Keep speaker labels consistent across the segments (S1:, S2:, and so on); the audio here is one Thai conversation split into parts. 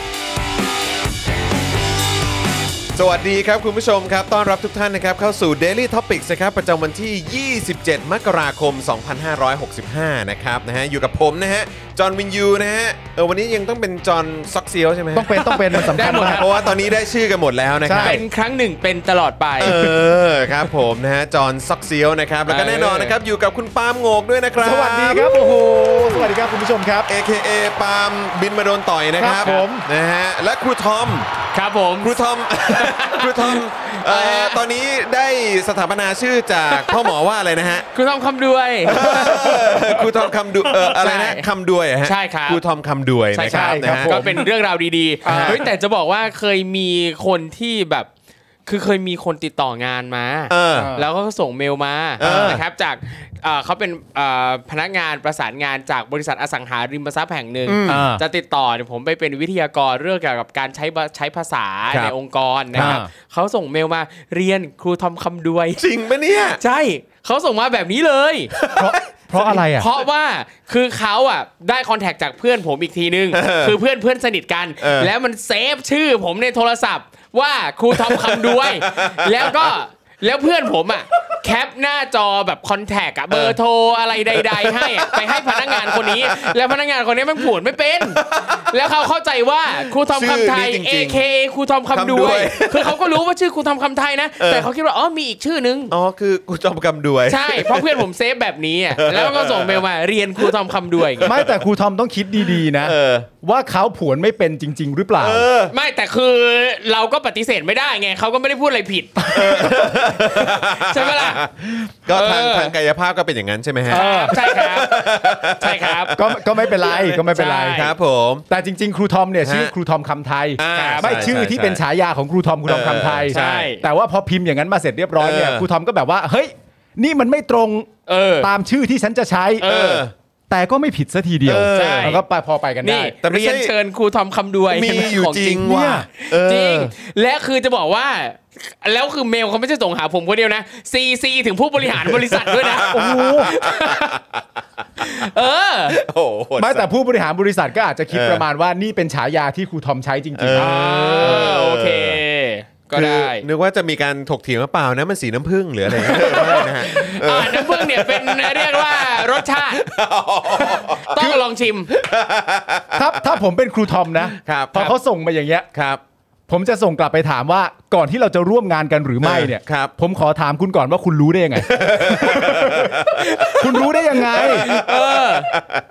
S1: สวัสดีครับคุณผู้ชมครับ ต้อนรับทุกท่านนะครับเข้าสู่ Daily Topics นะครับประจำวันที่ 27 มกราคม 2565 นะครับนะฮะอยู่กับผมนะฮะ จอห์นวินยูนะฮะเออวันนี้ยังต้องเป็นจอห์นซ็อกเซียวใช่ไหมฮะ
S2: ต้องเป็นต้องเป็นมันสำ
S1: ได้
S2: คัญ
S1: หมด
S2: มาก
S1: เพราะว่าตอนนี้ได้ชื่อกันหมดแล้วนะครับ
S2: ใช่
S3: เป็นครั้งหนึ่งเป็นตลอดไป
S1: เออครับผมนะฮะจอห์นซ็อกเซียวนะครับแล้วก็
S3: เออ
S1: แน่นอนนะครับอยู่กับคุณปาล์มโงกด้วยนะครับ
S2: สวัสดีครับ โอ้โห สวัสดีครับคุณผู้ชมครับ
S1: AKA ปาล์มบินมาโดนต่อยนะครับ
S2: ครับผม
S1: นะฮะและครูทอม
S3: ครับผม
S1: ครูทอม ครูทอมเอ่อ
S3: อะไรฮะ
S1: ตอนนี้ได้สถาปนาชื่อจากพ่อหมอว่าอะไรนะฮะ
S3: ครูทอมคำด้วย
S1: เออครูทอมคำดูเอออะไรนะ
S3: ใช่
S1: คำด้วยอะฮะ
S3: ใช่ครับ
S1: ครูทอมคำด้วยนะค
S3: ค
S1: รั
S3: รั
S1: บบนะฮะ
S3: ก็เป็นเรื่องราวดีๆเฮ้ยแต่จะบอกว่าเคยมีคนที่แบบ คือเคยมีคนติดต่องานมา
S1: เออ
S3: แล้วก็ส่งเมลมา
S1: เออ
S3: นะครับจากเอ่อเขาเป็นเอ่อพนักงานประสานงานจากบริษัทอสังหาริมทรัพย์แห่งหนึ่ง
S2: อ่า
S3: จะติดต่อเนี่ยผมไปเป็นวิทยากรเรื่องเกี่ยวกับการใช้บใช้ภาษา
S1: ครับ
S3: ในองค์กรนะครับ
S2: อ่า
S3: เขาส่งเมลมาเรียนครูทอมคำด้วย
S1: จริงปะเนี่ย
S3: ใช่เขาส่งมาแบบนี้เลย
S2: เพราะเพราะอะไรอ่ะ
S3: เพราะว่าคือเขาอ่ะได้คอนแทคจากเพื่อนผมอีกทีนึง
S1: เออ
S3: คือเพื่อนเพื่อนสนิทกัน
S1: เออ
S3: แล้วมันเซฟชื่อผมในโทรศัพท์ ว่าครูทอมคำด้วย แล้วก็แล้วเพื่อนผมอ่ะ แคปหน้าจอแบบคอนแทคอะเบอร์โทรอะไรใด ๆ ให้อะไปให้พนักงานคนนี้ แล้วพนักงานคนนี้มันผวนไม่เป็น แล้วเขาเข้าใจว่าครูทอมคำไทย
S1: ชื่อนี้จริงๆ
S3: AKA ครูทอมคำด้วย คือเขาก็รู้ว่าชื่อครูทอมคำไทยนะ แต่เขาคิดว่าอ๋อมีอีกชื่อนึง
S1: อ๋อคือครูทอมคำด้วย
S3: ใช่ เพราะเพื่อนผมเซฟแบบนี้อะแล้วก็ส่งเมลมาเรียนครูทอมคำด้วยไง
S2: ไม่แต่ครูทอมต้องคิดดีๆนะ
S1: เออ
S2: ว่าเขาผวนไม่เป็นจริง ๆ หรือเปล่า
S1: เออ
S3: ไม่แต่คือเราก็ปฏิเสธไม่ได้ไงเขาก็ไม่ได้พูดอะไรผิด ใช่ไหมล่ะ
S1: ก็ทาง
S3: เออ
S1: ทางกายภาพก็เป็นอย่างนั้นใช่ไหมฮะ
S3: ใช่ครับ ใช่ครับ
S2: ก็ก็ไม่เป็นไรก็ไม่เป็นไร
S3: ใช่
S1: ครับผม
S2: แต่จริง ๆ ครูทอมเนี่ย
S1: ฮะ
S2: ชื่อครูทอมคำไทย
S1: อ่า
S2: ไม่
S1: ใช่
S2: ชื่อที่
S1: ใช่
S2: เป็นฉายาของครูทอมครูทอมคำไทย
S1: ใช่
S2: แต่ว่าพอพิมพ์อย่างนั้นมาเสร็จเรียบร้อยเนี่ย
S1: เออ
S2: ครูทอมก็แบบว่าเฮ้ยนี่มันไม่ตรง
S3: เออ
S2: ตามชื่อที่ฉันจะใช้
S1: เออ
S2: แต่ก็ไม่ผิดซะทีเดียว
S1: เออ
S3: ใช่
S2: มันก็ไปพอไปกัน
S3: นี่
S2: ได้
S1: แต่ไม่ใช่
S3: เรียนเชิญครูทอมคำด้วย
S1: มีอยู่
S3: ของ
S1: จริง
S2: เนี่
S1: ว่ะ
S2: ย
S1: เออ
S3: จริง และคือจะบอกว่า แล้วคือเมลเขาไม่ใช่ส่งหาผมคนเดียวนะ CC ถึงผู้บริหารบริษัท ด้วยนะ
S2: โอ้โห
S3: เออ
S1: โอ้โหโหด
S2: ไม่แต่
S1: สัส
S2: ผู้บริหารบริษัทก็อาจจะคิด
S1: เออ
S2: ประมาณว่านี่เป็นฉายาที่ครูทอมใช้จริงๆนะ
S3: อ่าโอเค ก็
S1: คือ
S3: ได้
S1: นึกว่าจะมีการถกเถียงว่าเปล่านะมันสีน้ำผึ้งหรืออะไรอย่างเงี้ย ไม่นะฮะ
S3: อ่าน้ำผึ้งเนี่ยเป็นเรียกว่ารสช าติ ต้องลองชิม
S2: ถ้าถ้าผมเป็นครูทอมนะครับ พ
S1: ค
S2: อ
S1: รับ
S2: เขาส่งมาอย่างเงี้ย
S1: ครับ
S2: ผมจะส่งกลับไปถามว่าก่อนที่เราจะร่วมงานกันหรือไม่เนี่ย
S1: เออครับ
S2: ผมขอถามคุณก่อนว่าคุณรู้ได้ยังไง คุณรู้ได้ยังไง
S3: เออ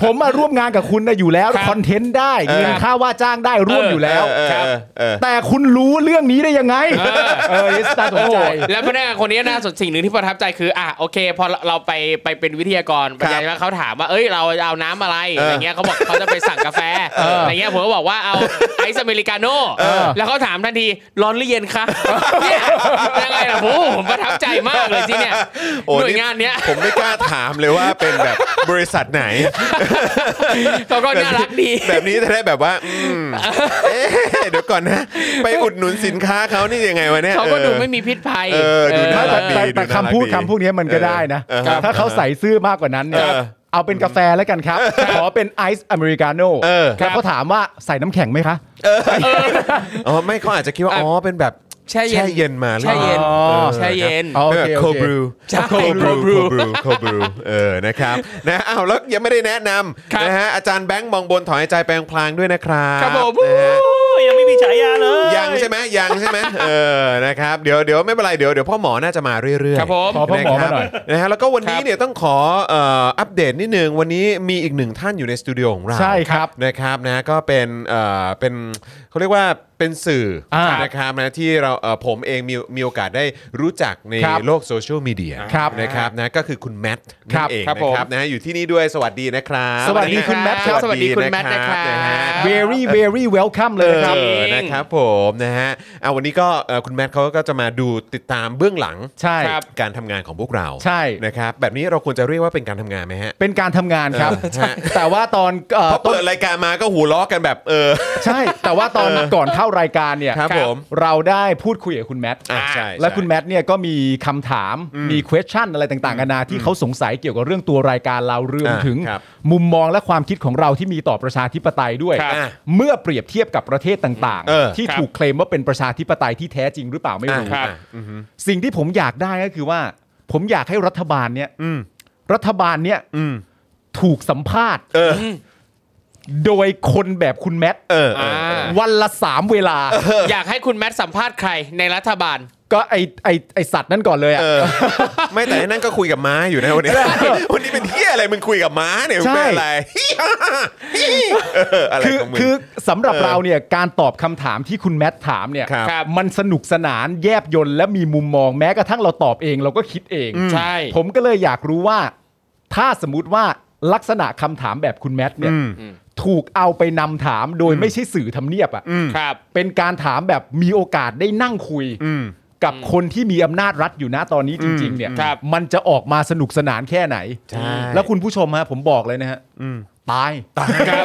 S2: ผมมาร่วมงานกับคุณนะอยู่แล้ว
S3: ครับ
S2: คอนเทนต์ได้เงินค่าว่าจ้างได้ร่วม
S3: เออ
S2: อ
S3: อ
S2: ยู่แล้ว
S1: เออ
S3: ครับ
S1: เออ
S2: แต่คุณรู้เรื่องนี้ได้ยังไง เออนี่น่าสนใจ
S3: แล้วพนักงานคนนี้น่าสนสิ่งหนึ่งที่ประทับใจคือ อ่ะโอเค พอเราไปไปเป็นวิทยากรบรรยายว่าเขาถามว่า เอ้ยเราเอาน้ำอะไรอะไรเงี้ยเขาบอกเขาจะไปสั่งกาแฟอะไรเงี้ยผมก็บอกว่าเอาไอซ์อเมริกาโน่แล้วเขาถาม ามทันที ร้อนหรือเย็นคะ เนี่ยยังไงล่ะโอ้โหผมประทับใจมากเลยที่เนี่ย
S1: โอ้
S3: หน่วยงานเนี้ย
S1: ผมไม่กล้าถามเลยว่าเป็นแบบบริษัทไหน
S3: เขาก็น่ารักดี
S1: แบบนี้จะได้แบบว่าอืมเอ๊ะเดี๋ยวก่อนนะ ไปอุดหนุนสินค้าเขานี่ยังไงวะเนี่ย
S3: เขาก็ดู
S1: ออ
S3: ไม่มีพิษภัย
S1: เออดูน่า
S2: ไม่
S1: รัก
S2: แต่แต่
S1: ดี
S2: แต่
S1: ดูน่ารัก
S2: คำพูด
S1: ดี
S2: คำพูดเนี้ยมันก็ได้นะ
S1: เออครับ
S2: ถ้าเขาใส่ซื่อมากกว่านั้นเนี่ย
S1: เออ
S2: เอาเป็นกาแฟแล้วกันครับ ขอเป็นไอซ์อเมริกาโน่
S1: เออ
S2: แล้วเขาถามว่าใส่น้ำแข็งไหมคะ
S1: อ๋อไม่เขาอาจจะคิดว่า อ๋อ เป็นแบบ
S3: แช่เย็น
S1: มาหรือ
S3: แช่เย็น
S1: ปล่า
S2: อ๋อ
S3: แช่เย็น
S2: อ๋อ
S1: เป็นแบบ
S2: โอเค
S1: โค
S2: โอเค
S1: บรู
S3: ใช่
S1: โคบรู
S3: cold
S1: โค
S3: brew
S1: บรูโคบรูเออนะครับนะอ้าวแล้วยังไม่ได้แนะน
S3: ครับ
S1: ำนะฮะอาจารย์แบงค์มองบนถอนหายใจแปลงพลางด้วยนะครับ
S3: ครับผม
S1: นะฮะ
S4: ยังไม่มีฉายาเลย
S1: ยังใช่ไหมยังใช่ไหมเออนะครับเดี๋ยวเดี๋ยวไม่เป็นไรเดี๋ยวเดี๋ยวพ่อหมอน่าจะมาเรื่อยๆ
S3: ครับผม
S2: ขอพ่อหมอมาหน่อย
S1: นะครับนะฮะแล้วก็วันนี้เนี่ยต้องขอเอ่ออัปเดตนิดนึงวันนี้มีอีกหนึ่งท่านอยู่ในสตูดิโอของเรา
S2: ใช่ครับ
S1: นะครับนะก็เป็นเอ่อเป็นเขาเรียกว่าเป็นสื่ออา นะครับนะที่เราเอ่อผมเองมีมีโอกาสได้รู้จักใน
S2: ครับ
S1: โลกโซเชียลมีเดีย
S2: ครับ
S1: นะครับนะก็คือคุณแมท
S2: ค
S1: นั่
S2: รับ
S1: นเอง
S3: ครับ
S1: นะ
S3: ผม
S1: ครับนะฮะอยู่ที่นี่ด้วยสวัสดีนะครับ
S2: สวัสดีคุณแมทครับ
S3: สวัสดีคุณแมทนะครับ
S1: ฮ
S2: very very welcome เลยนะครับ
S1: เออ
S3: จริง
S1: นะครับผมนะฮะเอาวันนี้ก็เอ่อคุณแมทเขาก็จะมาดูติดตามเบื้องหลัง
S2: ใช่
S1: ครับการทำงานของพวกเรา
S2: ใช่
S1: นะครับแบบนี้เราควรจะเรียกว่าเป็นการทำงานไหมฮะ
S2: เป็นการทำงานครับ
S1: เออใช่
S2: แต่ว่าตอนเอ่อ
S1: พอ
S2: ต้น
S1: เปิดรายการมาก็หูล้อกันแบบเออ
S2: ใช่ แต่ว่าตอนก่อนเข้ารายการเนี่ย
S1: ครับผม
S2: เราได้พูดคุยกับคุณแมท
S1: อ่ะใช่
S2: และคุณ
S1: ใช่
S2: แมทเนี่ยก็มีคำถามมี question อะไรต่างๆกันานาที่เขาสงสัยเกี่ยวกับเรื่องตัวรายการเราเรื่อง
S1: อ่า
S2: ถึง
S1: ครับ
S2: มุมมองและความคิดของเราที่มีต่อประชาธิปไตยด้วย
S1: ครับ
S2: เมื่อเปรียบเทียบกับประเทศต่าง
S1: เออ
S2: ๆ ที่
S3: ครับ
S2: ถูกเคลมว่าเป็นประชาธิปไตยที่แท้จริงหรือเปล่าไม่รู้
S1: อ่ะ
S3: ครับ
S1: อ่ะอือฮึ
S2: สิ่งที่ผมอยากได้ก็คือว่า ผมอยากให้รัฐบาลเนี่ย
S1: อืม
S2: รัฐบาลเนี่ย
S1: อืม
S2: ถูกสัมภาษณ์
S1: เออ
S2: โดยคนแบบคุณแมท
S1: เออเออ
S3: อ่า
S2: วันละสามเวลา
S3: อยากให้คุณแมทสัมภาษณ์ใครในรัฐบาล
S2: ก็ไอไอไอสัตว์นั่นก่อนเลยอะ
S1: เออ ไม่แต่ไอ้นั่นก็คุยกับม้าอยู่นะวันนี้ วันนี้เป็นเที่ยอะไรมึงคุยกับม้าเนี่ยมึงเป็นอะไร เอออะไร
S2: คือ
S1: ของมึง
S2: คือสำหรับ
S1: เออ
S2: เราเนี่ยการตอบคำถามที่คุณแมทถามเนี่ย
S1: ครับ
S3: ครับ
S2: มันสนุกสนานแยบยนและมีมุมมองแม้กระทั่งเราตอบเองเราก็คิดเอง
S3: ใช่
S2: ผมก็เลยอยากรู้ว่า ถ้าสมมติว่าลักษณะคำถามแบบคุณแมทเนี่ย
S1: อืม
S2: ถูกเอาไปนำถามโดยไม่ใช่สื่อทำเนียบอ่ะ
S3: ครับ
S2: เป็นการถามแบบมีโอกาสได้นั่งคุย
S1: อืม
S2: กับคนที่มีอำนาจรัฐอยู่นะตอนนี้จริง ๆ เนี่ย
S3: ครับ
S2: มันจะออกมาสนุกสนานแค่ไหน
S1: ใช่
S2: แล้วคุณผู้ชมฮะผมบอกเลยนะฮะตาย
S3: ครับ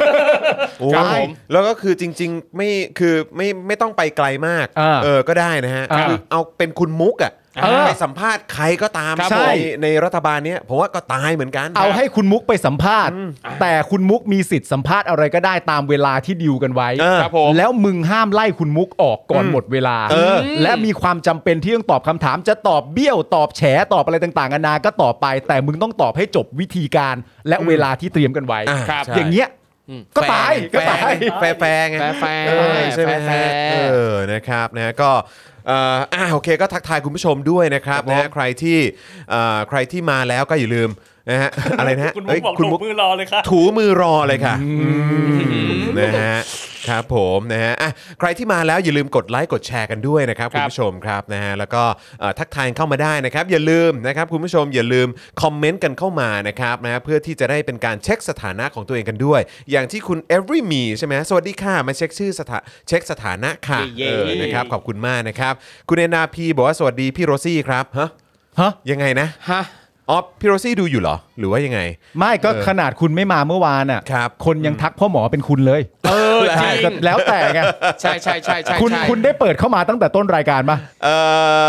S1: โอ้
S3: ครับ
S1: ย
S3: ผม
S1: แล้วก็คือจริงๆไม่คือไม่ไม่ต้องไปไกลมาก
S2: อ่า
S1: เออก็ได้นะฮะ
S2: อ่า
S1: คือเอาเป็นคุณมุกอ่ะ
S2: เออ
S1: ไปสัมภาษณ์ใครก็ตาม
S2: ครับผม
S1: ในในรัฐบาลเนี้ยผมว่าก็ตายเหมือนกัน
S2: เอาให้คุณมุกไปสัมภาษณ์ แต่คุณมุกมีสิทธิ์สัมภาษณ์อะไรก็ได้ตามเวลาที่ดิวกันไว้
S1: เออ
S3: ครับผม
S2: แล้วมึงห้ามไล่คุณมุกออกก่อนหมดเวลา
S1: เออ
S2: และมีความจำเป็นที่ต้องตอบคำถามจะตอบเบี้ยวตอบแฉตอบอะไรต่างๆนานาก็ตอบไป แต่มึงต้องตอบให้จบวิธีการ และเวลาที่เตรียมกันไว้
S1: อ่า
S3: ครับ
S1: ใช่
S2: อย่างเงี้ย ก็ตายก็
S1: แฟร์
S2: ตาย
S1: แฟร์แฟร์ไง
S3: แฟร์แฟร์
S1: เออใช่ไหม
S3: แฟ
S1: ฮะ
S3: ร์แฟร์
S1: เออนะครับนะฮะก็เอ่ออ่าโอเคก็ทักทายคุณผู้ชมด้วยนะครับนะฮะใครที่เอ่อใครที่มาแล้วก็อย่าลืมนะฮะอะไรนะฮะ
S4: คุณมุ
S1: เอ้
S4: ก
S1: ย
S4: บอกถูกมือรอเลยค่ะ
S1: ถูมือรอเลยค่ะนะฮะครับผมนะฮะอ่ะใครที่มาแล้วอย่าลืมกดไลค์กดแชร์กันด้วยนะครับ
S3: ค
S1: คุ
S3: รั
S1: ณ
S3: บ
S1: ผู้ชมครับนะฮะแล้วก็เอ่อทักทายเข้ามาได้นะครับ อย่าลืมนะครับคุณผู้ชมอย่าลืมคอมเมนต์กันเข้ามานะครับนะฮะเพื่อที่จะได้เป็นการเช็คสถานะของตัวเองกันด้วย อย่างที่คุณ every me ใช่ไหมสวัสดีค่ะมาเช็คชื่อสถาเช็คสถานะค่ะ
S3: เย้
S1: เออนะครับขอบคุณมากนะครับ คุณเอนนาพีบอกว่าสวัสดีพี่โรซี่ครับฮะ
S2: ฮะ
S1: ยังไงนะ
S3: ฮะ
S1: อ๋อพี่โรซี่ดูอยู่เหรอ หรือว่ายังไง
S2: ไม่ก็
S1: เออ
S2: ขนาดคุณไม่มาเมื่อวานอ่ะ
S1: ครับ
S2: คนยังทักพ่อหมอเป็นคุณเลย
S3: เออจริง
S2: ก็แล้วแต่ไง
S3: ใช่ใช่ใช่ใช่
S2: คุณ
S3: ใช่
S2: คุณได้เปิดเข้ามาตั้งแต่ต้นรายการปะ
S1: เอ่อ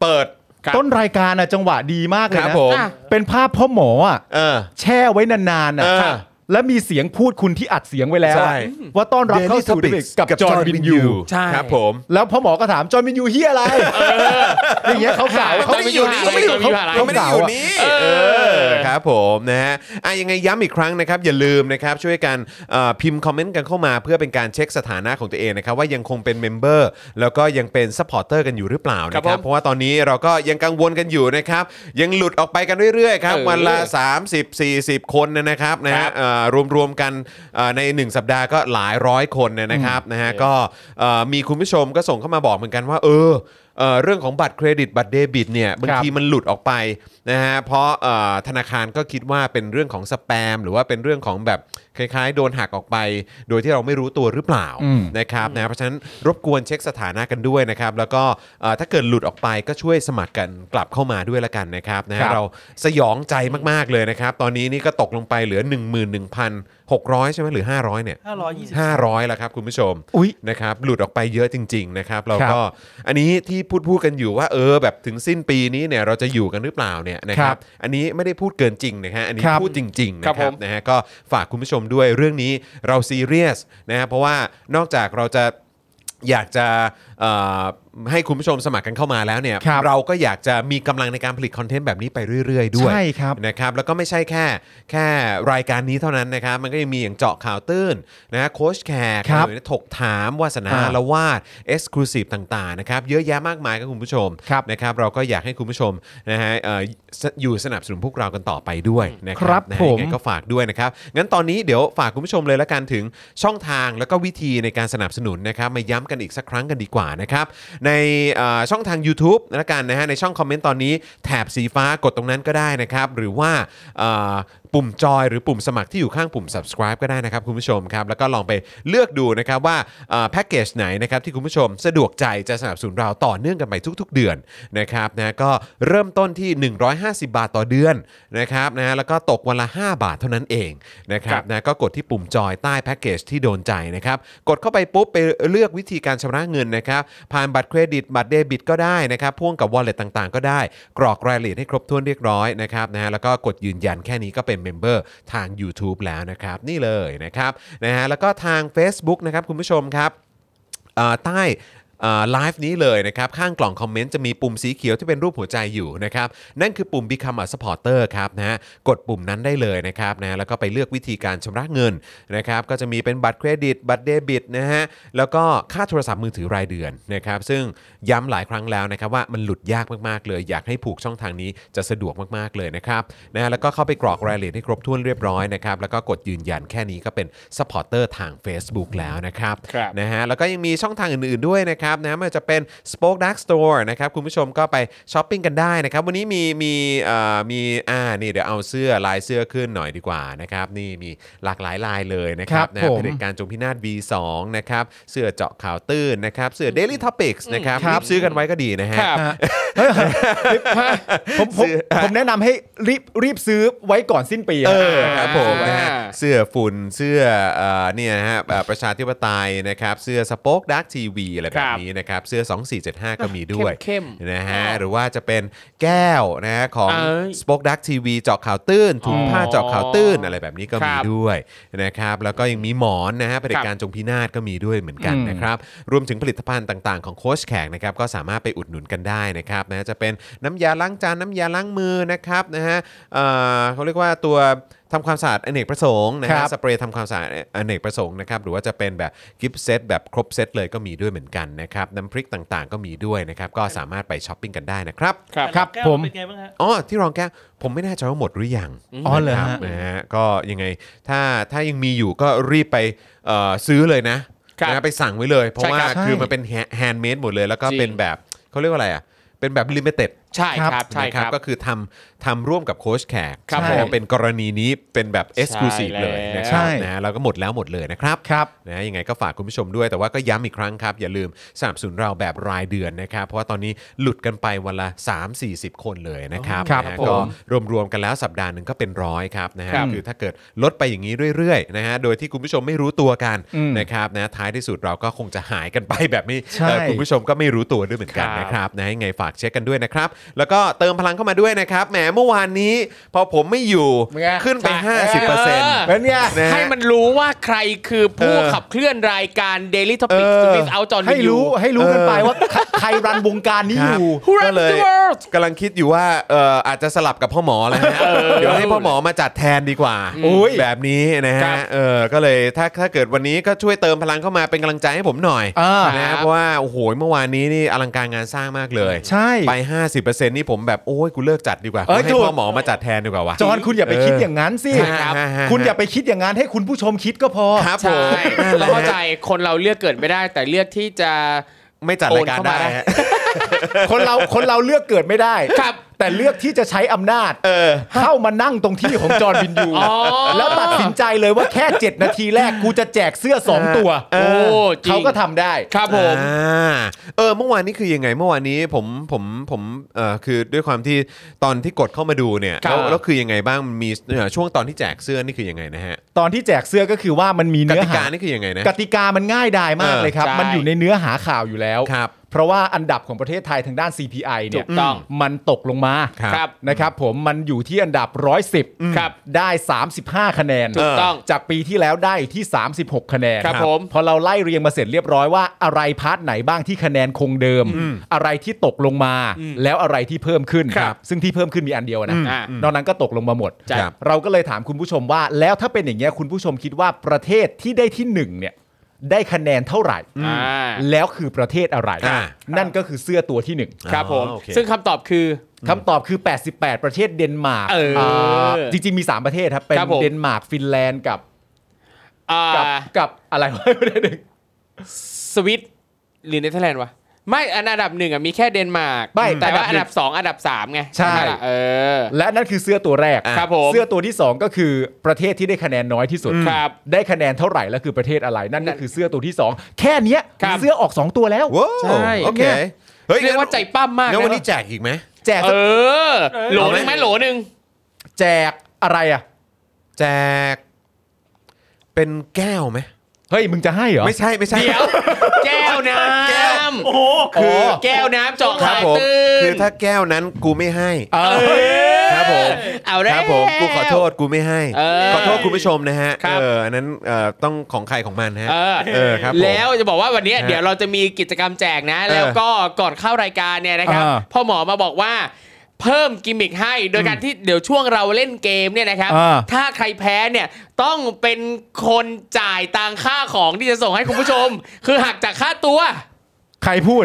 S1: เปิด
S3: ครับ
S2: ต้นรายการอ่ะจังหวะดีมากเลย
S1: ครับ
S2: นะ
S1: ผม
S2: เป็นภาพพ่อหมออ่ะ
S1: เออ
S2: แช่ไว้นานๆอ่ะ
S1: เออ
S2: แล้วมีเสียงพูดคุณที่อัดเสียงไว้แล้ว
S1: ใช่
S2: อะว่าต้อนรับเข้าสู่
S1: Daily
S2: Topics
S1: Topics
S2: กับจอร์นวินยู
S3: ใช่
S1: ครับผม
S2: แล้วพ่อหมอก็ถามจอร์นวินยูเฮียอะไรอย่างเงี้ยเขาสาว
S3: เออ
S2: เขา
S3: ไม่อยู่นี่
S1: เขาไม่อยู่
S3: เขาไม่อยู่
S1: เขาไม่ได้อ
S2: เขา
S1: ยู่
S2: ไม่ได้อยู่
S1: นี่เออครับผมนะฮะอ่ะยังไงย้ำอีกครั้งนะครับ อย่าลืมนะครับช่วยกันเอ่อพิมพ์คอมเมนต์กันเข้ามาเพื่อเป็นการเช็คสถานะของตัวเองนะครับ ว่ายังคงเป็นเมมเบอร์แล้วก็ยังเป็นซัพพอร์เตอร์กันอยู่หรือเปล่านะค
S3: ครั
S1: รั
S3: บบ ผม
S1: เพราะว่าตอนนี้เราก็ยังกังวลกันอยู่นะครับ ยังหลุดออกไปกันเรื่อยๆครับ
S3: เออ
S1: วันละ 30 40 คนนะครับนะ
S3: ครั
S1: ฮะ
S3: บ
S1: เอ่อรวมๆกันเอ่อใน 1 สัปดาห์ก็หลายร้อยคนนะครับนะฮะก็เอ่อมีคุณผู้ชมก็ส่งเข้ามาบอกเหมือนกันว่า เออ เอ่อเรื่องของบัตรเครดิตบัตรเดบิตเนี่ยบางทีมันหลุดออกไปนะฮะเพราะเอ่อธนาคารก็คิดว่าเป็นเรื่องของสแปม หรือว่าเป็นเรื่องของแบบคล้ายๆ โดนหักออกไป โดยที่เราไม่รู้ตัวหรือเปล่า
S2: อืม
S1: นะครับนะเพราะฉะนั้นรบกวนเช็คสถานะกันด้วยนะครับแล้วก็เอ่อถ้าเกิดหลุดออกไปก็ช่วยสมัครกันกลับเข้ามาด้วยละกันนะครับนะฮะ
S2: ครับ
S1: เราสยองใจมากๆเลยนะครับ ตอนนี้นี่ก็ตกลงไปเหลือ 11,600 ใช่ไหมหรือ 500เนี่ย
S4: ห้าร้อยยี่สิบ
S1: 500แล้วครับคุณผู้ชม
S2: อุ๊ย
S1: นะครับหลุดออกไปเยอะจริง ๆ นะครับเรา
S2: ครับ
S1: ก็อันนี้ที่พูดพูดกันอยู่ว่าเออแบบถึงสิ้นปีนี้เนี่ยเราจะอยู่กันหรือเปล่าเนี่ยนะครั
S2: ครับ บ
S1: อันนี้ไม่ได้พูดเกินจริงนะฮะอันนี้
S2: ครับ
S1: พูดจริง ๆ นะค
S3: ครั
S1: รั
S3: บบ ผม
S1: นะฮะก็ฝากคุณผู้ชมด้วยเรื่องนี้เราซีเรียสนะฮะเพราะว่านอกจากเราจะอยากจะเอ่อให้คุณผู้ชมสมัครกันเข้ามาแล้วเนี่ย
S2: ครับ
S1: เราก็อยากจะมีกำลังในการผลิตคอนเทนต์แบบนี้ไปเรื่อย ๆ ด้วย
S2: ใช่ครับ
S1: นะครับแล้วก็ไม่ใช่แค่แค่รายการนี้เท่านั้นนะครับ มันก็ยังมีอย่างเจาะข่าวตื้นนะโค้ชแขก
S2: ครับ
S1: หอถกถามวาสนา
S2: อ่า
S1: ละวาดเอ็กซ์คลูซีฟต่างๆนะครับเยอะแยะมากมายครับคุณผู้ชม
S2: ครับ
S1: นะครับเราก็อยากให้คุณผู้ชมนะฮะเอ่อสอยู่สนับสนุนพวกเรากันต่อไปด้วยนะค
S2: ครั
S1: รับบ นะฮะ
S2: ผม
S1: ยังไงก็ฝากด้วยนะครับ งั้นตอนนี้เดี๋ยวฝากคุณผู้ชมเลยละกันถึงช่องทางแล้วก็วิธีในการสนับสนุนนะครับมาย้ำกันอีกสักครั้งกันดีกว่านะครับ ในเอ่อช่องทาง YouTube ละกันนะฮะในช่องคอมเมนต์ตอนนี้แถบสีฟ้ากดตรงนั้นก็ได้นะครับ หรือว่าเอ่อปุ่มจอยหรือปุ่มสมัครที่อยู่ข้างปุ่ม subscribe ก็ได้นะครับคุณผู้ชมครับ แล้วก็ลองไปเลือกดูนะครับว่าเอ่อแพ็กเกจไหนนะครับที่คุณผู้ชมสะดวกใจจะสนับสนุนเราต่อเนื่องกันไปทุก ๆ เดือนนะครับนะก็เริ่มต้นที่ 150 บาทต่อเดือนนะครับนะฮะแล้วก็ตกวันละ 5 บาทเท่านั้นเองนะครับนะก็กดที่ปุ่มจอยใต้แพ็กเกจที่โดนใจนะครับ กดเข้าไปปุ๊บไปเลือกวิธีการชำระเงินนะครับ ผ่านบัตรเครดิตบัตรเดบิตก็ได้นะครับ พ่วงกับ wallet ต่างๆ ก็ได้ กรอกรายละเอียดให้ครบถ้วนเรียบร้อยนะครับนะฮะแล้วก็กดยืนยันแค่นี้ก็เป็นเมมเบอร์ทาง YouTube แล้วนะครับ นี่เลยนะครับนะฮะแล้วก็ทาง Facebook นะครับคุณผู้ชมครับ อ่าใต้ไลฟ์นี้เลยนะครับ ข้างกล่องคอมเมนต์จะมีปุ่มสีเขียวที่เป็นรูปหัวใจอยู่นะครับ นั่นคือปุ่ม Become a supporter ครับนะฮะกดปุ่มนั้นได้เลยนะครับนะแล้วก็ไปเลือกวิธีการชำระเงินนะครับ ก็จะมีเป็นบัตรเครดิต บัตรเดบิตนะฮะแล้วก็ค่าโทรศัพท์มือถือรายเดือนนะครับ ซึ่งย้ำหลายครั้งแล้วนะครับว่ามันหลุดยากมากๆเลย อยากให้ผูกช่องทางนี้จะสะดวกมากๆเลยนะครับนะฮะแล้วก็เข้าไปกรอกรายละเอียดให้ครบถ้วนเรียบร้อยนะครับแล้วก็กดยืนยันแค่นี้ก็เป็น supporter ทาง Facebook แล้วนะครับ
S3: ครับ
S1: นะฮะแล้วก็ยังมีช่องทางอื่นๆด้วยนะครับนะไม่ว่าจะเป็น Spoke Dark Store นะครับคุณผู้ชมก็ไปช้อปปิ้งกันได้นะครับ วันนี้มีมีเอ่อมีอ่านี่เดี๋ยวเอาเสื้อลายเสื้อขึ้นหน่อยดีกว่านะครับนี่มีหลากหลายลายเลยนะครั
S2: ครับ บ
S1: นะ
S2: ผม
S1: เผด็จการจงพินาศ V2 นะครับเสื้อเจาะข่าวตื้นนะครับเสื้อ Daily Topics นะครับ
S2: ครั
S1: รี
S2: บ
S1: บซื้อกันไว้ก็ดีนะฮะ
S3: ครับ
S2: ผมผมผมแนะนำให้รีบรีบซื้อไว้ก่อนสิ้นปีอะ
S1: เออครับผมนะฮะ
S3: อ่า
S1: เสื้อฝุ่นเสื้อเอ่อเนี่ยนะฮะเอ่อประชาธิปไตยนะครับเสื้อสป็อคดักทีวีอะไรแบ
S3: ครับ บ
S1: นี้นะครับเสื้อ 2475 ก็มีด้วย
S3: เข้มๆ
S1: นะฮะหรือว่าจะเป็นแก้วนะฮะของ
S3: เอ้ย
S1: สป็อคดักทีวีเจาะข่าวตื้นถุง
S3: อ๋อ
S1: ผ้าเจาะข่าวตื้นอะไรแบบนี้ก็
S3: ค
S1: มี
S3: รับ
S1: ด้วยนะครับแล้วก็ยังมีหมอนนะฮะเผด็จ
S3: ครับ
S1: การจงพินาศก็มีด้วยเหมือนกัน
S2: อืม
S1: นะครับรวมถึงผลิตภัณฑ์ต่างๆของโค้ชแขกนะครับก็สามารถไปอุดหนุนกันได้นะครับนะจะเป็นน้ำยาล้างจานน้ำยาล้างมือนะครับนะฮะเอ่อเขาเรียกว่าตัว ทำความสะอาดอเนกประสงค์นะ
S2: ครั
S1: ฮะ
S2: บ
S1: สเปรย์ทำความสะอาดอเนกประสงค์นะครับหรือว่าจะเป็นแบบกิฟต์เซตแบบครบเซตเลยก็มีด้วยเหมือนกันนะครับน้ำพริกต่างๆ ก็มีด้วยนะครับก็สามารถไปช้อปปิ้งกันได้นะครับ
S3: ครับ
S2: ครับ
S4: แก้ว
S2: ผม
S4: เป็นไงบ้างฮะ
S1: อ๋อที่รองแก้วผมไม่แน่ใจว่าหมดหรือยัง
S2: อ๋อเหรอ
S1: นะค
S2: ฮะ
S1: บนะฮะก็ยังไงถ้าถ้ายังมีอยู่ก็รีบไปเอ่อซื้อเลยนะครับ นะฮะไปสั่งไว้เลย เพราะ
S3: ใช่
S1: ว่า
S3: ครับ
S1: คือมันเป็นแฮนด์เมดหมดเลย แล้วก็
S3: จริง
S1: เป็นแบบเขาเรียกว่าอะไรอ่ะเป็นแบบลิมิเต็ด
S3: ใช่ครับ ใช่
S1: นะค
S3: ค
S1: รั
S3: รั
S1: บบ ก็คือทำทำร่วมกับโค้ชแขก
S3: ครับ
S1: ใช่
S3: ผม
S1: เป็นกรณีนี้เป็นแบบ Exclusive
S3: ใช่
S1: เลย
S3: แล้ว
S1: นะครับ
S2: ใช่
S1: นะฮะแล้วก็หมดแล้วหมดเลยนะครับ
S2: ครับ
S1: นะยังไงก็ฝากคุณผู้ชมด้วยแต่ว่าก็ย้ำอีกครั้งครับ อย่าลืมสนับสนุนเราแบบรายเดือนนะครับ เพราะว่าตอนนี้หลุดกันไปวันละ 3 4 0 คนเลยนะครับ
S2: ครับ
S1: นะฮะ
S2: ผม
S1: ก็รวมๆกันแล้วสัปดาห์หนึ่งก็เป็นร้อยครับนะฮะ
S2: ครับ
S1: คือถ้าเกิดลดไปอย่างนี้เรื่อยๆนะฮะโดยที่คุณผู้ชมไม่รู้ตัวกัน
S2: อืม
S1: นะครับนะท้ายที่สุดเราก็คงจะหายกันไปแบบไม่
S2: ใช่
S1: เอ่อคุณผู้ชมก็ไม่รู้ตัวด้วยเหมือนกัน
S3: ครับ
S1: นะครับนะยังไงฝากเช็คกันด้วยนะครับ แล้วก็เติมพลังเข้ามาด้วยนะครับแหมเมื่อวานนี้พอผมไม่อยู่ขึ้นไป 50%
S2: เป็นไง
S1: นะฮะ
S3: ให้มันรู้ว่าใครคือผู้
S1: เออ
S3: ขับเคลื่อนรายการ Daily Topic
S1: เออ
S3: s w i t Out จอห์น
S2: ให้รู้ให้รู้กันไปว่าใครใครรันวงการนี้อยู่
S1: ครับก็
S3: รัน
S1: เลย
S3: เวิร์ด
S1: กำลังคิดอยู่ว่าเอออาจจะสลับกับพ่อหมอแล้วฮะเดี๋ยวให้พ่อหมอมาจัดแทนดีกว่า
S2: อุ๊ย
S1: แบบนี้นะ
S3: ครั
S1: ฮะ
S3: บ
S1: เออก็เลยถ้าถ้าเกิดวันนี้ก็ช่วยเติมพลังเข้ามาเป็นกำลังใจให้ผมหน่อย
S2: อ่าน
S1: นะ
S3: ครั
S1: ฮะ
S3: บ
S1: เพราะว่าโอ้โหเมื่อวานนี้นี่อลังการงานสร้างมากเลย
S2: ใช่
S1: ไป 50%นี่ผมแบบโอ้ยกูเลิกจัดดีกว่า
S2: เอ้
S1: กู
S2: ย
S1: ให้
S2: ถูก
S1: พ่อหมอมาจัดแทนดีกว่าวะ
S2: จอห์นคุณอย่าไปคิดอย่างนั้นสิ
S1: ใช่ครับ
S2: คุณอย่าไปคิดอย่างนั้นให้คุณผู้ชมคิดก็พอ
S1: ครับ
S3: ใช่
S1: ผมนั่นแหละ
S3: เราเข้าใจคนเราเลือกเกิดไม่ได้ แต่เลือกที่จะ
S1: ไม่จัดรายการได้
S3: โอนเข้ามาได้
S1: ฮะ
S2: คนเราคนเราเลือกเกิดไม่ได้
S3: ครับ
S2: แต่เลือกที่จะใช้อำนาจ
S1: เออ
S2: เข้ามานั่งตรงที่ของจอร์นวินยู
S3: อ๋อ
S2: แล้วตัดสินใจเลยว่าแค่ 7 นาทีแรกกูจะแจกเสื้อ 2 ตัว
S3: โอ้จริง
S2: เขาก็ทำได้
S3: ครับผม
S1: อ่าเออเมื่อวานนี้คือยังไงเมื่อวานนี้ผมผมผมเอ่อคือด้วยความที่ตอนที่กดเข้ามาดูเนี่ย
S3: ครับ
S1: แล้วแล้วคือยังไงบ้างมันมีเอ่อช่วงตอนที่แจกเสื้อนี่คือยังไงนะฮะ
S2: ตอนที่แจกเสื้อก็คือว่ามันมี
S1: ก
S2: เนื้อหาก
S1: ติานี่คือยังไงนะ
S2: กติกามันง่ายดายมากเลยครับ
S3: เออใช่
S2: มันอยู่ในเนื้อหาข่าวอยู่แล้ว
S1: ครับ
S2: เพราะว่าอันดับของประเทศไทยทางด้าน CPI เนี่ย
S3: ถูกต้อง
S2: มันตกลงมา
S1: ครับ
S3: ครับ
S2: นะครับผมมันอยู่ที่อันดับ 110
S3: ครับ
S2: ได้ 35 คะแนน
S3: ถูกต้อง
S2: จากปีที่แล้วได้ที่ 36 คะแนน
S3: ครับผม
S2: พอเราไล่เรียงมาเสร็จเรียบร้อยว่าอะไรพาร์ทไหนบ้างที่คะแนนคงเดิม อะไรที่ตกลงมา แล้วอะไรที่เพิ่มขึ้น
S3: ครับ
S2: ซึ่งที่เพิ่มขึ้นมีอันเดียวนะ
S3: อ่าน
S2: อกนั้นก็ตกลงมาหมด
S3: ใช่
S2: เราก็เลยถามคุณผู้ชมว่า แล้วถ้าเป็นอย่างเงี้ยคุณผู้ชมคิดว่าประเทศที่ได้ที่หนึ่งเนี่ยได้คะแนนเท่าไหร่
S3: อ่า
S2: แล้วคือประเทศอะไร
S1: อ่า
S2: นั่นก็คือเสื้อตัวที่หนึ่ง
S3: ครับผม
S1: อ๋อโอเค
S3: ซึ่งคำตอบคือ
S2: คำตอบคือ 88 ประเทศเดนมาร์ก
S3: เอออ่
S2: าจริงๆมี 3 ประเทศครับเป็น
S3: ครับผม
S2: เดนมาร์กฟินแลนด์กับ
S3: อ่า
S2: กับกับอะไรวะ ไม่ได้หนึ่ง
S3: สวิตหรือเนเธอร์แลนด์วะไม่อันอันดับหนึ่งอ่ะมีแค่เดนมาร์ก
S2: ไม่
S3: แต่ว่า
S2: อั
S3: อั
S2: น
S3: น
S2: ดั
S3: ดั
S2: บ
S3: บสองอันดับสามไง
S2: ใช่
S3: ไหมล่ะเออ
S2: และนั่นคือเสื้อตัวแรก
S3: ครับผม
S2: เสื้อตัวที่ 2 ก็คือประเทศที่ได้คะแนนน้อยที่สุด
S3: ครับ
S2: ได้คะแนนเท่าไหร่แล้วคือประเทศอะไร นั่นก็คือเสื้อตัวที่ 2 แค่เนี้ย
S3: ครับ
S2: เสื้อออก 2 ตัวแล้ว
S1: ว้าว
S3: ใช่
S1: โอเคเฮ้ย
S3: เรียกว่าใจปั้มมาก
S1: แล้ววัน
S3: เลย
S1: นี้แจกอีกไหม
S2: แจก
S3: เออ โหลหนึง
S1: เอา
S3: ไหม
S1: ไหม
S3: โหลหนึง
S2: แจกอะไรอ่ะ
S1: แจก เป็นแก้วไหม
S2: เฮ้ย มึงจะให้เหรอ
S1: ไม่ใช่ไม่ใช่
S3: เดี๋ยว แก้วน้ำ
S4: โอ้โห
S3: คือแก้วน้ำเจาะ
S1: ครับ
S3: ขาย
S1: ผม
S3: ตื้น
S1: คือถ้าแก้วนั้นกูไม่ให้
S2: เออ
S1: ครับผม
S3: เอาแล้ว
S1: ครับผมกูขอโทษกูไม่ให้
S3: เออ
S1: ขอโทษคุณผู้ชมนะฮะ
S3: ครับ
S1: เอออันนั้นเอ่อต้องของใครของมันฮะ
S3: เออ
S1: เออครับผม
S3: แล้วจะบอกว่าวันเนี้ย
S1: ฮะ
S3: เดี๋ยวเราจะมีกิจกรรมแจกนะ
S1: เออ
S3: แล้วก็ก่อนเข้ารายการเนี่ยนะครับ
S2: อ่า
S3: พ่อหมอมาบอกว่าเพิ่มกิมมิคให้โดยการที่เดี๋ยวช่วงเราเล่นเกมเนี่ยนะครับ
S2: อ่า
S3: ถ้าใครแพ้เนี่ยต้องเป็นคนจ่ายตังค่าของที่จะส่งให้คุณผู้ ชม คือหักจากค่าตัว
S2: ใครพูด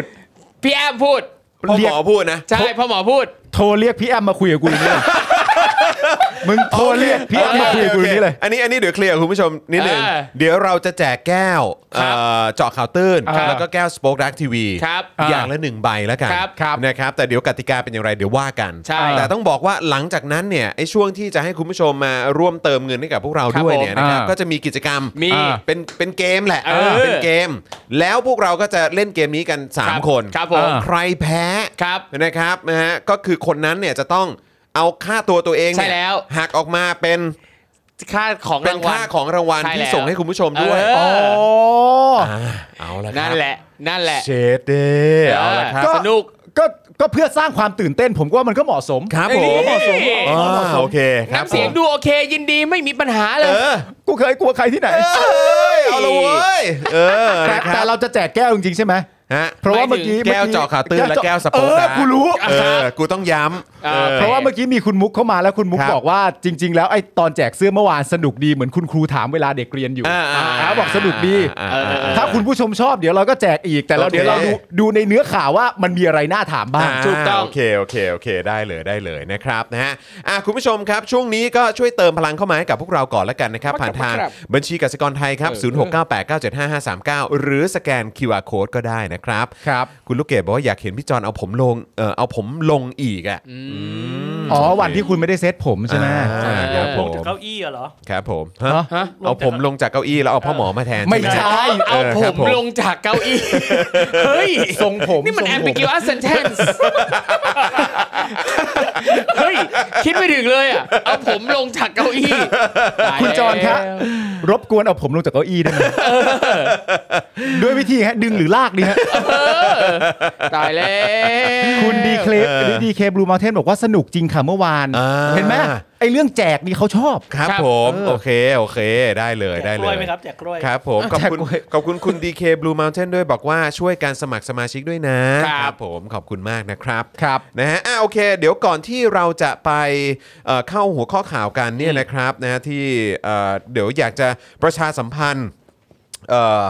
S3: พี่แอมพูด
S1: พ่อห
S2: เรี
S1: ม
S2: ยก
S1: อพูดนะ
S3: ใช่พ่อหมอพูด
S2: โทรเรียกพี่แอมมาคุยกับกูเลย มึงโทรเรียกพี่แอมมาคุยกับกูนี่เลย
S1: อันนี้อันนี้เดี๋ยวเคลียร์คุณผู้ชมนิดหนึ่ง
S3: เออ
S1: เดี๋ยวเราจะแจกแก้ว
S3: ครับ
S1: เอ่อเจาะข่าวตื้น
S2: ครับ
S1: แล้วก็แก้วสป็อคดักทีวี
S3: ครับ
S1: อย่างละหนึ่งใบแล้วกัน
S3: ครับ
S2: ครับ
S1: นะครับแต่เดี๋ยวกติกาเป็นอย่างไรเดี๋ยวว่ากัน
S3: ใช่
S1: แต่ต้องบอกว่าหลังจากนั้นเนี่ยไอ้ช่วงที่จะให้คุณผู้ชมมาร่วมเติมเงินให้กับพวกเรา
S3: ครับ
S1: ด้วยเนี่ย
S2: ผม
S1: นะครับ
S2: อ่า
S1: ก็จะมีกิจกรรม
S3: มี
S1: อ่าเป็นเป็นเกมแหละ
S3: เออ
S1: เป็นเกม แล้วพวกเราก็จะเล่นเกมนี้กัน
S3: รับ
S1: 3 คน
S3: ครับผม
S2: อ่า
S1: ใครแพ้
S3: ครับ
S1: นะครับนะฮะก็คือคนนั้นเนี่ยจะต้องเอาค่าตัวตัวเองเนี่ย
S3: ใช่แล้ว
S1: หักออกมาเป็น
S3: ค่าของ
S1: เป็
S3: ราน งวัล
S1: ค่าของรางวัล
S3: ใช่
S1: ที่
S3: แล้ว
S1: ส่งให้คุณผู้ชมด้วย
S3: เอออ๋
S1: าเอาละครับ
S3: นั่นแหละ นั่นแหละ
S1: เชดเดเอาละครับ
S3: สนุก
S2: ก็ก็เพื่อสร้างความตื่นเต้น ผมก็ว่ามันก็เหมาะสม
S1: ครับผม
S2: เหมาะสม
S1: อ่าโอเคครับ
S3: น้ำเสียง
S1: ผม
S3: ดูโอเคยินดีไม่มีปัญหาเล
S1: เอย อ
S2: กูเคยกลัวใครที่ไหน
S1: เอ้ยเอาละเว้ยเออ
S2: แต่
S1: นะค
S2: แต่
S1: รับ
S2: เราจะแจกแก้วจริงๆใช่ไหม
S1: ฮะ
S2: เพราะว่า
S3: หมายถึง
S2: เมื่อกี้
S1: แก้วเจาะขาตื้นและแก้วสปอร์ต
S2: เออ
S1: ดาร์
S2: กูรู้
S1: เออกูต้องย้ำ
S3: เอ
S1: เอ
S3: อ
S1: อ
S2: เพราะว่าเมื่อกี้มีคุณมุกเข้ามาแล้วคุณมุก
S1: ครับ
S2: บอกว่าจริง ๆ แล้วไอ้ตอนแจกเสื้อเมื่อวานสนุกดีเหมือนคุณครูถามเวลาเด็กเรียนอยู่
S1: อ่าอ่า
S2: อ่าบอกสนุกดี
S1: อ่าอ่าอ่า
S2: ถ้าคุณผู้ชมชอบเดี๋ยวเราก็แจกอีกแต่เรา
S1: โอเค
S2: เดี๋ยวเราดูดูในเนื้อข่าวว่ามันมีอะไรน่าถามบ้าง
S1: อ่า
S3: ถูกต้อง
S1: โอเคโอเคโอเคได้เลยได้เลยนะครับนะฮะอ่ะคุณผู้ชมครับช่วงนี้ก็ช่วยเติมพลังเข้ามาให้กับพวกเราก่อนละกันนะครับ ผ่านทาง
S3: ครับ
S1: บัญชีกสิกรไทยครับ
S3: เออ
S1: 0698975539 หรือสแกน QR Code ก็ได้นะครับ
S2: ครับ
S1: คุณลูกเกดบอกว่าอยากเห็นพี่จอนเอาผมลงเออเอาผมลงอีกอ่ะม
S2: อ๋อ
S1: โเค
S2: วันที่คุณไม่ได้เซตผมใช่ไหม
S1: อ่าครับผ
S4: ลง
S1: ม
S4: จากเก้าอี้อะเหรอ
S1: ครับผม
S2: ฮะ
S1: เอาผมลงจากเก้าอี้แล้วเอาพ่อหมอมาแทน
S2: ไม่
S1: ใช่ห
S2: ใช่
S3: เอา
S1: เออ
S3: ผ
S1: ครับ
S3: ม
S1: ผม
S3: ลงจากเก้าอี้ เฮ้ย
S2: ทรงผม
S3: นี่มัน
S2: ทรงผ
S3: ambiguous sentence เฮ้ย คิดไม่ถึงเลยอ่ะ เอาผมลงจากเก้าอี้
S2: คุณจอนครับ
S3: ตายแล้ว
S2: รบกวนเอาผมลงจากเก้าอี้ได้ไหมด้วยวิธีฮะดึงหรือลากดีฮะ
S3: ตายแล้ว
S2: คุณดีเคลดีเคบลูมาเทนบอกว่าสนุกจริงค่ะเมื่อวาน
S1: อ่า
S2: เห็นไหมไอ้เรื่องแจกนี่เขาชอบ
S1: ครับ
S3: ครับ
S1: ผมโอเคโอเคได้เลย
S4: แจ
S1: ได้
S4: กก
S1: เล
S4: ล้วย
S1: ย
S4: ไหมครับแจกกล้วย
S1: ครับผมขอบคุณ
S2: แจกกล้วย
S1: ขอบคุณคุณ DK Blue Mountain ด้วยบอกว่าช่วยการสมัครสมาชิกด้วยนะครับ ผมขอบคุณมากนะครับ
S2: ครับ
S1: นะฮะอ่ะโอเค เดี๋ยวก่อนที่เราจะไปเอ่อเข้าหัวข้อข่าวกันเนี่ยนะครับนะฮะที่เอ่อเดี๋ยวอยากจะประชาสัมพันธ์เอ่อ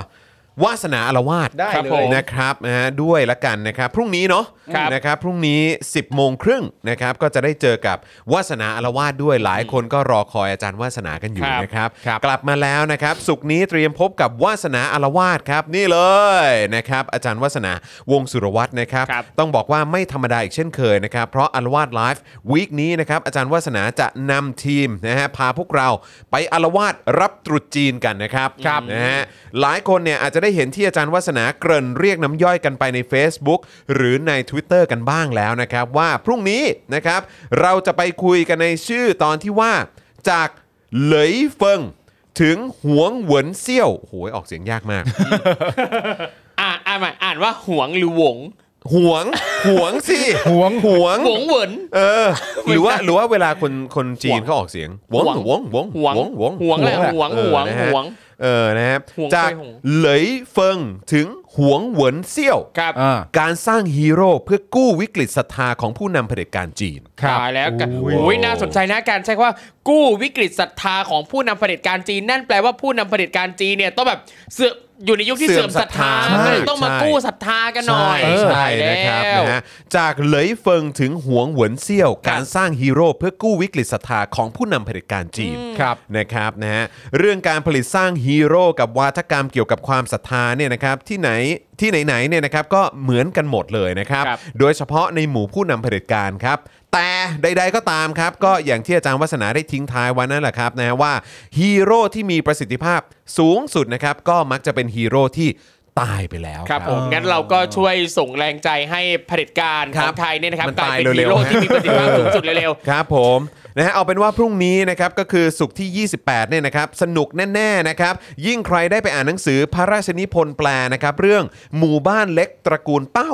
S1: วาสนาอารวาส
S2: ได้
S3: ครับ
S2: เล
S3: ผ
S2: ย
S3: ม
S1: นะครับนะฮะด้วยละกันนะครับ พรุ่งนี้เนาะ
S3: ครับ
S1: นะครับพรุ่งนี้ 10โมงครึ่งนะครับก็จะได้เจอกับวาสนาอารวาสด้วยหลายคนก็รอคอยอาจารย์วาสนากันอยู่
S3: ครับ
S1: นะครับ
S3: ครับ
S1: กลับมาแล้วนะครับ สุกร์นี้เตรียมพบกับวาสนาอารวาสครับ นี่เลยนะครับ อาจารย์วาสนาวงศ์สุรวัตรนะครับ
S3: ครับ
S1: ต้องบอกว่าไม่ธรรมดาอีกเช่นเคยนะครับ เพราะอารวาสไลฟ์วีคนี้นะครับ อาจารย์วาสนาจะนำทีมนะฮะพาพวกเราไปอารวาสรับตรุษจีนกันนะครับครับนะฮะหลายคนเนี่ยอาจจะได้เห็นที่อาจารย์วาสนาเกริ่นเรียกน้ำย่อยกันไปใน Facebook หรือใน Twitter กันบ้างแล้วนะครับ ว่าพรุ่งนี้นะครับเราจะไปคุยกันในชื่อตอนที่ว่าจากเหลยเฟิงถึงหวงเหวินเซี่ยวโหยออกเสียงยากมาก
S3: อ่านอ่านใหม่อ่านว่าหวงหรือหวง
S1: หวงหวงสิหวงหวง
S3: หวงเหวิน
S1: เออหรือว่า
S3: ไม่
S1: ห
S3: ได้
S1: รือว่าเวลาคนคนจีน
S3: หวง
S1: เขาออกเสียงหวง
S3: หวง
S1: หวงหวง
S3: หวง
S1: หวง
S3: หวงอะไรหวง
S1: เออ
S3: หวง
S1: นะ
S3: ห
S1: ฮะ
S3: วง
S1: เออนะฮะ
S3: หวง
S1: จาก
S3: เคยหวง
S1: เหลยเฟิงถึงหวงเหวินเซี่ยว
S3: ครับ
S2: อ่า
S1: การสร้างฮีโร่เพื่อกู้วิกฤตศรัทธาของผู้นำเผด็จการจีน
S2: ครับ
S3: ตายแล้วกัน
S2: โอ้ย
S3: โอ้ยน่าสนใจนะการใช้คำว่ากู้วิกฤตศรัทธาของผู้นำเผด็จการจีน นั่นแปลว่าผู้นำเผด็จการจีนเนี่ยต้องแบบเสื่อมอยู่ในยุคที่
S1: เสื่
S3: เสื่
S1: อ
S3: อ
S1: ม
S3: ม
S1: ศ
S3: ศ
S1: รัท
S3: รัท
S1: ธา
S3: ธาก็เลยต้องมา
S1: ใช่
S3: กู้ศรัทธากันหน่อย
S1: ใช่ใช่
S3: ตายแล้ว
S1: นะครับนะฮะจากเหลยเฟิงถึงหวงเหวินเซี่ยว การสร้างฮีโร่เพื่อกู้วิกฤตศรัทธาของผู้นำเผด็จการจีน
S2: ครับ
S1: นะครับนะฮะเรื่องการผลิตสร้างฮีโร่กับวาทกรรมเกี่ยวกับความศรัทธาเนี่ยนะครับที่ไหนที่ไหนๆเนี่ยนะครับก็เหมือนกันหมดเลยนะครับ
S3: ครับ
S1: โดยเฉพาะในหมู่ผู้นำเผด็จการครับ แต่ใด ๆ ก็ตามครับ ก็อย่างที่อาจารย์วัฒนาได้ทิ้งท้ายไว้นั่นแหละครับนะว่าฮีโร่ที่มีประสิทธิภาพสูงสุดนะครับก็มักจะเป็นฮีโร่ที่ตายไปแล้ว
S3: ครับผมงั้นเราก็ช่วยส่งแรงใจให้เผด็จการ
S1: ค
S3: ข
S1: รั
S3: อบ งไทยเนี่ยนะครับ
S1: มัน
S3: กลา
S1: ตาย ย
S3: เป็น
S1: เร็
S3: ฮี
S1: วๆ
S3: โร่
S1: ฮะ
S3: ที่มีประสิทธิภาพสูงสุดเร็ว
S1: ครับผมนะฮะเอาเป็นว่าพรุ่งนี้นะครับก็คือสุกร์ที่ 28เนี่ยนะครับสนุกแน่ๆนะครับยิ่งใครได้ไปอ่านหนังสือพระราชนิพนธ์แปลนะครับเรื่องหมู่บ้านเล็กตระกูลเป้า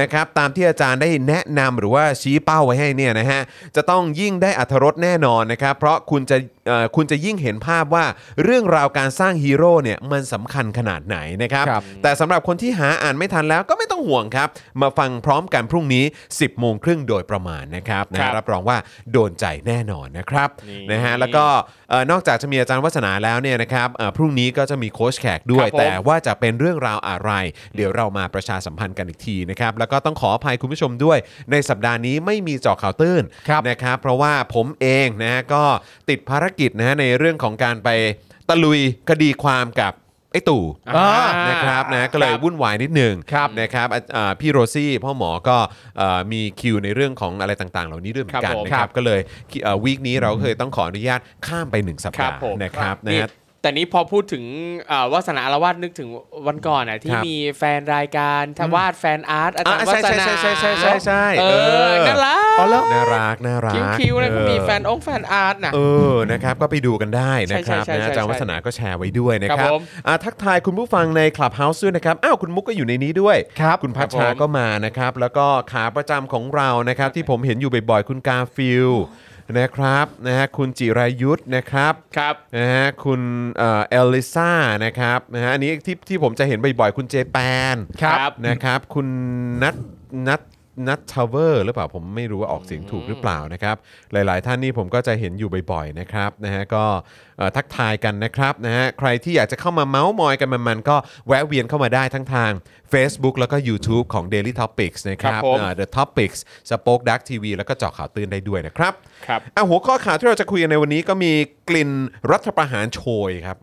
S1: นะครับตามที่อาจารย์ได้แนะนำหรือว่าชี้เป้าไว้ให้เนี่ยนะฮะจะต้องยิ่งได้อัธรสแน่นอนนะครับเพราะคุณจะเอ่อคุณจะยิ่งเห็นภาพว่าเรื่องราวการสร้างฮีโร่เนี่ยมันสำคัญขนาดไหนนะครับ
S2: ครับ
S1: แต่สำหรับคนที่หาอ่านไม่ทันแล้วก็ไม่ต้องห่วงครับ มาฟังพร้อมกันพรุ่งนี้ 10 โมงครึ่งโดยประมาณนะครับนะ
S3: ครั
S1: ฮะ
S3: บ
S1: รับรองว่าโดนใจแน่นอนนะครับ
S3: นี่
S1: นะฮะแล้วก็เอ่อนอกจากจะมีอาจารย์วัฒนาแล้วเนี่ยนะครับเอ่อพรุ่งนี้ก็จะมีโค้ชแขกด้วย
S3: ครับผม
S1: แต่ว่าจะเป็นเรื่องราวอะไร เดี๋ยวเรามาประชาสัมพันธ์กันอีกทีนะครับแล้วก็ต้องขออภัยคุณผู้ชมด้วย ในสัปดาห์นี้ไม่มีเจาะข่าวตื้น
S2: ครับ
S1: นะครับเพราะว่าผมเองนะฮะก็ติดภารกิจนะฮะในเรื่องของการไปตะลุยคดีความกับไอ้ตู่
S3: ๆอ่า
S1: นะครับนะก็เลยวุ่นวายนิดหนึ่งนะครับอ่ะอ่าพี่โรซี่พ่อหมอก็เอ่อมีคิวในเรื่องของอะไรต่างๆ เหล่านี้ด้วยเหมือนกัน
S3: ครับผม
S1: นะครับก็เลยวีคนี้เราก็เคยต้องขออนุญาตข้ามไปหนึ่งสัป
S3: ครั
S1: ดา
S3: บ
S1: ห์
S3: ผม
S1: นะครับนะ
S3: นี่
S1: ฮะ
S3: แต่นี้พอพูดถึงเอ่อวาสนาอารวาสนึกถึงวันก่อนอ่ะที่
S1: ครับ
S3: มีแฟนรายการทวาดแฟนอาร์ตอาจารย์
S1: อ่ะ
S3: วั
S1: ใช่
S3: ฒ
S1: ใช่
S3: นา
S1: ใช่ใช่ใช่ใช่
S3: เอ
S1: เอ
S3: อ
S1: อ
S3: น่ารั
S2: อ๋อเหรอ
S3: ก
S1: น่ารักน่ารัก
S3: คิ้วๆนะคุณมี
S1: เออ
S3: แฟนองค์แฟนอาร์ตนะ
S1: เออนะครับก็ไปดูกันได้นะครับ
S3: ใช่
S1: นะ
S3: ใช่ใช่
S1: อาจารย์วัฒนาก็แชร์ไว้ด้วยนะค
S3: ครั
S1: รับบ
S3: ผม
S1: อ่ะทักทายคุณผู้ฟังใน Clubhouse ด้วยนะครับอ้าวคุณมุกก็อยู่ในนี้ด้วย
S2: ครับ
S1: คุณพัช
S3: ค
S1: ชา
S3: รับผม
S1: ก็มานะครับ แล้วก็ขาประจำของเรานะครับ ที่ผมเห็นอยู่บ่อยๆ คุณกาฟิลนะครับนะฮะคุณจิรายุทธนะครับ
S3: ครับ
S1: นะฮะคุณเอ่อเอลิซ่านะครับนะฮะอันนี้ที่ที่ผมจะเห็นบ่อยๆ คุณเจแปน
S3: ครับ
S1: นะครับ คุณนัทนัทนัททาวเวอร์หรือเปล่าผมไม่รู้ว่าออกเสียงถูกหรือเปล่านะครับ หลาย ๆ ท่านนี่ผมก็จะเห็นอยู่บ่อยๆนะครับนะฮะก็เอ่อทักทายกันนะครับนะฮะใครที่อยากจะเข้ามาเมาส์มอยกันมันๆก็แวะเวียนเข้ามาได้ทั้งทาง Facebook แล้วก็ YouTube ของ Daily Topics นะครั
S3: ครับ บผม
S1: เอ่อ The Topics Spoke Dark TV แล้วก็เจาะข่าวตื่นได้ด้วยนะครับ
S3: ครับ
S1: อ่ะหัวข้อข่าวที่เราจะคุยกันในวันนี้ก็มีกลิ่นรัฐประหารโชยครับ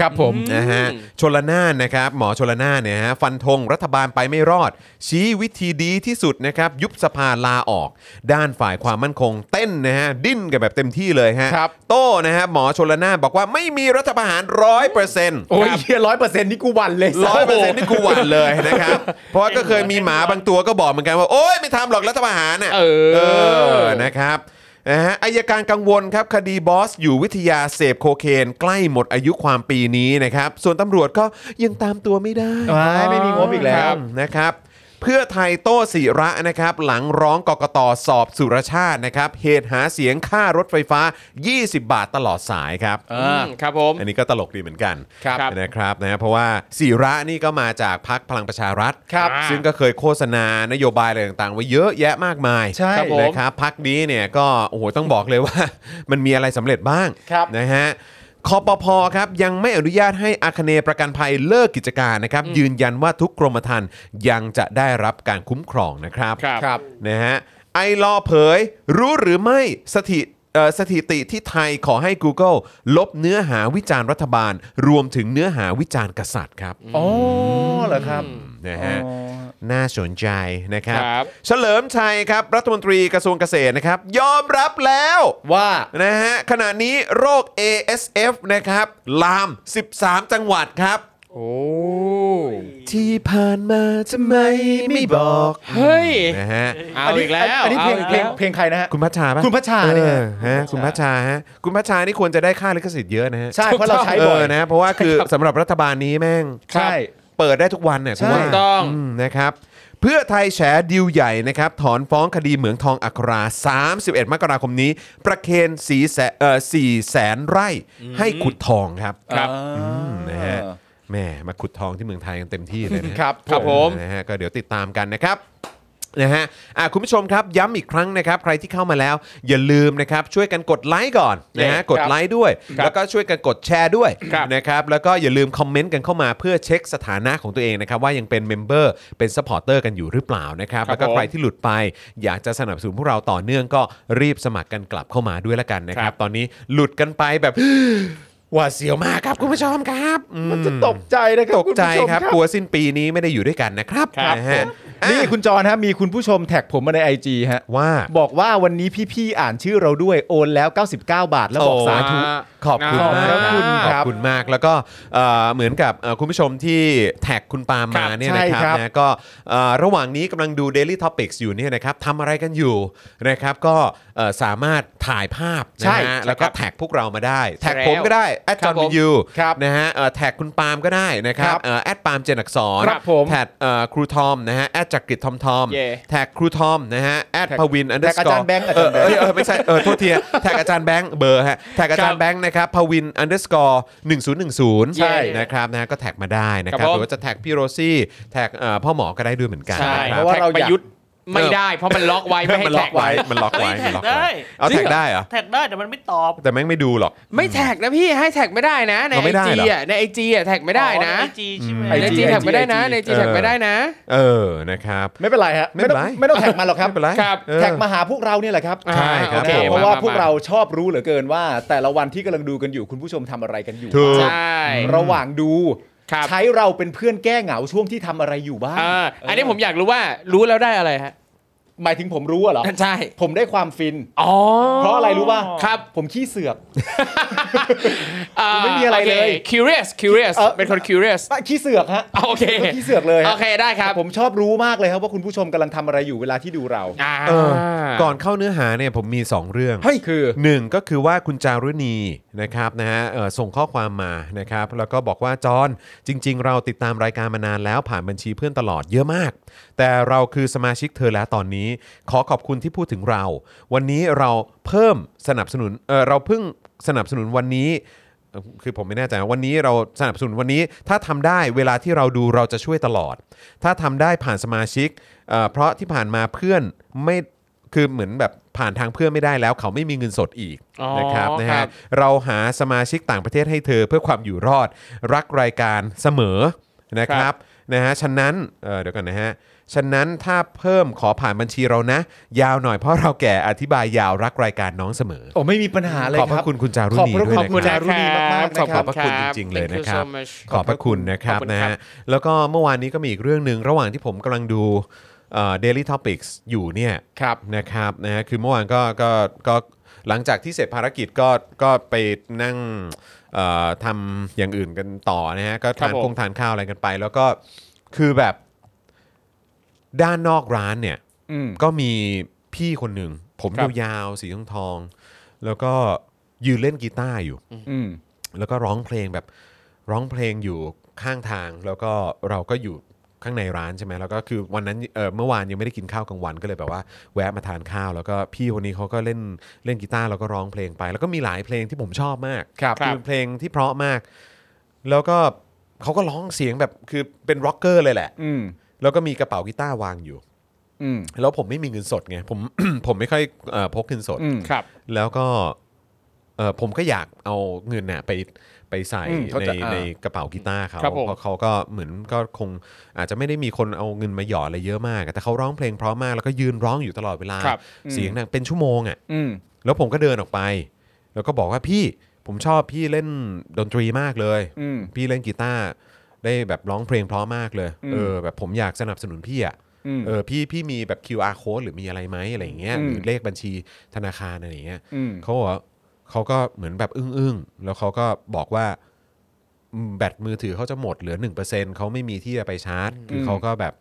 S2: ครับผม
S1: นะฮะชลนานนะครับ หมอชลนานเนี่ยฮะฟันธงรัฐบาลไปไม่รอด ชี้วิธีดีที่สุดนะครับ ยุบสภาลาออก ด้านฝ่ายความมั่นคง เต้นนะฮะ ดิ้นกันแบบเต็มที่เลยฮะ
S2: ครับ
S1: โต้นะฮะหมอชลนานบอกว่าไม่มีรัฐประหารร้อยเปอร์เซ็นต์
S2: โอ้ยร้อยเปอร์เซ็นต์นี่กูหวันเลย
S1: ร้อยเปอร์เซ็นต์นี่กูหวั่นเลยนะครับ เพราะว่าก็เคยมีหมาบางตัวก็บอกเหมือนกันว่า โอ๊ย ไม่ทำหรอกรัฐประหารน่ะ
S3: เออ
S1: อนะครับนะฮะอายการกังวลครับ คดีบอสอยู่วิทยาเสพโคเคน ใกล้หมดอายุความปีนี้นะครับ ส่วนตำรวจก็ยังตามตัวไม่ได้
S2: ว้ายไม่มีงบอีกแล้ว
S1: ครับนะครับ เพื่อไทยโต้ศิระนะครับ หลังร้องกกตสอบสุรชาตินะครับ เหตุหาเสียงค่ารถไฟฟ้า 20 บาทตลอดสายครับ
S3: อืมครับผม
S1: อันนี้ก็ตลกดีเหมือนกัน
S3: ครับครับ
S1: นะครับนะเพราะว่าศิระนี่ก็มาจากพักพลังประชารัฐ
S3: ครับ
S1: ซึ่งก็เคยโฆษณานโยบายอะไรต่างๆ ไว้เยอะแยะมากมาย
S2: ใช่
S3: ครับผม
S1: นะครับพักนี้เนี่ยก็โอ้โหต้องบอกเลยว่า มันมีอะไรสำเร็จบ้าง
S2: ครับ
S1: นะฮะ คอปพครับยังไม่อนุญาตให้อาคเนย์ประกันภัยเลิกกิจการนะครับ ยืนยันว่าทุกกรมธรรม์ยังจะได้รับการคุ้มครองนะครับ
S3: ครับ
S2: ครับ
S1: นะฮะไอลอว์เผย รู้หรือไม่สถิเอ่อสถิติที่ไทยขอให้ Google ลบเนื้อหาวิจารณ์รัฐบาล รวมถึงเนื้อหาวิจารณ์กษัตริย์ครับ
S2: อ๋อเหรอครับ
S1: นะฮะน่าสนใจนะครับ
S3: ครับ
S1: เฉลิมชัยครับ รัฐมนตรีกระทรวงเกษตรนะครับ ยอมรับแล้ว
S2: ว่า
S1: นะฮะขณะนี้โรค ASF นะครับ ลาม 13 จังหวัดครับ
S3: โอ้
S1: ที่ผ่านมาทำไมไม่บอก
S3: เฮ้ย
S1: นะฮะ
S3: เอาอีกแล้ว
S2: อันนี้เพลง
S3: า
S2: เพลง
S3: อีกแล้ว
S2: เพลงใครนะฮะ
S1: คุณพัชชาปะ
S2: คุณพัชชา
S1: เอ
S2: เนี่
S1: อ
S2: ย
S1: ฮะคุณพัชชาฮะคุณพัชชานี่ควรจะได้ค่าลิขสิทธิ์เยอะนะฮะ
S2: ใช่เพราะเราใช้
S1: เอ
S2: บ่อย
S1: อนะเพราะว่าคือสำหรับรัฐบาลนี้แม่ง
S2: ใช่
S1: เปิดได้ทุกวันเนี่ยคุณว่า
S3: ถูกต้อง
S1: มนะครับ เพื่อไทยแฉดิวใหญ่นะครับ ถอนฟ้องคดีเหมืองทองอัครา 31 มกราคมนี้ ประเคนสีแสนเอ่อสี่แสนไร่ให้ขุดทองครับ
S3: ครับ
S1: อืมนะฮะแหมมาขุดทองที่เมืองไทยกันเต็มที่เลยนะฮะ
S2: ครับ
S3: ครับผม
S1: นะฮะก็เดี๋ยวติดตามกันนะครับนะฮะอ่ะคุณผู้ชมครับย้ำอีกครั้งนะครับ ใครที่เข้ามาแล้ว อย่าลืมนะครับ ช่วยกันกดไลค์ก่อนนะฮะ
S3: ครับ
S1: กดไลค์ด้วย
S3: ครับ
S1: แล้วก็ช่วยกันกดแชร์ด้วย
S3: ครับ
S1: นะครับแล้วก็อย่าลืมคอมเมนต์กันเข้ามาเพื่อเช็คสถานะของตัวเองนะครับ ว่ายังเป็นเมมเบอร์เป็นสปอร์เตอร์กันอยู่หรือเปล่านะครับ
S3: ครับ
S1: แล้วก็
S3: ผม
S1: ใครที่หลุดไป อยากจะสนับสนุนพวกเราต่อเนื่องก็รีบสมัครกันกลับเข้ามาด้วยละกันนะค
S3: ค
S1: รั
S3: รับ บ
S1: ตอนนี้หลุดกันไปแบบ หวาดเสียวมากครับคุณผู้ชมครับอื
S2: มันจะตกใจนะครับ
S1: ตกใจ
S2: คุณผู้ชม
S1: ครับกลัวสิ้นปีนี้ไม่ได้อยู่ด้วยกันนะครับ
S3: ครับ
S1: นะฮะ
S3: ผม
S1: อ่ะ
S2: นี่คุณจรฮะมีคุณผู้ชมแท็กผมมาใน IG ฮะ
S1: ว่า
S2: บอกว่าวันนี้พี่ๆอ่านชื่อเราด้วยโอนแล้ว 99 บาทแล้วบอก
S1: โอ้
S2: สาธุ
S1: ขอบคุณ
S2: ขอบ
S1: มาก
S2: พระคุณ
S1: ขอ
S2: ครับ บ
S1: คุณมากแล้วก็เอ่อเหมือนกับเอ่อคุณผู้ชมที่แท็กคุณปาล์มมา
S2: ครับ
S1: เนี่ยนะครับ
S2: ใช่ครับ
S1: นะก็เอ่อระหว่างนี้กำลังดู Daily Topics อยู่เนี่ยนะครับทำอะไรกันอยู่นะครับก็เอ่อสามารถถ่ายภาพ
S2: ใช่
S1: นะฮะแล้วก็
S3: ครับ
S1: แท็กพวกเรามาได้ แท็ก
S3: แล้ว
S1: ผมก็ได้แอด
S3: ค
S1: จ
S3: รั
S1: อบนวินยู
S2: ครับ
S1: นะฮะเอ่อแท็กคุณปาล์มก็ได้นะครั
S2: ครับ บ
S1: เอ่อแอดปาล์มเจนอักสอน
S2: ครับผม
S1: แท็กเอ่อครูทอมนะฮะแอดจักริดทอมทอม
S3: เย่
S1: แท็กครูทอมนะฮะแอด
S2: แท็ก
S1: พวินอันเดอ
S2: แท็
S1: ร์
S2: ก
S1: ส
S2: อาก
S1: อ
S2: จาร
S1: ร์
S2: ย์แบงค์อาจารย์แบงค์
S1: เเออไม่ใช่เออโทษทีฮะแท็กอาจารย์แบงค์เบอร์ฮะแท็กอาจารย์แบงค์นะครับพวินอันเดอร์สกอร์หนึ่งศูนย์หนึ่งศูนย์
S3: ใช่
S1: นะครับนะฮะก็แท็กมาได้นะค
S3: ครั
S1: รับบห
S3: ผม
S1: รือว่าจะแท็กพี่โรซี่แท็กเอ่อพ่อหมอก็ได้ด้วยเหมือนกัน
S3: ใช่
S1: นะครับ
S2: เพราะว่าเรา
S3: แท็กป
S2: อยาก
S3: ระยุทธ์ไม่ได้เพราะมันล็อกไว้ไม่ให้
S1: มันล็
S3: แท็
S1: อก
S3: ก
S1: ไว้มันล็อกไว้
S4: เฮ้ย
S1: มันล็อก
S4: แท็กได้
S1: ไว้เอาแท็กได้เหรอ
S4: แท็กได้แต่มันไม่ตอบ
S1: แต่แม่งไม่ดูหรอก
S3: ไม่แท็กนะพี่ให้แท็กไม่ได้นะ ใน
S1: เอา
S3: ไอ
S1: ไม่ได้
S3: จี
S1: เหรอ
S3: อ่ะในไอจีอ่ะแท็กไม่ได้นะ
S4: ไอจีใช่ไหม
S2: อืม
S3: ใน
S2: IG
S3: จีแท็กไม่ได้นะในจีแท็กไม่ได้นะ
S1: เออนะครับ
S2: ไม่เป็นไรฮะ
S1: ไม่เป็นไร
S2: ต้องไม่ต้องแท็กมาหรอกครับ
S1: ไม่เป็นไร
S3: ครับ
S1: เออ
S2: แท็กมาหาพวกเราเนี่ยแหละครับ
S1: ใช่ครับ
S2: นะ
S1: ผม
S2: เพราะว่าพวกเรา
S3: ม
S2: ชอบรู้เหลือเกินว่า แต่ละวันที่กำลังดูกันอยู่คุณผู้ชมทำอะไรกันอยู่
S1: ถู
S3: มาก ใช่
S2: ระหว่างดู
S3: ครับ
S2: ใช้เราเป็นเพื่อนแก้เหงาช่วงที่ทำอะไรอยู่บ้าง
S3: เอออันนี้ผมอยากรู้ว่ารู้แล้วได้อะไรฮะ
S2: หมายถึงผมรู้อะเหรอ
S3: ใช่
S2: ผมได้ความฟิน
S3: อ๋อ
S2: เพราะอะไรรู้ป่ะ
S3: ครับ
S2: ผมขี้เสือก
S3: อ่า
S2: ไม่มีอะไรเลย
S3: โค curious curious
S2: เออ
S3: เป็นคน curious
S2: ไม่ขี้เสือกฮะ
S3: อ่ะโอเค
S2: ผมขี้เสือกเลยฮะ
S3: โอเคได้ครับ
S2: ผมชอบรู้มากเลยครับว่าคุณผู้ชมกำลังทำอะไรอยู่เวลาที่ดูเรา
S3: อ่า
S1: เออก่อนเข้าเนื้อหาเนี่ยผมมี 2 เรื่อง
S2: เฮ้ยคือ
S1: หนึ่งก็คือว่าคุณจารุณีนะครับนะฮะเอ่อส่งข้อความมานะครับแล้วก็บอกว่าจอนจริง ๆ เราติดตามรายการมานานแล้วผ่านบัญชีเพื่อนตลอดเยอะมาก แต่เราคือสมาชิกเธอแล้วตอนนี้ ขอขอบคุณที่พูดถึงเรา วันนี้เราเพิ่มสนับสนุนเอ่อเราเพิ่งสนับสนุนวันนี้ คือผมไม่แน่ใจนะวันนี้เราสนับสนุนวันนี้ถ้าทำได้เวลาที่เราดูเราจะช่วยตลอด ถ้าทำได้ผ่านสมาชิกเอ่อเพราะที่ผ่านมาเพื่อนไม่คือเหมือนแบบผ่านทางเพื่อนไม่ได้แล้ว เขาไม่มีเงินสดอีก
S3: อ๋อ
S1: นะครับนะ
S3: ครั
S1: ฮะ
S3: บ
S1: เราหาสมาชิกต่างประเทศให้เธอเพื่อความอยู่รอดรักรายการเสมอนะครับนะฮะฉะนั้นเอ่อเดี๋ยวกันนะฮะฉะนั้นถ้าเพิ่มขอผ่านบัญชีเรานะ ยาวหน่อยเพราะเราแก่อธิบายยาวรักรายการน้องเสมอ
S2: โอ้ไม่มีปัญหาเลย
S1: ขอ
S2: ครั
S1: บบ พระคุณคุณจารุ
S2: ขอบ
S1: ณี
S2: พระ
S1: ด้วย
S2: คุณ
S1: นะค
S2: คุณ
S1: รับ
S2: จารุณีมากๆ
S3: ข
S2: นะ
S3: อบ
S2: ค
S3: พ
S2: รับ
S1: ขอบพ
S3: ระ
S1: ระ
S3: คุ
S1: คุณ
S3: ณ
S1: จ
S3: จ
S1: ริ
S3: ริ
S1: งๆ
S3: งๆ
S1: เล
S3: เลย ย
S1: นะ
S3: นะ
S1: ค
S3: ค
S1: รั
S3: รับ บ
S1: ขอบพระคุณนะครับนะฮะแล้วก็เมื่อวานนี้ก็มีอีกเรื่องหนึ่งระหว่างที่ผมกำลังดูเดลิทอพิกส์อยู่เนี่ย
S2: ครับ
S1: นะครับนะฮะคือเมื่อวานก็ก็ก็หลังจากที่เสร็จภารกิจก็ก็ไปนั่งเอ่อทำอย่างอื่นกันต่อนะฮะก็
S3: ครั
S1: ทา
S3: บ
S1: น
S3: ผม
S1: คงทานข้าวอะไรกันไป แล้วก็คือแบบด้านนอกร้านเนี่ย
S2: อืม
S1: ก็มีพี่คนหนึ่ง ผม
S2: ครับ
S1: ยาวๆสีทองทองๆแล้วก็ยืนเล่นกีตาร์อยู่
S2: อืม
S1: แล้วก็ร้องเพลงแบบร้องเพลงอยู่ข้างทาง แล้วก็เราก็อยู่ข้างในร้านใช่ไหมแล้วก็คือวันนั้นเอ่อเมื่อวานยังไม่ได้กินข้าวกลางวันก็เลยแบบว่า แวะมาทานข้าว แล้วก็พี่คนนี้เขาก็เล่นเล่นกีตาร์แล้วก็ร้องเพลงไป แล้วก็มีหลายเพลงที่ผมชอบมาก
S2: ครับ
S1: คือเพลงที่เพราะมาก แล้วก็เขาก็ร้องเสียงแบบคือเป็นร็อกเกอร์เลยแหละ
S2: อืม
S1: แล้วก็มีกระเป๋ากีตาร์วางอยู่
S2: อืม
S1: แล้วผมไม่มีเงินสดไงผม ผมไม่ค่อยเอ่อพกเงินสด
S2: อืม
S3: ครับ
S1: แล้วก็ เออผมก็อยากเอาเงินน่ะไปไปใส่
S2: อืมเข้า
S1: ใน
S2: ใจอ่า
S1: ในกระเป๋ากีตาร์เขา
S3: ครับผม
S1: เพราะเขาก็เหมือนก็คงอาจจะไม่ได้มีคนเอาเงินมาหยอดอะไรเยอะมาก แต่เขาร้องเพลงเพราะมากแล้วก็ยืนร้องอยู่ตลอดเวลา
S3: ครับ
S1: เสียงดังเป็นชั่วโมงอ่ะ
S2: อืม
S1: แล้วผมก็เดินออกไป แล้วก็บอกว่าพี่ผมชอบพี่เล่นดนตรีมากเลย
S2: อืม
S1: พี่เล่นกีตาร์ได้แบบร้องเพลงเพราะมากเลย
S2: อืม
S1: เออแบบผมอยากสนับสนุนพี่อ่ะ
S2: อืม
S1: เออพี่พี่มีแบบ QR code หรือมีอะไรไหมอะไรอย่างเงี้ย
S2: อืม
S1: หรือเลขบัญชีธนาคารอะไรอย่างเงี้ย
S2: อืม
S1: เขาบอกว่าเขาก็เหมือนแบบอึ้งๆ แล้วเขาก็บอกว่าอืมแบตมือถือเขาจะหมดเหลือ1%เขาไม่มีที่จะไปชาร์จ คือเขาก็แบบ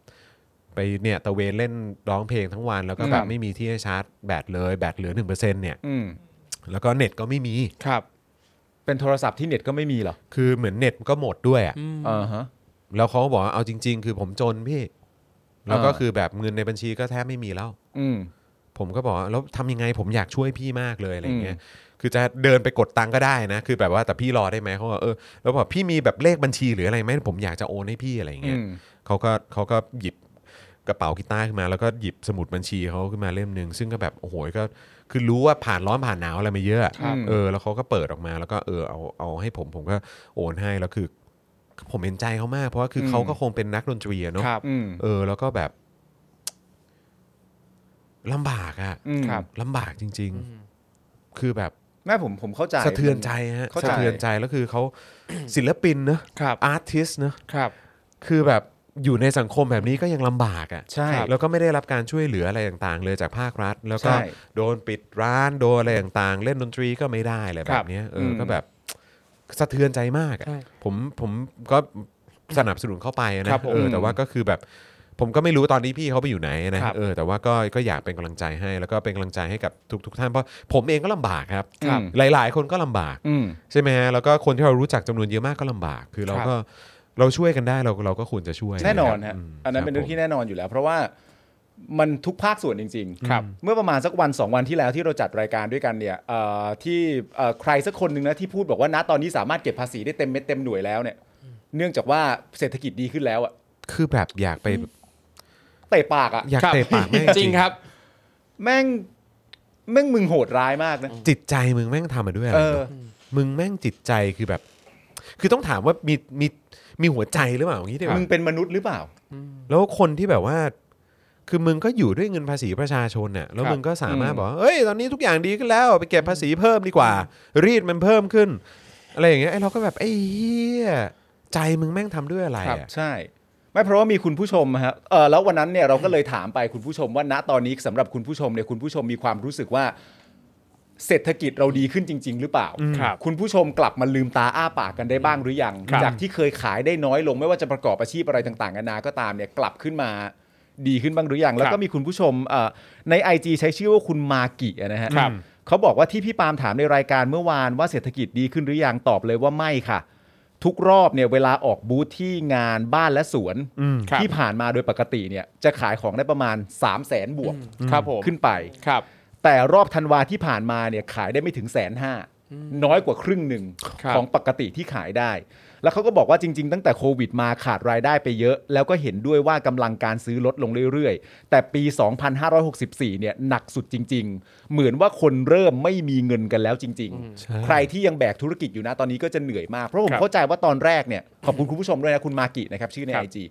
S1: ไปเนี่ยตะเวนเล่นร้องเพลงทั้งวันแล้วก็แบบ
S2: ครับ
S1: ไม่มีที่ให้ชาร์จแบตเลยแบตเหลือ1%เนี่ย
S2: อืม
S1: แล้วก็เน็ตก็ไม่มี
S3: ครับ
S2: เป็นโทรศัพท์ที่เน็ตก็ไม่มีเหรอ
S1: คือเหมือนเน็ตก็หมดด้วยอะ
S2: อ่าฮะ
S1: แล้วเขาก็บอกว่าเอาจริง ๆ คือผมจนพี่ แล้วก็
S2: อ่า
S1: คือแบบเงินในบัญชีก็แทบไม่มีแล้ว
S2: อืม
S1: ผมก็บอกว่าแล้วทำยังไงผมอยากช่วยพี่มากเลยอะไรเงี้ย คือจะเดินไปกดตังค์ก็ได้นะ คือแบบว่าแต่พี่รอได้ไหมเขาบอกเออ แล้วบอกพี่มีแบบเลขบัญชีหรืออะไรไหมผมอยากจะโอนให้พี่อะไรเงี้ย
S2: อืม
S1: เขาก็เขาก็หยิบกระเป๋ากีตาร์ขึ้นมา แล้วก็หยิบสมุดบัญชีเขาขึ้นมาเล่มหนึ่งซึ่งก็แบบโอ้โหก็คือรู้ว่าผ่านร้อนผ่านหนาวอะไรมาเยอะ
S3: ครับ
S1: เออแล้วเขาก็เปิดออกมาแล้วก็เออเอาเอาให้ผมผมก็โอนให้แล้วคือ ผมเห็นใจเขามาก เพราะว่าคืออ
S2: ม
S1: เขาก็คงเป็นนักดนตรีอะเนาะ
S3: ครับ
S2: อืม
S1: เออแล้วก็แบบลำบากอะ
S2: อืมครับ
S1: ลำบากจริง ๆ คือแบบ
S2: แม่ผมผมเข้าใจ
S1: สะเทือนใจฮะ
S2: เข้าใจ
S1: สะเทือนใจแล้วคือเขา ศิลปินเนอะ
S3: ครับ
S1: อาร์ติสเนอะ
S3: ครับ
S1: คือแบบอยู่ในสังคมแบบนี้ก็ยังลำบากอะ
S2: ใช่
S1: แล้วก็ไม่ได้รับการช่วยเหลืออะไรต่าง ๆ เลยจากภาครัฐ แล้วก็
S2: ใช่
S1: โดนปิดร้านโดนอะไรต่างๆ เล่นดนตรีก็ไม่ได้อะไรแบบเนี้ยเออ
S2: ม
S1: ก็แบบสะเทือนใจมากอะ
S3: ใช่
S1: ผมผมก็สนับสนุนเข้าไปนะครับ
S3: ผม
S1: เออแต่ว่าก็คือแบบ ผมก็ไม่รู้ตอนนี้พี่เขาไปอยู่ไหนนะครับ เออแต่ว่าก็ก็อยากเป็นกำลังใจให้ แล้วก็เป็นกำลังใจให้กับทุกทท่านเพราะผมเองก็ลำบากครับ
S2: ครับ
S1: หลาย ๆ คนก็ลำบาก
S2: อืม
S1: ใช่ไหมฮะแล้วก็คนที่เรารู้จักจำนวนเยอะมากก็ลำบาก คือเราก็เราช่วยกันได้เราเราก็ควรจะช่วย
S2: แน่นอน
S1: ครั
S2: ฮะ
S1: บม
S2: อันนั้นเป็นเรื่องที่แน่นอนอยู่แล้ว เพราะว่ามันทุกภาคส่วนจริง
S3: ครับ
S2: เมื่อประมาณสักวัน 2 วันที่แล้วที่เราจัดรายการด้วยกันเนี่ยเอ่อที่เอ่อใครสักคนหนึ่งนะที่พูดบอกว่าณตอนนี้สามารถเก็บภาษีได้เต็มเม็ดเต็มหน่วยแล้วเนี่ย เนื่องจากว่าเศรษฐกิจดีขึ้นแล้วอะ
S1: คือแบบอยากไป
S2: เตะปากอะ
S1: อยากเตะปากแม่ง
S3: จริงครับ
S2: แม่งแม่งมึงโหดร้ายมากนะ
S1: จิตใจมึงแม่งทำมาด้วยอะไร
S2: เออ
S1: เนอะมึงแม่งจิตใจคือแบบ คือต้องถามว่ามีมีมีหัวใจหรือเปล่าอย่างนี้ได้ไหม
S2: มึงเป็นมนุษย์หรือเปล่า
S1: แล้วคนที่แบบว่า คือมึงก็อยู่ด้วยเงินภาษีประชาชนเนี่ยแล้ว
S3: ครับ
S1: มึงก็สามารถ
S2: อืม
S1: บอกว่าเฮ้ยตอนนี้ทุกอย่างดีขึ้นแล้วไปเก็บภาษีเพิ่มดีกว่า รีดมันเพิ่มขึ้น อะไรอย่างเงี้ยไอ้เราก็แบบไอ้เฮียใจมึงแม่งทำด้วยอะไรอะ
S2: ใช่ ไม่เพราะว่ามีคุณผู้ชมฮะเออแล้ววันนั้นเนี่ยเราก็เลยถามไปคุณผู้ชมว่าณตอนนี้สำหรับคุณผู้ชมเนี่ยคุณผู้ชมมีความรู้สึกว่า เศรษฐกิจเราดีขึ้นจริง ๆ หรือเปล่า
S3: ครับ
S2: ณผู้ชมกลับมาลืมตาอ้าปากกันได้บ้างหรือยัง
S3: ครับ
S2: จากที่เคยขายได้น้อยลง ไม่ว่าจะประกอบอาชีพอะไรต่างๆนานาก็ตามเนี่ยกลับขึ้นมาดีขึ้นบ้างหรือยัง แล้ว
S3: ครั
S2: ก็
S3: บ
S2: มีคุณผู้ชมเอ่อใน IG ใช้ชื่อว่าคุณมากิอะนะฮะ
S3: ครับ
S2: เขาบอกว่าที่พี่ปาล์มถามในรายการเมื่อวานว่าเศรษฐกิจดีขึ้นหรือยังตอบเลยว่าไม่ค่ะ ทุกรอบเนี่ยเวลาออกบูธที่งานบ้านและสวน
S3: ครับ
S2: ที่ผ่านมาโดยปกติเนี่ยจะขายของได้ประมาณ 3 0 0แสนบวก
S3: ครับผม
S2: ขึ้นไป
S3: ครับ
S2: แต่รอบธันวาที่ผ่านมาเนี่ยขายได้ไม่ถึงแสนห้าน้อยกว่าครึ่งหนึ่ง
S3: ครับ
S2: ของปกติที่ขายได้ แล้วเขาก็บอกว่าจริง ๆ ตั้งแต่โควิดมาขาดรายได้ไปเยอะ แล้วก็เห็นด้วยว่ากำลังการซื้อลดลงเรื่อยๆ แต่ปี 2564 เนี่ยหนักสุดจริง ๆ เหมือนว่าคนเริ่มไม่มีเงินกันแล้วจริง
S1: ใช่
S2: ๆ ใครที่ยังแบกธุรกิจอยู่นะตอนนี้ก็จะเหนื่อยมาก เพราะผม
S3: ครับ
S2: เข้าใจว่าตอนแรกเนี่ยขอบคุณคุณผู้ชมด้วยนะคุณมากินะครับชื่อใน
S3: ครั
S2: ไอบ จี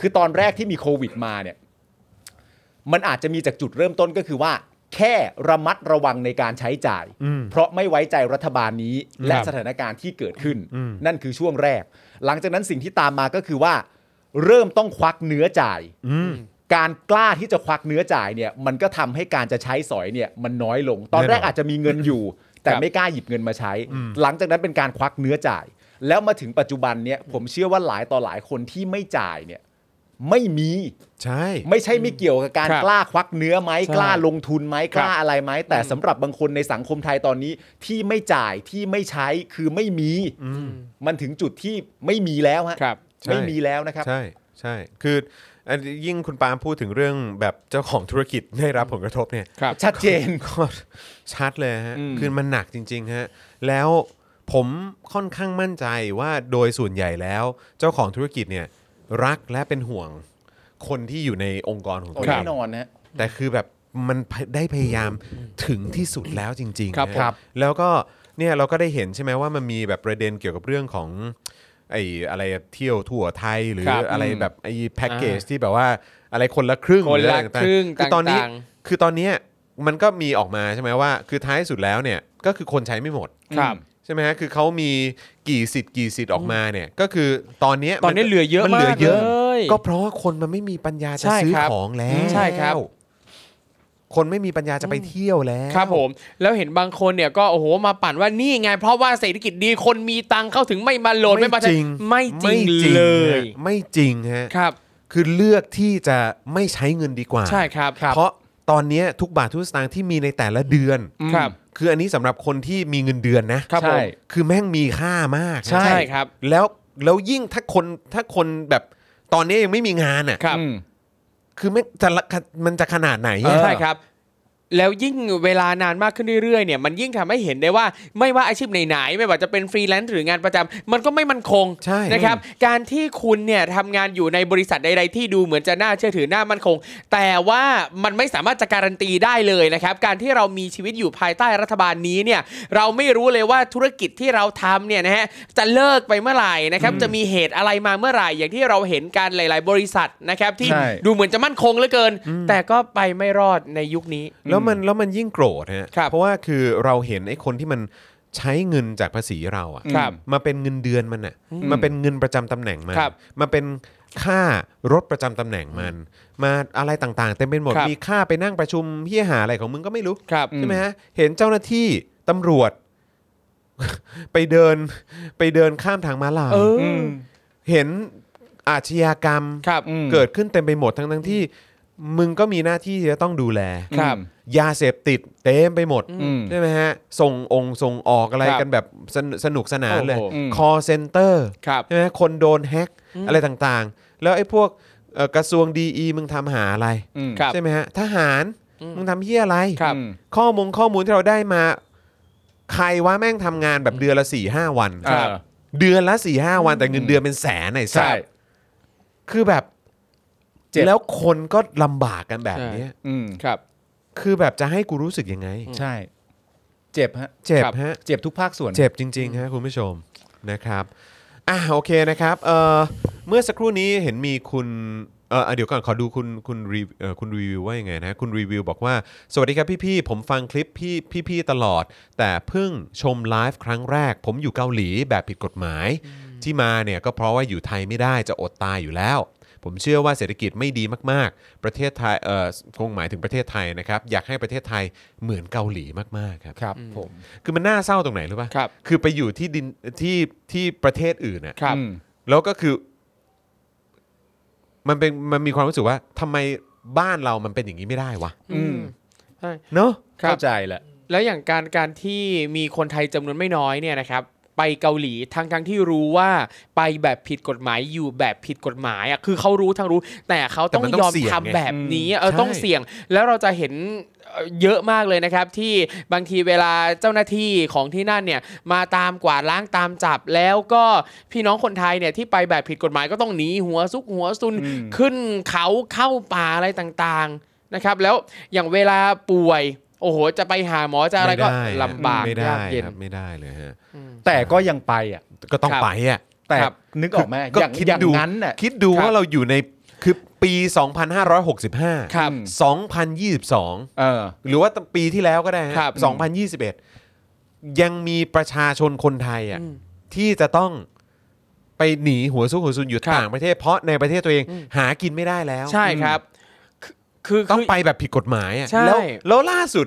S2: คือตอนแรกที่มีโควิดมาเนี่ย มันอาจจะมีจากจุดเริ่มต้นก็คือว่า แค่ระมัดระวังในการใช้จ่าย เพราะไม่ไว้ใจรัฐบาลนี้และสถานการณ์ที่เกิดขึ้น นั่นคือช่วงแรก หลังจากนั้นสิ่งที่ตามมาก็คือว่า เริ่มต้องควักเนื้อจ่าย การกล้าที่จะควักเนื้อจ่ายเนี่ย มันก็ทำให้การจะใช้สอยเนี่ย มันน้อยลง ตอนแรกอาจจะมีเงินอยู่ แต่
S3: ครับ
S2: ไม่กล้าหยิบเงินมาใช้ หลังจากนั้นเป็นการควักเนื้อจ่าย แล้วมาถึงปัจจุบันเนี่ยผมเชื่อว่าหลายต่อหลายคนที่ไม่จ่ายเนี่ย ไม่มี
S1: ใช่
S2: ไม่ใช่ไม่เกี่ยวกับการ
S3: ครับ
S2: กล้าควักเนื้อไหม
S3: ใช่
S2: กล้าลงทุนไหม
S3: ค
S2: ก
S3: รับ
S2: ล้าอะไรไหมแต่สำหรับบางคนในสังคมไทยตอนนี้ที่ไม่จ่ายที่ไม่ใช้คือไม่มีมันถึงจุดที่ไม่มีแล้วฮะ
S3: ครับ
S2: ไม่
S1: ใช่
S2: มีแล้วนะครับ
S1: ใช่ใช่คืออันยิ่งคุณปาล์มพูดถึงเรื่องแบบเจ้าของธุรกิจได้รับผลกระทบเนี่ย
S3: ครับ
S2: ชัดเจน
S1: ก็ชัดเลยฮะ คือมันหนักจริง ๆ ฮะ แล้วผมค่อนข้างมั่นใจว่าโดยส่วนใหญ่แล้ว เจ้าของธุรกิจเนี่ยรักและเป็นห่วงคนที่อยู่ในองค์กรของ
S2: โอ้
S1: ตัว
S2: ย
S1: เอ
S2: แน่
S1: ง
S2: นอนนะฮะ
S1: แต่คือแบบมันได้พยายามถึงที่สุดแล้วจริงๆ
S3: ครับ
S1: นะ
S3: ครั
S1: ฮะ
S3: บ
S1: แล้วก็ เนี่ยเราก็ได้เห็นใช่ไหมว่ามันมีแบบประเด็นเกี่ยวกับเรื่องของไอ้อะไรเที่ยวทั่วไทยหรือ
S3: ครับ
S1: อะไรแบบไอ้แพ็กเกจ
S3: อ่า
S1: ที่แบบว่าอะไรคนละครึ่ง
S3: คนละ
S1: หออไต่าๆ
S3: ครึ่ง
S1: คือตอนนี้
S3: ต่าง
S1: คือตอนเนี้ยมันก็มีออกมาใช่ไหมว่า คือท้ายสุดแล้วเนี่ยก็คือคนใช้ไม่หมด
S3: ครับ
S1: ใช่ไหมฮะคือเขามีกี่สิทธิ์กี่สิทธิ์ออกมาเนี่ยก็คือตอนเนี้ย
S3: ตอนนี้
S1: มั
S3: เหลือเยอะ
S1: มันเหลือเยอะ
S3: มากเลย
S1: ก็เพราะว่าคนมันไม่มีปัญญาจะ
S3: ใช่
S1: ซื้อ
S3: ครับ
S1: ของแล้
S3: อื
S1: ว
S3: มใช่ครับ
S1: คนไม่มีปัญญาจะไปเที่ยวแล้ว
S3: ครับผมแล้วเห็นบางคนเนี่ยก็โอ้โหมาปั่นว่านี่ไง เพราะว่าเศรษฐกิจดีคนมีตังค์เข้าถึงไม่มาโหลดไม่มา
S1: จริง
S3: ไม่จริง
S1: ไม่
S3: เล
S1: ฮะ
S3: ย
S1: ไม่จริงฮะ
S3: ครับ
S1: คือเลือกที่จะไม่ใช้เงินดีกว่า
S3: ใช่ครับ
S1: เพราะตอนเนี้ยทุกบาททุกสตางค์ที่มีในแต่ละเดือน
S3: ครับ
S1: คืออันนี้สำหรับคนที่มีเงินเดือนนะครับ
S3: ผม
S2: ใช่
S1: คือแม่งมีค่ามาก
S2: ใช่
S1: นะ
S3: ใช่ครับ
S1: แล้วแล้วยิ่งถ้าคนถ้าคนแบบตอนนี้ยังไม่มีงานอ่ะ
S3: ครับ
S2: อืม
S1: คือไม่จะละมันจะขนาดไหน
S2: เออ
S1: อะ
S3: ใช่ครับ แล้วยิ่งเวลานานมากขึ้นเรื่อยๆเนี่ยมันยิ่งทำให้เห็นได้ว่าไม่ว่าอาชีพไหนๆไม่ว่าจะเป็นฟรีแลนซ์หรืองานประจำมันก็ไม่มั่นคง
S1: ใช่
S3: นะครับ การที่คุณเนี่ยทำงานอยู่ในบริษัทใดๆที่ดูเหมือนจะน่าเชื่อถือน่ามั่นคง แต่ว่ามันไม่สามารถจะการันตีได้เลยนะครับ การที่เรามีชีวิตอยู่ภายใต้รัฐบาลนี้เนี่ยเราไม่รู้เลยว่าธุรกิจที่เราทำเนี่ยนะฮะจะเลิกไปเมื่อไหร่นะครับจะมีเหตุอะไรมาเมื่อไหร่ อย่างที่เราเห็นการหลาย ๆ บริษัทนะครับที่
S2: ใช่
S3: ดูเหมือนจะมั่นคงเหลือเกิน แต่ก็ไปไม่รอดในยุคนี้
S1: แล้วมันแล้วมันยิ่งโกรธฮะ
S3: ครับ
S1: เพราะว่าคือเราเห็นไอ้คนที่มันใช้เงินจากภาษีเราอะ
S3: ครับ
S1: มาเป็นเงินเดือนมันอะมาเป็นเงินประจำตำแหน่งมัน
S3: ครับ
S1: มาเป็นค่ารถประจำตำแหน่งมัน มาอะไรต่างๆ เต็มไปหมด
S3: ครับ
S1: มีค่าไปนั่งประชุมเฮียหาอะไรของมึงก็ไม่รู้
S3: ครับ
S1: ใช่ไหมฮะเห็นเจ้าหน้าที่ตำรวจ ไปเดินไปเดินข้ามทางม้าลาย
S3: เออ
S2: อืม
S1: เห็นอาชญากรรม
S3: ครับ
S2: อืม
S1: เกิดขึ้นเต็มไปหมดทั้งทั้งๆที่ มึงก็มีหน้าที่ที่จะต้องดูแล
S3: ครับ
S1: ยาเสพติดเต็มไปหมด
S2: อืม
S1: ใช่ไหมฮะ ส่งองค์ส่งออกอะไร
S3: ครับ
S1: กันแบบสนสนุกสนานเลย
S3: โอ้โห
S1: call center
S3: ครับ
S1: ใช่ไหมคนโดนแฮ็กอะไรต่างๆ แล้วไอ้พวกเอ่อกระทรวงดีอีมึงทำหาอะไร
S2: อืม
S3: ครับ
S1: ใช่ไหมฮะ ทหารมึงทำเฮียอะไร
S3: ครับ
S2: อืม
S1: ข้อมูลข้อมูลที่เราได้มา ใครว่าแม่งทำงานแบบเดือนละ4ี่ห้าวัน
S3: ครับ
S1: เดือนละ4ี่ห้าวันแต่เงินเดือนเป็นแสนไหนสัตว์คือแบบ
S2: เจ็บ
S1: แล้วคนก็ลำบากกันแบบเนี้ย
S2: อืม
S3: ครับ
S1: คือแบบจะให้กูรู้สึกยังไง
S2: ใช่ เจ็บฮะ
S1: เจ็บ
S3: ครับ
S1: ฮะ
S2: เจ็บทุกภาคส่วน
S1: เจ็บจริงๆฮะคุณผู้ชมนะครับอ่ะโอเคนะครับเอ่อเมื่อสักครู่นี้เห็นมีคุณเออเดี๋ยวก่อนขอดูคุณคุณรีเอ่อคุณรีวิวว่ายังไงนะคุณรีวิวบอกว่า สวัสดีครับพี่ๆผมฟังคลิปพี่พี่ๆตลอด แต่เพิ่งชมไลฟ์ครั้งแรก ผมอยู่เกาหลีแบบผิดกฎหมาย ที่มาเนี่ยก็เพราะว่าอยู่ไทยไม่ได้จะอดตายอยู่แล้ว ผมเชื่อว่าเศรษฐกิจไม่ดีมากๆ ประเทศไทยเอ่อคงหมายถึงประเทศไทยนะครับอยากให้ประเทศไทยเหมือนเกาหลีมากๆครับ
S2: ครับผม
S1: คือมันน่าเศร้าตรงไหนรู้ป่ะ
S3: ครับ
S1: คือไปอยู่ที่ดินที่ที่ประเทศอื่นน่ะ
S3: ครับ
S2: อืม
S1: แล้วก็คือ มันเป็นมันมีความรู้สึกว่าทำไมบ้านเรามันเป็นอย่างนี้ไม่ได้วะ
S2: อืม
S3: ใช่
S1: เนอะ
S3: ครับ
S2: เข้าใจแหละ
S3: แล้วอย่างการการที่มีคนไทยจำนวนไม่น้อยเนี่ยนะครับ ไปเกาหลีทั้งทั้งที่รู้ว่าไปแบบผิดกฎหมายอยู่แบบผิดกฎหมายอ่ะคือเขารู้ทั้งรู้ แต่เขาต้อง
S1: แต่มันต้
S3: ย
S1: อ
S3: อง ม
S1: เสี่ยง
S3: ทำ
S1: ไง
S3: แบบนี้เออ
S1: ใช่
S3: ต้องเสี่ยง แล้วเราจะเห็นเอ่อเยอะมากเลยนะครับ ที่บางทีเวลาเจ้าหน้าที่ของที่นั่นเนี่ยมาตามกวาดล้างตามจับ แล้วก็พี่น้องคนไทยเนี่ยที่ไปแบบผิดกฎหมายก็ต้องหนีหัวซุกหัวซุน
S2: อืม
S3: ขึ้นเขาเข้าป่าอะไรต่างๆนะครับ แล้วอย่างเวลาป่วย โอ้โห จะไปหาหมอจะอะไรก็
S1: ม่ด้ฮ
S3: ลำบาก
S1: ไม่ได้
S3: ยากเย็น
S1: ครับไม่ได้เลยฮะ
S2: แต่ก็ยังไปอ่ะ
S1: ก็ต้อง
S3: ครับ
S1: ไปอ่ะ
S2: แต่
S3: ครับ
S2: นึกออกไหม
S1: ก็
S2: อย่าง
S1: คิด
S2: อย่าง
S1: ดู
S2: นั้นน่ะ
S1: คิดดู
S3: ครับ
S1: ว่าเราอยู่ในคือปี
S3: ครับ
S1: 2565 2022
S2: เออ
S1: หรือว่าปีที่แล้วก็ได้ฮะ
S3: ครับ
S1: 2021 ยังมีประชาชนคนไทยอ่ะ ที่จะต้องไปหนีหัวซุกหัวซุนอยู่
S3: ครับ
S1: ต่างประเทศเพราะในประเทศตัวเองหากินไม่ได้แล้ว
S3: ใช่ครับคือคือ
S1: ต้องไปแบบผิดกฎหมายอ่ะ
S3: ใช่
S1: แล้วแล้วล่าสุด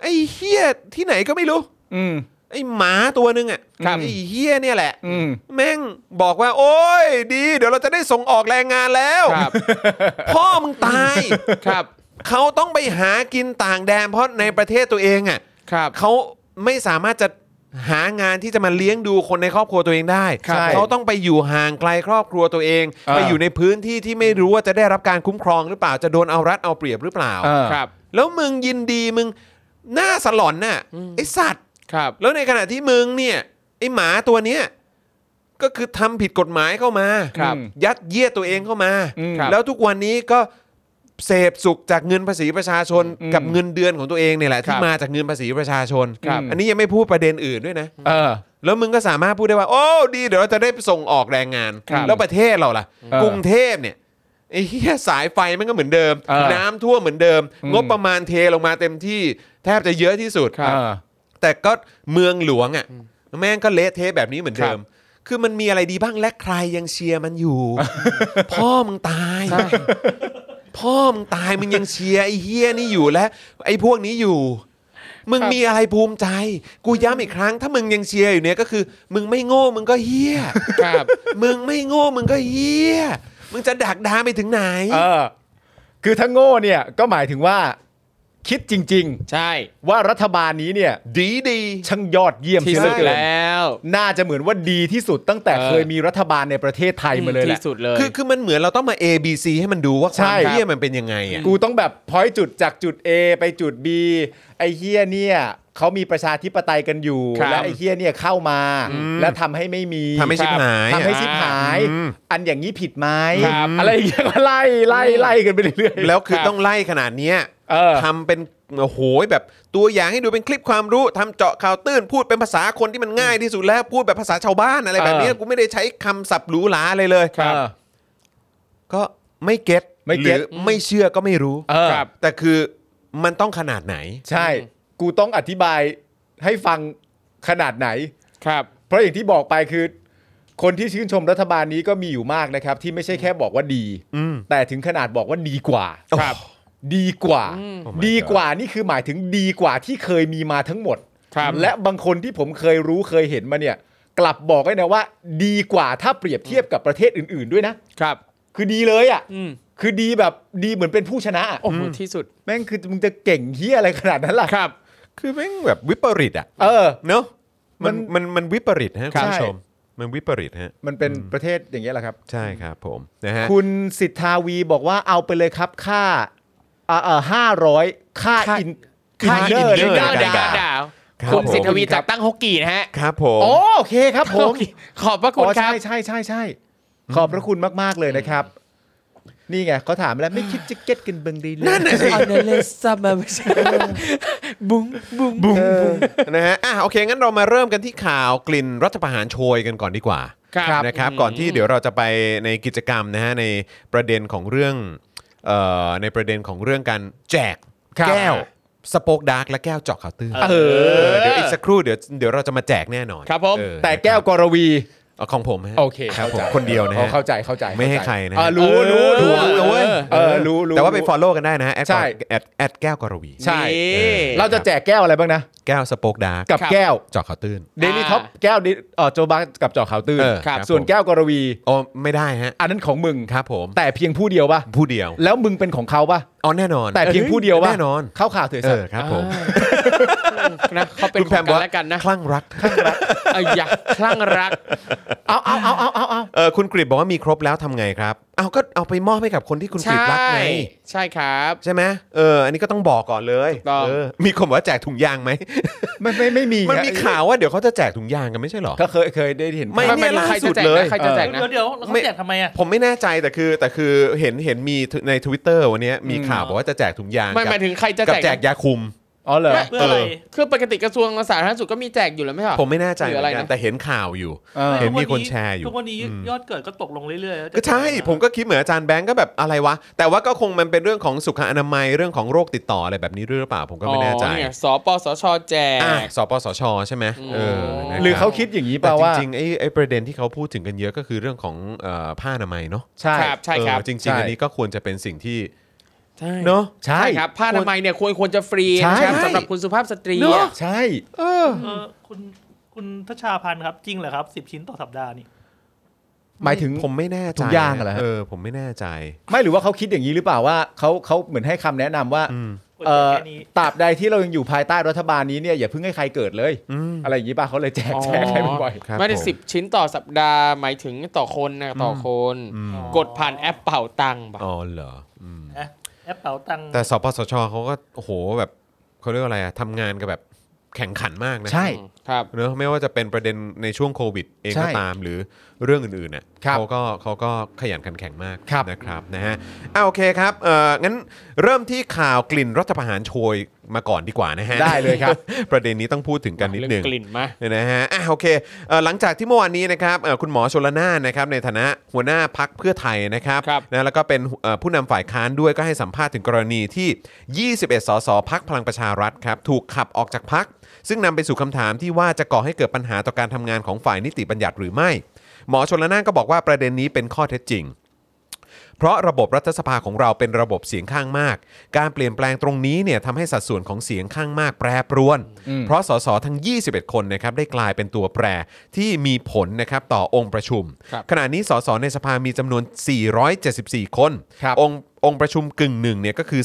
S1: ไอ้เฮียที่ไหนก็ไม่รู้
S2: อืม
S1: ไอ้หมาตัวนึงอ่ะ
S2: ครับ
S1: ไอ้เฮียเนี่ยแหละ
S2: อืม
S1: แม่งบอกว่า โอ้ยดี เดี๋ยวเราจะได้ส่งออกแรงงานแล้ว
S3: ครับ
S1: พ่อมึงตาย
S3: ครับ
S1: เขาต้องไปหากินต่างแดนเพราะในประเทศตัวเองอ่ะ
S3: ครับ
S1: เขาไม่สามารถจะหางานที่จะมาเลี้ยงดูคนในครอบครัวตัวเองได้
S2: ครับใช่
S1: เขาต้องไปอยู่ห่างไกลครอบครัวตัวเอง
S2: เออ
S1: ไปอยู่ในพื้นที่ที่ไม่รู้ว่าจะได้รับการคุ้มครองหรือเปล่า จะโดนเอารัดเอาเปรียบหรือเปล่า
S2: เออ
S3: ครับ
S1: แล้วมึงยินดีมึงหน้าสลอนน่ะไอสัตว์
S3: ครับ
S1: แล้วในขณะที่มึงเนี่ยไอหมาตัวเนี้ยก็คือทำผิดกฎหมายเข้ามา
S3: ครับ
S1: ยัดเยียดตัวเองเข้ามา
S2: อืมครับ
S1: แล้วทุกวันนี้ก็ เสพสุขจากเงินภาษีประชาชน
S3: อืม
S1: กับเงินเดือนของตัวเองเนี่ยแหละ ที่
S3: ครับ
S1: มาจากเงินภาษีประชาชน
S3: ครับ
S1: อันนี้ยังไม่พูดประเด็นอื่นด้วยนะ
S3: เออ
S1: แล้วมึงก็สามารถพูดได้ว่า โอ้ดีเดี๋ยวเราจะได้ส่งออกแรงงาน
S3: ครับ
S1: แล้วประเทศเราล่ะ
S3: เออก
S1: รุงเทพเนี่ยไอ้เหี้ยสายไฟมันก็เหมือนเดิม
S3: เออ
S1: น้ำท่วมเหมือนเดิม
S3: อืม
S1: งบประมาณเทลงมาเต็มที่แทบจะเยอะที่สุด
S3: เออ
S1: แต่ก็เมืองหลวงอ่ะแม่งก็เละเทะแบบนี้เหมือนเดิม คือมันมีอะไรดีบ้างและใครยังเชียร์มันอยู่ พ่อมึงตายพ่อมึงตายมึงยังเชียร์ไอ้เฮียนี่อยู่และไอ้พวกนี้อยู่ มึง
S3: ครับ
S1: มีอะไรภูมิใจ กูย้ำอีกครั้ง ถ้ามึงยังเชียร์อยู่เนี่ยก็คือ มึงไม่โง่มึงก็เฮีย
S3: ครับ
S1: มึงไม่โง่มึงก็เฮียมึงจะดักดานไปถึงไหน
S2: เออ คือถ้าโง่เนี่ยก็หมายถึงว่า คิดจริง
S3: ใช่
S2: ๆ ว่ารัฐบาลนี้เนี่ย
S1: ดีดี
S2: ช่างยอดเยี่ยม
S3: ที่
S2: เสียเห
S3: สุ
S2: ลือเกิ
S3: ด
S2: น
S3: แล้ว
S2: น่าจะเหมือนว่าดีที่สุดตั้งแต่
S3: เออ
S2: เคยมีรัฐบาลในประเทศไทยมาเลยแหละ
S3: ที่สุดเลย
S1: คือคือมันเหมือนเราต้องมา A B C ให้มันดูว่าค
S2: ใช่
S1: วาม
S2: ครับ
S1: เฮียมันเป็นยังไงอ่ะ
S2: กูต้องแบบพอยจุดจากจุด A ไปจุด B ไอ้เฮียเนี่ยเขามีประชาธิปไตยกันอยู่
S3: ครับ
S2: และไอ้เฮียเนี่ยเข้ามา และทำให้ไม่มี
S1: ทำให้ชิบหาย
S2: ทำให้ชิบหาย
S1: อืม
S2: อันอย่างนี้ผิดไหม
S3: ครับ
S2: อะไรอย่างเงี้ยก็ไล่ไล่ไล่กันไปเรื่อย
S1: แล้วคือ
S3: ครับ
S1: ต้องไล่ขนาดเนี้ย
S2: เออ
S1: ทำเป็นโอ้โหแบบตัวอย่างให้ดูเป็นคลิปความรู้ทำเจาะข่าวตื้นพูดเป็นภาษาคนที่มันง่ายที่สุดแล้วพูดแบบภาษาชาวบ้านอะไรแบบเนี้ย
S3: เออ
S1: กูไม่ได้ใช้คำศัพท์หรูหราอะไรเลย
S2: ๆครับ
S1: ก็ไม่เก็ต
S2: ไม่
S1: ห
S2: เก็
S1: รื
S2: ต
S1: อไม่เชื่อก็ไม่รู้
S2: เออ
S1: ครับแต่คือมันต้องขนาดไหน
S2: ใช่ กูต้องอธิบายให้ฟังขนาดไหน
S3: ครับ
S2: เพราะอย่างที่บอกไปคือ คนที่ชื่นชมรัฐบาลนี้ก็มีอยู่มากนะครับ ที่ไม่ใช่แค่บอกว่าดี แต่ถึงขนาดบอกว่าดีกว่า
S3: ครับ
S2: ดีกว่า
S1: โอ้ my
S2: ดีกว่านี่คือหมายถึงดีกว่าที่เคยมีมาทั้งหมด
S3: ครับ
S2: และบางคนที่ผมเคยรู้เคยเห็นมาเนี่ย กลับบอกเลยนะว่า ดีกว่าถ้าเปรียบเทียบกับประเทศอื่น ๆ ด้วยนะ
S3: ครับ
S2: คือดีเลยอะ่ะ
S3: อืม
S2: คือดีแบบดีเหมือนเป็นผู้ชนะอะ
S3: โอ้โหที่สุด
S2: แม่งคือมึงจะเก่งเฮียอะไรขนาดนั้นล่ะ
S3: ครับ
S1: คือแม่งแบบวิปริตอ่ะ
S2: เออ
S1: เนาะมัน
S2: มัน
S1: มันมันวิปริตฮะ
S2: ค
S1: คุณ
S2: รับ
S1: ผู้ชมมันวิปริตฮะ
S2: มันเป็นประเทศอย่างเงี้ยแหละครับ
S1: ใช่ครับผมนะฮะ
S2: คุณสิทธาวีบอกว่าเอาไปเลยครับค่าอ่าเออห้าร้อยค่า
S1: ค่า
S2: อิน
S1: ค่า
S2: เนอ
S1: inner
S2: ร์
S3: เด
S2: ใน
S3: อ
S2: การ
S3: ร์
S1: ด่า
S3: ดา
S2: ด่า
S3: ดาว
S1: ครับ
S3: คุ
S1: ผ
S3: ณ
S1: ม
S3: สิทธวีจากตั้งฮกกี้นะฮะ
S1: ครับผม
S2: อ๋อโอเคครับผม
S3: ขอบพระคุณ
S2: อ๋อ
S3: ครั
S2: ใช่
S3: บ
S2: ใช่ใช่ใช่ขอบพระคุณมาก ๆ เลยนะครับ นี่ไงเขาถามแล้วไม่คิดจะเก็ตกันเบิงดีเลย
S1: นั่นน่ะสิ
S3: อันเดเลสซัมมาไม่ใช่บุ้งบุ้งบุ้ง
S1: นะฮะ อ่ะ โอเค งั้นเรามาเริ่มกันที่ข่าวกลิ่นรัฐประหารโชยกันก่อนดีกว่า
S3: ครับ
S1: นะครับ
S3: อืม
S1: ก่อนที่เดี๋ยวเราจะไปในกิจกรรมนะฮะ ในประเด็นของเรื่องเอ่อในประเด็นของเรื่องการแจก
S3: ครับ
S1: แก้วสโปกดาร์กและแก้วเจาะข่าวตื้น
S3: เออ
S1: เดี๋ยวอีกสักครู่เดี๋ยวเดี๋ยวเราจะมาแจกแน่นอน
S3: ครับผม
S1: เออ
S2: แต่แก้วกรวี
S1: เอาของผมฮะ
S2: โอเค
S1: ครับผม
S2: ข้าใจ
S1: คนเดียวนะ
S2: อ๋อ
S1: ฮะ
S2: เข้าใจเข้าใจ
S1: ไม่ให้ใครนะ
S2: อ่ารู้รู้
S3: เออ
S1: รู้
S2: รู้
S1: นะเว้ย
S2: เออรู้รู้
S1: แต่ว่าไป follow กันได้นะฮะแอด
S2: ใช่
S1: แอดแอดแก้วกรวี
S2: ใช่
S3: นี่
S2: เราจะแจกแก้วอะไรบ้างนะ
S1: แก้วสโปกดาร์ก
S2: กับ
S3: ครับ
S2: แก้ว
S1: เจาะข่าวตื้น
S2: เดลี่ท็อปแก้ว Daily- เออโจบังกับเจอข่าวตื่น
S1: เออครับ
S2: ส่วนแก้วกรวี
S1: อ๋อไม่ได้ฮะ
S2: อันนั้นของมึง
S1: ครับผม
S2: แต่เพียงผู้เดียวป่ะ
S1: ผู้เดียว
S2: แล้วมึงเป็นของเขาป่ะ
S1: อ๋อแน่นอน
S2: แต่เพียงผู้เดียวป่ะ
S1: แน่นอน
S2: เข้าข่าวเถอะ
S1: เอ
S2: สัต
S1: อ
S2: ว์
S1: ครับผม
S3: นะเขาเป็นของกันและกันนะ
S1: คลั่งรัก
S3: เอ้ยอยาคลั่งรัก
S2: เอาเอาเอาเอาเอาเอา
S1: เออคุณกริบบอกว่ามีครบแล้วทำไงครับเอาก็เอาไปมอบให้กับคนที่คุณกริบ
S3: ใช่
S1: รักไง
S3: ใช่ครับ
S1: ใช่ไหมเอออันนี้ก็ต้องบอกก่อนเลย
S3: ถูกต้อง
S1: เออมีคนบอกว่าแจกถุงยางไหม
S2: ไม่ไม่ไม่มี
S1: มันมี
S2: นะ
S1: ข่าวว่าเดี๋ยวเขาจะแจกถุงยางกันไม่ใช่เหรอ
S2: ก็เคยเคยได้เห็น
S1: ไม่ เนี่ยล่าสุดเลย
S3: ใครจะแจกนะ
S4: เดี๋ยวเดี๋ยวแล้วเขาแจกทำไมอ่ะ
S1: ผมไม่แน่ใจแต่คือ แต่คือเห็นเห็นมีใน Twitter วันเนี้ยมีข่าวบอกว่าจะแจกถุงยาง
S3: ไม่
S1: กับ
S3: หมายถึงใครจะ
S1: กับ
S3: แจก
S1: แจกยาคุม
S2: อ๋อเหรอ
S4: เพื่ออะไร
S1: เออ
S3: คือปกติกระทรวงสาธารณสุขก็มีแจกอยู่แล้วไม่ใช่หรอ
S1: ผมไม่แน่ใจ
S3: หรื
S1: เห
S3: อ
S1: มื
S3: อะ
S1: อ
S3: ไร
S1: นกัน
S3: นะ
S1: แต่เห็นข่าวอยู่
S2: เออ
S1: เห็นมีคนแชร์อยู่
S4: ทุกวันนี้ยอดเกิดก็ตกลงเรื่อยๆ
S1: ก็ใช่ผมก็คิดเหมือนอาจารย์แบงค์ก็แบบอะไรวะ แต่ว่าก็คงมันเป็นเรื่องของสุขอนามัยเรื่องของโรคติดต่ออะไรแบบนี้ด้วยหรือเปล่า ผมก็ไม่แน่ใจ
S3: อ๋อเยสปสชแจก
S1: อ่ะสปสชใช่ไหมเออนะบ
S2: หรือเขาคิดอย่างนี้เป
S1: แต่
S2: ล่า
S1: จ
S2: ว่า
S1: ริงๆไอ้ไอ้ประเด็นที่เขาพูดถึงกันเยอะก็คือเรื่องของเอ่อผ้าอนามัยเนาะ
S2: ใช่
S3: ครับ ใช่ครับ
S1: เออจริ
S2: ใช่
S1: ง ๆ อันนี้ก็ควรจะเป็นสิ่งที่
S3: ใช่
S1: เนาะ
S2: ใช่
S3: ใช่ครับผ้าอนามัยเนี่ยควรควรจะฟรี
S2: ใช่
S3: นะครับสำหรับคุณสุภาพสตรี
S1: เนอะ
S3: อะ
S2: ใช่
S4: เออคุณคุณทชาพันธ์ครับ จริงเหรอครับสิบชิ้นต่อสัปดาห์นี่
S2: หมายถึง
S1: ผมไม่แน่ใจ
S2: ถุงยางเหรอฮะ
S1: เออผมไม่แน่ใจ
S2: ไม่หรือว่าเขาคิดอย่างนี้หรือเปล่าว่าเขาเขาเหมือนให้คำแนะนำว่าเอ่อ
S4: แค่นี้
S2: ตราบใดที่เรายังอยู่ภายใต้รัฐบาลนี้เนี่ยอย่าเพิ่งให้ใครเกิดเลย อะไรอย่างนี้ป่ะเขาเลยแจกแจกให้บ่อย
S1: ครับ
S3: ไม่ได้
S1: ผม
S3: สิบชิ้นต่อสัปดาห์หมายถึงต่อคนนะต่อคน กดผ่านแอปเป่าตังค์ปะ
S1: อ๋อเหรออืม
S4: นะแอปเป๋าตังค์
S1: แต่สปสชเขาก็โอ้โหแบบเขาเรียกว่าอะไรอะทำงานกับแบบ แข่งขันมากนะ
S2: ใช่
S3: ครับ
S1: เนอะไม่ว่าจะเป็นประเด็นในช่วงโควิดเอง
S2: ใช่
S1: ก็ตามหรือเรื่องอื่นๆเนี่ย
S2: ครับ
S1: เขาก็เขาก็ขยันขันแข็งมาก
S2: ครับ
S1: นะครับนะฮะอ่าโอเคครับเอ่องั้นเริ่มที่ข่าวกลิ่นรัฐประหารโชยมาก่อนดีกว่านะฮะ
S2: ได้เลยครับ
S1: ประเด็นนี้ต้องพูดถึงกันนิดหนึ่ง
S3: เรื่องกลิ่นมา
S1: เนี่ยนะฮะอ่ะโอเคเอ่อหลังจากที่เมื่อวานนี้นะครับเอ่อคุณหมอชลนานนะครับในฐานะหัวหน้าพักเพื่อไทยนะครับ
S3: ครับ
S1: นะแล้วก็เป็นเอ่อผู้นำฝ่ายค้านด้วยก็ให้สัมภาษณ์ถึงกรณีที่ 21 สสพักพลังประชารัฐครับถูกขับออกจากพัก ซึ่งนำไปสู่คำถามที่ว่าจะก่อให้เกิดปัญหาต่อการทำงานของฝ่ายนิติบัญญัติหรือไม่ หมอชลนานก็บอกว่าประเด็นนี้เป็นข้อเท็จจริง เพราะระบบรัฐสภาของเราเป็นระบบเสียงข้างมาก การเปลี่ยนแปลงตรงนี้เนี่ยทำให้สัดส่วนของเสียงข้างมากแปรปรวน เพราะสสทั้ง 21 คนนะครับได้กลายเป็นตัวแปรที่มีผลนะครับต่อองค์ประชุม
S3: ครับ
S1: ขณะนี้สสในสภามีจำนวน 474 คน
S2: ครับ
S1: องค์องค์ประชุมกึ่งหนึ่งเนี่ยก็คือ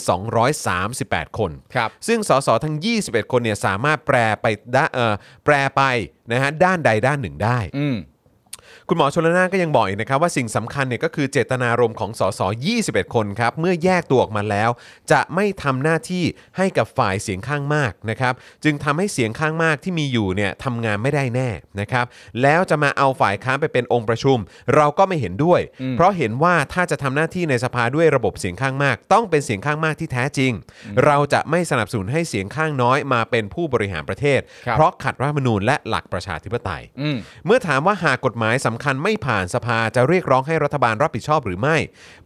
S1: 238 คน
S2: ครับ
S1: ซึ่งสสทั้ง 21 คนเนี่ยสามารถแปรไปด้าเอ่อแปรไปนะฮะด้านใดด้านหนึ่งได้
S2: อืม
S1: คุณหมอชลนานก็ยังบอกอีกนะครับว่าสิ่งสำคัญเนี่ยก็คือเจตนารมณ์ของสส21 คนครับ เมื่อแยกตัวออกมาแล้ว จะไม่ทำหน้าที่ให้กับฝ่ายเสียงข้างมากนะครับ จึงทำให้เสียงข้างมากที่มีอยู่เนี่ยทำงานไม่ได้แน่นะครับ แล้วจะมาเอาฝ่ายค้านไปเป็นองค์ประชุม เราก็ไม่เห็นด้วย เพราะเห็นว่าถ้าจะทำหน้าที่ในสภาด้วยระบบเสียงข้างมาก ต้องเป็นเสียงข้างมากที่แท้จริง เราจะไม่สนับสนุนให้เสียงข้างน้อยมาเป็นผู้บริหารประเทศ
S2: ครับ
S1: เพราะขัดรัฐธรรมนูญและหลักประชาธิปไตย
S2: อืม
S1: เมื่อถามว่าหากกฎหมายสำคัญไม่ผ่านสภาจะเรียกร้องให้รัฐบาลรับผิดชอบหรือไม่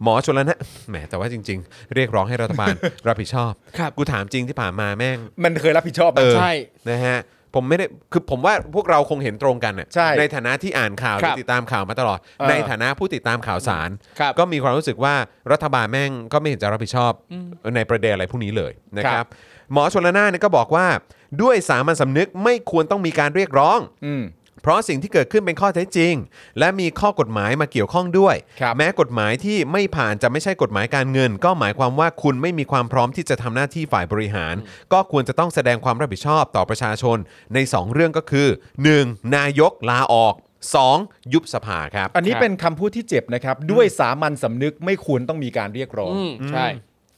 S1: หมอชลนะ แหมแต่ว่าจริง ๆ เรียกร้องให้รัฐบาล รับผิดชอบ
S3: ครับ
S1: กูถามจริงที่ผ่านมาแม่ง
S2: มันเคยรับผิดชอบไหม
S1: เออ
S3: ใช่
S1: นะฮะผมไม่ได้คือผมว่าพวกเราคงเห็นตรงกันน่ะ
S2: ใช่
S1: ฐานะที่อ่านข่าวห
S3: ค
S1: รื
S3: รั
S1: อบ ติดตามข่าวมาตลอด
S2: เออ
S1: ในฐานะผู้ติดตามข่าวสาร
S3: ครับ
S1: ก็มีความรู้สึกว่ารัฐบาลแม่งก็ไม่เห็นจะรับผิดชอบในประเด็นอะไรพวกนี้เลยนะครับ หมอชลน่านเนี่ยก็บอกว่า ด้วยสามัญสำนึกไม่ควรต้องมีการเรียกร้อง
S2: อืม
S1: เพราะสิ่งที่เกิดขึ้นเป็นข้อเท็จจริง และมีข้อกฎหมายมาเกี่ยวข้องด้วย
S2: ครับ
S1: แม้กฎหมายที่ไม่ผ่านจะไม่ใช่กฎหมายการเงิน ก็หมายความว่าคุณไม่มีความพร้อมที่จะทำหน้าที่ฝ่ายบริหาร ก็ควรจะต้องแสดงความรับผิดชอบต่อประชาชน ใน 2 เรื่องก็คือ 1. นายกลาออก 2. ยุบสภาครับ
S2: อันนี้
S3: ครับ
S2: เป็นคำพูดที่เจ็บนะครับ ด้วยสามัญสำนึกไม่ควรต้องมีการเรียกร้อง
S3: อืมใช่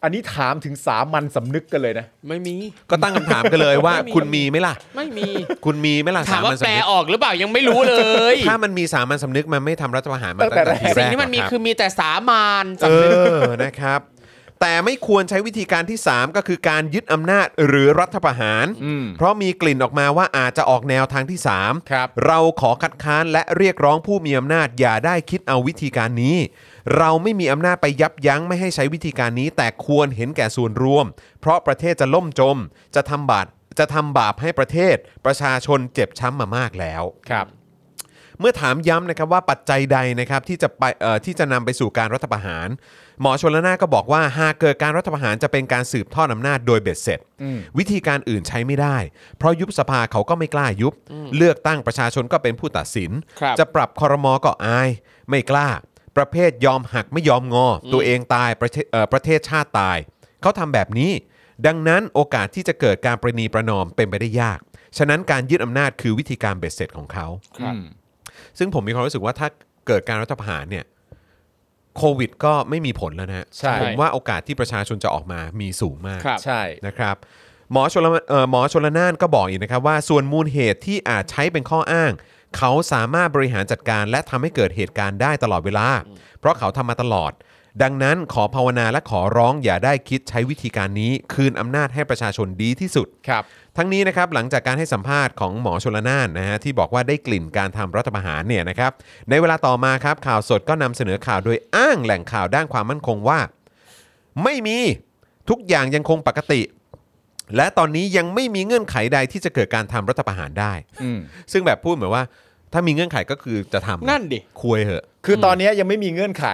S2: อันนี้ถามถึงสามัญสำนึกกันเลยนะ
S3: ไม่มี
S1: ก็ตั้งคำถามกันเลยว่า
S3: ไม่มี
S1: คุณมีไหมล่ะ
S3: ไม่มี
S1: คุณมีไหมล่ะ
S3: ถามว่า
S1: สญ
S3: แปล
S1: สำนึก
S3: ออกหรือเปล่ายังไม่รู้เลย
S1: ถ้ามันมีสามัญสำนึกมันไม่ทำรัฐประหารมา
S2: ตั้
S1: ตั้ง
S2: งแต่
S1: แต่ที
S2: แรก
S1: แร
S3: สิ่ง
S1: ก
S3: ที่มันมี
S1: หรกรับ
S3: คือมีแต่สามานสำนึก
S1: เออ นะครับ แต่ไม่ควรใช้วิธีการที่ 3 ก็คือการยึดอำนาจหรือรัฐประหาร
S2: อืม
S1: เพราะมีกลิ่นออกมาว่าอาจจะออกแนวทางที่ 3
S2: ครับ
S1: เราขอคัดค้านและเรียกร้องผู้มีอำนาจอย่าได้คิดเอาวิธีการนี้ เราไม่มีอำนาจไปยับยั้งไม่ให้ใช้วิธีการนี้ แต่ควรเห็นแก่ส่วนรวม เพราะประเทศจะล่มจม จะทำบาปจะทำบาปให้ประเทศ ประชาชนเจ็บช้ำมามากแล้ว
S2: ครับ
S1: เมื่อถามย้ำนะครับว่าปัจจัยใดนะครับที่จะไปเอ่อที่จะนำไปสู่การรัฐประหาร หมอชนละนานก็บอกว่าหากเกิดการรัฐประหารจะเป็นการสืบทอดอำนาจโดยเบ็ดเสร็จ
S2: อืม
S1: วิธีการอื่นใช้ไม่ได้ เพราะยุบสภาเขาก็ไม่กล้ายุบ เลือกตั้งประชาชนก็เป็นผู้ตัดสิน
S3: ครับ
S1: จะปรับคอรมอก็อาย ไม่กล้า ประเภทยอมหักไม่ยอมงออตัวเองตายประเทศเอ่อประเทศชาติตาย เขาทำแบบนี้ ดังนั้นโอกาสที่จะเกิดการประนีประนอมเป็นไปได้ยาก ฉะนั้นการยึดอำนาจคือวิธีการเบ็ดเสร็จของเขา
S3: ครับ
S2: อืม
S1: ซึ่งผมมีความรู้สึกว่าถ้าเกิดการรัฐประหารเนี่ยโควิดก็ไม่มีผลแล้วนะฮะ
S2: ใช่
S1: ผมว่าโอกาสที่ประชาชนจะออกมามีสูงมาก
S3: ครับ
S2: ใช่
S1: นะครับหมอชลเอ่อหมอชลนานก็บอกอีกนะครับว่าส่วนมูลเหตุที่อาจใช้เป็นข้ออ้าง เขาสามารถบริหารจัดการและทำให้เกิดเหตุการณ์ได้ตลอดเวลา เพราะเขาทำมาตลอด ดังนั้นขอภาวนาและขอร้องอย่าได้คิดใช้วิธีการนี้ คืนอำนาจให้ประชาชนดีที่สุด
S2: ครับ
S1: ทั้งนี้นะครับหลังจากการให้สัมภาษณ์ของหมอชลนานนะฮะที่บอกว่าได้กลิ่นการทำรัฐประหารเนี่ยนะครับในเวลาต่อมาครับข่าวสดก็นำเสนอข่าวโดยอ้างแหล่งข่าวด้านความมั่นคงว่า ไม่มีทุกอย่างยังคงปกติ และตอนนี้ยังไม่มีเงื่อนไขใดที่จะเกิดการทำรัฐประหารได้
S2: อืม
S1: ซึ่งแบบพูดเหมือนว่า ถ้ามีเงื่อนไขก็คือจะทำ
S3: นั่นดิ
S1: คุยเหอะ
S2: คือตอนเนี้ยยังไม่มีเงื่อนไข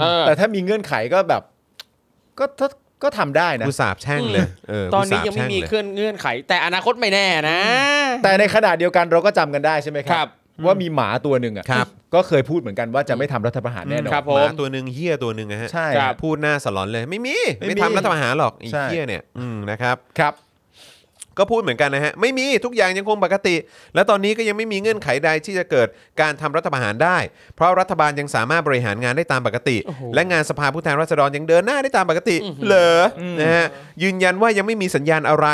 S3: เออ
S2: แต่ถ้ามีเงื่อนไขก็แบบ ก็ถ้าก็ทำได้นะ
S1: กูสาบแช่งเลยเออ
S3: ตอนนี้
S1: กูสาป
S3: ยังไม่มี
S1: แช่เลย
S3: เคลื่อนเงื่อนไข แต่อนาคตไม่แน่นะ
S2: แต่ในขณะเดียวกันเราก็จำกันได้ใช่ไหมค
S3: ครั
S2: รับ ว่ามีหมาตัวหนึ่งอ่ะ
S1: ครับ
S2: ก็เคยพูดเหมือนกันว่าจะไม่ทำรัฐประหารแน่นอน
S3: ครับผ
S1: ห
S3: ม
S1: มาตัวหนึ่งเหี้ยตัวหนึ่งนะฮะ
S2: ใช่
S3: ครับ
S1: พูดหน้าสลอนเลย ไม่มี
S2: ไม่
S1: ไม่
S2: มี
S1: ทำรัฐประหารหรอกไอ้
S2: ใช่
S1: เหี้ยเนี่ยอืมนะครับ
S2: ครับ
S1: ก็พูดเหมือนกันนะฮะ ไม่มีทุกอย่างยังคงปกติ และตอนนี้ก็ยังไม่มีเงื่อนไขใดที่จะเกิดการทำรัฐประหารได้ เพราะรัฐบาลยังสามารถบริหารงานได้ตามปกติ
S3: โอ้โห
S1: และงานสภาผู้แทนราษฎรยังเดินหน้าได้ตามปกติ เหรออนะฮะยืนยันว่ายังไม่มีสัญญาณอะไร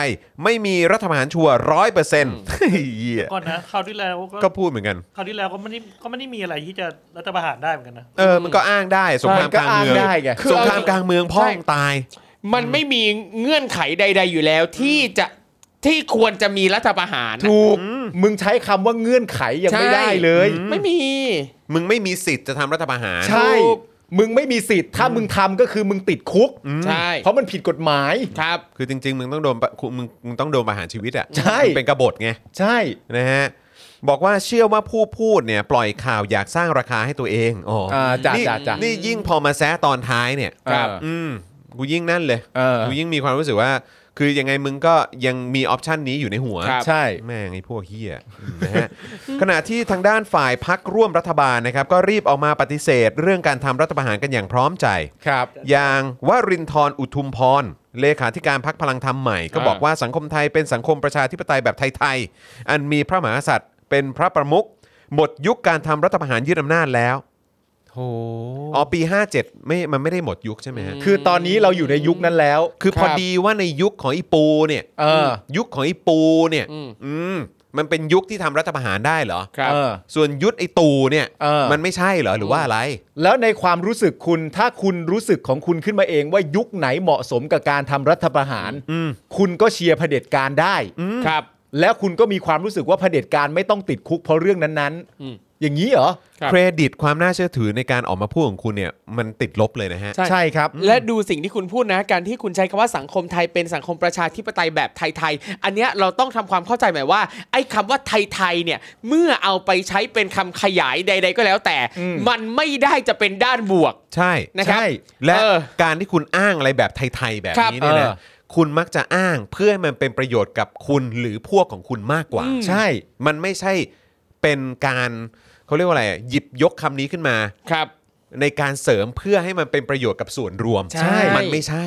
S1: ไม่มีรัฐประหารชัวร้อยเปอร์เซ็นต์
S4: ก่อนนะคราวที่แล้วก็
S1: ก็พูดเหมือนกัน
S4: คราวที่แล้วก็ไม่ได้ก็ไม่ได้มีอะไรที่จะรัฐประหารได้เหมือนกันนะ
S1: เออ มันก็อ้างได้สงครามกลางเมือง
S2: ก็อ้างได้ไง
S1: สงครามกลางเมืองพ่อมึงตาย
S3: มันไม่มีเงื่อนไขใด ๆ อยู่แล้วที่จะที่ควรจะมีรัฐประหาร
S2: ถูกมึงใช้คำว่าเงื่อนไขยังไม่ได้เลย
S3: ใช่ไม่มี
S1: มึงไม่มีสิทธิ์จะทำรัฐประหาร
S2: ใช่ มึงไม่มีสิทธิ์ถ้ามึงทำก็คือมึงติดคุก
S3: ใช่
S2: เพราะมันผิดกฎหมาย
S3: ครับ
S1: คือจริง ๆ มึงต้องโดนประคุณมึงมึงต้องโดนประหารชีวิตอ่ะ
S2: ใช่
S1: มันเป็นกบฏไง
S2: ใช่
S1: นะฮะ บอกว่าเชื่อว่าผู้พูดเนี่ย ปล่อยข่าวอยากสร้างราคาให้ตัวเองอ๋ออา
S2: จ้ะ
S1: นี่
S2: จ้ะจ้ะ
S1: นี่ยิ่งพอมาแซะตอนท้ายเนี่ย
S3: ครับ
S2: เออ
S1: อืมกูยิ่งนั่นเลย
S2: เออ
S1: กูยิ่งมีความรู้สึกว่า คือยังไงมึงก็ยังมีออปชันนี้อยู่ในหัว
S3: ครับ
S2: ใช่
S1: แม่งไอ้พวกเฮียนะฮะ ขณะที่ทางด้านฝ่ายพักร่วมรัฐบาลนะครับ ก็รีบออกมาปฏิเสธ เรื่องการทำรัฐประหารกันอย่างพร้อมใจ
S2: ครับ
S1: อย่างวรินทร์อุทุมพร เลขาธิการพักพลังธรรมใหม่ ก็
S3: อ่า
S1: บอกว่าสังคมไทยเป็นสังคมประชาธิปไตยแบบไทยๆ อันมีพระมหากษัตริย์เป็นพระประมุขหมดยุคการทำรัฐประหารยึดอำนาจแล้ว
S2: โห
S1: อ๋อปี 57 ไม่มันไม่ได้หมดยุคใช่ไหมฮะ
S2: คือตอนนี้เราอยู่ในยุคนั้นแล้ว
S1: คือพอดีว่าในยุคของอีปูเนี่ย
S2: เออ
S1: ยุคของอีปูเนี่ย
S3: อืม
S1: อืมมันเป็นยุคที่ทำรัฐประหารได้เหรอ
S3: ครับ
S2: เออ
S1: ส่วนยุทธไอตูเนี่ย
S2: เออ
S1: มันไม่ใช่เหรอหรือว่าอะไร
S2: แล้วในความรู้สึกคุณถ้าคุณรู้สึกของคุณขึ้นมาเองว่ายุคไหนเหมาะสมกับการทำรัฐประหาร
S1: อืม
S2: คุณก็เชียร์เผด็จการได้
S3: ครับ
S2: แล้วคุณก็มีความรู้สึกว่าเผด็จการไม่ต้องติดคุกเพราะเรื่องนั้น
S3: อืม
S2: ๆ อย่างนี้เหรอ
S3: ครับ
S1: เครดิตความน่าเชื่อถือในการออกมาพูดของคุณเนี่ยมันติดลบเลยนะฮะ
S2: ใช่ครับ
S3: และดูสิ่งที่คุณพูดนะ การที่คุณใช้คำว่าสังคมไทยเป็นสังคมประชาธิปไตยแบบไทยๆ อันเนี้ยเราต้องทำความเข้าใจใหมายว่า ไอ้คำว่าไทยๆ เนี่ย เมื่อเอาไปใช้เป็นคำขยายใด ๆ ก็แล้วแต่
S2: อืม
S3: มันไม่ได้จะเป็นด้านบวก
S1: ใช่
S3: นะครับ
S1: ใช่และ
S3: เออ
S1: การที่คุณอ้างอะไรแบบไทยๆแบบนี้เนี่ย
S2: ครับเอ
S1: นะ
S2: อ
S1: คุณมักจะอ้างเพื่อให้มันเป็นประโยชน์กับคุณหรือพวกของคุณมากกว่า
S3: อืม
S2: ใช่
S1: มันไม่ใช่เป็นการเขาเรียกว่าอะไรอะหยิบยกคำนี้ขึ้นมา
S3: ครับ
S1: ในการเสริมเพื่อให้มันเป็นประโยชน์กับส่วนรวม
S3: ใช่
S1: มันไม่ใช่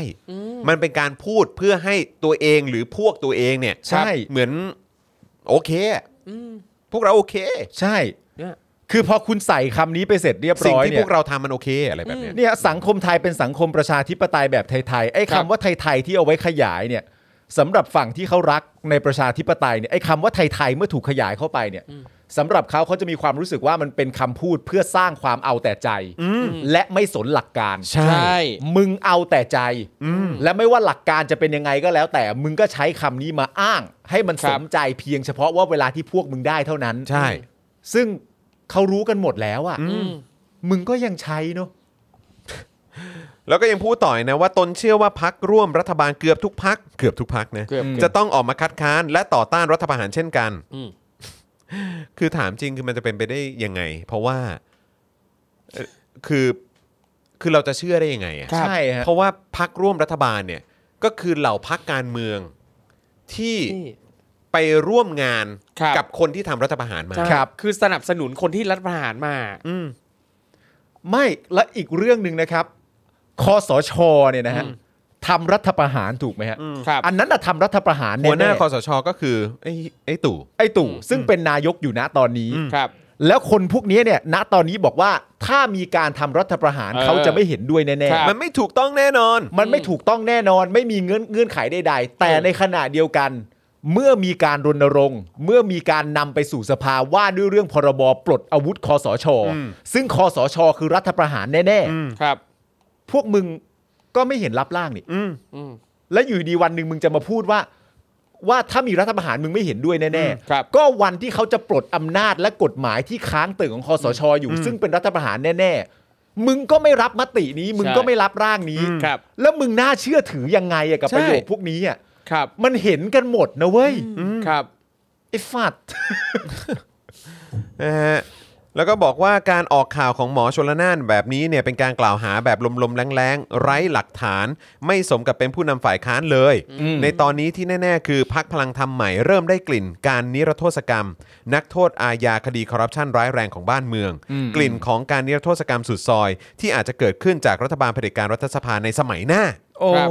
S1: มันเป็นการพูดเพื่อให้ตัวเองหรือพวกตัวเองเนี่ย
S2: ใช่
S1: เหมือนโอเคอะพวกเราโอเค
S2: ใช่
S3: เนี่ย
S2: คือพอคุณใส่คำนี้ไปเสร็จเรียบ
S1: สิ่ง
S2: ร้อย
S1: ที่
S2: เนี่
S1: พ
S2: ยว
S1: กเราทำมันโอเคอะไรแบบเนี้ย
S2: เนี่ยสังคมไทยเป็นสังคมประชาธิปไตยแบบไทยๆ ไอ้
S3: ครับ
S2: คำว่าไทยๆ ที่เอาไว้ขยายเนี่ยสำหรับฝั่งที่เขารักในประชาธิปไตยเนี่ยไอ้คำว่าไทยๆ เมื่อถูกขยายเข้าไปเนี่ยสำหรับเขาเขาจะมีความรู้สึกว่ามันเป็นคำพูดเพื่อสร้างความเอาแต่ใจ และไม่สนหลักการ
S3: ใช่
S2: มึงเอาแต่ใจ และไม่ว่าหลักการจะเป็นยังไงก็แล้ว แต่มึงก็ใช้คำนี้มาอ้าง ให้มัน
S3: ครั
S2: ส
S3: บ
S2: มใจเพียงเฉพาะว่าเวลาที่พวกมึงได้เท่านั้น
S1: ใช่
S2: ซึ่งเขารู้กันหมดแล้วอะ่ะ
S3: อืม
S2: มึงก็ยังใช้เนอะ
S1: แล้วก็ยังพูดต่อยนะว่าตนเชื่อว่าพักร่วมรัฐบาลเกือบทุกพักเกือบทุกพักนะ
S3: เกือบ
S1: จะต้องออกมาคัดค้านและต่อต้านรัฐประหารเช่นกัน
S3: อืม
S1: คือถามจริงคือมันจะเป็นไปได้ยังไง เพราะว่าเอ่อคือคือเราจะเชื่อได้ยังไงอะ
S3: ครับ
S2: ใช่ฮะ
S1: เพราะว่าพักร่วมรัฐบาลเนี่ยก็คือเหล่าพักการเมืองที่
S3: นี่
S1: ไปร่วมงาน
S3: ครับ
S1: กับคนที่ทำรัฐประหารมา
S3: ใช่
S2: ครับ
S3: คือสนับสนุนคนที่รัฐประหารมา
S1: อืม
S2: ไม่และอีกเรื่องหนึ่งนะครับคอสชเนี่ยนะฮะทำรัฐประหารถูกไหมฮะ
S3: ครับ
S2: อันนั้นน่ะทำรัฐประหาร
S1: หัวหน้า
S2: แน่ๆ
S1: คอสชก็คือ ไอ้ไอ้ตู่
S2: ไอ้ตู่ซึ่งเป็นนายกอยู่นะตอนนี้
S3: ครับ
S2: แล้วคนพวกนี้เนี่ย ณตอนนี้บอกว่าถ้ามีการทำรัฐประหาร
S3: เออ
S2: เขาจะไม่เห็นด้วยแน่
S3: ครับ
S1: มันไม่ถูกต้องแน่นอน
S2: ๆมันไม่ถูกต้องแน่นอน ไม่มีเงื่อนเงื่อนไขใดๆแต่ในขณะเดียวกัน เมื่อมีการรณรงค์ เมื่อมีการนำไปสู่สภาว่าด้วยเรื่องพรบปลดอาวุธคอสช
S1: อืม
S2: ซึ่งคอสช คือรัฐประหารแน่
S3: ครับ
S2: ๆ พวกมึงก็ไม่เห็นรับร่างนี่
S1: อืม
S3: อืม
S2: และอยู่ดีวันหนึ่งมึงจะมาพูดว่า ว่าถ้ามีรัฐประหารมึงไม่เห็นด้วยแน่
S3: ครับ
S2: ๆก็วันที่เขาจะปลดอำนาจและกฎหมายที่ค้างตึงของคอสชอยู่
S1: อืม
S2: ซึ่งเป็นรัฐประหารแน่ๆ มึงก็ไม่รับมตินี้ มึงก็ไม่รับร่างนี้
S3: ครับ
S2: แล้วมึงน่าเชื่อถือยังไงอะกับ
S3: ใช่
S2: ประโยคพวกนี้อะ
S3: ครับ
S2: มันเห็นกันหมดนะเว้ย
S3: ครับ
S2: ไอ้ฟัด
S1: นะฮะแล้วก็บอกว่าการออกข่าวของหมอชนละนานแบบนี้เนี่ยเป็นการกล่าวหาแบบลมๆแรงๆไร้หลักฐาน ไม่สมกับเป็นผู้นำฝ่ายค้านเลย
S2: อืม
S1: ในตอนนี้ที่แน่ ๆ คือพักพลังธรรมใหม่เริ่มได้กลิ่น การนิรโทษกรรม นักโทษอาญาคดีคอร์รัปชันร้ายแรงของบ้านเมือง กลิ่นของการนิรโทษกรรมสุดซอย ที่อาจจะเกิดขึ้นจากรัฐบาลเผด็จการรัฐสภาในสมัยหน้า
S2: โอ้
S3: ครับ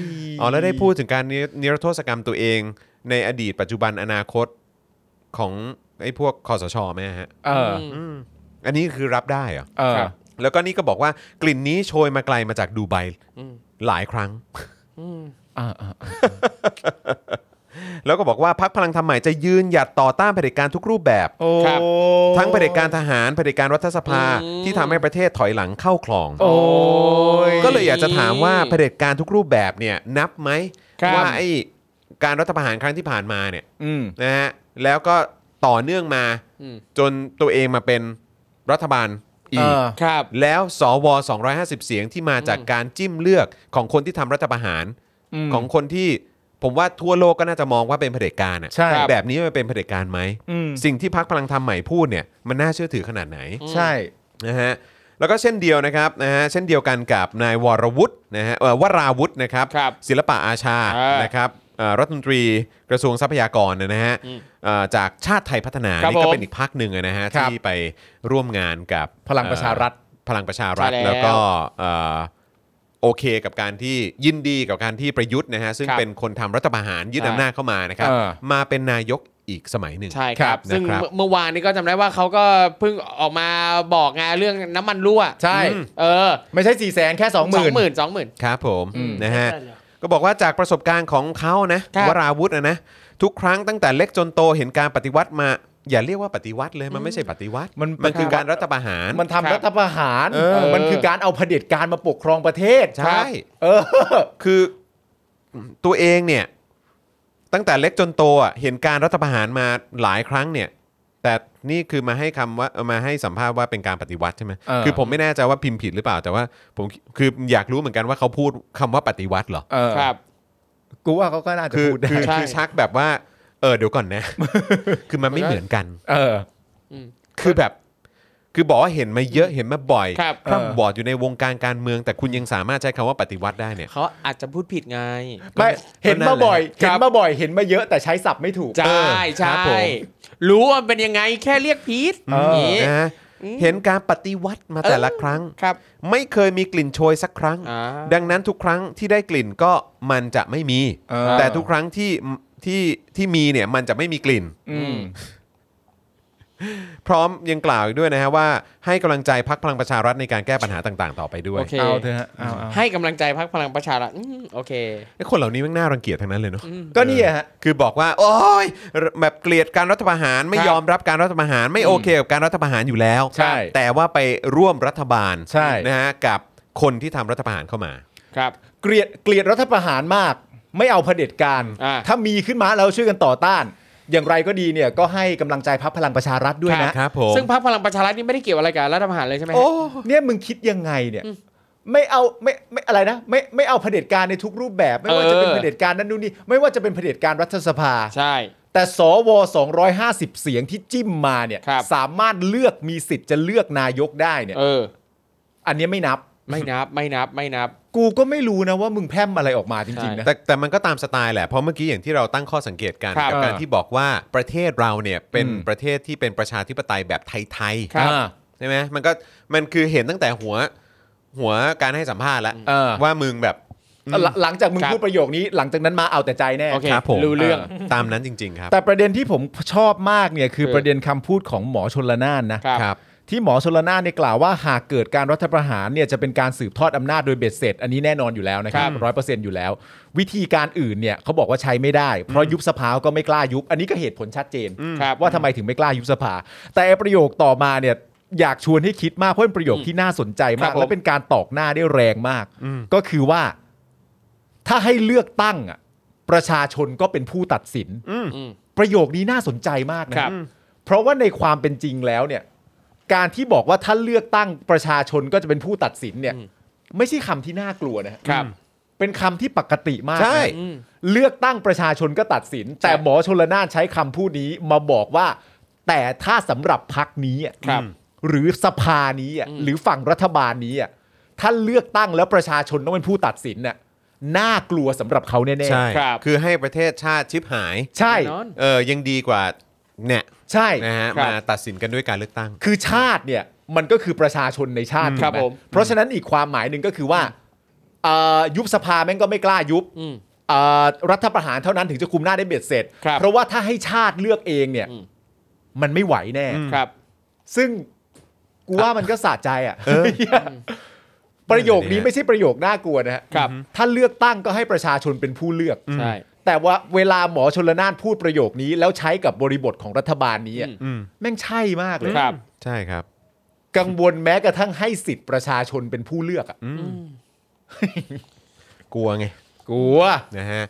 S2: ย
S1: อ๋อแล้วได้พูดถึงการนินิรโทษกรรมตัวเอง ในอดีตปัจจุบันอนาคตของไอ้พวกคอสชไหมฮะ
S2: เออ
S3: ม
S1: อันนี้คือรับได้เหรอ
S2: เออ
S3: ครับ
S1: แล้วก็นี่ก็บอกว่ากลิ่นนี้โชยมาไกลมาจากดูไบ
S3: อืม
S1: หลายครั้ง
S3: อืม
S2: อ่าอ่า
S1: แล้วก็บอกว่าพักพลังธรรมใหม่จะยืนหยัดต่อต้านเผด็จการทุกรูปแบบ
S2: โอ้
S3: ครับ
S1: ทั้งเผด็จการทหารเผด็จการรัฐสภา
S3: อืม
S1: ที่ทำให้ประเทศถอยหลังเข้าคลอง
S2: โอ้ย
S1: ก็เลยอยากจะถามว่าเผด็จการทุกรูปแบบเนี่ยนับไหม
S3: ครับ
S1: ว่าไอ้การรัฐประหารครั้งที่ผ่านมาเนี่ย
S2: อืม
S1: นะฮะแล้วก็ต่อเนื่องมา
S3: อืม
S1: จนตัวเองมาเป็นรัฐบาลอีก
S2: เออ
S3: ครับ
S1: แล้วสว 250 เสียงที่มาจากการจิ้มเลือกของคนที่ทำรัฐประหาร
S2: ม
S1: ของคนที่ผมว่าทั่วโลกก็น่าจะมองว่าเป็นเผด็จการอ่ะ
S2: ใช่ครับ
S1: แบบนี้มันเป็นเผด็จการไหม
S2: อืม
S1: สิ่งที่พักพลังธรรมใหม่พูดเนี่ยมันน่าเชื่อถือขนาดไหน
S2: ใช่
S1: นะฮะแล้วก็เช่นเดียวนะครับนะฮะเช่นเดียวกันกับนายวรวุฒินะฮะเอ่อวราวุฒินะครับ
S3: ครับ
S1: ศิลปะอาชา
S3: อ่าน
S1: นะครับเอ่อรัฐมนตรีกระทรวงทรัพยากรเนยนะฮะ
S3: อืม
S1: เอ่อจากชาติไทยพัฒนา
S3: ครับ
S1: นี่ก็
S3: ผม
S1: เป็นอีกพักหนึ่งอะนะฮะ
S2: ครับ
S1: ที่ไปร่วมงานกับ
S2: พลังประชารัฐ
S1: เอ่อพลังประชารัฐ
S3: ใช่แล้ว
S1: แล้วก็เอ่อโอเคกับการที่ยินดีกับการที่ประยุทธ์นะฮะซึ่ง
S3: ครับ
S1: เป็นคนทำรัฐประหารยึด
S3: ใช่
S1: อำนาจเข้ามานะครับ
S2: เออ
S1: มาเป็นนายกอีกสมัยหนึ่ง
S3: ใช่ค
S1: ค
S3: รับ
S1: รับ
S3: ซึ่ง
S1: นะครับ
S3: เมื่อเมื่อวานนี้ก็จำได้ว่าเขาก็เพิ่งออกมาบอกงานเรื่องน้ำมันรั่ว
S2: ใช่
S1: อืม
S3: เออ
S2: ไม่ใช่สี่แสนแค่สองห
S3: ส
S2: มื่
S3: องหมื่
S2: น
S3: นสองหมื่น
S1: ครับผม
S2: อืม
S1: นะฮะ
S4: ใช่เลย
S1: ก็บอกว่าจากประสบการณ์ของเขานะครับ วราวุธนะนะทุกครั้งตั้งแต่เล็กจนโตเห็นการปฏิวัติมา อย่าเรียกว่าปฏิวัติเลยมันไม่ใช่ปฏิวัติ
S2: มัน
S1: มันคือ
S2: ปฏิวัติ
S1: การรัฐประหาร
S2: มัน
S3: ครับ
S2: ทำรัฐประหาร
S1: เออ
S2: มันคือการเอาเผด็จการมาปกครองประเทศ
S1: ใช่
S2: เออ
S1: คือตัวเองเนี่ย ตั้งแต่เล็กจนโตอ่ะเห็นการรัฐประหารมาหลายครั้งเนี่ย แต่นี่คือมาให้คำว่ามาให้สัมภาษณ์ว่าเป็นการปฏิวัติใช่ไหม
S2: เออ
S1: คือผมไม่แน่ใจว่าพิมพ์ผิดหรือเปล่าแต่ว่า ผมคืออยากรู้เหมือนกันว่าเขาพูดคำว่าปฏิวัติเหรอ
S2: เออ
S3: ครับ
S2: กูว่าเขาก็น่าจะ
S1: คือ
S2: พูดได้
S1: คือ
S3: ใช่
S1: คือชักแบบว่า เออเดี๋ยวก่อนนะ คือมันไม่เหมือนกัน
S2: เออ
S1: คือแบบ คือบอกว่าเห็นมาเยอะเห็นมาบ่อย
S3: ครับ
S1: พร่ำบอดอยู่ในวงการการเมือง แต่คุณยังสามารถใช้คำว่าปฏิวัติได้เนี่ย
S3: เขาอาจจะพูดผิดไง
S2: ไม่เห็นมาบ่อย
S1: ค
S2: เห็
S1: รั
S2: น
S1: บ
S2: มาบ่อยเห็นมาเยอะแต่ใช้ศัพท์ไม่ถูก
S3: ใช่
S1: ครับ
S3: ใช่
S1: ผม
S3: รู้ว่ามันเป็นยังไงแค่เรียกพีท
S2: เออ
S3: นี้
S1: นะฮะ
S3: อืม
S1: เห็นการปฏิวัติมา
S3: เออ
S1: แต่ละครั้ง
S3: ครับ
S1: ไม่เคยมีกลิ่นโชยสักครั้ง
S3: อ่า
S1: ดังนั้นทุกครั้งที่ได้กลิ่นก็มันจะไม่มี
S2: เออ
S1: แต่ทุกครั้งที่ที่ที่มีเนี่ยมันจะไม่มีกลิ่น
S2: อืม
S1: พร้อมยังกล่าวอีกด้วยนะฮะว่าให้กำลังใจพักพลังประชารัฐในการแก้ปัญหาต่าง ๆ ต่อไปด้วย
S3: โอเค
S2: เอาเถอะฮะเอาเอา
S3: ให้กำลังใจพักพลังประชารัฐอืมโอเค
S1: ไอ้คนเหล่านี้แม่งน่ารังเกียจทั้งนั้นเลยเนาะ
S2: ก็นี่อะฮะ
S1: คือบอกว่า โอ้ยแบบเกลียดการรัฐประหารไม่
S3: ครับ
S1: ยอมรับการรัฐประหารไม่โอเคกับการรัฐประหารอยู่แล้ว
S2: ใช่
S1: แต่ว่าไปร่วมรัฐบาล
S2: ใช่
S1: นะฮะกับคนที่ทำรัฐประหารเข้ามา
S3: ครับ
S2: เกลียดเกลียดรัฐประหารมาก ไม่เอาเผด็จการ
S3: อ่า
S2: ถ้ามีขึ้นมาเราช่วยกันต่อต้าน อย่างไรก็ดีเนี่ยก็ให้กำลังใจพักพลังประชารัฐด้วย
S3: ครั
S2: นะ
S3: บ
S1: ครับผม
S3: ซึ่งพรรคพลังประชารัฐนี่ไม่ได้เกี่ยวอะไรกับรัฐประหารเลยใช่ไหมฮะ
S2: โอ้เนี่ยมึงคิดยังไงเนี่ย ไม่เอาไม่ไม่อะไรนะ ไม่ไม่เอาเผด็จการในทุกรูปแบบ ไม่ว่าจะเป็น
S3: เออ
S2: เผด็จการนั้นนู่นนี่ไม่ว่าจะเป็นเผด็จการรัฐสภา
S3: ใช่
S2: แต่สว 250 เสียงที่จิ้มมาเนี่ย
S3: ครับ
S2: สามารถเลือกมีสิทธิ์จะเลือกนายกได้เนี่ย
S3: เออ
S2: อันเนี้ยไม่นับ
S3: ไม่นับไม่นับไม่นับ
S2: กูก็ไม่รู้นะว่ามึงแพร่มอะไรออกมาจริงๆนะ
S1: แต่แต่มันก็ตามสไตล์แหละเพราะเมื่อกี้อย่างที่เราตั้งข้อสังเกตกัน
S3: ครับ
S1: กัการที่บอกว่าประเทศเราเนี่ยเป็น
S2: อืม
S1: ประเทศที่เป็นประชาธิปไตยแบบไทย
S3: ครับ
S2: อ่า
S1: ๆใช่ไหมมันก็มันคือเห็นตั้งแต่หัวหัวการให้สัมภาษณ์แล้ว
S2: เออ
S1: ว่ามึงแบบ อืม
S2: หลังหลังจากมึง
S3: ครับ
S2: พูดประโยคนี้ หลังจากนั้นมาเอาแต่ใจแน่
S3: โอเค
S1: ครับผม
S3: รู้เรื่อง
S1: ตามนั้นจริง ๆ ครับ
S2: แต่ประเด็นที่ผมชอบมากเนี่ยคือ
S3: คือ
S2: ประเด็นคำพูดของหมอชนละนานนะ
S3: ครับ
S2: ที่หมอชนละนานเนี่ยกล่าวว่าหากเกิดการรัฐประหารเนี่ยจะเป็นการสืบทอดอำนาจโดยเบ็ดเสร็จ อันนี้แน่นอนอยู่แล้วนะครับร้อยเปอร์เซ็นต์อยู่แล้ว วิธีการอื่นเนี่ยเขาบอกว่าใช้ไม่ได้ เพราะยุบสภาก็ไม่กล้ายุบ อันนี้ก็เหตุผลชัดเจน
S3: ครับ
S2: ว่าทำไมถึงไม่กล้ายุบสภา แต่ประโยคต่อมาเนี่ยอยากชวนให้คิดมากเพราะเป็นประโยคที่น่าสนใจ
S3: ครั
S2: มาก
S3: บผม
S2: และเป็นการตอกหน้าได้แรงมาก ก็คือว่า ถ้าให้เลือกตั้งอ่ะประชาชนก็เป็นผู้ตัดสิน
S3: อืม
S2: ประโยคนี้น่าสนใจมาก
S3: ครั
S2: นะ
S3: บ
S2: เพราะว่าในความเป็นจริงแล้วเนี่ย การที่บอกว่าถ้าเลือกตั้งประชาชนก็จะเป็นผู้ตัดสินเนี่ย ไม่ใช่คำที่น่ากลัวนะฮะ
S3: ครับ
S2: เป็นคำที่ปกติมากนะ
S1: ใช่
S3: อืม
S2: เลือกตั้งประชาชนก็ตัดสิน แต่หมอชนละนานใช้คำพูดนี้มาบอกว่า แต่ถ้าสำหรับพักนี้อะ
S3: ครับ
S2: หรือสภานี้อะหรือฝั่งรัฐบาลนี้อะถ้าเลือกตั้งแล้วประชาชนต้องเป็นผู้ตัดสินน่ะน่ากลัวสำหรับเขาแน่
S1: ใช่
S3: ครับ
S1: คือให้ประเทศชาติชิบหาย
S2: ๆใช่
S3: แน่นอน
S1: เออยังดีกว่าเนี่ย
S2: ใช่
S1: นะฮะ
S3: ครับ
S1: มาตัดสินกันด้วยการเลือกตั้ง
S2: คือชาติเนี่ยมันก็คือประชาชนในชาติ
S3: อืม
S2: ถูกไห
S3: ครับผม
S2: เพราะฉะนั้นอีกความหมายหนึ่งก็คือว่าเอ่อยุบสภาแม่งก็ไม่กล้ายุบ
S3: อืม
S2: เอ่อรัฐประหารเท่านั้นถึงจะคุมหน้าได้เบ็ดเสร็จ
S3: ครับ
S2: เพราะว่าถ้าให้ชาติเลือกเองเนี่ย
S3: อืม
S2: มันไม่ไหวแน่
S3: ครับ
S2: ซึ่งกูว่ามันก็สะใจอ่ะเหี้ยประโยคนี้ไม่ใช่ประโยคน่ากลัวนะฮะ
S3: ครับ
S2: ถ้าเลือกตั้งก็ให้ประชาชนเป็นผู้เลือก
S3: ใช่
S2: แต่ว่าเวลาหมอชนละนานพูดประโยคนี้ แล้วใช้กับบริบทของรัฐบาลนี้อะ
S3: อืม
S1: อืม
S2: แม่งใช่มากเลย
S3: ครับ
S1: ใช่ครับ
S2: กังวลแม้กระทั่งให้สิทธิ์ประชาชนเป็นผู้เลือกอ่ะ
S1: กลัวไง
S2: กลัว
S1: นะฮะ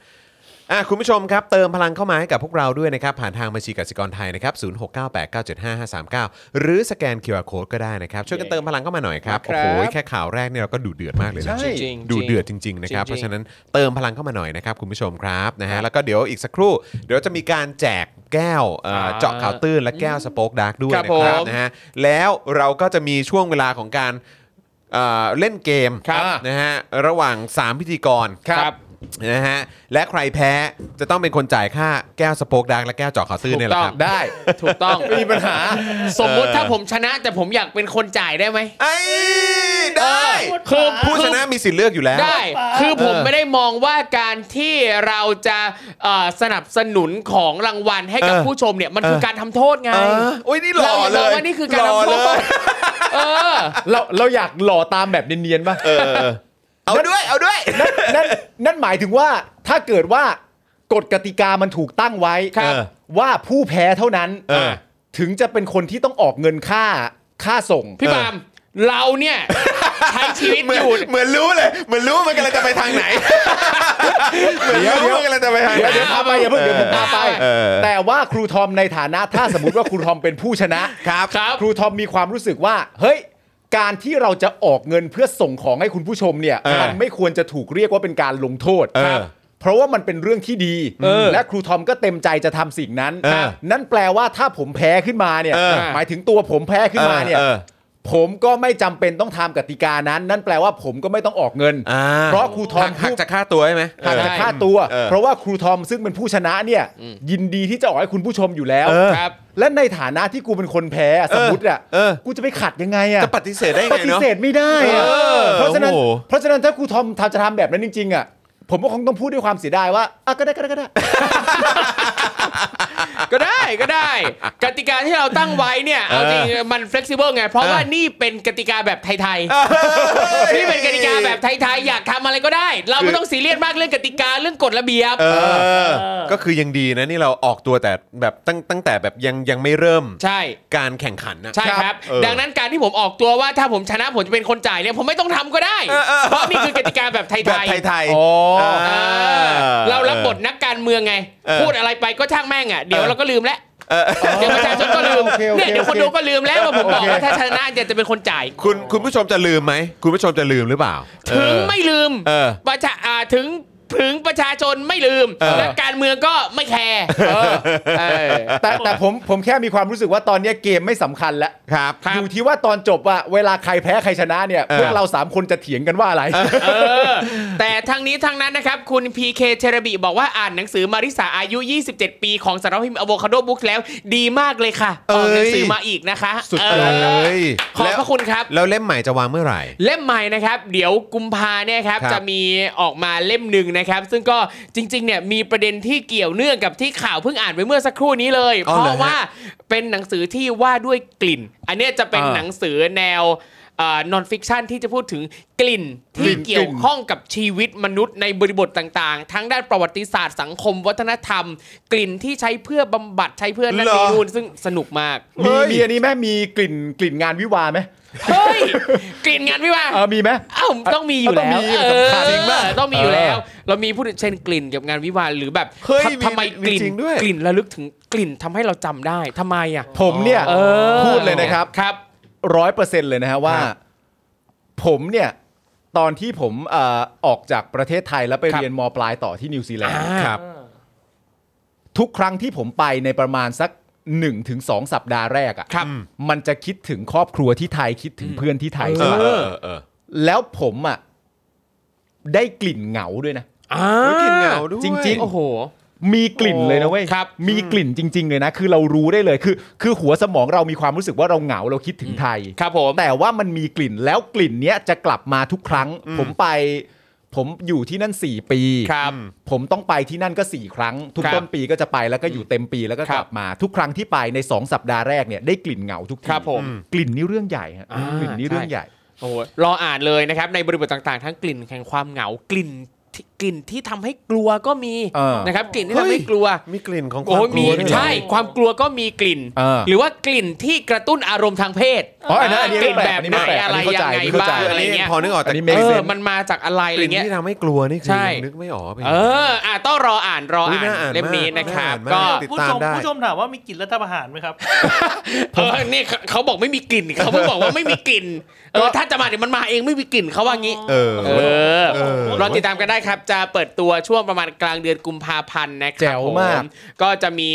S1: อ่ะคุณผู้ชมครับ เติมพลังเข้ามาให้กับพวกเราด้วยนะครับ ผ่านทางบัญชีกสิกรไทยนะครับ 0698975539 หรือสแกน QR Code ก็ได้นะครับ ช่วยกันเติมพลังเข้ามาหน่อยครับ
S3: ค
S1: โอ้
S3: รับ
S1: โห แค่ข่าวแรกเนี่ยเราก็ดูเดือดมากเลยนะ
S2: ใช่
S3: จริงๆ
S1: ดูเดือดจริงๆนะครับเพ
S3: จริงๆ
S1: ราะฉะนั้นเติมพลังเข้ามาหน่อยนะครับ คุณผู้ชมครับนะฮะแล้วก็เดี๋ยวอีกสักครู่ เดี๋ยวจะมีการแจกแก้วเอ่อ
S3: อ่า
S1: เจาะข่าวตื้นและแก้วสป็อกดาร์กด้วย
S3: ครับ
S1: นะครับ
S3: ผม
S1: นะฮะแล้วเราก็จะมีช่วงเวลาของการเอ่อเล่นเกม
S3: ครับ
S1: นะฮะระหว่าง 3 พิธีกร
S3: ครับ
S1: นะฮะและใครแพ้จะต้องเป็นคนจ่ายค่าแก้วสป็อกดาร์กและแก้วเจาะข่าวตื้นเนี่ยแหละครับ
S2: ได้
S3: ถูกต้อง
S2: ไม่มีปัญหา
S3: สมมุติถ้าผมชนะแต่ผมอยากเป็นคนจ่ายได้ไหม
S1: ไอ้ได้
S3: เออคือ
S1: ผู้ชนะมีสิทธิ์เลือกอยู่แล้ว
S3: ได้ คือผมไม่ได้มองว่าการที่เราจะเอ่อสนับสนุนของรางวัลให้กับ
S1: เออ
S3: ผู้ชมเนี่ยมันคือการทำโทษไง
S1: เออโอ้ยนี่หล่
S3: เรา
S1: อ
S3: อย่า
S1: เล
S3: ม
S1: ย
S3: องว่านี่คือการ
S1: หล่
S3: ทำโท
S1: เล
S3: ษ
S1: ย
S3: เออ
S2: เราเราอยากหล่อตามแบบเนียนๆป่ะ
S1: เออเอาด้วย เอาด้วย
S2: นั่นนั่นหมายถึงว่าถ้าเกิดว่ากฎกติกามันถูกตั้งไว้
S1: ครับ
S2: ว่าผู้แพ้เท่านั้น
S1: เออ
S2: ถึงจะเป็นคนที่ต้องออกเงินค่าค่าส่ง
S3: พี่ปาล์มเราเนี่ย ใช้ชีวิต
S1: เหมื
S3: อ
S1: อน
S3: ยู่
S1: เหมือนรู้เลย เหมือนรู้มันกำลังจะไปทางไหน เหมือนรู้มันกำลังจะไปทางไหน
S2: เดี๋ยวเดี๋ยวพาไปอย่าเพิ่งเดี๋ยวผมพาไป
S1: เออ
S2: แต่ว่าครูทอมในฐานะถ้าสมมติว่าครูทอมเป็นผู้ชนะ
S1: ครับ
S3: ครับ
S2: ครูทอมมีความรู้สึกว่า เฮ้ย การที่เราจะออกเงินเพื่อส่งของให้คุณผู้ชมเนี่ย
S1: เออ
S2: มันไม่ควรจะถูกเรียกว่าเป็นการลงโทษ
S1: เออ
S2: ครับเพราะว่ามันเป็นเรื่องที่ดี และครูทอมก็เต็มใจจะทำสิ่งนั้น
S1: เออ
S2: นั่นแปลว่าถ้าผมแพ้ขึ้นมาเนี่ย
S1: เออ
S2: หมายถึงตัวผมแพ้ขึ้นมาเนี่ย
S1: ออออ
S2: ผมก็ไม่จำเป็นต้องทำกติกานั้น นั่นแปลว่าผมก็ไม่ต้องออกเงิน
S1: อ่า
S2: เพราะครูทอ
S1: หั
S2: ม
S1: กหั
S2: ผู้
S1: กจากค่าตัวใช่ไหม
S2: หาก
S3: ใช่
S2: จะค่าตัว
S1: เออ
S2: เพราะว่าครูทอมซึ่งเป็นผู้ชนะเนี่ย ยินดีที่จะออกให้คุณผู้ชมอยู่แล้ว
S1: เออ
S3: ครับ
S2: และในฐานะที่กูเป็นคนแพ้อะสมมติอ่ะ
S1: เออ
S2: กูจะไปขัดยังไงอ่ะ
S1: จะปฏิเสธได้
S2: ป
S1: ไง
S2: ฏิ
S1: เนาะ
S2: เสธไม่ได้อะ
S1: เออ
S2: เพราะฉะนั้น
S1: โอ้โห
S2: เพราะฉะนั้นถ้าครูทอมทำจะทำแบบนั้นจริงๆอ่ะผมก็คงต้องพูดด้วยความเสียดายว่าอ่ะก็ได้ก็ได้ก็ได้
S3: ก็ได้ก็ได้ กติกาที่เราตั้งไว้เนี่ยเอาจริงมัน flexible ไง เพราะว่านี่เป็นกติกาแบบไทยๆนี่เป็นกติกาแบบไทยๆอยากทำอะไรก็ได้ เราไม่ต้องซีเรียสมากเรื่องกติกาเรื่องกฎระเบียบ
S1: เออ
S4: เออ
S1: ก็คือยังดีนะนี่เราออกตัวแต่แบบตั้งตั้งแต่แบบยังยังไม่เริ่ม
S3: ใช่
S1: การแข่งขันนะ
S3: ใช่ครับ
S1: เออ
S3: ดังนั้นการที่ผมออกตัวว่าถ้าผมชนะผมจะเป็นคนจ่ายเนี่ยผมไม่ต้องทำก็ได้
S1: เออเออ
S3: เพราะนี่คือกติกาแบบไทยๆ
S1: แบบไทยๆ
S2: อ๋อ
S3: เออเรารับบทนักการเมืองไง
S1: เออ
S3: พูดอะไรไปก็ช่างแม่งอ่ะ เดี๋ยวเราก็ลืมแล้ว
S1: เออ
S3: เดี๋ยวประชาชนก็ลืม
S2: โอเคโอเค
S3: เนี่ยเดี๋ยวคน
S2: โอเค
S3: ดูก็ลืมแล้วว่าผมบอกว่าถ้าชนะจะจะเป็นคนจ่าย
S1: คุณคุณผู้ชมจะลืมไหม คุณผู้ชมจะลืมหรือเปล่า
S3: ถึง
S1: เออ
S3: ไม่ลืม
S1: เออ
S3: ประชาอ่าถึงถึงประชาชนไม่ลืม
S1: เออ
S3: และการเมืองก็ไม่แคร์เออ
S2: แต่แต่ผมผมแค่มีความรู้สึกว่าตอนเนี้ยเกมไม่สำคัญแล้ว
S1: ครับ
S2: อยู่ที่ว่าตอนจบอะเวลาใครแพ้ใครชนะเนี่ยพวกเราสามคนจะเถียงกันว่าอะไร
S3: เออแต่ทั้งนี้ทั้งนั้นนะครับ คุณ PK เชรบิบอกว่าอ่านหนังสือมาริสาอายุ 27 ปีของสารพิมพ์อโวคาโดบุ๊กแล้วดีมากเลยค่ะออกหนังสือมาอีกนะคะ
S2: สุด
S3: เอย
S2: ด
S3: อ
S1: เอ้ย
S3: ขอบพระคุณครับ
S1: แล้วเล่มใหม่จะวางเมื่อไหร่
S3: เล่มใหม่นะครับ เดี๋ยวกุมภาเนี่ยครับ
S1: ครับ
S3: จะมีออกมาเล่มหนึ่งนะครับ ซึ่งก็จริงๆเนี่ยมีประเด็นที่เกี่ยวเนื่องกับที่ข่าวเพิ่งอ่านไปเมื่อสักครู่นี้เลย
S1: อ๋อ
S3: เพ
S1: เหรอฮะ
S3: ราะว่าเป็นหนังสือที่ว่าด้วยกลิ่น อันเนี้ยจะเป็น
S1: อ่า
S3: หนังสือแนวนอนฟิกชันที่จะพูดถึงกลิ่นที่เกี่ยวข้องกับชีวิตมนุษย์ในบริบทต่างๆ ทั้งด้านประวัติศาสตร์สังคม วัฒนธรรม กลิ่นที่ใช้เพื่อบำบัดใช้เพื่อนั่น
S1: เหรอ
S3: นี่นู่นซึ่งสนุกมาก
S2: มี
S1: เฮ้ย
S2: มีอันนี้ไหมมีกลิ่นกลิ่นงานวิวาห์ไหม
S3: เฮ้ยกลิ่นงานพี่ว่า
S2: เออมีไหม
S3: เอ้าต้องมีอยู่
S2: ต้อง
S3: แล้ว
S2: มี
S3: เอ
S2: สำคัญ
S3: อ
S2: จริงป่ะ
S3: ต้องมีอยู่แล้
S2: เอ
S3: ว
S2: อ
S3: เรามีพูดถึงเช่นกลิ่นกับงานวิวาห์หรือแบบ
S1: เฮ้ยมี
S3: ทำทำไมกลิ่น
S1: จริงด้วย
S3: กลิ่นระลึกถึงกลิ่นทำให้เราจำได้ทำไมอ่ะ
S2: ผมเนี่ย
S3: เออ
S2: พูดเลยนะครับ
S3: ครับ
S2: ร้อยเปอร์เซ็นต์เลยนะฮะว่า
S1: ครับ
S2: ผมเนี่ย ตอนที่ผมเอ่อออกจากประเทศไทยแล้วไป
S3: ครับ
S2: เรียนมปลายต่อที่นิวซีแลนด์
S3: อ่า
S1: ครับ
S2: ทุกครั้งที่ผมไปในประมาณสัก1นถึงสสัปดาห์แรก
S3: ครั
S2: อะ่ะ
S3: บ
S2: มันจะคิดถึงครอบครัวที่ไทยคิดถึงเพื่อนที่ไทย
S3: เอ
S1: เอ
S3: อ
S2: ใช่
S1: อ
S2: ปะ
S1: เออเออ
S2: แล้วผมอะ่ะได้กลิ่นเหงาด้วยนะ
S3: อ่า
S1: เฮ้ยกลิ่นเหงาด้วย
S2: จริง
S3: โอ้โห
S2: มีกลิ่นเลยนะเว้ย
S3: ครับ
S2: มีกลิ่นจริง ๆ เลยนะ คือเรารู้ได้เลยคือ คือหัวสมองเรามีความรู้สึกว่าเราเหงาเราคิดถึงไทย
S3: ครับผม
S2: แต่ว่ามันมีกลิ่นแล้วกลิ่นเนี้ยจะกลับมาทุกครั้ง ผมไป ผมอยู่ที่นั่น 4 ปี
S3: ครับ
S2: ผมต้องไปที่นั่นก็ 4 ครั้ง ทุก
S3: ครับ
S2: ต้นปีก็จะไปแล้วก็อยู่เต็มปีแล้วก็
S3: ครั
S2: ก
S3: บ
S2: ลับมา ทุกครั้งที่ไปใน 2 สัปดาห์แรกเนี่ยได้กลิ่นเหงาทุกที
S3: ครับผม
S2: กลิ่นนี่เรื่องใหญ่ฮะ
S3: อ่าก
S2: ลิ่นนี่เรื่อง
S3: ใช่
S2: ใหญ่
S3: โอ้โหรออ่านเลยนะครับ ในบริบทต่างๆ ทั้งกลิ่นแห่งความเหงากลิ่นที่กลิ่นที่ทำให้กลัวก็มี
S2: เออ
S3: นะครับกลิ่นที่
S1: เฮ้
S3: ทำ
S1: ย
S3: ให้กลัว
S1: มีกลิ่นของค
S3: โอ้
S1: วาม
S3: โห
S1: ก
S3: มี
S1: ลัวด้วยเหรอ
S3: ใช่ความกลัวก็มีกลิ่น
S2: เออ
S3: หรือว่ากลิ่นที่กระตุ้นอารมณ์ทางเพศ
S2: อ๋ออันนั้นอันนี้
S3: กลิ่น
S2: ไม่แปล
S3: แบ
S2: ก
S3: บ
S2: อันนี้
S3: ไห
S2: ไม่แปลกอัน
S3: นอะไร
S2: นี้เข้า
S3: ยัง
S2: ใจ
S3: ไง
S2: อันนี้เข้า
S3: บ้า
S2: ใจ
S3: ง
S1: อั
S3: อะ
S1: น
S3: ไร
S1: นี้
S3: เงี้ย
S1: พอนึกออกแต่
S2: อันนี้
S1: ก
S3: เอ
S1: ลิ่
S2: make
S3: อ
S2: sense
S3: มันมาจากอะไร
S1: ก
S3: อะไร
S1: ลิ่น
S3: เงี้ย
S1: ที่ทำให้กลัวนี่คือ
S3: ใช่
S1: นึกไม่ออกเป็น
S3: เอออ่ะต้องรออ่านรอ
S1: อุ๊ย
S3: อ่าน
S1: น่าอ่านมาก
S3: เล่มนี้นะครับ
S1: น่าอ่านมาก
S3: ก็
S1: ติด
S4: ผู้
S1: ตาม
S4: ชม
S1: ได้
S4: ผู้ชมถามว่ามีกลิ่นรัฐประหารไหมครับ
S3: เออนี่เขาเขาบอกไม่มีกลิ่นเขาเพิ่งบอกว่าไม่มีกลิ่นเออถ้าจะมาเนี่ยมันมาเองไม่มีกลิ่นเขาว่างี้
S1: เออ
S3: เออ
S1: เออ
S3: รอติดตามกันได้ครับ จะเปิดตัวช่วงประมาณกลางเดือนกุมภาพันธ์นะครั
S2: แจ๋วมาก
S3: ผก็จะมี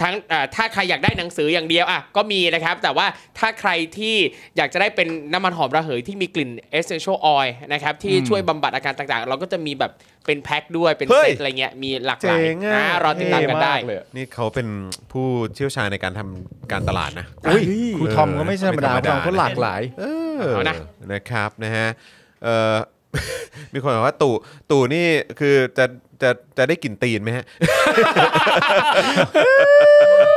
S3: ทั้งอ่าถ้าใครอยากได้หนังสืออย่างเดียวอ่ะก็มีนะครับ แต่ว่าถ้าใครที่อยากจะได้เป็นน้ำมันหอมระเหยที่มีกลิ่น essential oil นะครับที่ช่วยบำบัดอาการต่างๆ เราก็จะมีแบบเป็นแพ็คด้วยเป็น
S1: เฮ้
S3: เซ
S1: ย
S3: ตอะไรเงี้ยมีหลากหลาย
S1: เจ๋งอะ
S3: นะรอติดตามกันได้
S2: เท่มากเลยอะ
S1: นี่เขาเป็นผู้เชี่ยวชาญในการทำการตลาดนะ
S2: อุ้ยครูทอมก็ไม่ใช่ธรรมดา
S1: ไม่
S2: ค
S1: ธรรมดา
S2: รูทอมก็หลากหลาย
S1: เออ
S3: เอานะ
S1: นะครับนะฮะเออ มีคนบอกว่าตู่ตู่นี่คือจะจะจะได้กลิ่นตีนไหมฮะ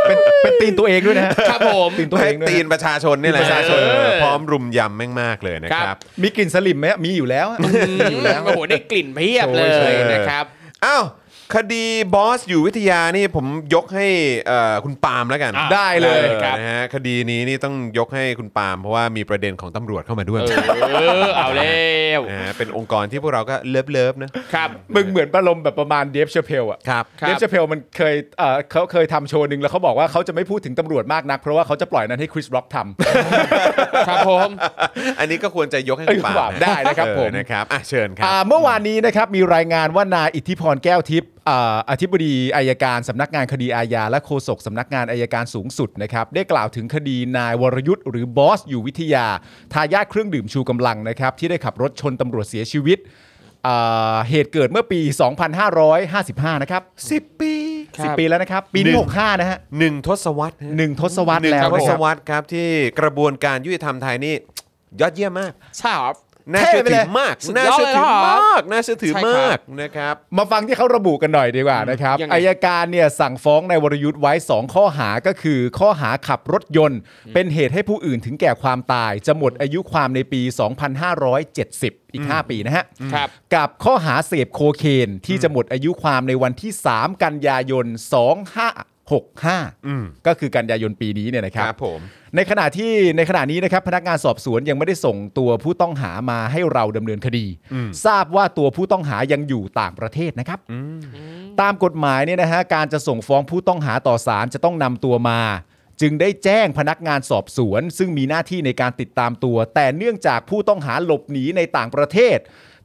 S2: เป็นเป็นตีนตัวเองด้วยนะฮะ
S3: ครับผม
S2: ตีนตัวเองด้วย
S1: ตีน
S2: นะ
S1: ประชาชนนี่แหละ
S2: ประชาชน
S1: เออพร้อมรุมยำแม่งมากเลยนะค
S3: ครั
S1: รับ
S3: บ
S2: มีกลิ่นสลิมไหมฮะมีอยู่แล้วฮะ
S3: อืมโอ้โหได้กลิ่นเพียบเล
S2: โช
S3: ย
S2: ย
S3: นะครับ
S1: อ้าวคดีบอสอยู่วิทยานี่ผมยกให้เอ่อคุณปาล์มแล้วกัน
S3: อ่ะ
S2: ได้เลย
S1: ออ
S3: ครับ
S1: นะฮะคดีนี้นี่ต้องยกให้คุณปาล์มเพราะว่ามีประเด็นของตำรวจเข้ามาด้วย
S3: เออเอาแล้ว
S1: นะฮะเป็นองค์กรที่พวกเราก็เลิฟเลิฟๆนะครับ
S2: มึงเหมือนประลมณ์แบบประมาณเดฟเชเพลอะ
S1: ครับ
S3: ครับ
S2: เดฟชาเพลมันเคยเอ่อเขาเคยทำโชว์หนึ่งแล้วเขาบอกว่าเขาจะไม่พูดถึงตำรวจมากนัก เพราะว่าเขาจะปล่อยนั้นให้คริสร็อกทำ
S3: ครับผม
S1: อันนี้ก็ควรจะยกให้คุณปาล์มนะ
S2: ได้นะครับ
S1: เออ
S2: ผม
S1: นะครับอ่ะเชิญครั
S2: อ่า
S1: บ
S2: เมื่อวานนี้นะครับมีรายงานว่านายอิทธิพรแก้วทิพย์อ่าอธิบดีอายการสำนักงานคดีอาญาและโฆษกสำนักงานอายการสูงสุดนะครับได้กล่าวถึงคดีนายวรยุทธ์หรือบอสอยู่วิทยา ทายาทเครื่องดื่มชูกำลังนะครับที่ได้ขับรถชนตำรวจเสียชีวิตอ่าเหตุเกิดเมื่อปี 2555 นะครับ
S1: 10 ปี
S3: ครับ
S2: 10 ปีแล้วนะครับปี
S1: หนึ่
S2: ที่
S1: ง
S2: 65 นะฮะ
S1: หนึ่งทศวรรษฮะ
S2: หนึ่งทศวรรษ
S1: หนึ่ง
S2: แล้
S1: ทศ
S2: วนะครับ
S1: วรรษครับที่กระบวนการยุติธรรมไทยนี่ ยอดเยี่ยมมาก
S3: ชอบ
S1: น่าเชื่อถือมาก
S3: สุด
S1: น่าย
S3: อด
S1: เชื่อ
S3: เลย
S1: ถือ
S3: ครับ
S1: มาก น่าเชื่อถือ
S3: ใช่ครับ
S1: มากนะครับ
S2: มาฟังที่เขาระบุกันหน่อยดีกว่านะครับ
S3: ยังไง
S2: อายการเนี่ยสั่งฟ้องนายวรยุทธ์ไว้ 2 ข้อหาก็คือ ข้อหาขับรถยนต์ เป็นเหตุให้ผู้อื่นถึงแก่ความตาย จะหมดอายุความในปี 2570 อีก 5 ปีนะฮะ
S3: ครับ
S2: กับข้อหาเสพโคเคนที่จะหมดอายุความในวันที่ 3 กันยายน
S1: อืม
S2: 2565 ก็คือกันยายนปีนี้เนี่ยนะค
S1: ครับ รับผม
S2: ในขณะที่ในขณะนี้นะครับพนักงานสอบสวนยังไม่ได้ส่งตัวผู้ต้องหามาให้เราดำเนินคดี ทราบว่าตัวผู้ต้องหายังอยู่ต่างประเทศนะครับ ตามกฎหมายเนี่ยนะฮะการจะส่งฟ้องผู้ต้องหาต่อศาลจะต้องนำตัวมา จึงได้แจ้งพนักงานสอบสวน ซึ่งมีหน้าที่ในการติดตามตัว แต่เนื่องจากผู้ต้องหาหลบหนีในต่างประเทศ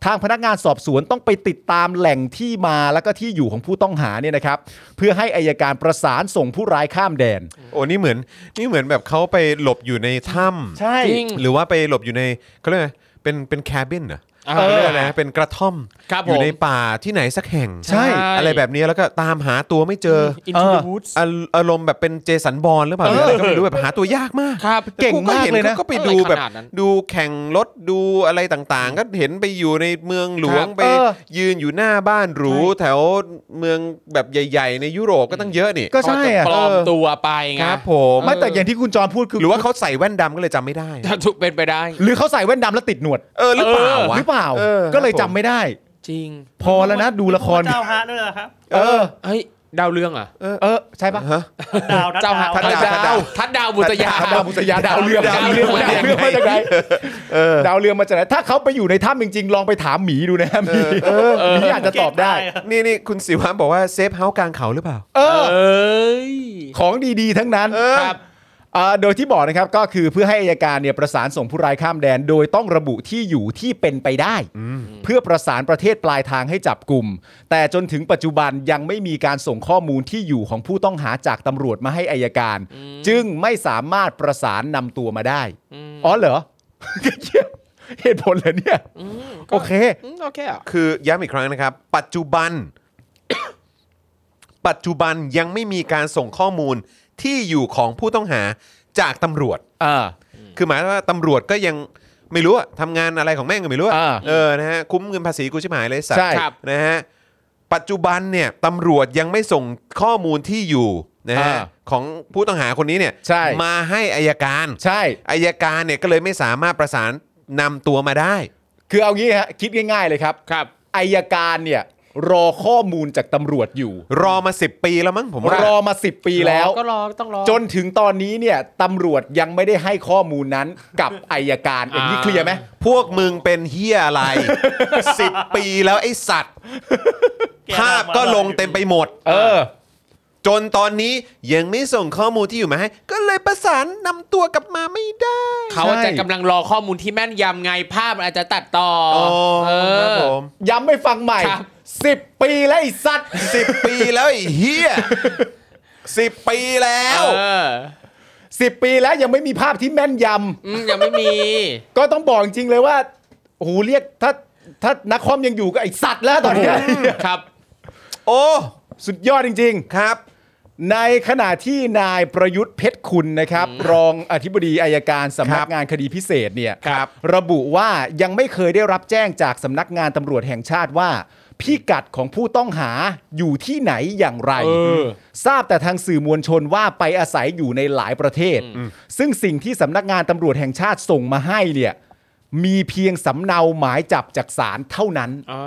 S2: ทางพนักงานสอบสวนต้องไปติดตามแหล่งที่มาแล้วก็ที่อยู่ของผู้ต้องหาเนี่ยนะครับ เพื่อให้อายการประสานส่งผู้ร้ายข้ามแดน
S1: โอ้นี่เหมือน นี่เหมือนแบบเขาไปหลบอยู่ในถ้
S2: ใช่
S3: จริง
S1: ำหรือว่าไปหลบอยู่ในเขาเรียกว่าเป็นเป็นแคบินเหรอ
S3: เออ
S1: เขาเรียกอะไรนะเป็นกระท่อม
S3: ครับ
S1: อยู่
S3: ผม
S1: ในป่าที่ไหนสักแห่ง
S2: ใช่
S1: อะไรแบบนี้แล้วก็ตามหาตัวไม่เจอ
S3: อินทู
S2: เออ
S3: วูดส์
S1: อารอารมณ์แบบเป็นเจสันบอลหรือเปล่าหรืออะไรก็ไม่รู้แบบหาตัวยากมาก
S3: ครับ
S1: แต่
S2: เก่งมากเลยนะ
S1: ก็ไปดูแบบ
S3: เออขนาดนั้น
S1: ดูแข่งรถดูอะไรต่างๆ ก็เห็นไปอยู่ในเมืองหลวง
S3: ครับ
S1: ไป
S2: เออ
S1: ยืนอยู่หน้าบ้านหรูแถวเมืองแบบใหญ่ ๆ ในยุโรปก็ตั้งเยอะนี่
S2: ก็ใช่อะ
S3: ปลอมตัวไปไง
S1: ครับผม
S2: ไม่แต่อย่างที่คุณจรพูดคือ
S1: หรือว่าเขาใส่แว่นดำก็เลยจำไม่ได้
S3: ถ้าถูกเป็นไปได้
S2: หรือเขาใส่แว่นดำแล้วติดหนวด
S1: เออหรือเปล่าวะ
S2: หรือเปล่า
S1: เออ
S2: ก็เลยจำไม่ได้
S3: จริง
S2: พอแล้วนะดูละคร
S4: เจ้าฮะด้วยเหรอครับ
S2: เออ
S3: เฮ้ย ดาวเรื่องเหรอ่ะ
S2: เออ ใช่ปะ
S1: ฮะ
S4: ดาวนัด
S3: เจ้าหา
S4: ดาว
S1: ทัดดาว
S3: ทัดดาวบุตรยา
S2: ดาวบุษยาดาวเรือง
S3: ดา
S2: ดาว ว
S3: เรื
S2: เรืออง งดาวเรืองมาจากไหนดาวเรืองมาจากไหนถ้าเขาไปอยู่ในถ้ำจริงๆ ลองไปถามหมีดูนะหมีหมีอาจจะตอบได้
S4: เก่งครับ
S1: นี่นี่คุณสิวะบอกว่าเซฟเฮาส์กลางเขาหรือเปล่า
S2: เออ
S3: เอ้ย
S2: ของดีๆ ทั้งนั้น
S3: ครับ
S2: เอ่อโดยที่บอกนะครับก็คือเพื่อให้อายการเนี่ยประสานส่งผู้ร้ายข้ามแดน โดยต้องระบุที่อยู่ที่เป็นไปได้ เพื่อประสานประเทศปลายทางให้จับกลุ่ม แต่จนถึงปัจจุบันยังไม่มีการส่งข้อมูลที่อยู่ของผู้ต้องหาจากตำรวจมาให้อายการ จึงไม่สามารถประสานนำตัวมาได้อ๋อเหรอ เหี้ยเหตุผลเหรอเนี่ยโอเค
S3: อืมโอเคอ่ะ
S1: คือย้ำอีกครั้งนะครับ ปัจจุบัน ปัจจุบันยังไม่มีการส่งข้อมูลที่อยู่ของผู้ต้องหาจากตำรวจ
S2: อ่า
S1: คือหมายความว่าตำรวจก็ยัง ไม่รู้อะทำงานอะไรของแม่งก็ไม่รู้อะ
S2: อ่า
S1: เออนะฮะคุ้มเงินภาษีกูชิบหายเลยสัต
S2: ใช่
S1: ว์
S3: ครับ
S1: นะฮะปัจจุบันเนี่ยตำรวจยังไม่ส่งข้อมูลที่อยู่นะฮะ
S2: อ่า
S1: ของผู้ต้องหาคนนี้เนี่ย
S2: ใช่
S1: มาให้อายการ
S2: ใช่
S1: อายการเนี่ยก็เลยไม่สามารถประสานนำตัวมาได้
S2: คือเอางี้ฮะคิดง่าย ๆเลยครับ
S3: ครับ
S2: อายการเนี่ยรอข้อมูลจากตำรวจอยู่
S1: รอมา 10 ปีแล้วมั้งผมว่าร
S2: อมา 10 ปีแล้ว
S3: ก็รอต้องรอ
S2: จนถึงตอนนี้เนี่ยตำรวจยังไม่ได้ให้ข้อมูล นั้นกับอายการ
S3: อ่า
S2: เอ็นนี่เคลียร์ไหม
S1: พวกมึงเป็นเฮียอะไร 10 ปีแล้วไอ้สัตว์
S4: แกนำ
S1: ภาพก็ลงเต็มไปหมด
S2: เออ
S1: จนตอนนี้ยังไม่ส่งข้อมูลที่อยู่มาให้ ก็เลยประสานนำตัวกลับมาไม่ได้
S3: เขา
S2: ใช่
S3: จะกำลังรอข้อมูลที่แม่นยำไงภาพมันอาจจะตัดต่อ
S1: อ๋อ
S3: เอ
S1: ครับ
S3: อ
S1: ผม
S2: ย้ำไม่ฟังใหม่
S3: ครับ
S2: 10 ปีแล้วไอ้สัตว์
S1: สิบปีแล้วไอ้เฮียสิบปีแล้ว
S3: เออ
S2: 10 ปีแล้วยังไม่มีภาพที่แม่นย
S3: อืมยังไม่มี
S2: ำก็ต้องบอกจริงๆเลยว่าโอ้โหเรียกถ้าถ้านักคอมยังอยู่ก็ไอ้สัตว์แล้วตอนเนี้ย
S3: ครับ
S1: โอ้
S2: สุดยอดจริง ๆ
S1: ครับ
S2: ในขณะที่นายประยุทธ์เพชรคุณนะครับ รองอธิบดีอายการสำนักงานคดีพิเศษเนี่ย
S3: ครับ
S2: ระบุว่ายังไม่เคยได้รับแจ้งจากสำนักงานตำรวจแห่งชาติว่า พิกัดของผู้ต้องหาอยู่ที่ไหนอย่างไร
S3: เออ
S2: ทราบแต่ทางสื่อมวลชนว่าไปอาศัยอยู่ในหลายประเทศ ซึ่งสิ่งที่สำนักงานตำรวจแห่งชาติส่งมาให้เนี่ยมีเพียงสำเนาหมายจับจากศาลเท่านั้น
S3: อ๋อ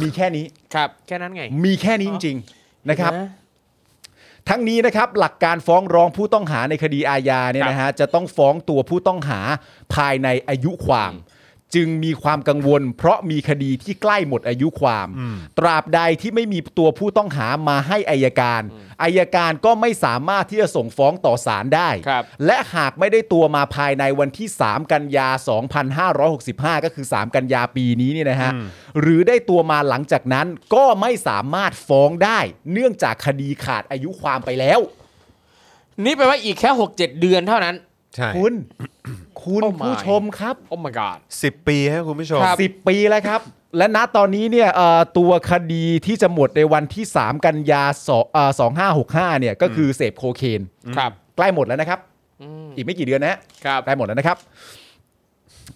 S2: มีแค่นี้
S3: ครับ แค่นั้นไง
S2: มีแค่นี้จริงๆนะครับ
S3: นะ
S2: ทั้งนี้นะครับหลักการฟ้องร้องผู้ต้องหาในคดีอาญาเนี่ยนะฮะจะต้องฟ้องตัวผู้ต้องหาภายในอายุความ จึงมีความกังวล เพราะมีคดีที่ใกล้หมดอายุความ ตราบใดที่ไม่มีตัวผู้ต้องหามาให้อายการอายการก็ไม่สามารถที่จะส่งฟ้องต่อศาลได้
S3: ครับ
S2: และหากไม่ได้ตัวมาภายในวันที่ 3 กันยา 2565 ก็คือ 3 กันยาปีนี้เนี่ยนะฮะ หรือได้ตัวมาหลังจากนั้นก็ไม่สามารถฟ้องได้ เนื่องจากคดีขาดอายุความไปแล้ว
S3: นี่แปลว่าอีกแค่ 6-7 เดือนเท่านั้น
S1: ใช่
S2: คุณ คุณ
S3: โอ้ my
S2: ผู้ชมครับ
S3: โอ้ my god
S1: สิบปีครับคุณผู้ชม
S2: 10 ปีแล้วครับ และณตอนนี้เนี่ยเอ่อตัวคดีที่จะหมดในวันที่ 3 กันยาสองห้าหกห้าเนี่ยก็คือเสพโคเคน
S3: ครับ
S2: ใกล้หมดแล้วนะครับ
S3: อืม
S2: อีกไม่กี่เดือนนะฮะ
S3: ครับ
S2: ได้หมดแล้วนะครับ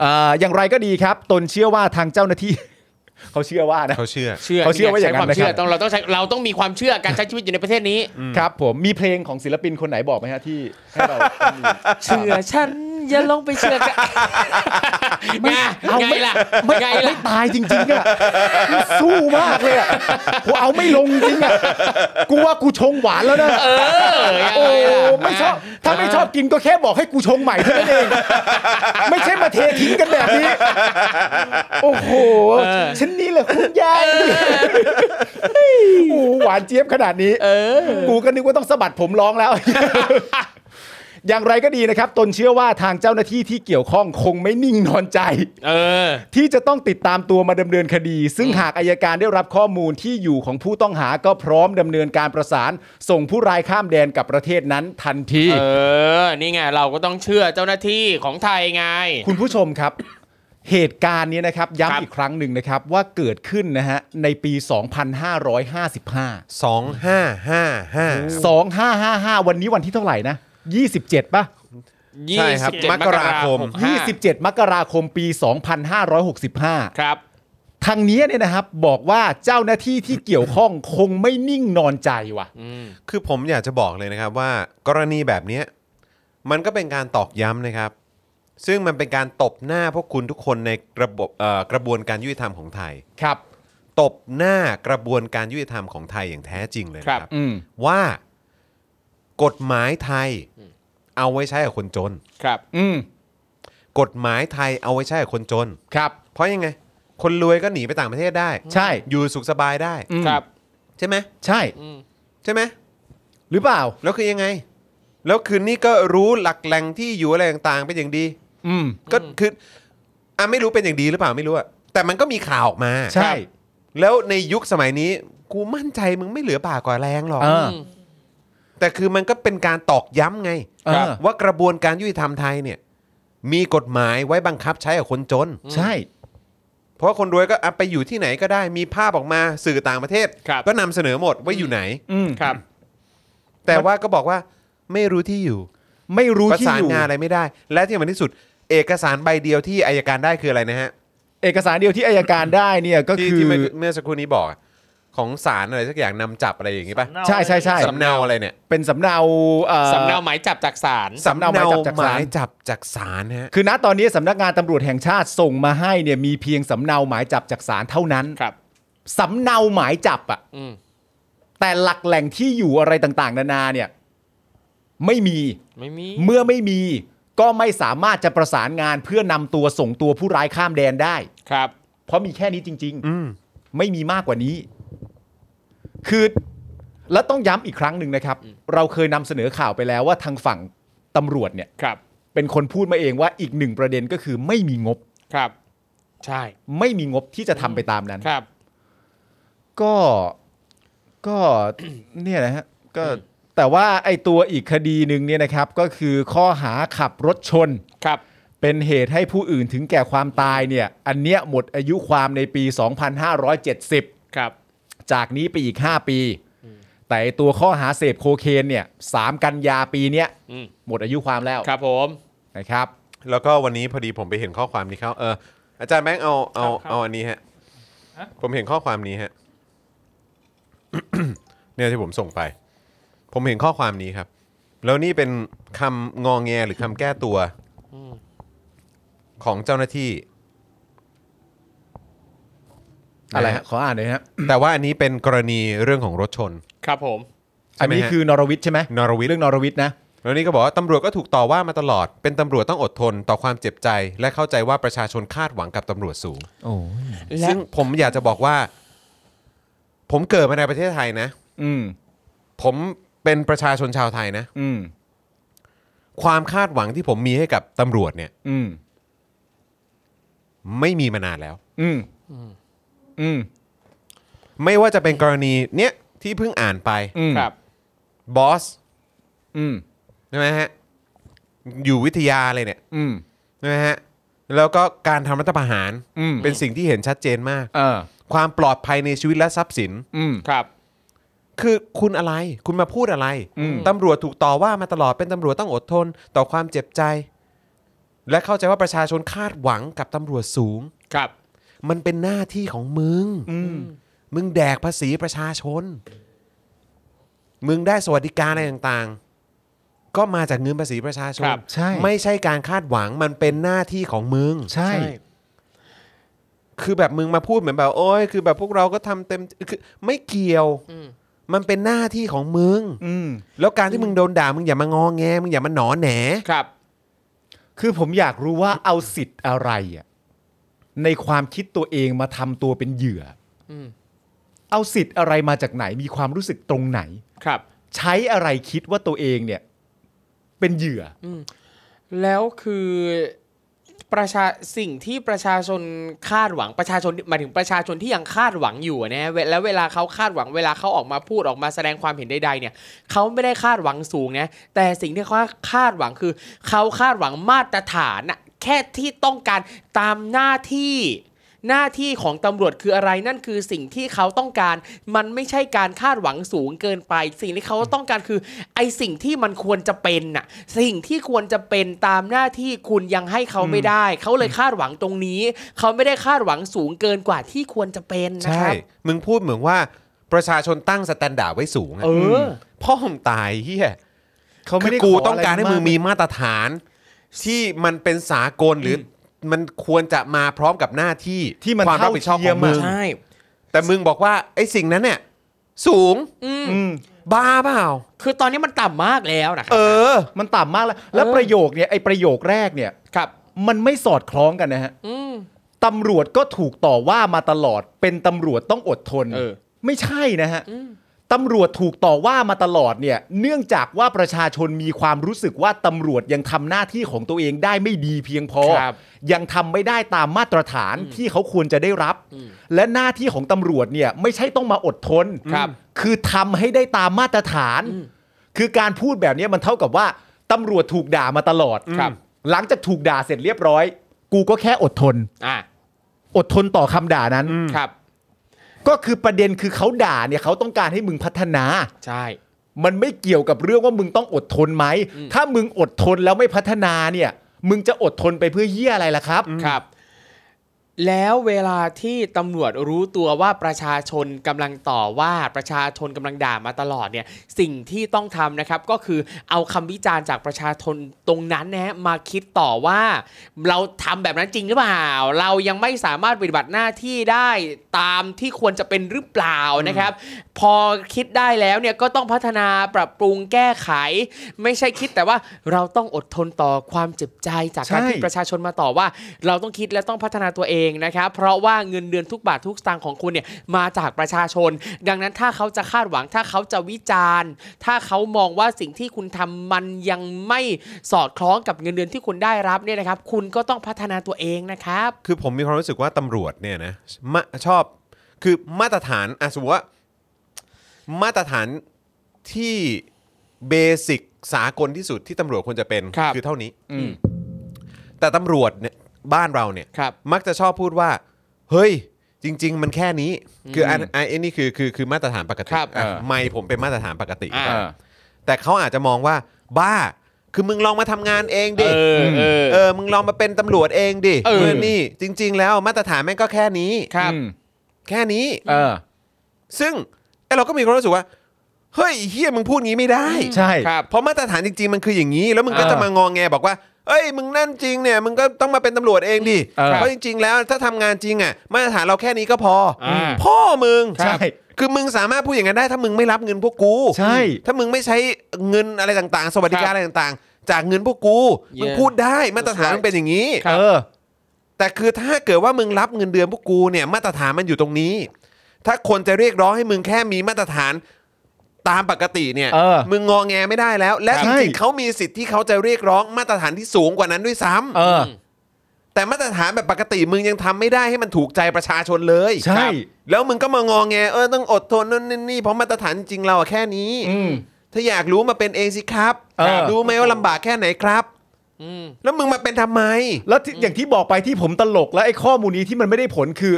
S2: เอ่ออย่างไรก็ดีครับ ตนเชื่อว่าทางเจ้าหน้าที่ เขาเชื่อว่านะ
S1: เขาเชื่อ
S3: เชื่อ
S2: เขาเชื่อว่าอย่างนั้น
S3: ใช้ควมเชื่อ
S2: นะครับ
S3: ต้องเราต้องใช้เราต้องมีความเชื่อการใช้ชีวิตอยู่ในประเทศนี้
S2: ครับผมมีเพลงของศิลปินคนไหนบอกไหมฮะที่ให้เรา
S3: เชื่อฉันอย่าลงไปเชื่อกัน
S2: ไม่
S3: ไง
S2: เอา
S3: ไง
S2: ไม่
S3: ล่ะ
S2: ไม่
S3: ไง
S2: ไม่
S3: ล่ะ
S2: ตายจริงๆอ่ะมันสู้มากเลยอ่ะกูเอาไม่ลงจริงอ่ะกูว่ากูชงหวานแล้วนะ
S3: เออยัง
S2: โอ้
S3: ไงล่ะ
S2: ไม่ชอบ
S3: นะ
S2: ถ้าไม่ชอบกินก็แค่บอกให้กูชงใหม่เท่านั้นเอง ไม่ใช่มาเททิ้งกันแบบนี้ โอ้โห
S3: เออ
S2: ฉันนี่แหละคุณยายเฮ้ยโอ้โหหวานเจี๊ยบขนาดนี้
S3: เออ
S2: กูก็นึกว่าต้องสะบัดผมร้องแล้ว อย่างไรก็ดีนะครับ ตนเชื่อว่าทางเจ้าหน้าที่ที่เกี่ยวข้องคงไม่นิ่งนอนใจ
S3: เออ
S2: ที่จะต้องติดตามตัวมาดำเนินคดี ซึ่งหากอายการได้รับข้อมูลที่อยู่ของผู้ต้องหาก็พร้อมดำเนินการประสาน ส่งผู้ร้ายข้ามแดนกับประเทศนั้นทันที
S3: เออ นี่ไงเราก็ต้องเชื่อเจ้าหน้าที่ของไทยไง
S2: คุณผู้ชมครับ เหตุการณ์นี้นะครับ
S3: ครั
S2: ย้ำ
S3: บ
S2: อีกครั้งหนึ่งนะครับ ว่าเกิดขึ้นนะฮะในปี 2555
S1: 2555
S2: 2555 วันนี้วันที่เท่าไหร่นะ 27ป่ะ
S1: ใช่ครับ
S3: 27
S1: มกราคม
S3: หกห้า
S2: 27 มกราคมปี 2565
S3: ครับ
S2: ทางเนี้ยเนี่ยนะครับบอกว่าเจ้าหน้าที่ที่เกี่ยวข้อง คงไม่นิ่งนอนใจว่ะ
S3: อืม
S1: คือผมอยากจะบอกเลยนะครับว่ากรณีแบบเนี้ยมันก็เป็นการตอกย้ำนะครับ ซึ่งมันเป็นการตบหน้าพวกคุณทุกคนในกระบบเอ่อกระบวนการยุติธรรมของไทย
S2: ครับ
S1: ตบหน้ากระบวนการยุติธรรมของไทยอย่างแท้จริงเลยนะค
S3: ครั
S1: รับ
S3: บ
S2: อืม
S1: ว่ากฎหมายไทยเอาไว้ใช้กับคนจน
S3: ครับ
S2: อืม
S1: กฎหมายไทยเอาไว้ใช้กับคนจน
S2: ครับ
S1: เพราะยังไง คนรวยก็หนีไปต่างประเทศได้
S2: ใช่
S1: อยู่สุขสบายได้
S2: อืม
S3: ครับ
S1: ใช่ไหม
S2: ใช่
S3: อืม
S1: ใช่ไหม
S2: หรือเปล่า
S1: แล้วคือยังไง แล้วคืนนี้ก็รู้หลักแหล่งที่อยู่อะไรต่างๆเป็นอย่างดี
S2: อืม
S1: ก็คืออ่ะไม่รู้เป็นอย่างดีหรือเปล่าไม่รู้อะแต่มันก็มีข่าวออกมา
S2: ใช่
S1: แล้วในยุคสมัยนี้ กูมั่นใจมึงไม่เหลือป่ากว่าแรงหรอก
S2: เออ
S1: แต่คือมันก็เป็นการตอกย้ำไง
S2: เอ
S3: ครับ
S2: อ
S1: ว่ากระบวนการยุติธรรมไทยเนี่ยมีกฎหมายไว้บังคับใช้กับคนจน
S2: ใช่
S1: เพราะคนรวยก็อ่ะไปอยู่ที่ไหนก็ได้มีภาพออกมาสื่อต่างประเทศ
S3: ครับ
S1: ก็นำเสนอหมดว่าอยู่ไหน
S2: อืม
S3: ครับ
S1: แต่ว่าก็บอกว่าไม่รู้ที่อยู่
S2: ไม่รู้
S1: ประ
S2: ที่
S1: สา
S2: อน ยู่
S1: งานอะไรไม่ได้ และที่มันที่สุด เอกสารใบเดียวที่อายการได้คืออะไรนะฮะ
S2: เอกสารเดียวที่อายการได้เนี่ยก็
S1: ที่
S2: คือ
S1: ที่เมื่อเมื่อสักครู่นี้บอกอะของสารอะไรสักอย่างนำจับอะไรอย่างงี้ป่ะ
S2: ใช่ใช่ใช่
S1: สำเนาอะไรเนี่ย
S2: เป็นสำเนาเอ่อ
S3: สำเนาหมายจับจากศาล
S2: สำเนาหมายจับจาก
S1: ห
S2: ศาล
S1: มายจับจากศาลฮะ
S2: คือณตอนนี้สำนักงานตำรวจแห่งชาติส่งมาให้เนี่ยมีเพียงสำเนาหมายจับจากศาลเท่านั้น
S3: ครับ
S2: สำเนาหมายจับอะ
S3: อืม
S2: แต่หลักแหล่งที่อยู่อะไรต่างๆ นานาเนี่ยไม่มี
S3: ไม่มี
S2: เมื่อไม่มีก็ไม่สามารถจะประสานงานเพื่อนำตัวส่งตัวผู้ร้ายข้ามแดนได้
S3: ครับ
S2: เพราะมีแค่นี้จริง ๆ ไม่มีมากกว่านี้ คือและต้องย้ำอีกครั้งหนึ่งนะครับ เราเคยนำเสนอข่าวไปแล้วว่าทางฝั่งตำรวจเนี่ย
S3: ครับ
S2: เป็นคนพูดมาเองว่าอีกหนึ่งประเด็นก็คือไม่มีงบ
S3: ครับ ใช่
S2: ไม่มีงบที่จะทำไปตามนั้น
S3: ครับ
S2: ก็ก็ เนี่ยนะฮะก็แต่ว่าไอ้ตัวอีกคดีหนึ่งเนี่ยนะครับ ก็คือข้อหาขับรถชน
S3: ครับ
S2: เป็นเหตุให้ผู้อื่นถึงแก่ความตายเนี่ย อันเนี้ยหมดอายุความในปี 2570
S3: ครับ
S2: จากนี้ไปอีก 5 ปี แต่ไอ้ตัวข้อหาเสพโคเคนเนี่ยสามกันยาปีเนี้ย
S3: อืม
S2: หมดอายุความแล้ว
S3: ครับผม
S2: นะครับ
S1: แล้วก็วันนี้พอดีผมไปเห็นข้อความนี้เขาเอออาจารย์แบงค์เอาเอา
S4: ครับครับ
S1: เอาอันนี้ฮะ
S4: ฮะ
S1: ผมเห็นข้อความนี้ฮะ เนี่ยที่ผมส่งไป ผมเห็นข้อความนี้ครับ แล้วนี่เป็นคำงองแงหรือคำแก้ตัวของเจ้าหน้าที่
S2: อะไร
S1: นะ
S2: ฮะ
S1: ฮะ
S2: ขออ่านหน่อยฮะ
S1: แต่ว่าอันนี้เป็นกรณีเรื่องของรถชน
S3: ครับผม
S1: ใช่ไหมฮะ
S2: อันนี้คือนรวิทย์ใช่ไหม
S1: นรวิทย์
S2: เรื่องนรวิทย์นะ
S1: แล้วนี่ก็บอกว่าตำรวจก็ถูกต่อว่ามาตลอด เป็นตำรวจต้องอดทนต่อความเจ็บใจ และเข้าใจว่าประชาชนคาดหวังกับตำรวจสูง
S2: โอ้
S3: และ
S1: ซึ่งผมอยากจะบอกว่า ผมเกิดมาในประเทศไทยนะ
S2: อืม
S1: ผมเป็นประชาชนชาวไทยนะ
S2: อืม
S1: ความคาดหวังที่ผมมีให้กับตำรวจเนี่ย
S2: อืม
S1: ไม่มีมานานแล้ว
S2: อืมอืม
S1: ไม่ว่าจะเป็นกรณีเนี้ยที่เพิ่งอ่านไป
S2: อืม
S3: ครับ
S1: บอส
S2: อืม
S1: ใช่ไหมฮะอยู่วิทยาเลยเนี่ย
S2: อืม
S1: ใช่ไหมฮะแล้วก็การทำรัฐประหาร
S2: อืม
S1: เป็นสิ่งที่เห็นชัดเจนมาก
S2: เออ
S1: ความปลอดภัยในชีวิตและทรัพย์สิน
S2: อืม
S3: ครับ
S1: คือคุณอะไรคุณมาพูดอะไร
S2: อืม
S1: ตำรวจถูกต่อว่ามาตลอดเป็นตำรวจต้องอดทน ต่อความเจ็บใจ และเข้าใจว่าประชาชนคาดหวังกับตำรวจสูง
S3: ครับ
S1: มันเป็นหน้าที่ของมึง
S2: อืม
S1: มึงแดกภาษีประชาชน มึงได้สวัสดิการอะไรต่างๆ ก็มาจากเงินภาษีประชาชน
S3: ครับ
S2: ใช่
S1: ไม่ใช่การคาดหวังมันเป็นหน้าที่ของมึง
S2: ใช่
S1: คือแบบมึงมาพูดเหมือนแบบโอ้ยคือแบบพวกเราก็ทำเต็มคือไม่เกี่ยว
S3: อืม
S1: มันเป็นหน้าที่ของมึง
S2: อืม
S1: แล้วการที่มึงโดนด่ามึงอย่ามางอแงมึงอย่ามาหนอแหน
S3: ครับ
S2: คือผมอยากรู้ว่าเอาสิทธิ์อะไรอะในความคิดตัวเองมาทำตัวเป็นเหยื่ออ
S3: ม
S2: เอาสิทธิ์อะไรมาจากไหนมีความรู้สึกตรงไหน
S3: ครับ
S2: ใช้อะไรคิดว่าตัวเองเนี่ย เป็นเหยื่อ
S3: แล้วคือประชาสิ่งที่ประชาชนคาดหวังประชาชนหมายถึงประชาชนที่ยังคาดหวังอยู่อะนะฮะเวแล้วเวลาเขาคาดหวังเวลาเขาออกมาพูดออกมาแสดงความเห็นใดๆเนี่ยเขาไม่ได้คาดหวังสูงนะแต่สิ่งที่เขาคาดหวังคือเขาคาดหวังมาตรฐานอะแค่ที่ต้องการตามหน้าที่ หน้าที่ของตำรวจคืออะไรนั่นคือสิ่งที่เขาต้องการ มันไม่ใช่การคาดหวังสูงเกินไป สิ่งที่เขาต้องการคือไอสิ่งที่มันควรจะเป็นน่ะสิ่งที่ควรจะเป็นตามหน้าที่คุณยังให้เขาไม่ได้ เขาเลยคาดหวังตรงนี้ เขาไม่ได้คาดหวังสูงเกินกว่าที่ควรจะเป็นนะ
S1: ใช่
S3: ครับ
S1: มึงพูดเหมือนว่าประชาชนตั้งสแตนดาร์ดไว้สูงอะ
S3: เออ
S1: พ่อผมงตายเฮีย
S2: เขา
S1: คื
S2: ไม่
S1: อ
S2: ได้
S1: กู
S2: ขะ
S1: ต้องการให้มึงมี
S2: ไ
S1: มาตรฐาน ที่มันเป็นสากลหรืออมันควรจะมาพร้อมกับหน้าที่
S2: ที่มัน
S1: ความรับผิดชอบของมึง
S2: เท่าเทียมอะ
S3: ใช่
S1: แต่มึงบอกว่าไอ้สิ่งนั้นเนี่ย สูง
S2: อืม
S1: บ้าเปล่า
S3: คือตอนนี้มันต่ำมากแล้วนะค
S1: เอ
S3: รับ
S1: อ
S2: มันต่ำมากแล้ว แล้ว
S3: เออ
S2: ประโยคเนี่ยไอ้ประโยคแรกเนี่ย
S3: ครับ
S2: มันไม่สอดคล้องกันนะฮะ
S3: อืม
S2: ตำรวจก็ถูกต่อว่ามาตลอด เป็นตำรวจต้องอดทน
S3: เออ
S2: ไม่ใช่นะฮะตำรวจถูกต่อว่ามาตลอดเนี่ย เนื่องจากว่าประชาชนมีความรู้สึกว่าตำรวจยังทำหน้าที่ของตัวเองได้ไม่ดีเพียงพอ
S3: ครับ
S2: ยังทำไม่ได้ตามมาตรฐานที่เขาควรจะได้รับ และหน้าที่ของตำรวจเนี่ยไม่ใช่ต้องมาอดทน
S3: ครับ
S2: คือทำให้ได้ตามมาตรฐาน คือการพูดแบบเนี้ยมันเท่ากับว่าตำรวจถูกด่ามาตลอด
S3: ครับ
S2: หลังจากถูกด่าเสร็จเรียบร้อย กูก็แค่อดทน
S3: อ่ะ
S2: อดทนต่อคำด่านั้น
S3: ครับ
S2: ก็คือประเด็นคือเขาด่าเนี่ยเขาต้องการให้มึงพัฒนา
S3: ใช่
S2: มันไม่เกี่ยวกับเรื่องว่ามึงต้องอดทนไหม ถ้ามึงอดทนแล้วไม่พัฒนาเนี่ย มึงจะอดทนไปเพื่อเหี้ยอะไรล่ะครับ
S3: ครับ แล้วเวลาที่ตำรวจรู้ตัวว่าประชาชนกำลังต่อว่าประชาชนกำลังด่ามาตลอดเนี่ย สิ่งที่ต้องทำนะครับ ก็คือเอาคำวิจารณ์จากประชาชนตรงนั้นนะฮะมาคิดต่อว่า เราทำแบบนั้นจริงหรือเปล่า เรายังไม่สามารถปฏิบัติหน้าที่ได้ตามที่ควรจะเป็นหรือเปล่านะครับ พอคิดได้แล้วเนี่ยก็ต้องพัฒนาปรับปรุงแก้ไข ไม่ใช่คิดแต่ว่าเราต้องอดทนต่อความเจ็บใจจากการ
S2: ใช่
S3: ที่ประชาชนมาต่อว่า เราต้องคิดและต้องพัฒนาตัวเองนะครับ เพราะว่าเงินเดือนทุกบาททุกสตางค์ของคุณเนี่ยมาจากประชาชน ดังนั้นถ้าเขาจะคาดหวังถ้าเขาจะวิจารณ์ ถ้าเขามองว่าสิ่งที่คุณทำมันยังไม่สอดคล้องกับเงินเดือนที่คุณได้รับเนี่ยนะครับ คุณก็ต้องพัฒนาตัวเองนะครับ
S1: คือผมมีความรู้สึกว่าตำรวจเนี่ยนะมาชอบคือมาตรฐานอ่ะสมมติว่า มาตรฐานที่เบสิกสากลที่สุดที่ตำรวจควรจะเป็น
S3: ครับ
S1: อเท่านี้
S2: อืม
S1: แต่ตำรวจเนี่ยบ้านเราเนี่ย
S3: ครับ
S1: มักจะชอบพูดว่า เฮ้ย จริง ๆ มันแค่นี้ คืออันอันอันนี้คือคือคือมาตรฐานปกติ
S3: ครับ
S1: อ่ะ
S2: เออ
S1: ไม่ผมเป็นมาตรฐานปกติ
S3: อ่า
S2: เออ
S1: แต่เขาอาจจะมองว่า บ้า คือมึงลองมาทำงานเอง
S3: เอ
S1: ดิ
S3: อเออ
S1: เออ มึงลองมาเป็นตำรวจเองดิ
S3: เออ
S1: นู่นนี่ จริง ๆ แล้วมาตรฐานแม่งก็แค่นี้
S3: ครับ
S2: อืม
S1: แค่นี้
S2: เออ
S1: ซึ่งไอ้เราก็มีความรู้สึกว่า เฮ้ยเฮียมึงพูดงี้ไม่ได้
S2: ใช่
S3: ครับ
S1: เพราะมาตรฐานจริง ๆ มันคืออย่างนี้ แล้วมึงก็
S2: เออ
S1: จะมางองแงบอกว่า เอ้ย มึงนั่นจริงเนี่ย มึงก็ต้องมาเป็นตำรวจเองดิ
S2: เออ
S1: เพราะจริง ๆ แล้วถ้าทำงานจริงอ่ะ มาตรฐานเราแค่นี้ก็พออา พ่อมึง
S2: ใช่
S1: คือมึงสามารถพูดอย่างนั้นได้ ถ้ามึงไม่รับเงินพวกกู
S2: ใช่
S1: ถ้ามึงไม่ใช้เงินอะไรต่างๆ สวัสดิการ
S3: ครับ
S1: อะไรต่างๆ จากเงินพวกกูมึง
S3: Yeah
S1: พูดได้มาตรฐานมันเป็นอย่างนี้
S3: ครับ
S2: เออ
S1: แต่คือถ้าเกิดว่ามึงรับเงินเดือนพวกกูเนี่ยมาตรฐานมันอยู่ตรงนี้ ถ้าคนจะเรียกร้องให้มึงแค่มีมาตรฐานตามปกติเนี่ย
S2: เออ
S1: มึงงอแงไม่ได้แล้ว และ
S2: ใช่
S1: จริงๆเขามีสิทธิ์ที่เขาจะเรียกร้องมาตรฐานที่สูงกว่านั้นด้วยซ้ำ
S2: เออ
S1: แต่มาตรฐานแบบปกติมึงยังทำไม่ได้ให้มันถูกใจประชาชนเลย
S2: ใช่
S1: ครับแล้วมึงก็มางอแงเออต้องอดทนนู่นนนี่เพราะมาตรฐานจริงๆเราอะแค่นี้
S2: อืม
S1: ถ้าอยากรู้มาเป็นเองสิครับ
S2: เออ
S1: รู้ไหมว่าลำบากแค่ไหนครับ
S3: อืม
S1: แล้วมึงมาเป็นทำไม
S2: แล้วที่อย่างที่บอกไปที่ผมตลกและไอ้ข้อมูลนี้ที่มันไม่ได้ผลคือ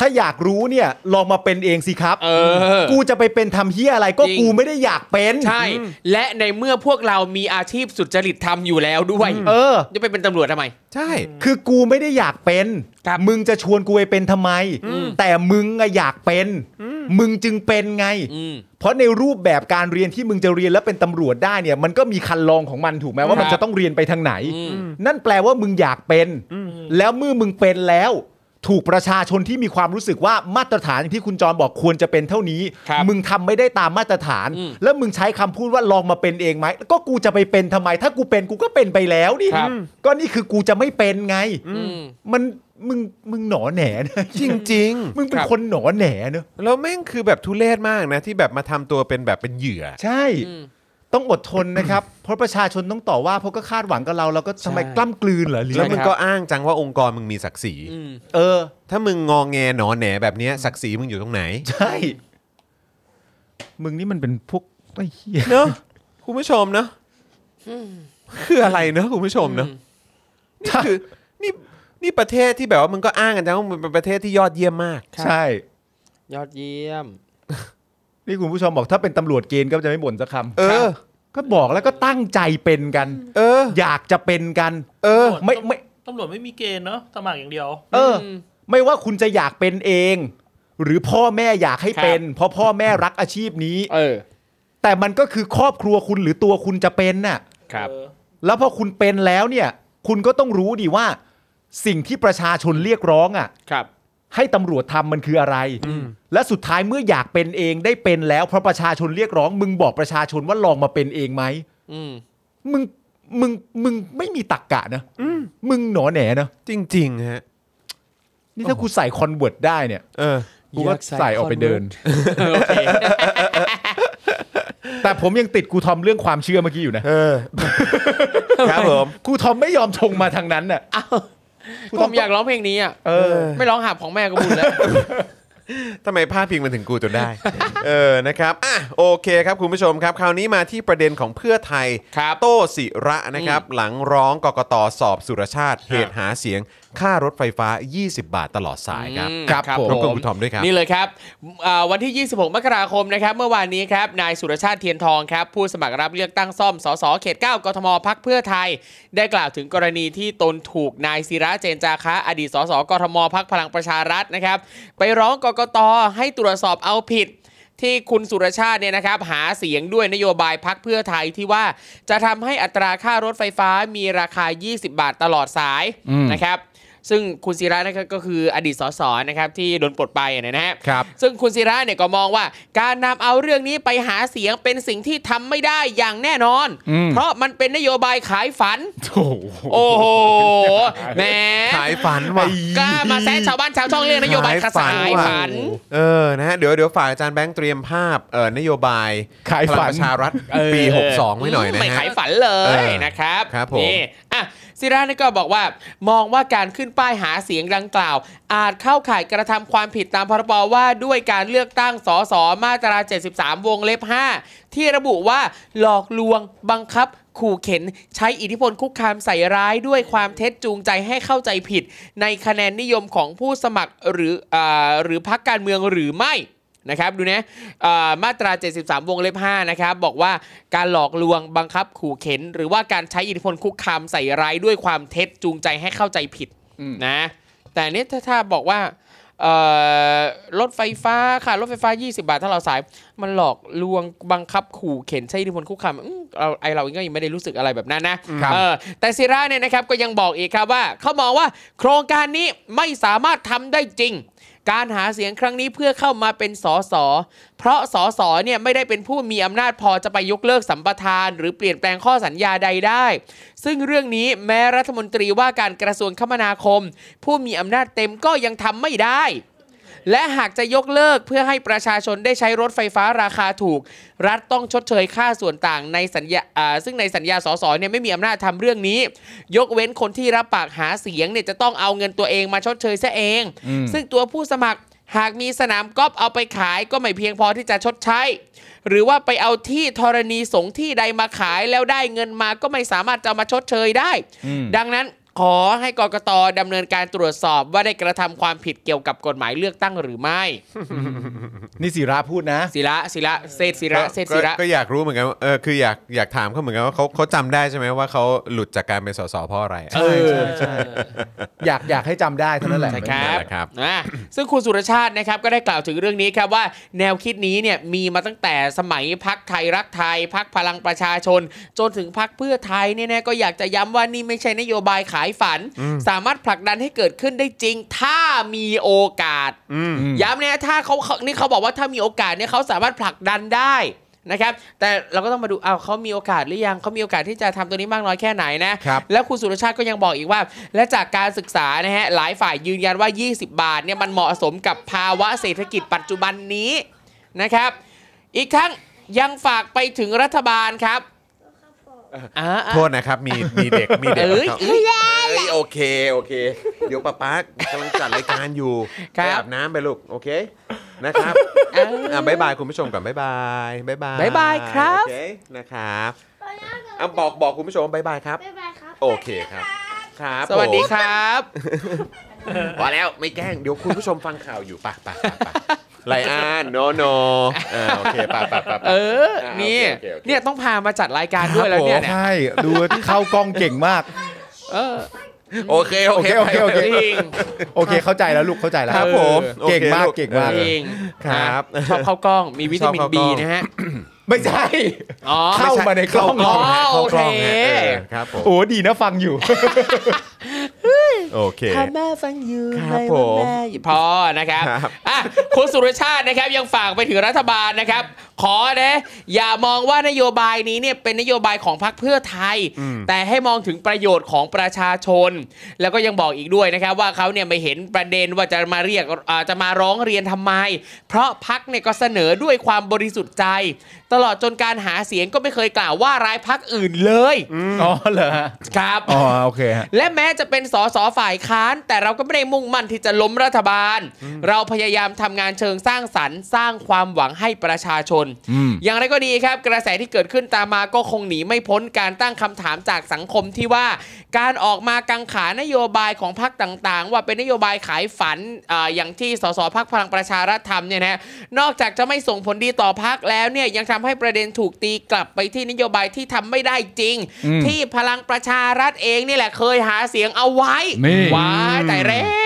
S2: ถ้าอยากรู้เนี่ยลองมาเป็นเองสิครับ
S3: เออ
S2: กูจะไปเป็นทำเฮียอะไรก็
S3: จริง
S2: กูไม่ได้อยากเป็น
S3: ใช่ และในเมื่อพวกเรามีอาชีพสุจริตทำอยู่แล้วด้วย
S2: เออ
S3: จะไปเป็นตำรวจทำไม
S1: ใช่
S2: คือกูไม่ได้อยากเป็น
S3: ครับ
S2: มึงจะชวนกูไปเป็นทำไม แต่มึงอะอยากเป็น มึงจึงเป็นไง
S3: อืม
S2: เพราะในรูปแบบการเรียนที่มึงจะเรียนแล้วเป็นตำรวจได้เนี่ย มันก็มีคันลองของมันถูกไหมว่ามัน
S3: ครับ
S2: จะต้องเรียนไปทางไหน
S3: อืม
S2: นั่นแปลว่ามึงอยากเป็น แล้วเมื่อมึงเป็นแล้ว ถูกประชาชนที่มีความรู้สึกว่ามาตรฐานที่คุณจรบอกควรจะเป็นเท่านี้
S3: ครับ
S2: มึงทำไม่ได้ตามมาตรฐาน
S3: อืม
S2: แล้วมึงใช้คำพูดว่าลองมาเป็นเองไหมก็กูจะไปเป็นทำไม ถ้ากูเป็นกูก็เป็นไปแล้วนี่
S3: ครับ
S2: ก็นี่คือกูจะไม่เป็นไง
S3: อืม
S2: มันมึงมึงหนอแหนนะ
S1: จริง ๆ
S2: มึงเป็
S3: คน รับ
S2: คนหนอแหนเนอะ
S1: แล้วแม่งคือแบบทุเรศมากนะที่แบบมาทำตัวเป็นแบบเป็นเหยื่อ
S2: ใช่
S3: อืม
S2: ต้องอดทนนะครับ เพราะประชาชนต้องต่อว่าเพราะก็คาดหวังกับเราเราก็ทำไม
S3: ใช่
S2: กล้ำกลืนเหรอหรือ
S1: แล้วมึง
S3: ใช่ครับ
S1: ก็อ้างจังว่าองค์กรมึงมีศักดิ์ศรี
S3: อืม
S2: เออ
S1: ถ้ามึงงองแงหนอแหนแบบเนี้ยศักดิ์ศรีมึงอยู่ตรงไหน
S2: ใช่ มึงนี่มันเป็นพวกไอ้เหี้ย
S1: เนอะคุณผู้ชมเนอะคืออะไรเนอะคุณผู้ชมเนอะนี่คือนี่นี่ประเทศที่แบบว่ามึงก็อ้างกันจังว่ามึงเป็นประเทศที่ยอดเยี่ยมมาก
S3: ครับ
S2: ใช่
S3: ยอดเยี่ยม
S2: นี่คุณผู้ชมบอกถ้าเป็นตำรวจเกณฑ์ก็จะไม่บ่นสักค
S1: เออ
S2: ำก็บอกแล้วก็ตั้งใจเป็นกัน
S1: เออ
S2: อยากจะเป็นกัน
S1: เออ
S2: ไม่ไม่
S4: ตำรวจไม่มีเกณฑ์เนาะสมัครอย่างเดียว
S2: เอออ
S3: ม
S2: ไม่ว่าคุณจะอยากเป็นเอง หรือพ่อแม่อยากให้
S3: ครับ
S2: เป็น เพราะพ่อแม่รักอาชีพนี้
S3: เออ
S2: แต่มันก็คือครอบครัวคุณหรือตัวคุณจะเป็นน่ะ
S3: ครับ
S4: เออ
S2: แล้วพอคุณเป็นแล้วเนี่ย คุณก็ต้องรู้ดิว่า สิ่งที่ประชาชนเรียกร้องอ่ะ
S3: ครับ
S2: ให้ตำรวจทำมันคืออะไร และสุดท้ายเมื่ออยากเป็นเองได้เป็นแล้วเพราะประชาชนเรียกร้อง มึงบอกประชาชนว่าลองมาเป็นเองไหม
S3: อื ม
S2: มึงมึงมึงไม่มีตักกะนะมึงหนอแหนนะ
S1: จริง ๆ ฮะ
S2: นี่ถ้ากูใส่คอนเวิร์ตได้เนี่ย
S1: เออ
S2: กูก็
S3: อยากใส่
S2: ใส่ออกไปเดิน
S3: Convert โอเค
S2: แต่ผมยังติดกูทอมเรื่องความเชื่อเมื่อกี้อยู่นะ
S1: เออ ครับผม
S2: กูทอมไม่ยอมชงมาทางนั้นน่ะ
S3: ผมอยากร้องเพลงนี้อ่ะ
S2: เออ
S3: ไม่ร้องหาบของแม่ก็บุญแล้ว
S1: ทำไมพาดพิงมาถึงกูจนได้ เออนะครับอ่ะโอเคครับคุณผู้ชมครับ คราวนี้มาที่ประเด็นของเพื่อไทย
S3: ครับ
S1: โต้สิระนะครับ หลังร้องกกตสอบสุรชาติ เหตุหาเสียงค่ารถไฟฟ้า 20 บาทตลอดสายครับ
S3: อืม
S1: รบกวนคุณทอมด้วยครับ
S3: นี่เลยครับอ่าวันที่ 26 มกราคมนะครับ เมื่อวานนี้ครับ นายสุรชาติเทียนทองครับ ผู้สมัครรับเลือกตั้งซ่อม สส เขต 9 กทมพักเพื่อไทย ได้กล่าวถึงกรณีที่ตนถูกนายศิระเจนจาคะ อดีตสส กทมพักพลังประชารัฐนะครับ ไปร้องกกตให้ตรวจสอบเอาผิด ที่คุณสุรชาติเนี่ยนะครับ หาเสียงด้วยนโยบายพักเพื่อไทยที่ว่าจะทำให้อัตราค่ารถไฟฟ้ามีราคา 20 บาทตลอดสาย
S2: อืม
S3: นะครับ ซึ่งคุณศิระนะครับก็คืออดีตสสนะครับที่โดนปลดไปเนยนะฮะ
S1: ครับ
S3: ซึ่งคุณศิระเนี่ยก็มองว่า การนำเอาเรื่องนี้ไปหาเสียงเป็นสิ่งที่ทำไม่ได้อย่างแน่นอน
S2: อืม
S3: เพราะมันเป็นนโยบายขายฝัน
S2: โอ้โห
S3: โอ้โหแหม
S1: ขายฝันว่ะ
S3: กล้ามาแซะชาวบ้านชาวช่องเรื่องนโยบายขาย
S1: ว่ะ
S3: ฝัน
S1: เออนะฮะเดี๋ยวเดี๋ยวฝ่ายอาจารย์แบงค์เตรียมภาพเอ่อนโยบาย
S2: ขายฝั
S1: พลัง
S2: น
S1: ประชารัฐปี
S3: เออ
S1: 62 ไว้หน่อยนะฮะ
S3: ไม่ขายฝันเล
S1: เอย อ
S3: นะครับ
S1: ครับผม
S3: นี่อ่ะซิรานี่ก็บอกว่า มองว่าการขึ้นป้ายหาเสียงดังกล่าว อาจเข้าข่ายกระทำความผิดตามพรบว่าด้วยการเลือกตั้งสสมาตรา 73 วงเล็บ 5 ที่ระบุว่าหลอกลวงบังคับ ขู่เข็น ใช้อิทธิพลคุกคามใส่ร้ายด้วยความเท็จจูงใจให้เข้าใจผิด ในคะแนนนิยมของผู้สมัครหรืออาหรือพักการเมืองหรือไม่ นะครับดูนะเอ่อมาตรา 73 วงเล็บ 5 นะครับ บอกว่าการหลอกลวงบังคับขู่เข็น หรือว่าการใช้อิทธิพลคุกคามใส่ร้ายด้วยความเท็จจูงใจให้เข้าใจผิด
S2: อืม
S3: นะ แต่เนี้ถ้าถ้าบอกว่าเอ่อรถไฟฟ้าค่ะรถไฟฟ้า 20 บาท ถ้าเราสาย มันหลอกลวงบังคับขู่เข็นใช้อิทธิพลคุกคามอืมเราไอเราเองก็ยังไม่ได้รู้สึกอะไรแบบนั้นนะครับ เออแต่ซิร่าเนี่ยนะครับก็ยังบอกอีกครับว่าเขามองว่าโครงการนี้ไม่สามารถทำได้จริง การหาเสียงครั้งนี้เพื่อเข้ามาเป็นสส เพราะสส เนี่ยไม่ได้เป็นผู้มีอำนาจพอจะไปยกเลิกสัมปทาน หรือเปลี่ยนแปลงข้อสัญญาใดได้ ซึ่งเรื่องนี้แม้รัฐมนตรีว่าการกระทรวงคมนาคม ผู้มีอำนาจเต็มก็ยังทำไม่ได้ และหากจะยกเลิกเพื่อให้ประชาชนได้ใช้รถไฟฟ้าราคาถูก รัฐต้องชดเชยค่าส่วนต่างในสัญญาอ่าซึ่งในสัญญาสสเนี่ยไม่มีอำนาจทำเรื่องนี้ ยกเว้นคนที่รับปากหาเสียงเนี่ยจะต้องเอาเงินตัวเองมาชดเชยซะเอง
S2: อืม
S3: ซึ่งตัวผู้สมัครหากมีสนามกอล์ฟเอาไปขายก็ไม่เพียงพอที่จะชดใช้ หรือว่าไปเอาที่ธรณีสงฆ์ที่ใดมาขายแล้วได้เงินมาก็ไม่สามารถจะเอามาชดเชยได้
S2: อืม
S3: ดังนั้นขอให้กกตดำเนินการตรวจสอบว่าได้กระทำความผิดเกี่ยวกับกฎหมายเลือกตั้งหรือไม่
S2: นี่ศิระพูดนะ
S3: ศิระศิระเศรษฐศิระเศรษฐศิระ
S1: ก็ก็อยากรู้เหมือนกันว่าเออคืออยากอยากถามเขาเหมือนกันว่าเขาเขาจำได้ใช่ไหมว่าเขาหลุดจากการเป็นสสเพราะอะไร
S2: เออ ใช่ อยากอยากให้จำได้เท่านั้นแหละ
S3: ใช่ครั
S1: นั่น
S3: บ
S1: แหละครับ
S3: นะซึ่งคุณสุรชาตินะครับก็ได้กล่าวถึงเรื่องนี้ครับว่าแนวคิดนี้เนี่ยมีมาตั้งแต่สมัยพักไทยรักไทยพักพลังประชาชน จนถึงพักเพื่อไทยเนี่ยนะก็อยากจะย้ำว่านี่ไม่ใช่นโยบายขายฝัน สามารถผลักดันให้เกิดขึ้นได้จริง ถ้ามีโอกาส
S1: อืม
S2: อืม
S3: ย้ำเนี่ยถ้าเขาเขานี่เขาบอกว่าถ้ามีโอกาสเนี่ยเขาสามารถผลักดันได้นะครับ แต่เราก็ต้องมาดูเอาวเขามีโอกาสหรือยังเขามีโอกาสที่จะทำตัวนี้มากน้อยแค่ไหนนะครับ แล้วคุณสุรชาติก็ยังบอกอีกว่า และจากการศึกษานะฮะหลายฝ่ายยืนยันว่า 20 บาทเนี่ยมันเหมาะสมกับภาวะเศรษฐกิจปัจจุบันนี้นะครับ อีกทั้งยังฝากไปถึงรัฐบาลครับอ่าอ่า
S1: โทษนะครับ มีมีเด็กมีเด็ก
S3: เอ้ย
S1: ครับ
S3: เอ้ย
S1: เอ้ยโอเค โอเค เดี๋ยวป้าป๊ากำลังจัดรายการอยู่
S3: ครับ
S1: ไปอาบน้ำไปลูก โอเคนะครับ
S3: อ่า
S1: อ่ะบายบายคุณผู้ชมก่อนบายบายบายบาย
S3: บ๊ายบายครับ
S1: โอเคนะครับ
S5: ตอนแรก
S1: อ่ะบอกบอกคุณผู้ชมว่าบายบายครับ
S5: บ๊ายบายครับ
S1: โอเคครับ ครับ
S3: สวัสดี
S1: ผม
S3: ครับ
S1: พอแล้วไม่แกล้งเดี๋ยวคุณผู้ชมฟังข่าวอยู่ไป่ะป่ะป่ะไลอานโนโนอ่าโอเคไป่ะป่ะป่ะ
S3: เออ
S1: อ่า
S3: นี่
S1: โอเคโอเค
S3: เนี่ยต้องพามาจัดรายการด้วยแล้วเนี่ยเนี่ย
S2: ใช่ดูเข้ากล้องเก่งมาก
S3: เออ
S1: โอเค โอเค
S2: โอเคโอเค
S3: จริง
S2: โอเคเข้าใจแล้วลูกเข้าใจแล้ว
S1: ครับผม
S2: เออเก่งมาก
S1: โอเคลูก
S2: เก่งมาก
S3: จริง
S1: ครับ
S3: นะชอบเข้ากล้องมีวิตามิ
S1: ช
S3: น
S1: อบเข้ากล้
S3: บี
S1: อง
S3: นะฮะ
S2: ไม่ใช่
S3: อ๋อ
S2: เข้ามาในกล้อง
S1: เข้ากล้อง
S3: อ๋อ
S1: ฮะเข้ากล้อง
S3: โอเค
S1: ฮะเออครับผม
S2: โอ้ดีนะฟังอยู่
S1: โอเค
S3: พาแม่ฟังอยู่
S1: ครับผม
S3: พอนะครับ
S1: ครับ
S3: อ่ะคุณสุรชาตินะครับยังฝากไปถึงรัฐบาลนะครับ ขอนะอย่ามองว่านโยบายนี้เนี่ยเป็นนโยบายของพรรคเพื่อไทย แต่ให้มองถึงประโยชน์ของประชาชน แล้วก็ยังบอกอีกด้วยนะครับ ว่าเขาเนี่ยไม่เห็นประเด็นว่าจะมาเรียกอ่าจะมาร้องเรียนทำไม เพราะพรรคเนี่ยก็เสนอด้วยความบริสุทธิ์ใจ ตลอดจนการหาเสียงก็ไม่เคยกล่าวว่าร้ายพรรคอื่นเลย
S2: อ๋อเหรอฮะ
S3: ครับ
S2: อ๋อโอเคฮะ
S3: และแม้จะเป็นส สฝ่ายค้าน แต่เราก็ไม่ได้มุ่งมั่นที่จะล้มรัฐบาล เราพยายามทำงานเชิงสร้างสรรค์ สร้างความหวังให้ประชาชน อย่างไรก็ดีครับ กระแสที่เกิดขึ้นตามมาก็คงหนีไม่พ้นการตั้งคำถามจากสังคมที่ว่า การออกมากังขานโยบายของพรรคต่างๆ ว่าเป็นนโยบายขายฝันอาอย่างที่สสพักพลังประชารัฐทำเนี่ยนะฮะนอกจากจะไม่ส่งผลดีต่อพรรคแล้วเนี่ยยังทำให้ประเด็นถูกตีกลับไปที่นโยบายที่ทำไม่ได้จริง
S2: อืม
S3: ที่พลังประชารัฐเองนี่แหละเคยหาเสียงเอาไว้
S2: นี่
S3: ไว้แต่แล้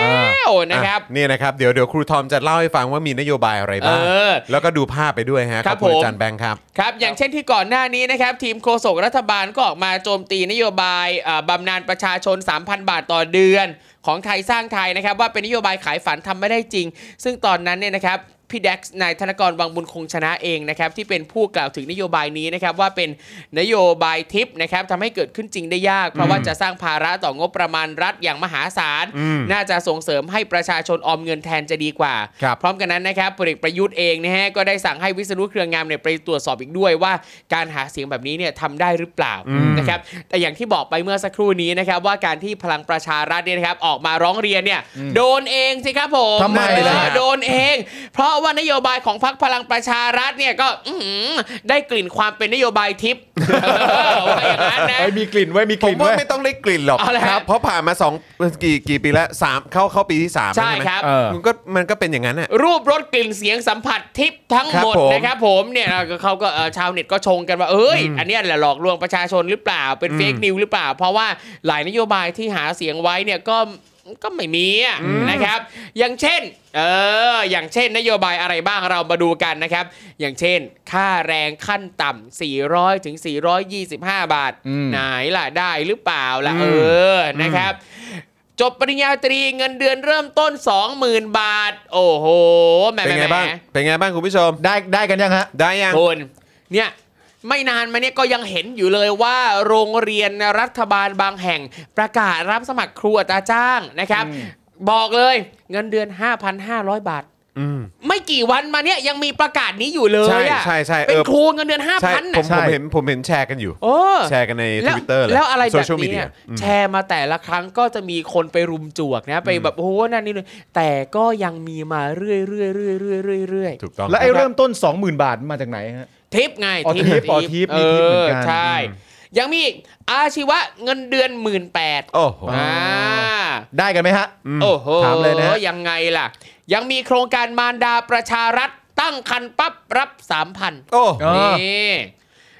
S3: วนะครับ
S1: อ่นี่นะครับ เดี๋ยวเดี๋ยวครูทอมจะเล่าให้ฟังว่ามีนโยบายอะไรบ้าง
S3: เออ
S1: แล้วก็ดูภาพไปด้วยฮะ
S3: ค
S1: ข
S3: รั
S1: อ
S3: บบ
S1: คุณ
S3: ผม
S1: อาจารย์แบงค์ครับ
S3: ครับ อย่างเช่นที่ก่อนหน้านี้นะครับ ทีมโฆษกรัฐบาลก็ออกมาโจมตีนโยบายเอ่อบำนาญประชาชน 3,000 บาทต่อเดือน ของไทยสร้างไทยนะครับ ว่าเป็นนโยบายขายฝันทำไม่ได้จริง ซึ่งตอนนั้นเนี่ยนะครับ พี่แดกซ์นายธนกรวังบุญคงชนะเองนะครับ ที่เป็นผู้กล่าวถึงนโยบายนี้นะครับ ว่าเป็นนโยบายทิปนะครับทำให้เกิดขึ้นจริงได้ยาก เพราะว่าจะสร้างภาระต่องบประมาณรัฐอย่างมหาศาล
S1: อืม
S3: น่าจะส่งเสริมให้ประชาชนออมเงินแทนจะดีกว่า
S1: ครับ
S3: พร้อมกันนั้นนะครับพลเอกประยุทธ์เองนะฮะก็ได้สั่งให้วิษณุเครืองามเนี่ยไปตรวจสอบอีกด้วยว่าการหาเสียงแบบนี้เนี่ยทำได้หรือเปล่านะครับแต่อย่างที่บอกไปเมื่อสักครู่นี้นะครับว่าการที่พลังประชารัฐเนี่ยนะครับออกมาร้องเรียนเนี่ยโดนเองสิครับผม
S2: ทำไม
S3: เออ
S2: ล่ะ
S3: โดนเอง เพราะว่านโยบายของพรรคพลังประชารัฐเนี่ยก็อื้อหือได้กลิ่นความเป็นนโยบายทิพย์ เออว่าอย่างนั้นนะ
S2: ไอ้ยมีกลิ่นไว้ยมีก
S1: ผ
S2: ลิ่
S1: ม
S2: น
S1: ว่า
S2: ไว้ย
S1: ไม่ต้องได้กลิ่นหรอก
S3: เอาละครับ
S1: เพราะผ่านมาสองกี่กี่ปีแล้วสามเข้าเข้าปีที่สามแล้ว
S3: ใช่
S1: ไหม
S3: ครับ
S2: เออ
S1: มันก็มันก็เป็นอย่างนั้นอ่ะ
S3: รูปรสกลิ่นเสียงสัมผัสทิพย์ทั้งหมด
S1: ครับผม
S3: นะครับผมเนี่ยเขาก็เอ่อชาวเน็ตก็ชงกันว่าเอ้ย อันเนี้ยแหละหลอกลวงประชาชนหรือเปล่าเป็น
S1: อืม
S3: เฟกนิวหรือเปล่า เพราะว่าหลายนโยบายที่หาเสียงไว้เนี่ยก็ก็ไม่มีอะนะครับ อย่างเช่นเอออย่างเช่นนโยบายอะไรบ้างเรามาดูกันนะครับ อย่างเช่น ค่าแรงขั้นต่ำ400ถึง425 บาท
S2: อืม
S3: ไหนล่ะได้หรือเปล่าล่ะ
S1: อืม
S3: เออนะครับ จบปริญญาตรีเงินเดือนเริ่มต้น 20,000 บาท โอ้โหแหม่
S1: เป็น
S3: แหม่
S1: ไง
S3: แห
S1: บ้า
S3: ม่
S1: งเป็นไงบ้างคุณผู้ชม
S2: ได้ได้กันยังฮะ
S1: ได้ยัง
S3: คุณเนี่ยไม่นานมาเนี่ยก็ยังเห็นอยู่เลยว่าโรงเรียนรัฐบาลบางแห่งประกาศรับสมัครครูอัตราจ้างนะครับ
S2: อืม
S3: บอกเลยเงินเดือน 5,500 บาท
S1: อืม
S3: ไม่กี่วันมาเนี่ยยังมีประกาศนี้อยู่เลยอะ
S1: ใช่ใช่ใช่เออ
S3: เป็นครูเงินเดือน
S1: ใช่
S3: 5,000
S1: ผมผ
S3: นะ
S1: ม
S2: ใช่
S1: เห็นผมเห็นแชร์กันอยู่
S3: โอ้
S1: แชร์กันในท
S3: แล้ว
S1: วิตเตอร์เลย
S3: แล้วอะไร
S1: โซ
S3: แบบ
S1: เชียลมี
S3: นี้
S1: เดีย
S3: อะแชร์มาแต่ละครั้งก็จะมีคนไปรุมจวกนะ ไปแบบโอ้โหนั่นนี่เลยแต่ก็ยังมีมาเรื่อยๆเรื่อยๆเรื่อยๆเรื่อยๆ
S1: ถูกต้อง
S2: แล้วไอ้
S1: คบ
S2: เริ่มต้น 20,000 บาทมาจากไหนฮะ
S3: ทิปไง
S2: อ๋อทิปอ๋อทิป
S3: เอ
S2: มีทิปเหมือน
S3: อ
S2: กัน
S3: ใช่ ยังมีอีกอาชีวะเงินเดือนหมื่นแปด
S1: โอ้โห
S3: อ่า
S2: ได้กันไหมฮะ
S3: โอ้โห
S2: ถามเลยนะ
S3: ยังไงล่ะ ยังมีโครงการมารดาประชารัฐตั้งคันปั๊บรับสามพัน
S1: โอ้
S2: เออ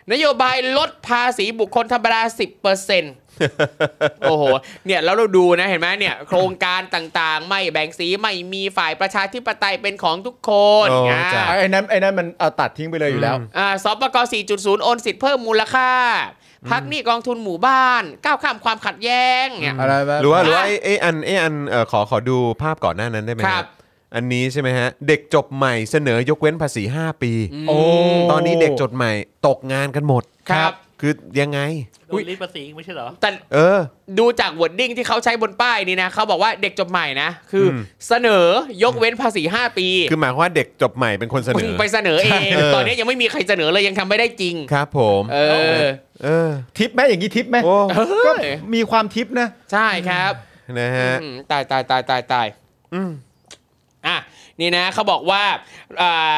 S3: นี่นโยบายลดภาษีบุคคลธรรมดา 10%โอ้โห เนี่ยแล้วเราดูนะเห็นไหมเนี่ย โครงการต่างๆ ไม่แบ่งสีไม่มีฝ่ายประชาธิปไตยเป็นของทุกคน
S1: โอ้
S3: อ่า
S1: จ้ะ
S2: ไอ้นั้นไอ้นั้นมันเอาตัดทิ้งไปเลยอยู่แล้ว
S3: อ่าสปก4.0 โอนสิทธิ์เพิ่มมูลค่า พักหนี้กองทุนหมู่บ้าน ก้าวข้ามความขัดแย้งเนี่ย
S2: อะไรแบบ
S1: หรือว่าหรือว่าไอ้ไอ้อันไอ้อันเอ่อขอขอดูภาพก่อนหน้านั้นได้ไหม
S3: ครับ
S1: อันนี้ใช่ไหมฮะ เด็กจบใหม่เสนอยกเว้นภาษี 5 ปี
S2: โอ้
S1: ตอนนี้เด็กจดใหม่ตกงานกันหมด
S3: ครับ
S1: คือยังไง
S4: โดนรีดภาษีอีกไม่ใช่เหรอ
S3: แต่
S1: เออ
S3: ดูจากวอดดิ้งที่เขาใช้บนป้ายนี่นะเขาบอกว่าเด็กจบใหม่นะ คืออ
S1: ม
S3: เสนอยกเว้นภาษี 5 ปี
S1: คือหมายความว่าเด็กจบใหม่เป็นคนเสน
S3: มึง
S1: อ
S3: ไปเสนอเอง
S1: เออ
S3: ตอนนี้ยังไม่มีใครเสนอเลยยังทำไม่ได้จริง
S1: ครับผม
S3: เออ
S1: เออ
S2: ทิปไหมอย่างนี้ทิปไหม
S1: โอ้
S2: ก็มีความทิปนะ
S3: ใช่ครับ
S1: นะฮะ
S3: อืมตายตายตายตายตาย
S1: อืม
S3: อ่ะนี่นะเขาบอกว่าอ่า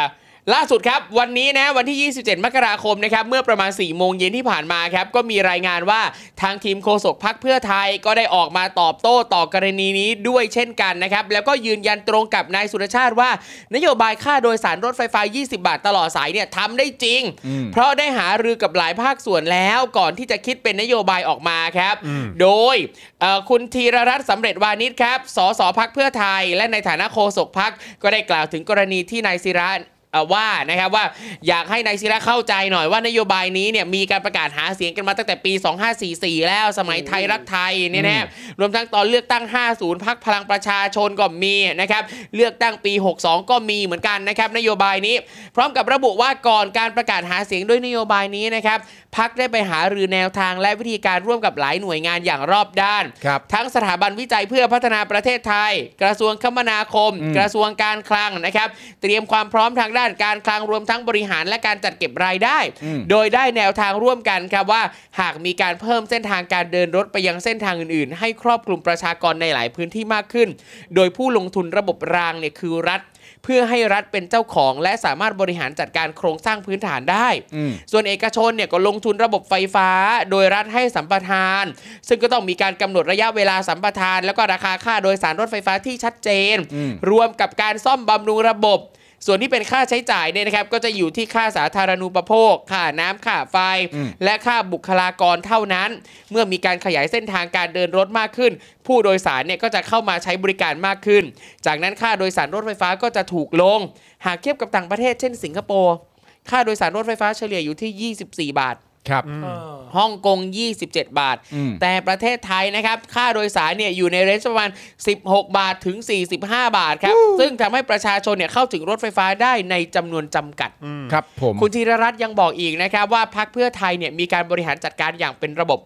S3: ล่าสุดครับ วันนี้นะวันที่ 27 มกราคมนะครับ เมื่อประมาณ 4 โมงเย็นที่ผ่านมาครับ ก็มีรายงานว่าทางทีมโฆษกพักเพื่อไทยก็ได้ออกมาตอบโต้ต่อกรณีนี้ด้วยเช่นกันนะครับ แล้วก็ยืนยันตรงกับนายสุรชาติว่า นโยบายค่าโดยสารรถไฟฟ้า 20 บาทตลอดสายเนี่ยทำได้จริง
S2: อืม
S3: เพราะได้หารือกับหลายภาคส่วนแล้วก่อนที่จะคิดเป็นนโยบายออกมาครับ
S1: อืม
S3: โดยเอ่อคุณธีรรัตน์สำเร็จวานิชครับ สสพักเพื่อไทย และในฐานะโฆษกพักก็ได้กล่าวถึงกรณีที่นายศิระเอ่อว่านะครับว่าอยากให้นายศิระเข้าใจหน่อยว่านโยบายนี้เนี่ยมีการประกาศหาเสียงกันมาตั้งแต่ปี 2544 แล้วสมัยไทยรักไทยเนี่ยนะรวมทั้งตอนเลือกตั้ง 50 พักพลังประชาชนก็มีนะครับเลือกตั้งปี 62 ก็มีเหมือนกันนะครับนโยบายนี้ พร้อมกับระบุว่าก่อนการประกาศหาเสียงด้วยนโยบายนี้นะครับพักได้ไปหารือแนวทางและวิธีการร่วมกับหลายหน่วยงานอย่างรอบด้าน
S2: ครับ
S3: ทั้งสถาบันวิจัยเพื่อพัฒนาประเทศไทย กระทรวงคมนาคม
S2: อืม
S3: กระทรวงการคลังนะครับ เตรียมความพร้อมทางด้าน านการคลังรวมทั้งบริหารและการจัดเก็บรายได้
S2: อืม
S3: โดยได้แนวทางร่วมกันครับว่า หากมีการเพิ่มเส้นทางการเดินรถไปยังเส้นทางอื่นๆ ให้ครอบคลุมประชากรในหลายพื้นที่มากขึ้น โดยผู้ลงทุนระบบรางเนี่ยคือรัฐ เพื่อให้รัฐเป็นเจ้าของ และสามารถบริหารจัดการโครงสร้างพื้นฐานได้
S2: อืม
S3: ส่วนเอกชนเนี่ยก็ลงทุนระบบไฟฟ้า โดยรัฐให้สัมปทาน ซึ่งก็ต้องมีการกำหนดระยะเวลาสัมปทาน แล้วก็ราคาค่าโดยสารรถไฟฟ้าที่ชัดเจน
S2: อืม
S3: รวมกับการซ่อมบำรุงระบบ ส่วนที่เป็นค่าใช้จ่ายเนี่ยนะครับ ก็จะอยู่ที่ค่าสาธารณูปโภค ค่าน้ำค่าไฟ
S2: อืม
S3: และค่าบุคลากรเท่านั้น เมื่อมีการขยายเส้นทางการเดินรถมากขึ้น ผู้โดยสารเนี่ยก็จะเข้ามาใช้บริการมากขึ้น จากนั้นค่าโดยสารรถไฟฟ้าก็จะถูกลง หากเทียบกับต่างประเทศเช่นสิงคโปร์ ค่าโดยสารรถไฟฟ้าเฉลี่ยอยู่ที่ 24 บาท
S2: ครับ
S4: เออ
S3: ฮ่องกง 27 บาท
S2: อืม
S3: แต่ประเทศไทยนะครับ ค่าโดยสารเนี่ยอยู่ในเรนจ์ประมาณ 16 บาทถึง 45 บาทครับ ซึ่งทำให้ประชาชนเนี่ยเข้าถึงรถไฟฟ้าได้ในจำนวนจำกัด
S2: ครับผม
S3: คุณธีรรัตน์ยังบอกอีกนะครับว่าพรรคเพื่อไทยเนี่ยมีการบริหารจัดการอย่างเป็นระบบ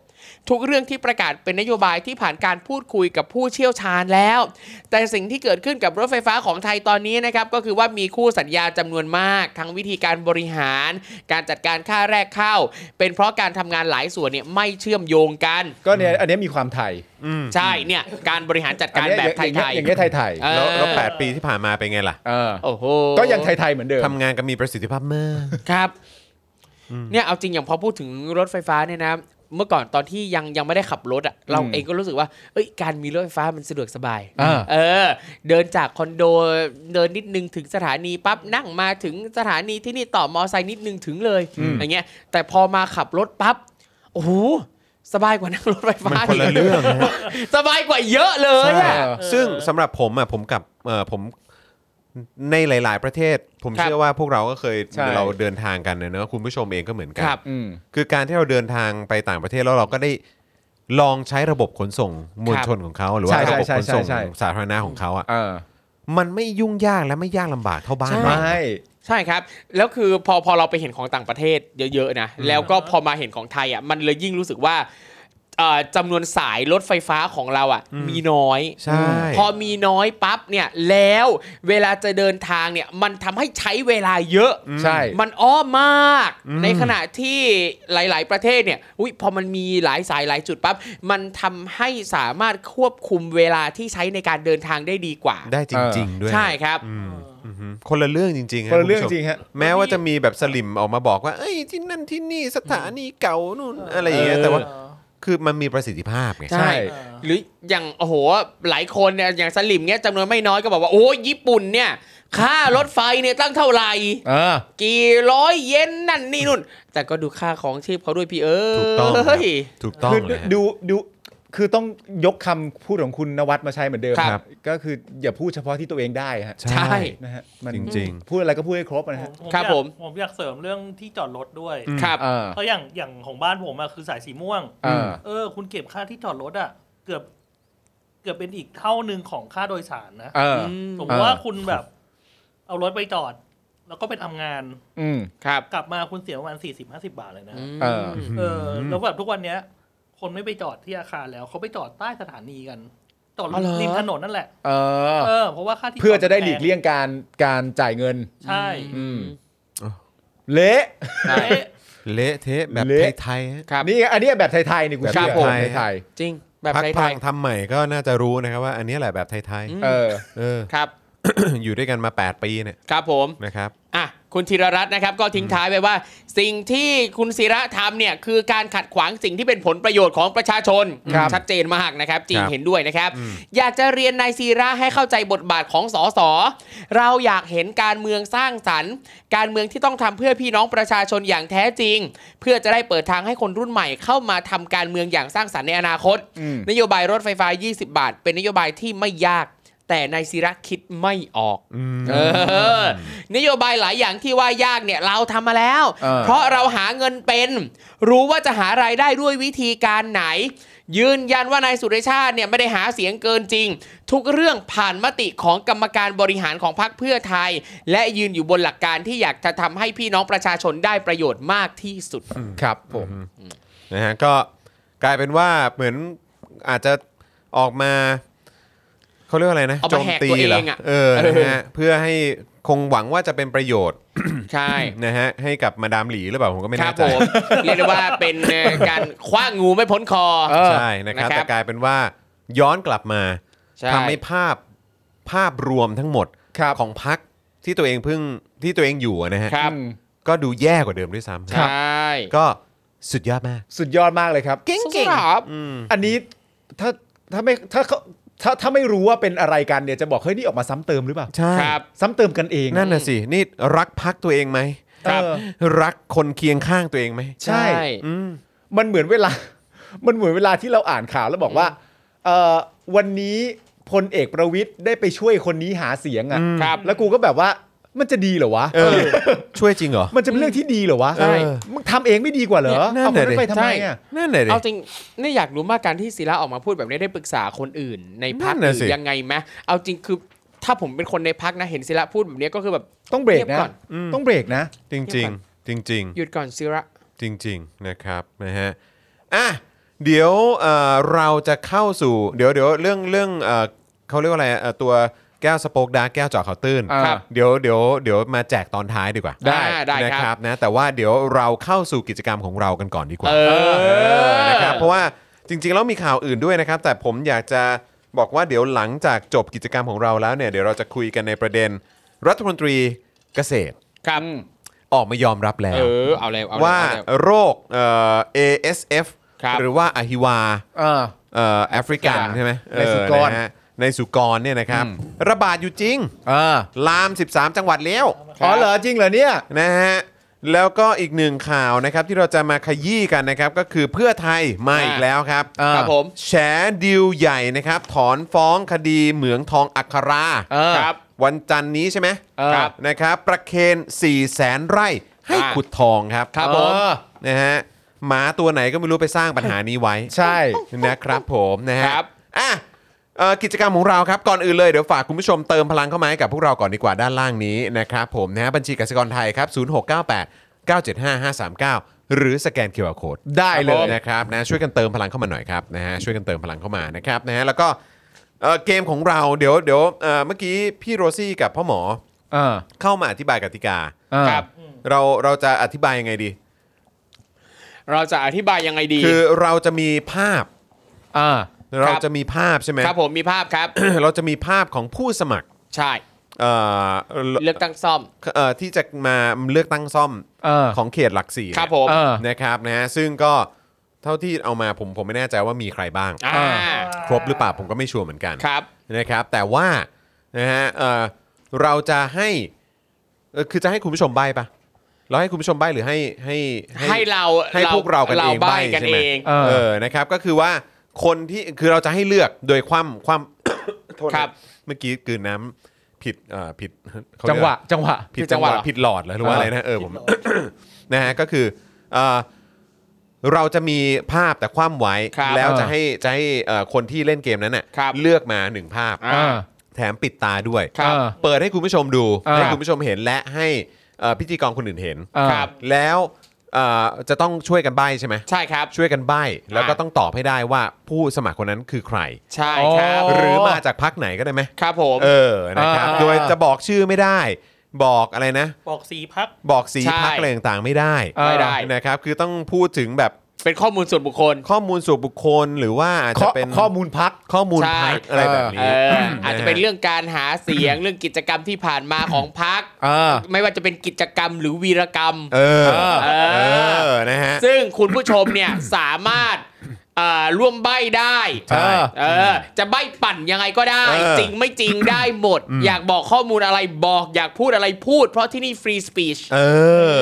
S3: ทุกเรื่องที่ประกาศเป็นนโยบายที่ผ่านการพูดคุยกับผู้เชี่ยวชาญแล้ว แต่สิ่งที่เกิดขึ้นกับรถไฟฟ้าของไทยตอนนี้นะครับก็คือว่ามีคู่สัญญาจำนวนมาก ทั้งวิธีการบริหาร การจัดการค่าแรกเข้า เป็นเพราะการทำงานหลายส่วนเนี่ยไม่เชื่อมโยงกัน
S2: ก็เนี่ยอันเนี้ยมีความไทย
S3: ใช่เนี่ยการบริหารจัด
S2: อัน
S3: การ
S2: เนี้ย
S3: แบบไ
S2: อย่างเงี้
S3: ทย
S2: อย่างเงี้ยไทยไทย
S3: เออ
S1: แล้วแล้วแปดปีที่ผ่านมาเป็นไงล่ะ
S2: เออ
S3: ๆโอ้โห
S2: ก็ยังไทยไทยเหมือนเดิม
S1: ทำงานกันมีประสิทธิภาพมาก
S3: ครับเนี่ยเอาจริงอย่างพอพูดถึงรถไฟฟ้าเนี่ยนะ เมื่อก่อนตอนที่ยังยังไม่ได้ขับรถอะเรา
S2: อืม
S3: เองก็รู้สึกว่าเอ้ยการมีรถไฟฟ้ามันสะดวกสบาย
S2: อ่า
S3: เออ เดินจากคอนโดเดินนิดนึงถึงสถานีปั๊บนั่งมาถึงสถานีที่นี่ต่อมอไซค์นิดนึงถึงเลย
S2: อืม
S3: อย่างเงี้ย แต่พอมาขับรถปั๊บโอ้โหสบายกว่านั่งรถไฟ
S1: มัน
S3: ฟ้า
S1: คนละ
S3: อีก
S1: เรื่องนะฮะ
S3: สบายกว่าเยอะเลยอะ
S2: เออ
S1: ซึ่งสำหรับผมอ่ะผมกับเอ่อผมในหลาย ๆ ประเทศ ผม
S3: ครับ
S1: เชื่อว่าพวกเราก็เคย
S2: ใช่
S1: เราเดินทางกันเนอะคุณผู้ชมเองก็เหมือนกั
S3: คน รับ
S2: อืม
S1: คือการที่เราเดินทางไปต่างประเทศแล้วเราก็ได้ลองใช้ระบบขนส่งมวลชนของเขาหรือว่า
S2: ใช่
S1: ระบบ
S2: ใช่
S1: ขนส่ง
S2: ใช่ใช่ใช่
S1: สาธารณะของเขาอ่ะ
S2: เออ
S1: มันไม่ยุ่งยากและไม่ยากลำบากเท่าบ้าน
S3: ใช่
S1: เรา
S2: ไม่
S3: ใช่ครับแล้วคือพอพอเราไปเห็นของต่างประเทศเยอะๆนะแล้วก็พอมาเห็นของไทยอ่ะมันเลยยิ่งรู้สึกว่าเอ่อจำนวนสายรถไฟฟ้าของเราอ่ะ
S1: อืม
S3: มีน้อย
S1: ใช่
S3: พอมีน้อยปั๊บเนี่ยแล้วเวลาจะเดินทางเนี่ยมันทำให้ใช้เวลาเยอะ
S2: ใช่
S3: มันอ้อมมาก ในขณะที่หลาย ๆ ประเทศเนี่ยอุยพอมันมีหลายสายหลายจุดปั๊บมันทำให้สามารถควบคุมเวลาที่ใช้ในการเดินทางได้ดีกว่า
S1: ได้จริง ๆ ด้วย
S3: ใช่ครับ
S1: อืมอือฮึคนละเรื่องจริงๆฮ
S2: คนละเรื่อง
S1: ณผู้ชม
S2: จริงฮะ
S1: แม้ว่าจะมีแบบสลิมออกมาบอกว่า เอ้ยที่นั่นที่นี่สถานีเก่านู่นอะไรอย่างเงี้ย
S2: เออ
S1: แต่ว่าคือมันมีประสิทธิภาพไง
S3: ใช่
S4: เออ
S3: หรืออย่างโอ้โหหลายคนเนี่ยอย่างสลิมเนี่ยจำนวนไม่น้อยก็บอกว่าโอ้ยญี่ปุ่นเนี่ยค่ารถไฟเนี่ยตั้งเท่าไหร่
S2: เออ
S3: กี่ร้อยเยนนั่นนี่นู่น แต่ก็ดูค่าของชีพเขาด้วยพี่เอ้ย
S1: ถูกต้องครับ ถูกต้อง
S2: คือ
S1: เลยฮะ
S2: ดูดูคือต้องยกคำพูดของคุณนวัดมาใช้เหมือนเดิม
S1: ครับ
S2: ก็คืออย่าพูดเฉพาะที่ตัวเองได้ฮะ
S1: ใช่
S3: ใช่
S2: นะฮะมัน
S1: จริง
S2: พูดอะไรก็พูดให้ครบนะฮะ
S4: ผมผม
S3: ครับ
S4: อยาก
S3: ผม
S4: ผมอยากเสริมเรื่องที่จอดรถด้วย
S3: ครับ
S2: เออ
S4: เพราะอย่างอย่างของบ้านผมอะคือสายสีม่วง
S2: เออ
S4: เออ คุณเก็บค่าที่จอดรถอะเกือบ เกือบเป็นอีกเท่าหนึ่งของค่าโดยสารนะ
S2: เออ
S4: สมมติว่า
S2: เออ
S4: คุณแบบ เอารถไปจอด แล้วก็ไปทำงาน
S2: อืม
S3: ครับ
S4: กลับมาคุณเสียประมาณสี่สิบห้าสิบาทเลยนะ
S3: ม
S2: เออ
S4: เออแล้วแบบทุกวันเนี้ย คนไม่ไปจอดที่อาคารแล้ว เขาไปจอดใต้สถานีกัน จอด
S2: อ๋อเหรอ
S4: ริมถนนนั่นแหละ
S2: เออ
S4: เออเพราะว่าค่าที่
S2: เพื่อจะได้หลีก
S4: แพง
S2: เลี่ยงการการจ่ายเงิน
S4: ใช่
S2: อืม
S1: อ๋อ
S2: เละ
S3: ใช่
S4: เอ๊ะ
S1: เละเทะแบบ
S2: เละ
S1: ไทยๆฮะ
S3: ครับ
S2: นี่ไงอันเนี้ยแบบไทยๆนี่กู
S1: แบบ
S2: เชื่อ
S1: ไทย
S2: แบบไทย
S3: จริง แบบ
S1: พักพ
S3: ไท
S1: ลั
S3: ย
S1: งทำใหม่ก็น่าจะรู้นะครับว่าอันนี้แหละแบบไทย
S3: อืม
S2: ๆเออ
S1: ๆเอ อ
S3: ๆครับ
S1: อยู่ด้วยกันมา 8 ปีเนี่ย
S3: ครับผม
S1: นะครับ
S3: อ่ะคุณธีรรัตน์นะครับก็ทิ้งท้ายไปว่า สิ่งที่คุณศิระทำเนี่ยคือการขัดขวางสิ่งที่เป็นผลประโยชน์ของประชาชน
S2: ครับ
S3: ชัดเจนมากนะครับจริง
S1: ครับ
S3: เห็นด้วยนะครับ
S1: อืม
S3: อยากจะเรียนนายศิระให้เข้าใจบทบาทของสสเราอยากเห็นการเมืองสร้างสรรค์ การเมืองที่ต้องทำเพื่อพี่น้องประชาชนอย่างแท้จริง เพื่อจะได้เปิดทางให้คนรุ่นใหม่เข้ามาทำการเมืองอย่างสร้างสรรค์ในอนาคต
S2: อืม
S3: นโยบายรถไฟฟ้า 20 บาท เป็นนโยบายที่ไม่ยาก แต่นายศิระคิดไม่ออก
S1: อืม
S3: เออนโยบายหลายอย่างที่ว่ายากเนี่ยเราทำมาแล้ว
S2: เออ
S3: เพราะเราหาเงินเป็น รู้ว่าจะหารายได้ด้วยวิธีการไหน ยืนยันว่านายสุรชาติเนี่ยไม่ได้หาเสียงเกินจริง ทุกเรื่องผ่านมติของกรรมการบริหารของพรรคเพื่อไทย และยืนอยู่บนหลักการที่อยากจะทำให้พี่น้องประชาชนได้ประโยชน์มากที่สุด
S2: ครับผม
S1: นะฮะก็กลายเป็นว่าเหมือนอาจจะออกมาเขาเรียกว่าอะไรนะ
S3: เอา
S1: โจ
S3: มาม แหก
S1: ตี
S3: ตัวเอง
S1: เหรอ
S3: อะ
S1: เออนะฮะเพื่อให้คงหวังว่าจะเป็นประโยชน์
S3: ใช่
S1: นะฮะให้กับมาดามหลีหรือเปล่าผมก็ไม่
S3: ครั
S1: แน่
S3: บ
S1: ใจ
S3: ผมเรียกได้ว่าเป็นเอ่อการคว้างูไม่พ้นคอ
S1: ใช่นะครับ
S3: นะครับ
S1: แต่กลายเป็นว่าย้อนกลับมา
S3: ใช่
S1: ทำให้ภาพภาพรวมทั้งหมดของพักที่ตัวเองเพิ่งที่ตัวเองอยู่อะนะฮะ
S3: ครับ
S1: ก็ดูแย่กว่าเดิมด้วยซ้ำ
S3: ใช่
S1: ก็สุดยอดมาก
S2: สุดยอดมากเลยครับ
S3: สู้ๆครับ
S1: อืม
S2: อันนี้ถ้าถ้าไม่ถ้าเขาถ้าถ้าไม่รู้ว่าเป็นอะไรกันเนี่ยจะบอกเฮ้ยนี่ออกมาซ้ำเติมหรือเปล่า
S1: ใช่
S3: ครับ
S2: ซ้ำเติมกันเอง
S1: นั่นน่ะสิ นี่รักพักตัวเองไหม
S2: เออ
S1: รักคนเคียงข้างตัวเองไหม
S2: ใช่
S1: อืม
S2: มันเหมือนเวลา มันเหมือนเวลาที่เราอ่านข่าวแล้วบอกว่าเอ่อวันนี้พลเอกประวิทย์ได้ไปช่วยคนนี้หาเสียง
S1: อืม
S2: อะ่ะ
S3: ครับ
S2: แล้วกูก็แบบว่ามันจะดีเหรอวะ
S1: เออ ช่วยจริงเหรอ
S2: มันจะเป็นเรื่องที่ดีเหรอวะ
S1: ใช่
S2: มึงทำเองไม่ดีกว่าเหรอ
S1: เนี่ยนั่น
S2: เอา
S1: น่ะ
S2: คน
S1: ดิ
S2: นั้นไปทำไมอ่ะ
S1: นั่นแหละดิ
S3: เอาจริงนี่อยากรู้มากการที่ศิลาออกมาพูดแบบนี้ได้ปรึกษาคนอื่น ในพั
S1: นั่
S3: ก
S1: น
S3: ห
S1: น่ะ
S3: รื
S1: สิ
S3: อยังไงไหมเอาจริงคือถ้าผมเป็นคนในพักนะเห็นศิลาพูดแบบนี้ก็คือแบบ
S2: ต้องเบรก
S3: เงีย
S2: นะ
S3: บก่อน
S1: อืม
S2: ต้องเบรกนะ
S1: จริงจริงจริงจริง
S3: หยุดก่อนศิระ
S1: จริง ๆ นะครับนะฮะอ่ะเดี๋ยวเอ่อเราจะเข้าสู่เดี๋ยวเดี๋ยวเรื่องเรื่องเอ่อเขาเรียกว่าอะไรเอ่อตัวแก้วสโปกดาร์กแก้วเจาะข่าวตื้น
S2: อ่าครับ
S1: เดี๋ยวเดี๋ยวเดี๋ยวมาแจกตอนท้ายดีกว่า
S2: ได้
S3: อ่าได้
S1: นะครับ นะแต่ว่าเดี๋ยวเราเข้าสู่กิจกรรมของเรากันก่อนดีกว่า
S3: เออ
S1: นะครับเพราะว่าจริงๆแล้วมีข่าวอื่นด้วยนะครับ แต่ผมอยากจะบอกว่าเดี๋ยวหลังจากจบกิจกรรมของเราแล้วเนี่ยเดี๋ยวเราจะคุยกันในประเด็น รัฐมนตรีเกษตร
S3: ครับ
S1: ออกมายอมรับแล้
S3: เอ
S1: ว
S3: อเอาแล้วเอแล้ว
S1: ว่า
S3: เอแล้ว
S1: โรคเอ่อ ASF
S3: ครับ
S1: หรือว่าอหิวา
S2: เออ
S1: เอ่อแอฟริกัน
S3: ครับ
S1: ใช่ไหมเออ
S2: ในสุกร
S1: ะฮะในสุกรเนี่ยนะครับ ระบาดอยู่จริง
S2: เออ
S1: ลาม 13 จังหวัดแล้ว
S2: อ๋อเหรอจริงเหรอเนี่ย
S1: นะฮะแล้วก็อีกหนึ่งข่าวนะครับที่เราจะมาขยี้กันนะครับก็คือเพื่อไทยมาอีกแล้วครับ
S2: อ่า
S3: ครับผม
S1: แฉดิวใหญ่นะครับ ถอนฟ้องคดีเหมืองทองอัครา
S2: เออ
S3: ครับ
S1: วันจันนี้ใช่ไหม
S2: เออ
S3: ครับ
S1: นะครับ ประเคน4ี่แสนไร่ให้
S3: อ่า
S1: ขุดทองครับ
S3: ครับ
S2: เอ
S3: ผม
S2: อ
S1: นะฮะหมาตัวไหนก็ไม่รู้ไปสร้างปัญหานี้ไว้
S2: ใช่
S1: นะครับผมนะฮะ
S3: ครับ
S1: อ่ะเอ่อกิจกรรมของเราครับ ก่อนอื่นเลยเดี๋ยวฝากคุณผู้ชมเติมพลังเข้ามาให้กับพวกเราก่อนดีกว่าด้านล่างนี้นะครับผมนะฮะบัญชีกสิกรไทยครับ 0698 975 539 หรือสแกน QR Code
S2: ได้เลย
S1: นะครับนะช่วยกันเติมพลังเข้ามาหน่อยครับนะฮะช่วยกันเติมพลังเข้ามานะครับนะฮะแล้วก็เอ่อเกมของเราเดี๋ยวเดี๋ยวเอ่อเมื่อกี้พี่โรซี่กับพ่อหมอ
S2: เออ
S1: เข้ามาอธิบายกติกา
S2: เออ
S3: ครับ
S1: เราเราจะอธิบายยังไงดี
S3: เราจะอธิบายยังไงดี
S1: คือเราจะมีภาพ
S2: อ่า
S1: เราจะมีภาพใช่ไหม
S3: ครับผมมีภาพครับ
S1: เราจะมีภาพของผู้สมัคร
S3: ใช่
S1: เอ่อ
S3: เลือกตั้งซ่อม
S1: เอ่อที่จะมาเลือกตั้งซ่อม
S2: เออ
S1: ของเขตหลักสี่
S3: ครับผม
S2: เออ
S1: นะครับนะฮะซึ่งก็เท่าที่เอามาผมผมไม่แน่ใจว่ามีใครบ้าง
S3: อ่า
S1: ครบหรือเปล่าผมก็ไม่ชัวร์เหมือนกัน
S3: ครับ
S1: นะครับ แต่ว่านะฮะเอ่อเราจะให้เอ่อคือจะให้คุณผู้ชมใบปะเราให้คุณผู้ชมใบหรือให้ให้
S3: ให้เรา
S1: ให้พวกเรากันเอง
S3: ใบ
S1: ใบ้
S3: กัน
S1: ใช่
S3: เอ
S1: ไหม
S3: ง
S1: เออ นะครับ ก็คือว่าคนที่ คือเราจะให้เลือกโดยความความ โทษนะครับ เมื่อกี้กลืนน้ำผิดเอ่อผิด เขา
S2: จั
S1: เรี
S2: ง
S1: ยก
S2: หวะ จังหวะ
S1: ผิด
S3: ผิดจั
S1: จัง
S3: ง
S1: ห
S3: ห
S1: วะ
S3: วะ
S1: ผิดหลอดเหรอหรือว่าอะไรนะ เออ ผม นะฮะ ก็คือเอ่อเราจะมีภาพแต่ความไว้
S3: ครับ
S1: แล้ว
S2: เออ
S1: จะให้จะให้เอ่อคนที่เล่นเกมนั้นน่ะ
S3: ครับ
S1: เลือกมาหนึ่งภาพ
S3: อ่า
S1: แถมปิดตาด้วย
S3: ครับ
S2: เออ
S1: เปิดให้คุณผู้ชมดู
S2: อ่า
S1: ให้คุณผู้ชมเห็นและให้เอ่อพิธีกรคนอื่นเห็น
S2: อ่า
S3: ครับ
S1: แล้วเอ่อจะต้องช่วยกันใบ้ใช่ไหม
S3: ใช่ครับ
S1: ช่วยกันใบ้แล้วก็ต้องตอบให้ได้ว่าผู้สมัครคนนั้นคือใคร
S3: ใช่ครับ
S2: โอ้
S1: หรือมาจากพักไหนก็ได้ไหม
S3: ครับผม
S1: เออนะครับ
S2: อ่า
S1: โดยจะบอกชื่อไม่ได้ บอกอะไรนะ
S4: บอกสีพัก
S1: บอกสี
S3: ใช่
S1: พักอะไรต่างๆไม่ได้
S3: ไม่ได้
S1: นะครับคือต้องพูดถึงแบบ
S3: เป็นข้อมูลส่วนบุคคล
S1: ข้อมูลส่วนบุคคลหรือว่าอาจ
S2: ข้
S1: จะ
S2: อ
S1: เป็น
S2: ข้อมูลพัก
S1: ข้อมูล
S3: ใช่
S1: พักอะไรแบบ
S3: เอ
S1: นี้
S3: อ
S1: ม
S3: อาจจะเป็นเรื่องการหาเสี ยง เรื่องกิจกรรมที่ผ่านมาของพัก
S2: เออ
S3: ไม่ว่าจะเป็นกิจกรรมหรือวีรกรรม
S1: เออ
S3: เออ
S1: เออนะฮะ
S3: ซึ่งคุณผู้ชมเนี่ย สามารถเอ่อร่วมใบ้ได้
S1: ใช่
S3: เออจะใบ้ปั่นยังไงก็ได้
S1: เออ
S3: จริงไม่จริงได้หมด อยากบอกข้อมูลอะไรบอก อยากพูดอะไรพูด เพราะที่นี่ฟรีสปีช
S1: เอ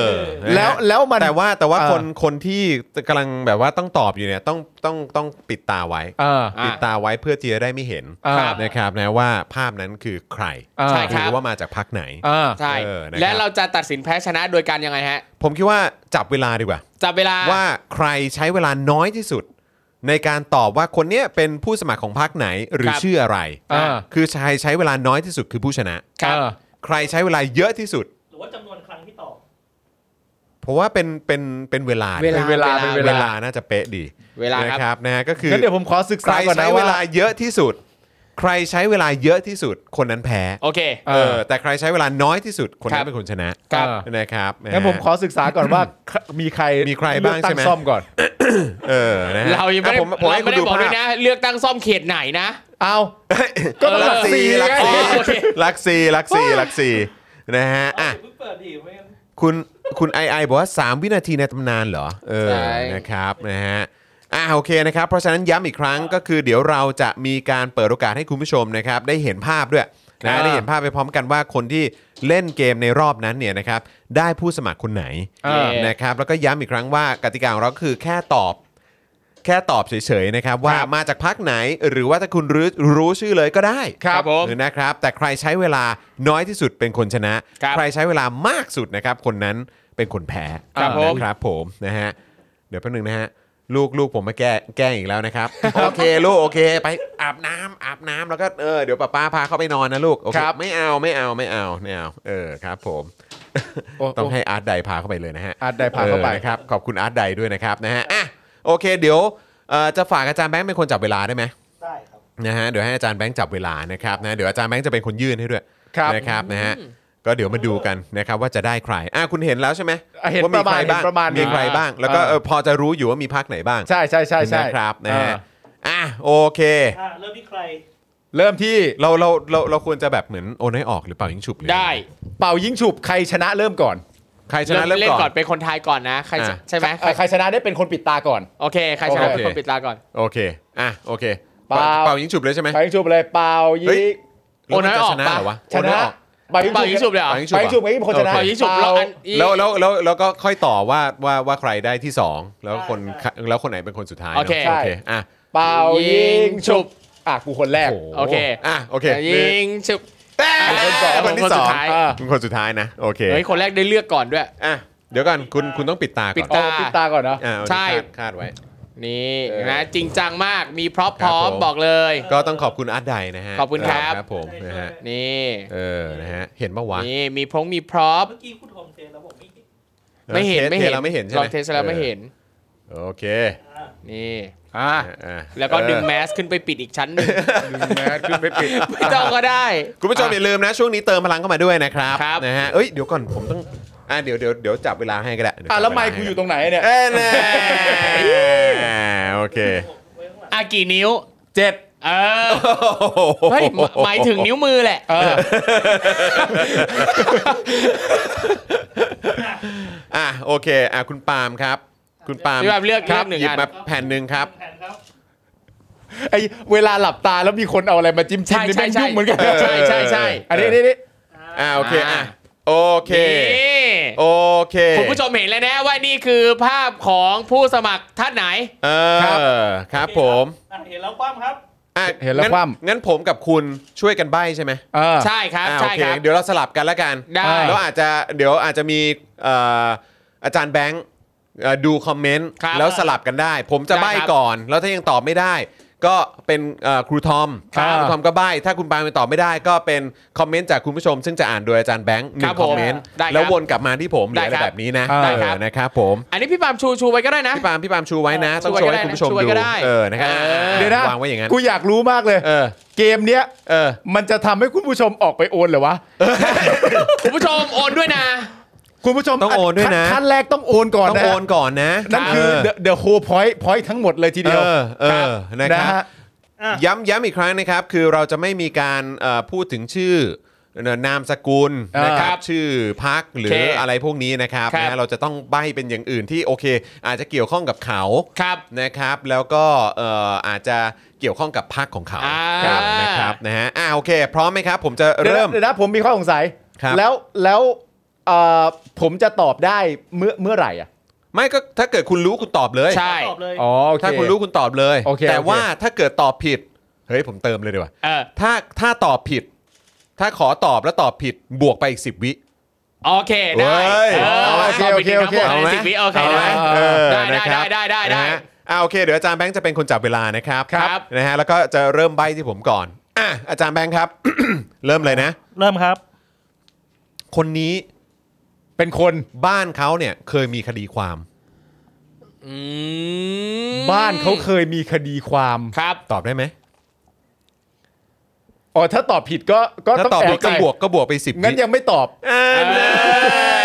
S1: อนะฮะ
S2: แล้วแล้วมัน
S1: แต่ว่าแต่ว่า
S2: เออ
S1: คนคนที่กำลังแบบว่าต้องตอบอยู่เนี่ยต้องต้องต้องปิดตาไว้
S2: เออ
S3: อ่ะ
S1: ปิดตาไว้เพื่อที่จะได้ไม่เห็น
S2: ครับ
S1: นะครับนะว่าภาพนั้นคือใคร
S2: เออ
S3: ใช่ครับ
S1: หรือว่ามาจากพักไหน
S2: เออ
S3: ใช่
S1: เออนะครับ
S3: และเราจะตัดสินแพ้ชนะโดยการยังไงฮะ
S1: ผมคิดว่าจับเวลาดีกว่า
S3: จับเวลา
S1: ว่าใครใช้เวลาน้อยที่สุด ในการตอบว่าคนเนี้ยเป็นผู้สมัครของพักไหนหรือ
S3: ครับ
S1: ชื่ออะไร
S2: อ่า
S1: คือใช้ใช้เวลาน้อยที่สุดคือผู้ชนะ
S3: ครับ
S2: เออ
S1: ใครใช้เวลาเยอะที่สุด
S4: หรือว่าจำนวนครั้งที่ตอบ
S1: เพราะว่าเป็นเป็นเป็นเวลา
S3: เวลา
S2: เป็นเวลาเป็น
S1: เวลาน่าจะเป๊ะดี
S3: เวลาครับ
S1: นะครับนะฮะก็คือ
S2: งั้นเดี๋ยวผมขอศึก
S1: ใคร
S2: ษาก่อน
S1: ใช้
S2: นะ
S1: เว
S2: ว่า
S1: ลาเยอะที่สุด ใครใช้เวลาเยอะที่สุดคนนั้นแพ้
S3: โอเค
S1: เออแต่ใครใช้เวลาน้อยที่สุดคนนั้
S3: ค
S1: น
S3: รับ
S1: เป็นคนชนะครับ นะครับนะฮะ
S2: งั้นผมขอศึกษาก่อนว่า มีใคร
S1: มีใคร
S2: เลื
S1: บ้า
S2: อก
S1: ง
S2: ตั้
S1: ใช่ไหม
S2: ซ่อมก่อน
S1: เออนะฮะ
S3: เรายังไม่ได้
S1: อ่ะผมผม
S3: เรา
S1: ให้คุณ
S3: ไม่ได้
S1: ดู
S3: บอก
S1: ภา
S3: ด้
S1: พ
S3: วยนะ เลือกตั้งซ่อมเขตไหนนะ
S2: เอาก็ต้องหลักสี่
S1: หลัก
S2: ไง
S1: สี่
S3: โอเค
S1: หลักสี่หลักสี่หลักสี่นะฮะ
S4: อ่ะ
S1: อ่ะ
S4: เพิ่งเปิดดิไม่งั้น
S1: คุณคุณไอไอบอกว่า 3 วินาทีในตำนานเหรอ เออ
S3: ใช่
S1: นะครับนะฮะอ่าโอเคนะครับ เพราะฉะนั้นย้ำอีกครั้งก็คือเดี๋ยวเราจะมีการเปิดโอกาสให้คุณผู้ชมนะครับ ได้เห็นภาพด้วย
S2: ครั
S1: นะ
S2: บ
S1: ได้เห็นภาพไปพร้อมกันว่าคนที่เล่นเกมในรอบนั้นเนี่ยนะครับได้ผู้สมัครคนไหน
S2: เออ
S1: นะครับแล้วก็ย้ำอีกครั้งว่ากติกาของเราคือแค่ตอบ แค่ตอบเฉยๆนะครับ ว่ามาจากพักไหนหรือว่าถ้าคุณรู้รู้ชื่อเลยก็ได้
S3: ครับผม
S1: หรือนะครับ แต่ใครใช้เวลาน้อยที่สุดเป็นคนชนะ
S3: ครับ
S1: ใครใช้เวลามากสุดนะครับ คนนั้นเป็นคนแพ้
S3: ครับผม
S1: นะครับผมนะฮะเดี๋ยวแป๊บนึงนะฮะลูกลูกผมมาแก้แกล้งอีกแล้วนะครับ โอเคลูกโอเค ไปอาบน้ำอาบน้ำแล้วก็เออเดี๋ยวป้าป้าพาเข้าไปนอนนะลูกโอเค
S2: ครับ
S1: ไม่เอาไม่เอาไม่เอาไม่เอาเออครับ ผม
S2: โอ้
S1: ต้อง
S2: โอ้
S1: ให้อาร์ตไดพาเข้าไปเลยนะฮะ
S2: อาจได้พาเข้าไป
S1: ออนะครับขอบคุณอาร์ตไดด้วยนะครับนะฮะอ่ะโอเคเดี๋ยวเอ่อจะฝากอาจารย์แบงค์เป็นคนจับเวลาได้ไหม
S4: ได้ครับ
S1: นะฮะเดี๋ยวให้อาจารย์แบงค์จับเวลานะครับนะเดี๋ยวอาจารย์แบงค์จะเป็นคนยื่นให้ด้วย
S2: ครับ
S1: นะครับนะฮะก็เดี๋ยวมาดูกันนะครับว่าจะได้ใครอ่ะคุณเห็นแล้วใช่ไหม
S2: อ่ะเห็น
S1: ว่า
S2: ป
S1: มี
S2: ระมา
S1: ใค
S2: ณ
S1: ร
S2: เห็น
S1: บ้าง
S2: ประมาณ
S1: มี
S2: นี้
S1: ใครบ้างแล้วก็
S2: อ่า
S1: เออพอจะรู้อยู่ว่ามีพักไหนบ้าง
S2: ใช่ใช่ใช่ใช่
S1: นะครับนะฮะ
S2: เออ
S1: อ่ะโอเค
S4: อ่ะเริ่มที่ใคร
S2: เริ่มที่
S1: เราเราเราเราควรจะแบบเหมือนโอนให้ออกหรือเปล่ายิงฉุบหรือ
S3: ได้
S2: เป่ายิงฉุบใครชนะเริ่มก่อน
S1: ใครชนะเริ่ม
S3: เล่น
S1: ก่
S3: ก่
S1: อ
S3: อน นเป็นคนทายก่อนนะ ใคร
S1: อ่ะ
S3: ใช่ไหม
S2: เอ่อใครชนะได้เป็นคนปิดตาก่อน
S3: โอเค ใครชนะเป็น
S1: โอ
S3: ค
S1: เค
S3: นปิดตาก่อน
S1: โอเคอ่ะโอเค
S2: เปล่า
S1: เป่ายิงฉุบเลยใช่ไหม
S2: เป่ายิงฉุบเลยเป่ายิ
S1: เฮ้
S2: ง
S1: ย
S3: โอนให้ออก
S1: ชนะเหรอวะ
S2: ช
S1: โอให้
S2: นะ
S1: ออก
S2: เป่ายิง
S3: เป่ายิง
S2: ฉุ
S3: ฉุ
S2: บบ
S3: เลยเหรอ
S1: เป่ายิง
S2: เป่ายิงฉุบไม่มีคนชนะ
S1: โอเค
S3: เป่ายิงฉุบแล้วอันอี
S1: แล้วแล้วแล้วแล้วก็ค่อยต่อว่าว่าว่าใครได้ที่สองแล้วคน
S4: ใช่
S1: แล้วคนไหนเป็นคนสุดท้ายนะ
S3: โอเค
S1: โอเคอ่ะ
S2: เป่ายิงฉุบอ่ะกูคนแรก
S3: โอเค
S1: อ่ะโอเค
S3: ยิงฉุบ
S1: แต่
S3: คนสอง
S1: คนที่สอง
S3: คนสุดท้าย
S1: อ่ะเป็นคนสุดท้ายนะโอเค
S3: เฮ้ย คนแรกได้เลือกก่อนด้วย
S1: อ่ะเดี๋ยวก่อนคุณคุณต้องปิดตา
S3: ปิ
S1: ก่อน
S3: ดตา
S2: เอาปิดตาก่อนเนาะ
S1: อ่ะเอา
S3: ใช่
S1: คาดคาดไว้
S3: นี่
S2: เออ
S3: นะจริงจังมากมีพร็อพ
S1: ค
S3: พ
S1: รับ
S3: ร้อม
S1: ผม
S3: บอกเลย
S1: ก็ต้องขอบคุณอาร์ตไดนะฮะ
S3: ขอบคุณครับ
S1: ผมนะฮะ
S3: นี่
S1: เออนะฮะเห็นปะวะ
S3: นี่มีพรงมีพร็อพ
S4: เมื่อกี้คุณโฮมเทนแล้วผมไม่เห็น
S3: ไม่เห็น
S1: ทส
S3: ไม่เห็น
S1: ทสเราไม่เห็นใช่ไหม
S3: ลองเทสแล้วไม่เห็น
S1: เออโอเค
S4: อ่ะ
S3: นี่
S2: อ่ะ
S1: อ่ะ
S3: แล้วก็ดึง
S1: เออ
S3: แมสขึ้นไปปิดอีกชั้น หนึ่ง
S2: ดึงแมสขึ้นไปปิด
S3: ไม่ต้องก็ได้
S1: คุณผู้ชมอย่าลืมนะช่วงนี้เติมพลังเข้ามาด้วยนะครับ
S3: ครับ
S1: นะฮะเอ้ยเดี๋ยวก่อนผมต้องอ่ะเดี๋ยวเดี๋ยวเดี๋ยวจับเวลาให้ก็ได้เดี๋ยจั
S2: อ่ะ
S1: บ
S2: แล้วไม
S1: เาให้
S2: ค์
S1: ก็ด้
S2: กูอยู่ตรงไหนเนี่ย
S1: เอ้ยแน่โอเค
S4: ผมไว้ข้างหลัง
S3: อ่ะกี่นิ้ว
S2: เจ็ด
S3: เออเฮ้ยหมายหมายถึงนิ้วมือแหละ
S2: เออ
S1: อ่ะโอเคอ่ะคุณปาล์มครับ คุณปาล์ม
S3: พี่ปาล์มเลือก
S1: ครั
S3: เลือกหนึ่ง
S1: หยิบ
S3: อัน
S1: มาแผ่นหนึ่งครับ
S4: แผนครับ
S2: ไอเวลาหลับตาแล้วมีคนเอาอะไรมาจิ้มจิ้ม
S3: ใช่
S2: นี่แม่ง
S3: ใช่ใช่
S2: ยุ่งเหมือนกัน
S1: เออ
S3: ใช่ใช่ใช่
S2: อันนี้นี่นี่
S1: อ่ะโอเคอ่ะโอเค
S3: นี่
S1: โอเค
S3: คุณผู้ชมเห็นแล้วนะว่านี่คือภาพของผู้สมัครท่านไหน
S1: เออครับผม
S4: อ่ะเห็นแล้วคว่ำครับ
S1: อ่ะ
S2: เห็นแล้ว
S1: งั้
S2: คว่
S1: งั้นผมกับคุณช่วยกันใบ้ใช่ไหม
S2: ำเออ
S3: ใช่ครับ
S1: อ่ะ
S3: ใช่
S1: โอเค
S3: ครับ
S1: เดี๋ยวเราสลับกันละกัน
S3: ได้
S1: แล้วอาจจะเดี๋ยวอาจจะมีเอ่ออาจารย์แบงค์เอ่อดูคอมเมนต์
S3: ครับ
S1: แล้วสลับกันได้ ผมจะ
S3: ได้
S1: ใบ้
S3: ครับ
S1: ก่อน แล้วถ้ายังตอบไม่ได้ ก็เป็นเอ่อครูทอม
S2: ครับ
S1: ครูทอมก็ใบ้ถ้าคุณปาล์มยังตอบไม่ได้ ก็เป็นคอมเมนต์จากคุณผู้ชม ซึ่งจะอ่านโดยอาจารย์แบงค์ห
S3: ค
S1: นึ่
S3: รั
S1: ง
S3: บ
S1: ค
S3: ผ
S1: อ
S3: ม
S1: มเมนต์
S3: ได้ครับ
S1: แล้ววนกลับมาที่ผมหรื
S3: ได้
S1: ออะไร
S3: ครับ
S1: แบบนี้นะ
S3: ได้ครับ
S1: เออนะครับผม
S3: อันนี้พี่ปาล์มชูชูไว้ก็ได้นะ
S1: พี่ปาล์มพี่ปาล์มชูไว้นะ ต้อง
S3: ชู
S1: โชว์
S3: ไว้
S1: ให้
S3: ก็ได้
S1: คุณผู้ชม
S3: ชูไว้
S1: ดู
S3: ก็ได้
S1: เออนะครับ
S3: เออ
S2: เดี๋ยวนะ
S1: วางไว้อย่างนั้น
S2: กูอยากรู้มากเลย
S1: เออ
S2: เกมเนี้ย
S1: เออ
S2: มันจะทำให้คุณผู้ชมออกไปโอนเหรอวะ
S3: คุณผู้ชมโอนด้วยนะ
S2: คุณผู้ชม
S1: ต้องโอนด้วยนะ
S2: ขั้ขั้นแรกต้องโอนก่อน
S1: ต้อง
S2: นะ
S1: โอนก่อนนะ
S2: นั่นคือ
S1: เ
S2: the the whole point point ทั้งหมดเลยทีเดียว
S1: เออเออนะค
S2: นะ
S1: รับ
S2: ฮะ
S4: อ่ะ
S1: ย้ำย้ำอีกครั้งนะครับ คือเราจะไม่มีการเอ่อพูดถึงชื่อนามสกุล
S2: เออ
S1: นะครับ
S3: ครับ
S1: ชื่อพักหรือ
S3: โอเค
S1: อะไรพวกนี้นะครับ
S3: ครับ
S1: นะเราจะต้องใบ้เป็นอย่างอื่นที่โอเค อาจจะเกี่ยวข้องกับเขา
S3: ครับ
S1: นะครับ แล้วก็เอ่ออาจจะเกี่ยวข้องกับพักของเขา
S3: อ่า
S1: ครับนะครับนะฮะอ่าโอเค พร้อมไหมครับ ผมจะ
S2: ดี๋ยวนะ
S1: เริ่ม
S2: เดี๋ยวนะผมมีข้อสงสัย
S1: ครับ
S2: แล้วแล้วเอ่อผมจะตอบได้เมื่อเมื่อไหร่อ่ะ
S1: ไม่ก็ถ้าเกิดคุณรู้คุณตอบเลย
S3: ใช่
S4: ตอบเลย
S2: อ๋อโอเ
S1: ถ้าคุณรู้คุณตอบเลย
S2: โอเค
S1: แต่
S2: โอเค
S1: ว่าถ้าเกิดตอบผิดเฮ้ยผมเติมเลยดีกว่า
S3: เออ
S1: ถ้าถ้าตอบผิด ถ้าขอตอบแล้วตอบผิดบวกไปอีก 10 วิ
S3: โอเคได้
S1: เว้ย
S2: โอเคโอเคโอเค
S3: ขบณรับผมในสิบวิโอเค
S1: เอาไหม
S3: ได้
S1: เออ
S3: ได้
S1: นะ
S3: ได้
S1: ครับ
S3: ได้ได้ได้
S1: นะฮะอ่าโอเค เดี๋ยวอาจารย์แบงค์จะเป็นคนจับเวลานะครับ
S3: ครับ
S1: นะฮะแล้วก็จะเริ่มใบที่ผมก่อนอ่ะอาจารย์แบงค์ครับ เริ่มเลยนะ
S4: เริ่มครับ
S1: คนนี้
S2: เป็นคน
S1: บ้านเขาเนี่ยเคยมีคดีความ
S3: อืม
S2: บ้านเขาเคยมีคดีความ
S3: ครับ
S1: ตอบได้ไหม
S2: อ๋อถ้าตอบผิดก็ก็
S1: ถ้า
S2: ต้อง
S1: ตอบ
S2: แอ
S1: ผิด
S2: บ
S1: ก็
S2: ไป
S1: บวกก็บวกไปสิบ
S2: งั้นยังไม่ตอบ
S1: อ่าเล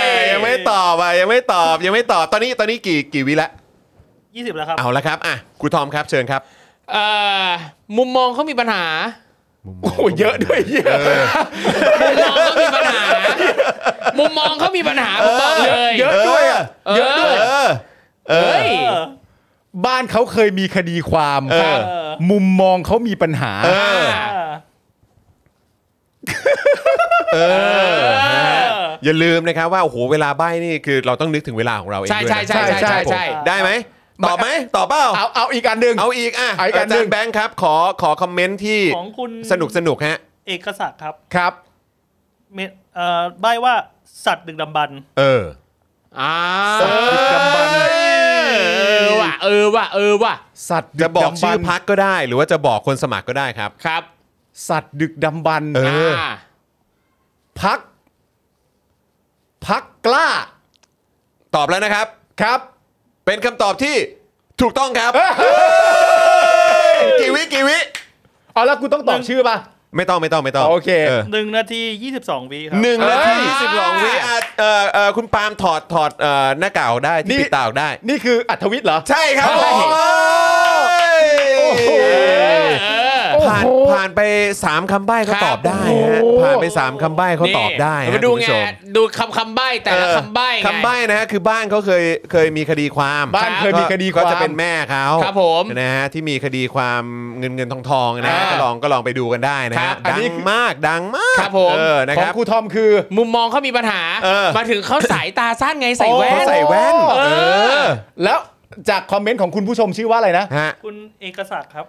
S1: ยยังไม่ตอบอ่ะยังไม่ตอบยังไม่ตอบตอนนี้ตอนนี้กี่กี่วิละ
S4: ยี่สิบแล้วครับ
S1: เอาละครับอ่ะครูทอมครับเชิญครับ
S3: เอ่อมุมมองเขามีปัญหา
S2: โอ้โหเยอะด้วยเหี้ย
S3: มุมมองเขามีปัญหา มุมมองเขามีปัญหาผมบอกเลย
S2: เยอะด้วยอะ
S3: เออ
S2: เยอะด้วย
S1: เออ
S3: เฮ้ย
S4: เออ
S2: บ้านเขาเคยมีคดีความ
S1: เออ
S2: มุมมองเขามีปัญหา
S1: เออ
S4: เออ
S1: เออนะฮะอย่าลืมนะครับว่าโอ้โหเวลาใบ้นี่คือเราต้องนึกถึงเวลาของเราเอง
S3: ใช่
S1: ด้วยนะ
S3: ใช่ใช่ใช่
S2: ใช่
S3: ใช่ใช่
S1: ผมได้ไหมตอบไหมตอบเปล่า
S2: เอาเอาอีกอันหนึ่ง
S1: เอาอีกอ่ะ
S2: เอาอีกอัน
S1: อา
S2: หนึ่
S1: จาร
S2: ง
S1: ย์แบงค์ครับ ขอขอคอมเมนต์ที่
S4: ของคุณ
S1: สนุกสนุกฮะ
S4: เอกศักดิ์ครับ
S2: ครับ
S4: เมเอ่อใบว่าสัตว์ดึกดำบรรพ์
S1: เออ
S3: อ่า
S2: สัตว์ดึกดำบรรพ์
S3: เออว่ะ เออว่ะ เออว่ะ
S2: สัตว์ดึ
S1: จะ
S2: ก
S1: บอก
S2: ดำบร
S1: ชื่อ
S2: ร
S1: พั
S2: พ์
S1: กก็ได้ หรือว่าจะบอกคนสมัครก็ได้ครับ
S3: ครับ
S2: สัตว์ดึกดำบรรพ์
S1: เออ
S3: า
S2: พัก พักกล้า
S1: ตอบแล้วนะครับ
S2: ครับ
S1: เป็นคำตอบที่ถูกต้องครับกีวิกีวิ
S2: เอาแล้วกูต้องตอบชื่อป่ะ
S1: ไม่ต้องไม่ต้องไม่ต้อง
S2: โอเค
S4: หนึ่งนาทียี่สิบสองวิครับ
S1: หนึ่งนาทีสิบสองวิอ่ะเอ่อเอ่อคุณปาล์มถอดถอดเอ่อหน้ากากออกได้ที่
S2: นี่
S1: ปิดตาออกได้
S2: นี่คืออัธวิทย์เหรอ
S1: ใช่ครับ
S2: ใช่
S1: ผม
S2: โอ้โห
S3: เออ
S1: ผ่าน
S2: โอ้โห
S1: ผ่านไป 3คำใบ้เขา
S3: ครับ
S1: ตอบได้ฮะ
S2: โอ้โห
S1: ผ่านไป 3คำใบ้เขาตอบได้ฮะ
S3: มาดู
S1: คุณ
S3: ไง
S1: ผู้ชม
S3: ดูคำคำใบ้แต่ละ
S1: เออ
S3: คำใบ้ไง
S1: คำใบ้นะฮะคือบ้านเขาเคยเคยมีคดีความ
S2: บ้าน
S1: รับ
S2: เคยมีคดีความ
S1: ก็จะเป็นแม่เขา
S3: ครับผม
S1: นะฮะที่มีคดีความเงินเงินทองทองนะฮะ
S3: อ่า
S1: ก็ลองก็ลองไปดูกันได้นะ
S3: ครั
S1: ฮะ
S3: บ
S2: อัน
S1: ดั
S2: นี้
S1: ง
S2: คือ
S1: มากดังมาก
S3: ครับผม
S1: เออนะ
S2: ขอ
S1: ค
S2: ง
S1: รับ
S2: ครูทอมคือ
S3: มุมมองเขามีปัญหา
S1: เออ
S3: มาถึงเขาสายตาสั้นไงใส่แว่
S2: อ๋
S1: เขา
S3: น
S2: อ
S1: ใส่แว่น
S2: เอ
S1: เออ
S2: แล้วจากคอมเมนต์ของคุณผู้ชมชื่อว่าอะไรนะ
S1: ฮะ
S4: คุณเอกศักดิ์ครับ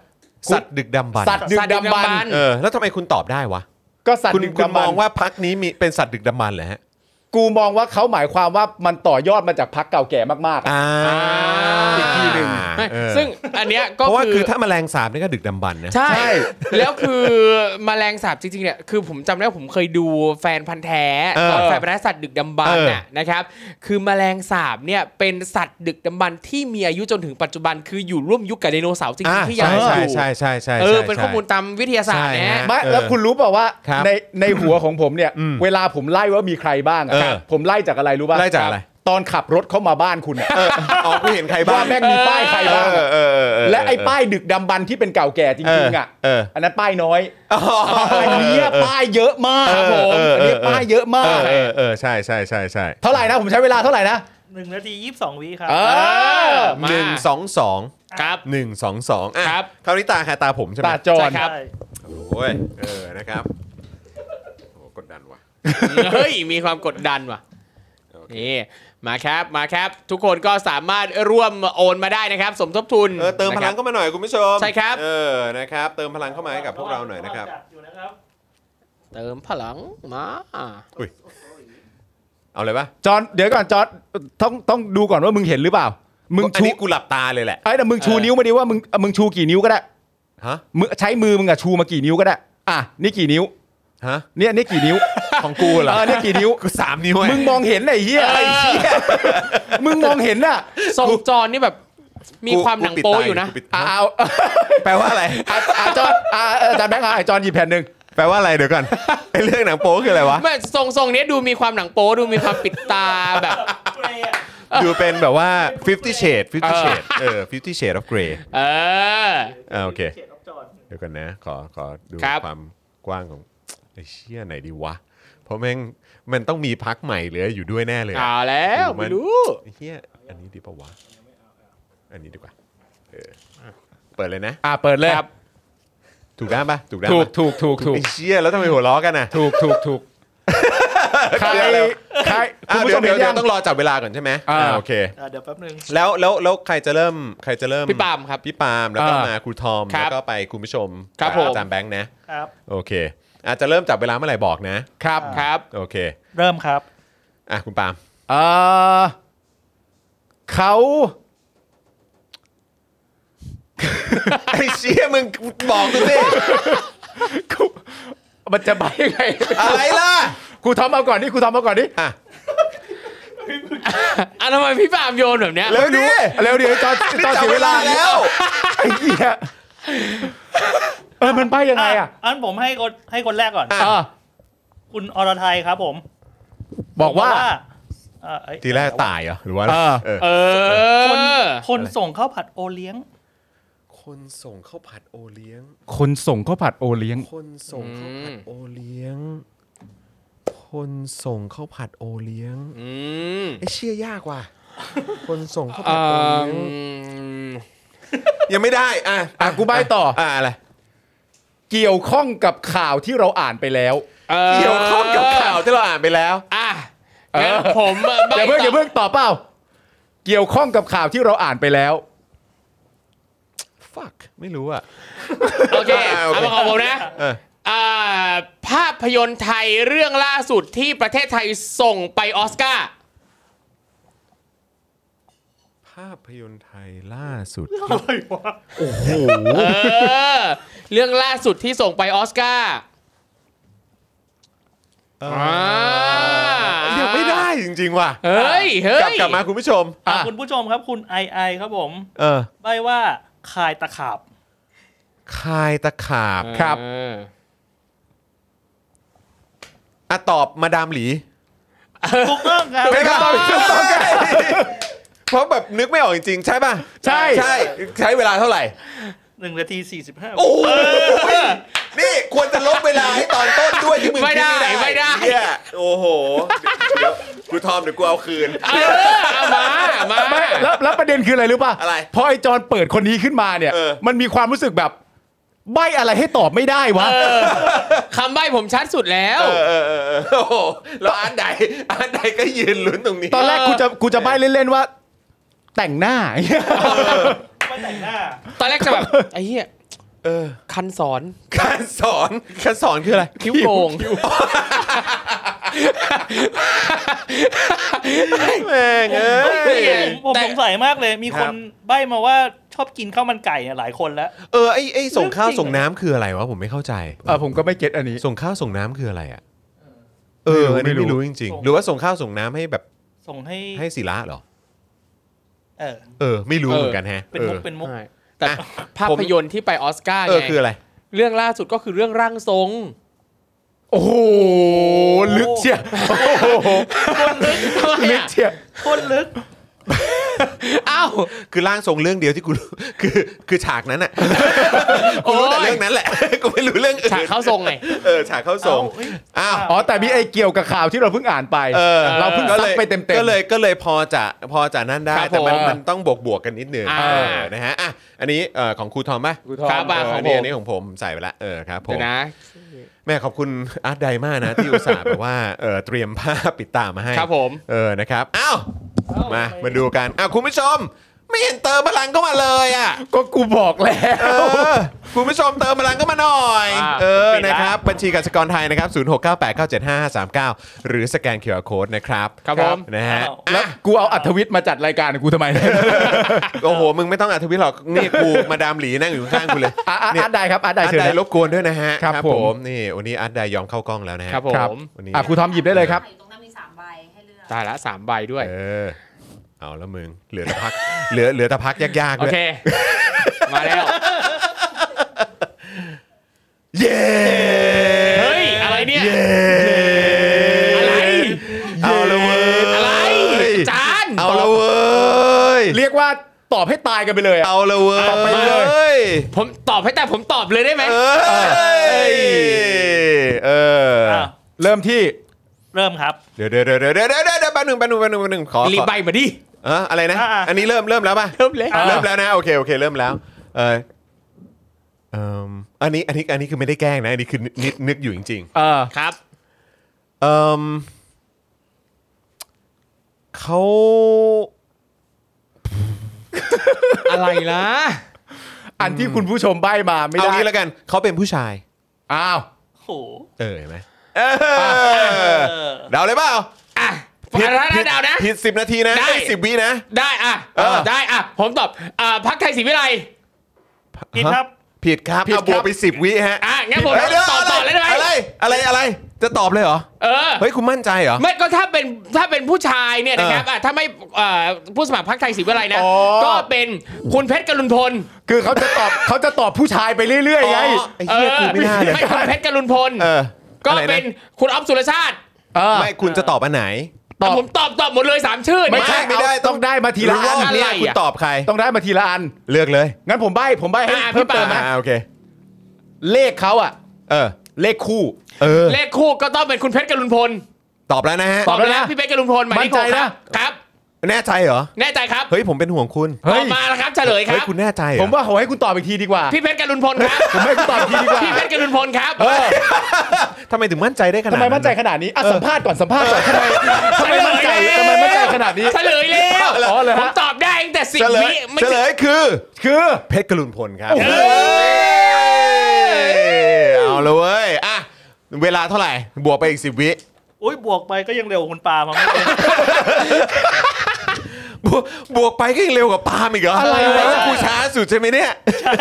S1: สัตว์ดึกดำบรร
S2: สัต
S1: พ์
S2: ว์ดึกดำบรร
S3: สัตว์ดึกดำบรรพ์
S2: พ์
S1: เออแล้วทำไมคุณตอบได้วะ
S2: ก็สัตว์
S1: คุณ
S2: ดึก
S1: คุณ
S2: ดำ
S1: ม
S2: บร
S1: อง
S2: รพ์
S1: ว่าพักนี้มีเป็นสัตว์ดึกดำบรรพ์เหรอฮะ
S2: กูมองว่าเขาหมายความว่ามันต่อยอดมาจากพักเก่าแก่มาก
S1: อ่า
S2: อีกทีหนึ่ง
S3: ไม่
S1: เออ
S3: ซึ่งอันเนี้ย
S1: เพ
S3: ก็
S1: ราะว่า
S3: คื
S1: คือ
S3: อ
S1: ถ้าแมลงสาบนี่ก็ดึกดำบรรพ์นะ
S3: ใช่
S2: ใช่
S3: แล้วคือแมลงสาบจริงๆเนี่ยคือผมจำได้ว่าผมเคยดูแฟนพันธ์แท้
S1: เออ
S3: ตอนแฟนพันธ์แท้สัตว์ดึกดำบรรพ์น่ะนะครับ คือแมลงสาบเนี่ยเป็นสัตว์ดึกดำบรรพ์ที่มีอายุจนถึงปัจจุบันคืออยู่ร่วมยุคกับไดโนเสาร์จริ
S1: าง
S3: ๆที่ยังมี
S1: ใช่
S3: อยู่
S1: ใช่ใช่ใช่
S3: เออ
S1: ใช่
S3: เป็นข้อมูลตามวิทยาศาสตร์
S1: ใช่
S3: นะฮะ
S1: ฮะ
S2: ๆไม่
S1: เออ
S2: แล้วคุณรู้เปล่าว่า
S1: ครับ
S2: ในในหัวของผมเนี่ย
S1: อืม
S2: เวลาผมไล่ว่ามีใครบ้างอะ
S1: เออ
S2: ผมไล่จากอะไรรู้ป่ะ
S1: ไล่จากอะไร
S2: ตอนขับรถเข้ามาบ้านคุณอะ
S1: อ๋อกูเห็นใครบ้า
S2: ว่าง แม่งมีป้ายใครบ้าง
S1: เอ
S2: อะ
S1: อเออเออเออ
S2: และไอ้ป้ายดึกดำบรรพ์ที่เป็นเก่าแก่จริงๆอ่ะ
S1: เออ
S2: อันนั้นป้ายน้อย
S1: เออ
S2: อันเนี้ยป้ายเยอะมากครับผมอันเนี้ยป้ายเยอะมาก
S1: เออเออเออใช่ใช่ใช่ใช่
S2: เท่าไหร่นะผมใช้เวลาเท่าไหร่นะ
S4: หนึ่งนาทียี่สิบสองวิครับ
S2: เออ
S3: มา
S1: หนึ่งสองสอง
S3: ครับ
S1: หนึ่งสองสองอ่ะ
S3: ครับ
S1: คราวนี้ตาใครตาผมใช่ไหม
S2: ตาจร
S3: ใช่ครับ
S4: ใช่
S1: โอ้ยเออนะครับโอ้กดดันว่ะ
S3: เฮ้ยมีความกดดันว่ะนี่มาครับมาครับ ทุกคนก็สามารถร่วมโอนมาได้นะครับ สมทบทุน
S1: เออเติมพลัง
S3: นะครับ
S1: เข้ามาหน่อยคุณผู้ชม
S3: ใช่ครับ
S1: เออนะครับ เติมพลังเข้ามาให้กับพวกเราหน่อยนะครับ
S4: จัดอยู่นะครับ
S3: เติมพลังมา
S1: เอาเลยปะ
S2: จอนเดี๋ยวก่อนจอนต้องต้องดูก่อนว่ามึงเห็นหรือเปล่า มึง
S1: อัน
S2: ชู
S1: นี้กูหลับตาเลยแหละ
S2: ไอ้แต่มึงชูนิ้วมาดิว่ามึงมึงชูกี่นิ้วก็ได้
S1: ฮะ
S2: มึงใช้มือมึงอะชูมากี่นิ้วก็ได้อ่ะนี่กี่นิ้ว
S1: ฮะ
S2: เนี่ยนี่กี่นิ้ว
S1: ของกูเหรอ
S2: เออเนี่ยกี่นิ้ว
S1: กูสามนิ้ว
S2: มึงมองเห็นไอ้เหี้ยไอ้เหี้ยมึงมองเห็นน่ะ
S3: ทรงจอนนี่แบบมีความหนังโป้อยู่นะ
S2: อ่ะเอา
S1: แปลว่าอะไร
S2: อ่ะอ่ะจอนอ่ะเอออาจารย์แบงค์เอาไอ้จอนหยิบแผ่นหนึ่ง
S1: แปลว่าอะไรเดี๋ยวก่อนไอ้เรื่องหนังโป๊คืออะไรวะ
S3: ไม่ทรงทรงเนี้ยดูมีความหนังโป๊ดูมีความปิดตาแบบ
S1: ดูเป็นแบบว่า 50 shade
S3: เออ
S1: 50 shade เออ50 shade of grey
S3: เออ
S1: อ่าโอเค
S4: เขตออฟจอด
S1: เดี๋ยวกันนะ ขอ ขอดู
S3: ครับ
S1: ความกว้างของไอ้เชี่ยไหนดีวะ เพราะแม่ง มันต้องมีพักใหม่เหลืออยู่ด้วยแน่เลยอะ
S3: เอาแล้วไม่รู้
S1: ไอ้เฮียอันนี้ดีปะวะ อันนี้ดีกว่า เออเปิดเลยนะ
S2: อ่ะเปิดเลย
S3: ครับ
S1: ถูกด้านปะถูกด้าน
S2: ถูก
S1: ปะ
S2: ถูกถูกถูก
S1: ไอ้เชี่ยแล้วทำไมหัวล้อกันน่ะ
S2: ถูกถูกถูกใครใครคุ
S1: อ้า
S2: ณ
S1: ว
S2: ผู้
S1: เดี๋ยว
S2: ชม
S1: เดี๋ยวน
S2: เห็
S1: เดี๋ยว
S2: ยัง
S1: ต้องรอจับเวลาก่อนใช่ไหม
S2: อ่า
S1: โอเค
S4: อ่ะเดี๋ยวแป๊บนึง
S1: แล้วแล้วแล้วใครจะเริ่มใครจะเริ่ม
S3: พี่ปาล์มครับ
S1: พี่ปาล์มแล้วก็
S2: อ่าม
S1: มาครูทอม
S3: ครับ
S1: แล้วก็ไปคุณผู้ชม
S3: ครับผม
S1: อาจารย์แบงค์นะครับ โอเค อาจจะเริ่มจับเวลาเมื่อไหร่บอกนะ
S2: ครับ
S3: ครับ
S1: โอเค
S4: เริ่มครับ
S1: อ่ะคุณปาล์ม
S2: เอ่อเขา
S1: ไอ้เชี่ยมึงบอกกูสิ
S2: มันจะไปยังไง
S1: อะไรล่ะ
S2: ครูทอมเอาก่อนนี่ครูทอมเอาก่อนนี่
S1: อ่ะ
S3: อ่ะทำไมพี่ปาล์มโยนแบบเนี้ย
S1: เร็วดิ
S2: เร็วเดี๋ยวจอจอ
S1: จับ
S2: เสีย
S1: เว
S2: เวลา
S1: ลา
S2: แล้
S1: แล้ว ว
S2: ไอ้เหี้ย อมันไปยังไงอ่ะ
S4: อันผมให้คนให้คนแรกก่อน
S2: อ่ะ
S4: คุณอรไทยครับผม
S2: บอกว่า
S4: เอ่อเอ้ย
S1: ทีแรกตายเหรอหรือว่า
S2: เออ
S1: เออ
S3: เอ
S4: คน
S3: อ
S4: คนส่งข้าวผัดโอเลี้ยง
S1: คนส่งข้าวผัดโอเลี้ยง
S2: คนส่งข้าวผัดโอเลี้ยง
S1: คนส่งข้าวผัด
S3: อืม
S1: โอเลี้ยง คนส่งข้าวผัดโอเลี้ยง
S3: อืม
S1: ไอ้เชี่ยยากว่ะ คนส่งข้าว
S3: เอ
S1: ผัดโอ
S3: อ
S1: เลี้ยงยังไม่ได้อ่ะ
S2: อ่ะกูใบ้ต่อ
S1: อ่ะอะไร
S2: เกี่ยวข้องกับข่าวที่เราอ่านไปแล้ว
S3: เอ
S1: เกี่ยวข้องกับข่าวที่เราอ่านไปแล้ว
S3: อ่ะงั้น
S2: เออ
S3: ผมะใบ้
S2: อย่าเพิ่งอย่า
S3: ต่
S2: เพิ่งตอบเปล่า เกี่ยวข้องกับข่าวที่เราอ่านไปแล้ว
S1: fuck ไม่รู้อ่ะ
S3: โอเค
S1: อ่าโอเค
S3: เอามาของผมนะ
S1: เออ
S3: อ่าภาพยนตร์ไทยเรื่องล่าสุดที่ประเทศไทยส่งไปออสการ์
S1: ภาพยนตร์ไทยล่าสุด
S4: อะไรวะ
S3: เออ เรื่องล่าสุดที่ส่งไปออสการ์อ่า
S1: ยังไม่ได้จริงๆว่ะ
S3: เฮ้ยเฮ้ย
S1: กลับกลับมาคุณผู้ชม
S2: อ่ะ
S4: คุณผู้ชมครับคุณไอไอครับผม
S1: เออ
S4: ใบว่าคายตะขาบ
S1: คายตะขาบ
S2: ครับ
S3: เออ
S1: อ่ะตอบมาดามหลี
S4: ถูกต้องครับ
S1: เป็นคำตอบที่ถูกต้องครับ เพราะแบบนึกไม่ออกจริงๆ ใช่ป่ะ
S2: ใช่
S1: ใช่ ใช้เวลาเท่าไหร่
S4: หนึ่งนาทีสี่สิบห้า
S1: โอ้โหนี่ควรจะลบเวลาให้ตอนต้นด้วยที่มึง
S3: ไม่ได้
S1: คิ
S3: ไม่ได้
S1: เนี่ยโอ้โหเดี๋ยวกูทอมเดี๋ยวกูเอาคืน
S3: เออเอามามา
S2: ไม่แล้วแล้วประเด็นคืออะไรรู้ป่ะ
S1: อะไร
S2: พอไอจอนเปิดคนนี้ขึ้นมาเนี่ย
S1: เออ
S2: มันมีความรู้สึกแบบใบอะไรให้ตอบไม่ได้วะ
S3: คำใบ้ผมชัดสุดแล้ว
S1: เออเออเออเออโอ้โหแล้วอันใดอันใดก็ยืนลุ้นตรงนี้
S2: ตอนแรกกูจะกูจะใบเล่นๆว่า แต่งหน้า
S4: ไม่แต่งหน้า
S3: ตอนแรกจะแบบ ไอ้เหี้ย
S1: เออ
S3: คันสอน
S1: การสอนการสอนคืออะไร
S3: คิ้วโกง
S1: แม่งเอ้
S4: ผม
S1: ย
S4: ผม
S3: แต่
S4: สงสัยมากเลย มีคนใบ้มาว่าชอบกินข้าวมันไก่เนี่ยหลายคนแล้ว
S1: เออไอไอส่งข้าว
S4: เรื่องจริง
S1: ส่งน้ำคืออะไรวะผมไม่เข้าใจ
S2: เออผมก็ไม่เก็ตอันนี้
S1: ส่งข้าวส่งน้ำคืออะไรอ่ะเอออันนี้
S2: ไม่รู้
S1: ไม่รู้จริงๆ หรือว่าส่งข้าวส่งน้ำให้แบบ
S4: ส่งให้
S1: ให้ศิระเหรอ
S4: เออ
S1: เออ ไม่รู้เหมือนกันแฮะ
S4: เป็นมุกเป็นมุก
S3: ใช่แต่
S1: อ่ะ
S3: ภาพยนตร์ที่ไปออสการ์
S1: เออ
S3: ไง
S1: คืออะไร
S3: เรื่องล่าสุดก็คือเรื่องร่างทรง
S2: โอ้โหลึกเชียวโอ้โหลึกเชียว
S4: คนลึก
S3: อ้าว
S1: คือร่างทรงเรื่องเดียวที่กูรู้ คือคือฉากนั้นอ่ะกูรู้แต่
S3: โอ้ย
S1: เรื่องนั้นแหละ กูไม่รู้เรื่องอื่น
S3: ฉากเข้าทรงไง
S1: เออฉากเข้าทรง
S4: เอ้าเอ้ย
S1: อ้าว
S2: อ๋อแต่มีไอเกี่ยวกับข่าวที่เราเพิ่งอ่านไป
S1: เออ
S2: เราเพิ่ง
S1: ก็
S2: ซั
S1: เล
S2: ก
S1: ย
S2: ไปเต็มๆ
S1: ก็เลยก็เลยพอจะพอจะนั่นได้
S3: ครับ
S1: แต่มัน
S3: ผม
S1: มันต้องบวกบวกๆกันนิดนึง
S3: อ่า
S1: เออนะฮะอ่ะอันนี้เอ่อของครูทอมป่ะ
S2: ครูทอม
S3: ครับอ่ะของ
S1: เนนี้
S3: ผม
S1: อันนี้ของผมใส่ไปละเออครับผม
S3: เดี๋ยวนะ
S1: แม่ขอบคุณอาร์ตไดมากนะ ที่อุตส่าห์ แบบว่าเออเตรียมผ้าปิดตามาให้
S3: ครับผม
S1: เออนะครับอ้าวมา
S4: ไป
S1: มาดูกันอ้าวคุณผู้ชม ไม่เห็นเติมพลังเข้ามาเลยอ่ะ
S2: ก็กูบอกแล้ว
S1: เออคุณผู้ชมเติมพลังเข้ามาหน่อย
S3: อ่า
S1: เออ
S4: ปิดละ
S1: นะครับบัญชีกสิกรไทยนะครับ 0698975539 หรือสแกน QR Code นะครับ
S3: ครับผม
S1: นะฮะ
S2: แล้วกูเอาอัธวิทย์มาจัดรายการกูทำไมเนี่ย
S1: โอ้โห มึงไม่ต้องอัธวิทย์หรอกนี่กูมาดามหลีนั่งอยู่ข้างๆกูเลย
S2: อ่ะอ่ะ
S1: เนี่ย
S2: อาร์ตได้ครับอาร์ตได้
S1: อาร์ต
S2: เชิญ
S1: ได
S2: นะ
S1: รบกวนด้วยนะฮะ
S2: ครับผม
S1: นี่วันนี้อาร์ตไดยอมเข้ากล้องแล้วนะฮะ
S3: ครับผ
S2: ครับ
S3: ม
S1: วันนี้
S2: อ่ะครูทอมหยิบได้เลยครับ
S5: ตรงนั้นมีสามใบให้เลือก
S3: ตายละสามใบด้วย
S1: เออ เอาละมึง เหลือแต่พัก เหลือเหลือแต่พักยากๆ
S3: โอ
S1: ด้วย
S3: เค มาแล้ว
S1: เย้
S3: เฮ้ย อะไรเนี่ย
S1: เย้
S3: อะไร
S1: เอาละเว้ย
S3: อะไร จาน
S1: เอาละเว้ย
S2: เรียกว่าตอบให้ตายกันไปเลยอะ
S1: เอาละเว้ย
S2: ตอบไปเลย
S3: ผมตอบให้แต่ผมตอบเลยได้ไหม
S1: เอ้ยเออ
S4: อ่ะ
S2: เริ่มที่
S4: เริ่มครับ
S1: เดี๋ยวเดี๋ยวเดี๋ยวเดี๋ยวเดี๋ยวเดี๋ยวแป๊บหนึ่งแป๊บหนึ่งแป๊บหนึ่งแป๊บหนึ่งขอ
S3: รีบ
S1: ขอ
S3: ใบมาดิ
S1: เอ่ออะไรนะ
S4: อ่า
S1: อันนี้เริ่มเริ่มแล้วป่ะ
S3: เริ่มเลย
S1: เริ่มแล้วนะโอเคโอเคเริ่มแล้ว เออเอิ่มอันนี้อันนี้อันนี้คือไม่ได้แกล้งนะอันนี้คือนึกนึกอยู่จริง
S2: เออ
S3: ครับ
S1: ๆเออเขา
S3: อะไรล่ะ
S2: อันที่คุณผู้ชมใบ้มาไม่
S1: เอา
S2: ได้
S1: งี้แล้วกันเขาเป็นผู้ชาย
S2: อ้าว
S4: โอ้โห
S1: เออเห็นไหมเออเดาเลยเปล่า
S3: อ่ะ
S1: ผิ
S3: ผิด
S1: ผิ
S3: ดาวนะ
S1: ผิดสิบนาทีนะ
S3: ได้
S1: สิบวินะ
S3: ได้อ่ะ
S1: เออ
S3: ได้อ่ะ ผมตอบอ่าพักไทยศรีวิไลย์
S4: กินครับ
S1: ผิดครับเอาบวกไปสิบวิฮะ
S3: อ่ะงั้นผม
S1: เอ้ยเดี๋ยว
S3: ตอบต่อเลยได้ไหม
S1: อะไรอะไรอะไร จะตอบเลยเหรอ
S3: เออ
S1: เฮ้ย คุณมั่นใจเหรอ
S3: ไม่ก็ถ้าเป็นถ้าเป็นผู้ชายเนี่ยนะครั
S1: เอออ่
S3: บะถ้าไม่เอ่อผู้สมัครพรรคไทยศรีวิไลนะ
S2: อ๋อ
S3: ก็เป็นคุณเพชรกรุณพล
S2: คือเขาจะตอบ เขาจะตอบผู้ชายไปเรื่อยๆไง
S1: อ๋อ ไเหี้ยกูไม่น่าเลย
S3: ไม่คุณเพชรกรุณพล
S1: เออ
S3: ก็
S1: อะไระ
S3: เป็นคุณอ๊อฟสุรชาติ
S2: เออ
S1: ไม่คุณจะตอบอันไหน
S2: ตอบ
S3: ผมตอบตอบหมดเลยสามชื่อ
S2: ไม่
S3: เนี่ย
S2: ใช่
S1: ไม่ได้
S2: เอาต้องได้มาทีละอั
S1: รอ
S2: น
S1: บเนี้ย
S3: อะไรอ่ะ
S1: คุณตอบใคร
S2: ต้องได้มาทีละอัน
S1: เลือกเลย
S2: งั้นผมใบ้ผมใบ้ให้
S3: อ่ะ
S2: เพิ่มเติม
S3: พี่ปาล์ม
S2: นะ
S1: อ่าโอเค
S2: เลขเขาอ่ะ
S1: เออ
S2: เลขคู่
S1: เออ
S3: เลขคู่ก็ต้องเป็นคุณเพชรกรุณพล
S1: ตอบแล้วนะฮะ
S3: ตอบแล้ว
S2: ตอบแล้ว
S3: นะ
S2: นะ
S3: พี่เพชรกรุณพลหมายเลข
S2: มั่นใจ
S3: หกครั
S2: นะ
S3: บครับ
S1: แน่ใจเหรอ
S3: แน่ใจครับ
S1: เฮ้ย ผมเป็นห่วงคุณ
S3: ตอบมาแล้วครับเฉลยค
S1: เฮ้ย
S3: รับ
S1: คุณแน่ใจเหรอ
S2: ผมว่าผมให้คุณตอบอีกทีดีกว่า
S3: พี่เพชรกรุณพลครับ
S2: ผมให้คุณตอบอีกทีดีกว่า
S3: พี่เพชรกรุณพลครับ
S2: เออ
S1: ทำไมถึงมั่นใจได้ขนาด
S2: ทำไมมั่นใจ
S1: ข
S2: ข
S1: นาด
S2: นาดนี้อ่ะสัมภาษณ์ก่อนสัมภาษณ์ก่อนทำไมทำไมมั่นใจ
S3: เฉลย
S2: ทำไม
S3: แล้ว
S2: มั่นใจขนาดนี้
S3: เฉลยแล้ว
S2: อ๋อเหรอ
S3: ผ
S2: ฮะ
S3: มตอบได้ตั้งแต่สิบ
S1: เฉล
S3: วิ
S1: ย
S3: ไม่
S1: เฉล
S3: ถึ
S1: ย
S3: ง
S1: คือ
S2: คือ
S1: เพชรกรุณพลครับ
S2: โอ้โห
S1: เฮ้ยเอาละเว้ยอ่ะเวลาเท่าไหร่ บวกไปอีก 10 วิ
S4: โอ้ยบวกไปก็ยังเร็วกว่าคุณปา มาไม่เป็น
S1: บวบวกไปก็ยังเร็วกว่าปาล์มอีกเหรออะไรวะกูช้าสุดใช่ไหมเนี่ย
S4: ใช่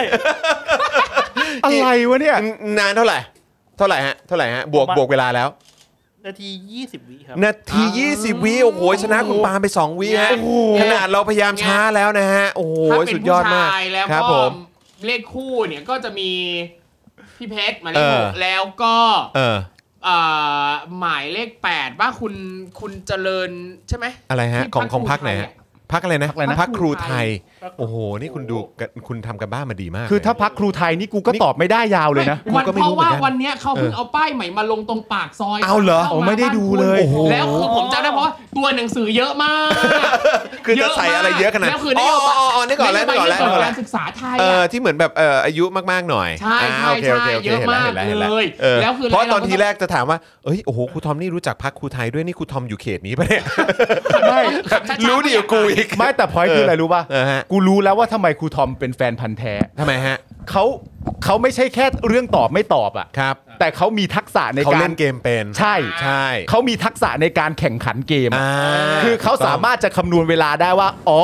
S2: อะไรวะเนี่ย
S1: นานเท่าไหร่ เท่าไหร่ฮะ เท่าไหร่ฮะ บวกบวกเวลาแล้ว
S4: นาทียี่สิบวิครับ
S1: นาที 20 วิโอ้โห ชนะคุณปาล์มไป 2 วิฮะ
S3: โอ้โห
S1: ขนาดเราพยายามช้าแล้วนะฮะ โอ้โห
S3: ถ้าเป็น
S1: สุดย
S3: ผู้
S1: อดมาก
S3: ชายแล้ว
S1: ครับ
S3: ก็
S1: ผม
S3: เลขคู่เนี่ยก็จะมีพี่เพชรหมายเล
S1: เอ
S3: ข
S1: อ
S3: หกแล้วก็
S1: เออ
S3: เอ่อหมายเลขแปดว่าคุณคุณเจริญใช่ไหม
S1: อะไรฮะ
S3: ที่
S1: ของของ
S3: ค
S1: พั
S3: รู
S1: กไหน
S3: ไทย
S1: ฮะ
S3: อะ
S1: พักอะไรนะ
S2: พรรคอะไรนะ
S1: พักครูไทย
S4: พรรคครูไทย
S1: โอ้โห นี่คุณดูกันคุณทำกันบ้านมาดีมาก
S2: คือถ้า
S1: เลย
S2: พักครูไทยนี่กูก็ตอบไม่ได้ยาวเลยนะ
S1: กู
S3: วัน
S1: ก็ไม่
S3: เพ
S1: รู้
S3: ราะ
S1: เหมือ
S3: ว่าน
S1: กัน
S3: วันเนี้ยเขาเพิ่งเอาป้ายใหม่มาลงตรงปากซอย
S1: เอาเหรอ
S3: ข้
S2: โอ้
S3: มา
S2: ไม่ได้ดูเลย
S3: บ้านคุณ
S1: โอ้โห
S3: แล้วคือผมจำได้เพราะว่าตัวหนังสือเยอะมาก
S1: คือจะใส่อะไรเยอะขนาด
S3: แล้วคือ
S1: อ๋อ
S3: นโย
S1: อ๋
S3: บา
S1: อย อ๋อนี่ก่อนแล้วนี่ก่อนแล้ว
S3: นโยบายเรื่อง
S1: นี่ก่อน
S3: กา
S1: แล้ว
S3: รศึกษาไทย
S1: เออ
S3: อะ
S1: ที่เหมือนแบบเอ่ออายุมากๆหน่อย
S3: ใช่
S1: อ่า
S3: ใช่
S1: โค
S3: ใช่
S1: โคโค
S3: เยอะมาก
S1: ห็นแวห็น
S3: เล
S1: แวย เออ
S3: แล้วคือ
S1: เพราะตอนทีแร
S3: เ
S1: กจะถามว่าเอ้ยโอ้โหครูทอมนี่รู้จักพักครูไทยด้วยนี่ครูทอมอยู่เขตนี้ปะเนี่ย
S2: ไม่
S3: าก็ต้อง
S1: รู้ดีกว่ากูอีก
S2: ไม่แต่พอยคืออะไรรู้ป่ะ
S1: เออฮะ
S2: กูรู้แล้วว่าทำไมครูทอมเป็นแฟนพันธ์แท้
S1: ทำไมฮะ
S2: เขาเขาไม่ใช่แค่เรื่องตอบไม่ตอบอ่ะ
S1: ครับ
S2: แต่เขามีทักษะใน
S1: เขา
S2: การ
S1: เล่นเกมเป็น
S2: ใช่
S1: ใช่
S2: เขามีทักษะในการแข่งขันเกม
S1: อ่า
S2: คือเขาสามารถจะคำนวณเวลาได้ว่า อ๋อ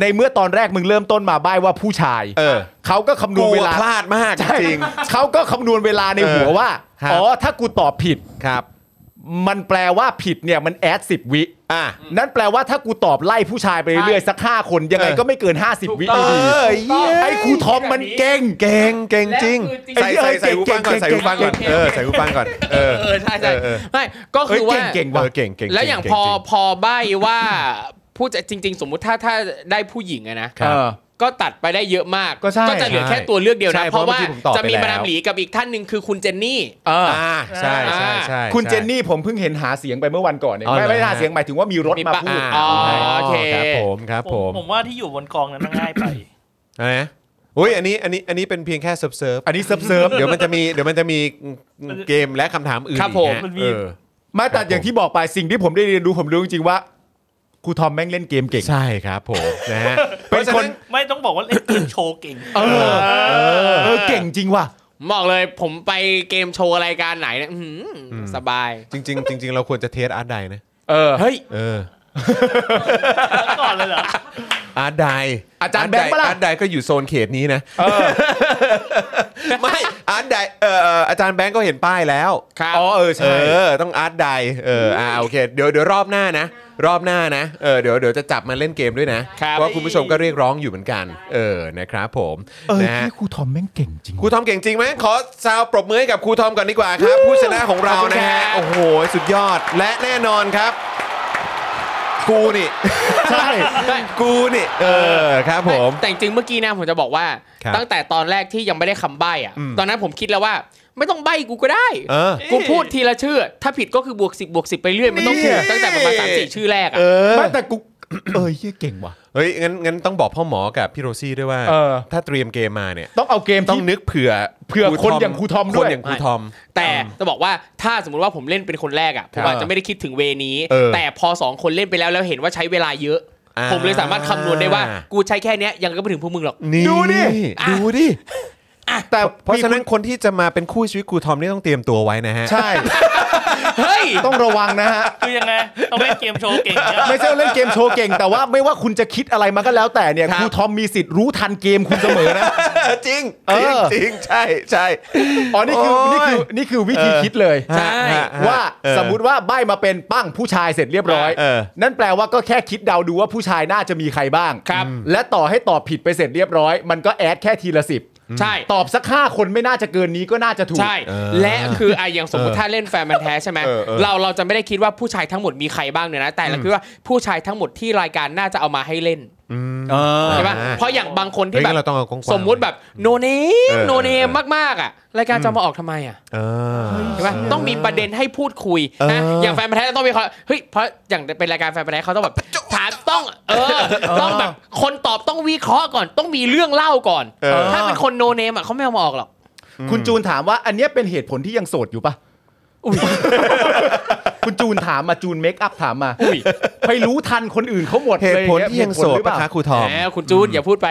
S2: ในเมื่อตอนแรกมึงเริ่มต้นมาใบ้ว่าผู้ชาย
S1: เออ
S2: เขาก็คำน
S1: กู
S2: วณเว
S1: อะ
S2: ลา
S1: พลาดมาก
S2: ใช่
S1: จริง
S2: เขาก็คำนวณเวลาในหัวว่า
S1: ครับ
S2: อ๋อ ถ้ากูตอบผิด
S1: ครับ
S2: มันแปลว่าผิดเนี่ยมันแอดสิบวิ
S1: อ่ะ
S2: นั่นแปลว่าถ้ากูตอบไล่ผู้ชายไปเรื่อยๆสัก 5 คนยังไงก็ไม่เกิน 50 วิ
S1: เอก
S3: ถูต้ง
S2: ดี
S1: อเย้
S2: ไอ้ครูทอมมันเก่ง
S1: เก่งเก่งจริง
S3: และคือจริง
S1: ใส่ใส่ใส่หูฟังก่อนใส่หูฟังก่อนเออใส่หูฟังก่อนเออ
S3: เออใช่ใช่
S1: เออ
S3: ไม่ก็คือว่า
S1: เก่งว่ะเก่งเก่ง
S3: แล้วอย่าง
S1: เก่
S3: พอ
S1: จริง
S3: พอใบว่าผู้จะจริง ๆ สมมุติถ้าถ้าได้ผู้หญิงอะนะ
S1: ครับ
S2: เออ
S3: ก็ตัดไปได้เยอะมาก
S2: ก็ใช่
S3: จะเหลือแค่ตัวเลือกเดียว
S1: ใช่
S3: นะ เพราะว่า
S1: เพราะเมื่อกี้ผมตอบไป
S3: จะมี
S1: แล้ว
S3: มาดามหลีกับอีกท่านหนึ่งคือคุณเจนนี่
S2: เออ
S1: อ่าใช่ใช่ใช่
S2: คุณเจนนี่ผมเพิ่งเห็นหาเสียงไปเมื่อวันก่อนเนี่ย
S1: อ๋อเหรอ
S2: ไม่ไม่ได้หาเสียงหมายถึงว่ามีรถมา
S3: มีปะ
S2: พูด
S3: อ๋อโอเค
S1: ครับผมครับผ
S4: ผ
S1: ม ม
S4: ผมว่าที่อยู่บนกองนั้นน่ะง่ายไป
S1: อะไรนะอุ้ยอันนี้อันนี้อันนี้เป็นเพียงแค่เซิร์ฟเซิร์ฟ
S2: อันนี้เซิร์ฟเซิร์ฟ
S1: เดี๋ยวมันจะมีเดี๋ยวมันจะมีเกมและคำถามอื่น
S3: ครับ
S1: อีก
S3: ผม
S1: ฮะ
S4: มันมี
S1: เออ
S2: ไม่
S1: ค
S2: แต่
S1: รับ
S2: อย่าง
S1: ผม
S2: ที่บอกไปสิ่งที่ผมได้เรียนรู้ผมรู้จริงๆว่าครูทอมแม่งเล่นเกมเก่ง
S1: ใช่ครับผมนะฮะ
S2: เป็นคน
S4: ไม่ต้องบอกว่าเล่นเกมโชว์เก่ง
S2: เออเออเก่งจริงว่ะ
S3: บอกเลยผมไปเกมโชว์รายการไหนเนี่ยอื้อหือสบาย
S1: จริงๆจริงๆ เราควรจะเทสอาร์ตไดนะ
S2: เออ
S3: เฮ้ย
S1: เออ
S4: ก่อนเลยเหรอ
S1: อาร์ตได
S2: อาจารย์แบงค์ปะล่ะ
S1: อาร์ตไดก็อยู่โซนเขตนี้นะไม่อาร์ตไดเอออาจารย์แบงค์ก็เห็นป้ายแล้ว
S3: ครับ
S2: อ๋อเออ
S1: เอ
S2: ใช่
S1: อ ต้องอาร์ตไดเอออ่าโอเคเดี๋ยวเดี๋ยวรอบหน้านะ รอบหน้านะเออเดี๋ยวเดี๋ยวจะจับมาเล่นเกมด้วยนะครับ เพราะคุณผู้ชมก็เรียกร้องอยู่เหมือนกัน เออนะครับผม
S2: เออ
S1: นะฮะ
S2: ที่ครูทอมแม่งเก่งจริง
S1: ครูทอมเก่งจริงไหมขอซาวปรบมือให้กับครูทอมก่อนดีกว่าครับ ผู้ชนะของเรานะฮะโอ้โห สุดยอดและแน่นอนครับ กูนี่
S2: ใช่
S1: กูนี่ เออครับผม
S3: แต่จริงๆเมื่อกี้นะผมจะบอกว่า
S1: ครับ
S3: ตั้งแต่ตอนแรกที่ยังไม่ได้คำใบ้อะ
S1: อืม
S3: ตอนนั้นผมคิดแล้วว่า ไม่ต้องใบ้กูก็ได้
S1: เออ
S3: กูพูดทีละชื่อ ถ้าผิดก็คือบวกสิบบวกสิบไปเรื่อยมันต้องถูกตั้งแต่ประมาณสามสี่ชื่อแรกอะ
S1: เออ
S2: ไม่แต่กู เออเหี้ยเก่งว่ะ
S1: เฮ้ยงั้นงั้นต้องบอกพ่อหมอกับพี่โรซี่ด้วยว่า
S2: เออ
S1: ถ้าเตรียมเกมมาเนี่ย
S2: ต้องเอาเกม
S1: ต้อง
S2: ที่
S1: นึกเผื่อ
S2: เผื่อคนอย่างครูทอมด้
S1: ค
S2: วย
S1: นอย่างครูทอม
S3: แต่จะบอกว่าถ้าสมมติว่าผมเล่นเป็นคนแรกอ่ะผมอาจจะไม่ได้คิดถึงเวนี้
S1: เออ
S3: แต่พอสองคนเล่นไปแล้วแล้วเห็นว่าใช้เวลาเยอะ
S1: อ่า
S3: ผมเลยสามารถคำนวณได้ว่า กูใช้แค่เนี้ยยังก็ไม่ถึงพวกมึงหรอก
S1: นี่
S2: ดูดิ
S1: ดูดิ
S2: แต่
S1: เพราะฉะนั้นคนที่จะมาเป็นคู่ชีวิตครูทอมนี่ต้องเตรียมตัวไว้นะฮะ
S2: ใช่
S3: เฮ้ย
S2: ต้องระวังนะฮะ
S4: คือยังไงต้องเล่นเกมโชว์เก่งเนี่ย
S2: ไม่ใช่ว่าเล่นเกมโชว์เก่งแต่ว่าไม่ว่าคุณจะคิดอะไรมาก็แล้วแต่เนี่ย
S1: ครับ
S2: ครูทอมมีสิทธิ์รู้ทันเกมคุณเสมอนะ
S1: จริง
S2: เออ
S1: จริงใช่ใช่
S2: อ๋อนี่คือ
S1: โอ้ย
S2: นี่คือนี่คือวิธีคิดเลย
S3: ใช่
S2: ว่า
S1: เออ
S2: สมมุติว่าใบมาเป็นปั้งผู้ชายเสร็จเรียบร้อย
S1: เออ
S2: นั่นแปลว่าก็แค่คิดเดาดูว่าผู้ชายน่าจะมีใครบ้าง
S3: ครับ
S2: และต่อให้ตอบผิดไปเสร็จเรียบร้อย มันก็แอดแค่ทีละสิบ
S3: ใช่
S2: ตอบสักห้าคนไม่น่าจะเกินนี้ก็น่าจะถูก
S3: ใช่
S1: เออ
S3: และคือไอะอย่างสมมติถ้าเล่นแฟนมันแท้ใช่ไหม
S1: เออเออ
S3: เราเราจะไม่ได้คิดว่าผู้ชายทั้งหมดมีใครบ้างเนี่ยนะ แต่เราคิดว่าผู้ชายทั้งหมดที่รายการน่าจะเอามาให้เล่นใช่ปะเพราะอย่างบางคนที่
S1: เฮ้ย
S3: แบ
S1: งั้น
S3: บ
S1: เราต้องเอากว้างๆ
S3: สมมุติแบบโนเน
S1: เอ
S3: ม
S1: อ
S3: โนเนม
S1: เออ
S3: มากๆอ่ะรายการจะเอามาออกทำไมอ่ะ
S1: เออ
S3: ใช่ปะต้องมีประเด็นให้พูดคุยนะ
S1: เอออ
S3: อย่างแฟนมันธุ์แท้ต้องมีเขาเฮ้ยเพราะอย่างเป็นรายการแฟนมันธุ์แท้เขาต้องแบบถามต้องเออต้องแบบคนตอบต้องวิเคราะห์ก่อน ต้องมีเรื่องเล่าก่อน
S1: เออ
S3: ถ้าเป็นคนโนเนมอ่ะเขาไม่เอามาออกหรอก
S2: คุณจูนถามว่าอันเนี้ยเป็นเหตุผลที่ยังโสดอยู่ปะ คุณจูนถามมาจูนเมคอัพถามมา
S3: อุ้ย
S2: ไปรู้ทันคนอื่นเขาหมด
S1: เหตุผล
S2: เล
S1: ที่ยังโสด
S2: เหตุผลหรือเป
S1: ปะ
S2: ล่า
S1: คะครูทอม
S3: แหมคุณจูนอย่าพูดไป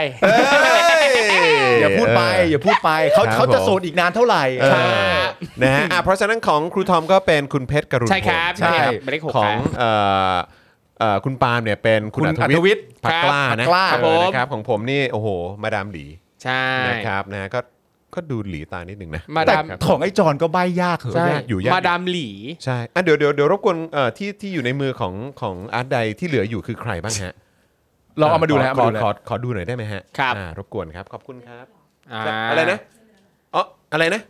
S2: อย่าพูดไป อย่าพูดไปเขา
S1: ครับ
S2: เขาจะ
S1: ผม
S2: โสดอีกนานเท่าไหร่
S1: เออนะฮะอ่ะเพราะฉะนั้นของครูทอมก็เป็นคุณเพชรกรุณ
S3: ใช่ครับ
S1: พงศ์นะ
S3: ใช่ครับหมายเลขหก
S1: ของ
S3: ครับ
S1: เอ่อเอ่อคุณปาล์มเนี่ยเป็นคุณ
S2: คุณ
S1: อัธวิทย์
S3: อั
S1: ผัก
S3: ธวิทย์
S1: กล้า
S3: ค
S1: นะ
S3: รับ
S2: ผักกล้า
S1: เออ
S3: ค
S1: นะค
S3: รับผม
S1: รับของผมนี่โอ้โห มาดามหลี
S3: ใช่
S1: นะครับนะฮะก็ก็ดูหลีตานิดหนึ่งนะ
S3: มา
S2: แต่
S3: ดาม
S2: ของไอ้จอนก็ใบยากเหร
S1: ใช่
S2: อะ
S1: อยู่ยาก
S3: มาดามหลี
S1: ใช่อ่ะเดี๋ยวเดี๋ยวเดี๋ยวรบกวนเอ่อที่ที่อยู่ในมือของของอาร์ตใดที่เหลืออยู่คือใครบ้างฮะ
S2: ลองเอามาดูนะฮะ
S1: ขอ
S2: มาดูนะ
S1: ขอขอดูหน่อยได้ไหมฮะ
S3: ครับ
S1: อ่ารบกวนครับขอบคุณครับ
S3: อ่า
S1: อะไรนะอ๋ออะไรนะ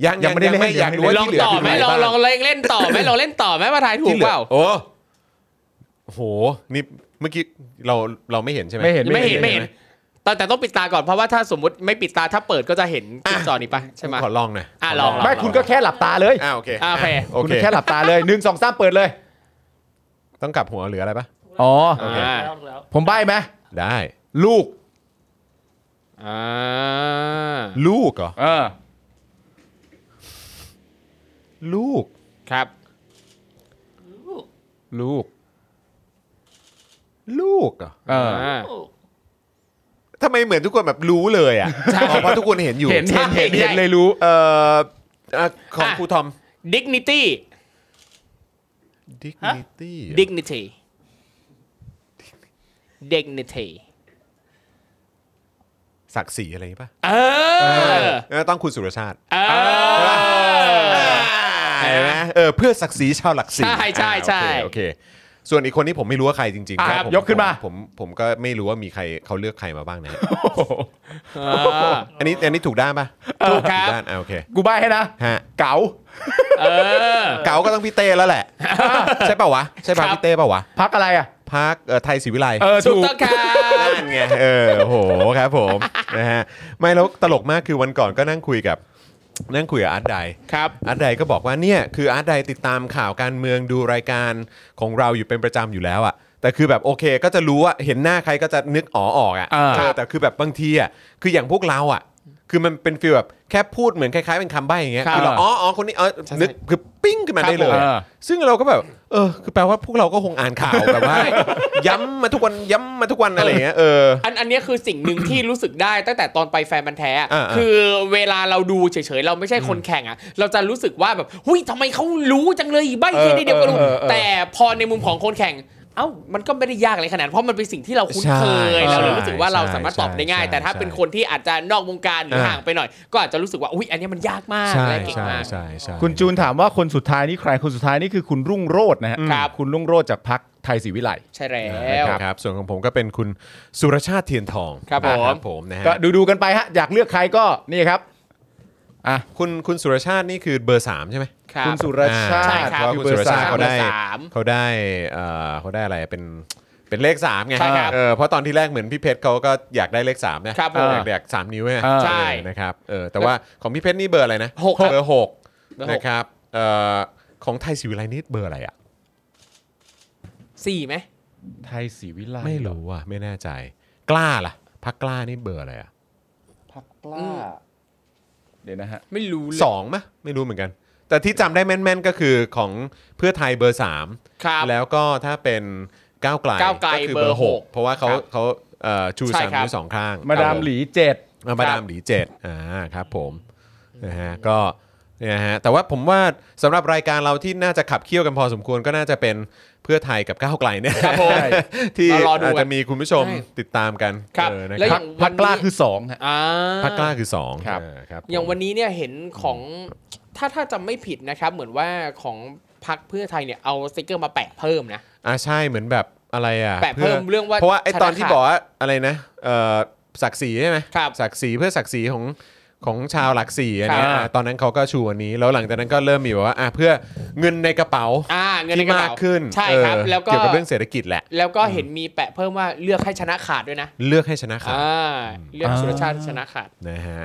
S1: เล่นไปแล้วหรอยังยังไม่ได้เล่นอยากรู้ว่า
S3: ลอง
S1: ที่เหลือ
S3: ต่อ
S1: คื
S3: ไหม
S1: ใคร
S3: ลอง
S1: บ้า
S3: ลองเล่นต่อไหมลองเล่นต่อไหมว่าทายถู
S1: ที่
S3: ก
S1: หลือ
S3: เปล่า
S1: โอ้โหนี่เมื่อกี้เราเราไม่เห็นใช่ไหม
S2: ไม่เห็น
S3: ไม่เห็นไม่เห็น
S1: ไม่เห็น
S3: ตอนแต่ต้องปิดตาก่อนเพราะว่าถ้าสมมติไม่ปิดตาถ้าเปิดก็จะเห็นขึ้นจอนี้ปะใช่ไหม
S1: ขอลองหน่อย
S3: อ่ะ
S1: ข
S3: ลอง
S2: ไม่คุณก็แค่หลับตาเลย
S1: อ่าโอเค
S3: อ่ะโอเค
S1: โอ
S2: คุณ
S1: เค
S2: แค่หลับตาเลยหนึ่งสองสามเปิดเลย
S1: ต้องกลับหัวหรืออะไรปะ
S2: อ๋อ
S3: อ่า
S4: แล้วแล้ว
S2: ผมใบไหม
S1: ได้
S2: ลูก
S3: อ่า
S1: ลูกเหรอ
S2: เออ
S1: ลูก
S3: ครับ
S2: ลูก
S1: ลูกเหรอ
S2: เออ
S3: อ่า
S1: ทำไมเหมือนทุกคนแบบรู้เลยอ่ะ
S3: ใช่
S1: อ๋อเพราะทุกคนเห็นอยู่
S2: เห็นเห็นเห็น
S3: ใช่
S2: เห็นเลยรู้
S1: เอ่ออ่ะของครูทอม
S3: dignity
S1: dignity เหรอ
S3: dignity dignity
S1: ศักดิ์ศรีอะไรอย่างงี้ปะ
S3: เออ
S1: เออต้องคุณสุรชาติ
S3: เออ
S1: เห็นไหมเออเพื่อศักดิ์ศรีชาวหลักสี่
S3: ใช่ใช่ใช่
S1: อ่าโอเคโอเค ส่วนอีกคนนี้ผมไม่รู้ว่าใครจริงๆ
S2: อ่ะ
S1: ครับผม
S2: ยกขึ้นมา
S1: ผมผมก็ไม่รู้ว่ามีใครเขาเลือกใครมาบ้างนะฮะ
S3: า
S1: อันนี้อันนี้ถูกด้านปะ
S3: ถูกครับ
S1: ด้านอ่ะโอเค
S2: กูใบให้นะ
S1: ฮะ
S2: เก๋า
S3: เออ
S1: เก๋าก็ต้องพี่เต้แล้วแหละ ใช่ป่าวะ ใช่ป่ะ
S3: ครับ
S1: พี่เต้ป่าวะ
S2: พักอะไรอ่ะ
S1: พักไทยศรีวิไล
S2: เออ
S3: ถู
S2: ถู
S3: ก
S2: ก
S3: ต้องครับ
S1: นั่นไงเออโอ้โหครับผมนะฮะไม่แล้วตลกมากคือวันก่อนก็นั่งคุยกับ นั่งคุยกับอาร์ตได
S3: ครับ
S1: อาร์ตไดก็บอกว่าเนี่ยคืออาร์ตไดติดตามข่าวการเมืองดูรายการของเราอยู่เป็นประจำอยู่แล้วอะแต่คือแบบโอเคก็จะรู้ว่าเห็นหน้าใครก็จะนึกอ๋อออกอะ
S2: อ่า
S1: เออแต่คือแบบบางทีอะคืออย่างพวกเราอะคือมันเป็นฟีลแบบแค่พูดเหมือนคล้ายๆเป็นคำใบ้อย่างเงี้ย
S3: ครับ
S1: คือเราอ๋ออ๋อคนนี้อ๋อนึกคือปิ้งขึ้นมาได้เลย
S2: เอ
S1: อะ
S2: อ
S1: ซึ่งเราก็แบบเออคือแปลว่าพวกเราก็คงอ่านข่าว แบบว่า ย้ำมาทุกวันย้ำมาทุกวันอะไรอย่างเงี้ยเออ
S3: ันอันเนี้ยคือสิ่งหนึ่งที่รู้สึกได้ตั้งแต่ตอนไปแฟนบันธุ์แท้อะ
S1: อ่าๆ
S3: คือเวลาเราดูเฉยๆ เราไม่ใช่คนแข่งอ่ะ เราจะรู้สึกว่าแบบหุ้ยทำไมเขารู้จังเลยใบแค่นี้เดียวก็รู้
S2: เออเออเออ
S3: แต่พอในมุมของคนแข่ง เอ้ามันก็ไม่ได้ยากอะไรขนาดนั้นเพราะมันเป็นสิ่งที่เราคุ้นเคย
S1: ใช่
S3: เราเลยรู้สึกว่าเรา
S1: ใช่
S3: สามารถตอบได้ง่าย
S1: ใช่
S3: แต่ถ้าเป็นคนที่อาจจะนอกวงการหรืออา ห่างไปหน่อย ก็อาจจะรู้สึกว่าอุ้ยอันเนี้ยมันยากมาก
S1: ใช่
S3: และเก่ง
S1: ใช่
S3: มาก
S1: ใช่ใช่
S2: คุณจูนถามว่าคนสุดท้ายนี่ใครคนสุดท้ายนี่คือคุณรุ่งโรจน์นะฮะ
S3: ครับ
S2: คุณรุ่งโรจน์จากพักไทยศรีวิไล
S3: ใช่แล้
S1: นะ
S3: ว
S1: ครับครับส่วนของผมก็เป็นคุณสุรชาติเทียนทอง
S3: ครับผม
S1: นะผมนะฮะ
S2: ก็ดูดูๆกันไปฮะ อยากเลือกใครก็นี่ครับ อ่ะ
S1: คุณคุณสุรชาตินี่คือเบอร์สามใช่ไหม
S3: ครับ
S2: คุณสุรชา
S3: ใช่
S2: ติ
S3: ครับ
S1: เพาะว่าคุณสุรชาติ
S2: เบ
S1: เขา
S2: อสม
S1: ได้
S3: เบอร์สาม
S1: เขาได้เอ่อเขาได้อะไรเป็นเป็นเลขสามไง
S3: ใช่ครับ
S1: เออเพราะตอนที่แรกเหมือนพี่เพชรเขาก็อยากได้เลขสามนะครับ
S3: ผม
S1: อยากอยากสามนิ้วไง
S2: เออ
S3: ใช่
S1: เออนะครับเออแต่ว่าของพี่เพชรนี่เบอร์อะไรนะ
S3: หกครับ
S1: เบอร์หก
S3: เบอร์หก
S1: นะครับเอ่อของไทยศิวิไลนี่เบอร์อะไรอ่ะ
S3: สี่ไหม
S2: ไทยศรีวิไล
S1: ไม่รู้อ่ะไม่แน่ใจ กล้าล่ะพักกล้านี่เบอร์อะไรอ่ะ
S2: พักกล้า
S3: อืม
S2: เดี๋ยวนะฮะ
S3: ไม่รู้เลย
S1: สองมะไม่รู้เหมือนกัน แต่ที่จำได้แม่นๆก็คือของเพื่อไทยเบอร์สาม
S3: ครับ
S1: แล้วก็ถ้าเป็นก้าวไกล
S3: ก้าวไกล
S1: คื
S3: เบอร์หก
S1: เพราะว่าเขา
S3: ครับ
S1: เขาเอ่อชู
S3: ใช่
S1: สาม
S3: ครับ
S1: นิ้วสองข้าง
S2: มา
S1: ค
S2: ดาม
S1: รับผ
S2: หลีเจ็ด
S1: อ่ะมาดามหลีเจ็ดอ่าครับผมนะฮะก็เนี่ยฮะแต่ว่าผมว่าสำหรับรายการเราที่น่าจะขับเคี่ยวกันพอสมควรก็น่าจะเป็นเพื่อไทยกับก้าวไกลเนี่ย
S3: ครับผม
S1: ใช่ที่
S3: เรารอดู
S1: อาจ
S3: กั
S1: จะ
S3: น
S1: มีคุณผู้ชม
S3: ใช่
S1: ติดตามกัน
S3: ครับ
S1: เออนะ
S3: และ
S1: ค
S3: อ
S1: รั
S3: ย่า
S1: บ
S3: ง
S2: พักกล้าคือสองฮะ
S3: อ่า
S1: พักกล้าคือสอง
S2: ครับ
S1: เออครับ
S3: อย่างวันนี้เนี่ยเห็นของถ้าถ้าจำไม่ผิดนะครับ เหมือนว่าของพักเพื่อไทยเนี่ยเอาสติกเกอร์มาแปะเพิ่มนะ
S1: อ่าใช่เหมือนแบบอะไรอ่ะ
S3: แปะเพิ่มเรื่องว่า
S1: เพราะว่าไอ้ตอน
S3: ชนะ
S1: ที่
S3: ขาด
S1: บอกว่าอะไรนะเอ่อศักดิ์ศรีใช่ไหม
S3: ครับ
S1: ศักดิ์ศรีเพื่อศักดิ์ศรีของของชาวหลักสี่อันเนี้ย
S3: ครับ
S1: อ่ะตอนนั้นเขาก็ชูวันนี้แล้วหลังจากนั้นก็เริ่มมีแบบว่าอ่ะเพื่อเงินในกระเป๋า
S3: อ่าเงินใน
S1: ที่
S3: กระ
S1: มาก
S3: เป๋า
S1: ขึ้น
S3: ใช่ครับ
S1: เออ
S3: แล้วก็
S1: เกี่ยวกับเรื่องเศรษฐกิจแหละ
S3: แล้วก็เห็นมีแปะเพิ่มว่าเลือกให้ชนะขาดด้วยนะ
S1: เลือกให้ชนะขาด
S3: อ่าเลือกสุรชาติชนะขาด
S1: นะฮะ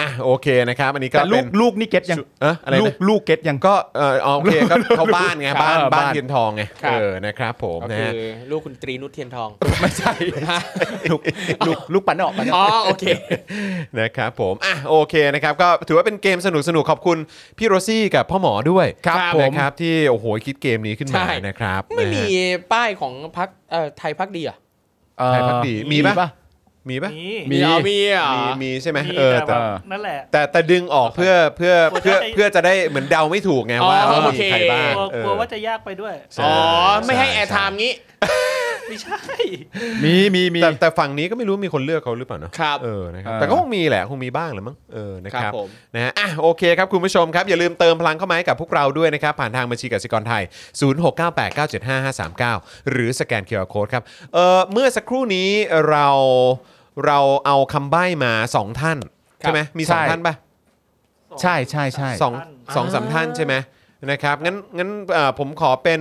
S1: อ่ะโอเคนะครับ อันนี้ก็
S2: แต่ลู
S1: เป็
S2: ก
S1: น
S2: ลูกนี่เก็ตยัง
S1: เอะอะไร
S2: ลูก
S1: นะ
S2: ลูกเก็ตยัง
S1: ก็เอออ๋อโอเค ก็เข้าบ้านไง
S3: ครับ
S1: บ้านบ้าน
S2: บ้าน
S1: เทียนทองไง
S3: ครับ
S1: เออนะครับผม
S3: ก็
S1: นะ
S3: คื
S1: ฮะ
S3: อลูกคุณตรีนุชเทียนทอง
S2: ไม่ใช่ลูกลูกลูกปันออกปันอ
S3: อ๋
S2: อก
S3: อโอเค
S1: นะครับผมอ่ะโอเคนะครับก็ถือว่าเป็นเกมสนุกสนุกๆขอบคุณพี่โรซี่กับพ่อหมอด้วย
S3: ครับผม
S1: นะครับที่โอ้โหคิดเกมนี้ขึ้นมานะครับ
S3: ไม่มี
S1: นะฮะ
S3: ป้ายของพักเอ่อไทยพักดีเหรอ่ะ
S1: ไทยพักดีมีปะ
S2: ปะ
S1: มีปะ
S4: มี
S2: มี
S3: อ๋อมีอ่ะ
S1: มีมีใช่ไหม
S4: มี
S1: เออ
S4: แต่
S1: แต่
S4: แบบ
S2: เออ
S4: นั่นแหละ
S1: แต่แต่ดึงออกเพื่อเพื่อเพื่อเพื่อจะได้เหมือนเดาไม่ถูกไงว่า
S3: อ๋อ
S1: ว่า
S3: โอ
S1: มี
S3: เค
S1: ใครบ้าง
S4: กลัว
S1: เออก
S4: ลัวว่าจะยากไปด้วย
S1: ใช่
S3: อ๋อไม่ให้แอ
S1: ช่
S3: ร์ไทม์งี้
S4: ไม่ใช่
S2: มีมีมี
S1: แต่แต่ฝั่งนี้ก็ไม่รู้มีคนเลือกเขาหรือเปล่าเนอะ
S3: ครับ
S1: เออนะครับ
S2: เออ
S1: แต่ก็คงมีแหละคงมีบ้างแหละมั้งเออนะค
S3: ครั
S1: รับบ
S3: ผม
S1: นะฮะอ่ะโอเคครับคุณผู้ชมครับ อย่าลืมเติมพลังเข้ามาให้กับพวกเราด้วยนะครับ ผ่านทางบัญชีกสิกรไทย 0698975539 หรือสแกนเคอร์โค้ดครับเออเมื่อสักครู่นี้เราเราเอาคำใบ้มาสองท่านใช่ไหมมีสองท่านปะ
S2: ใช่ใช่ใช่
S1: สอง
S4: ท่าน
S1: สองสามท่านใช่ไหมนะครับงั้นงั้นเอ่อผมขอเป็น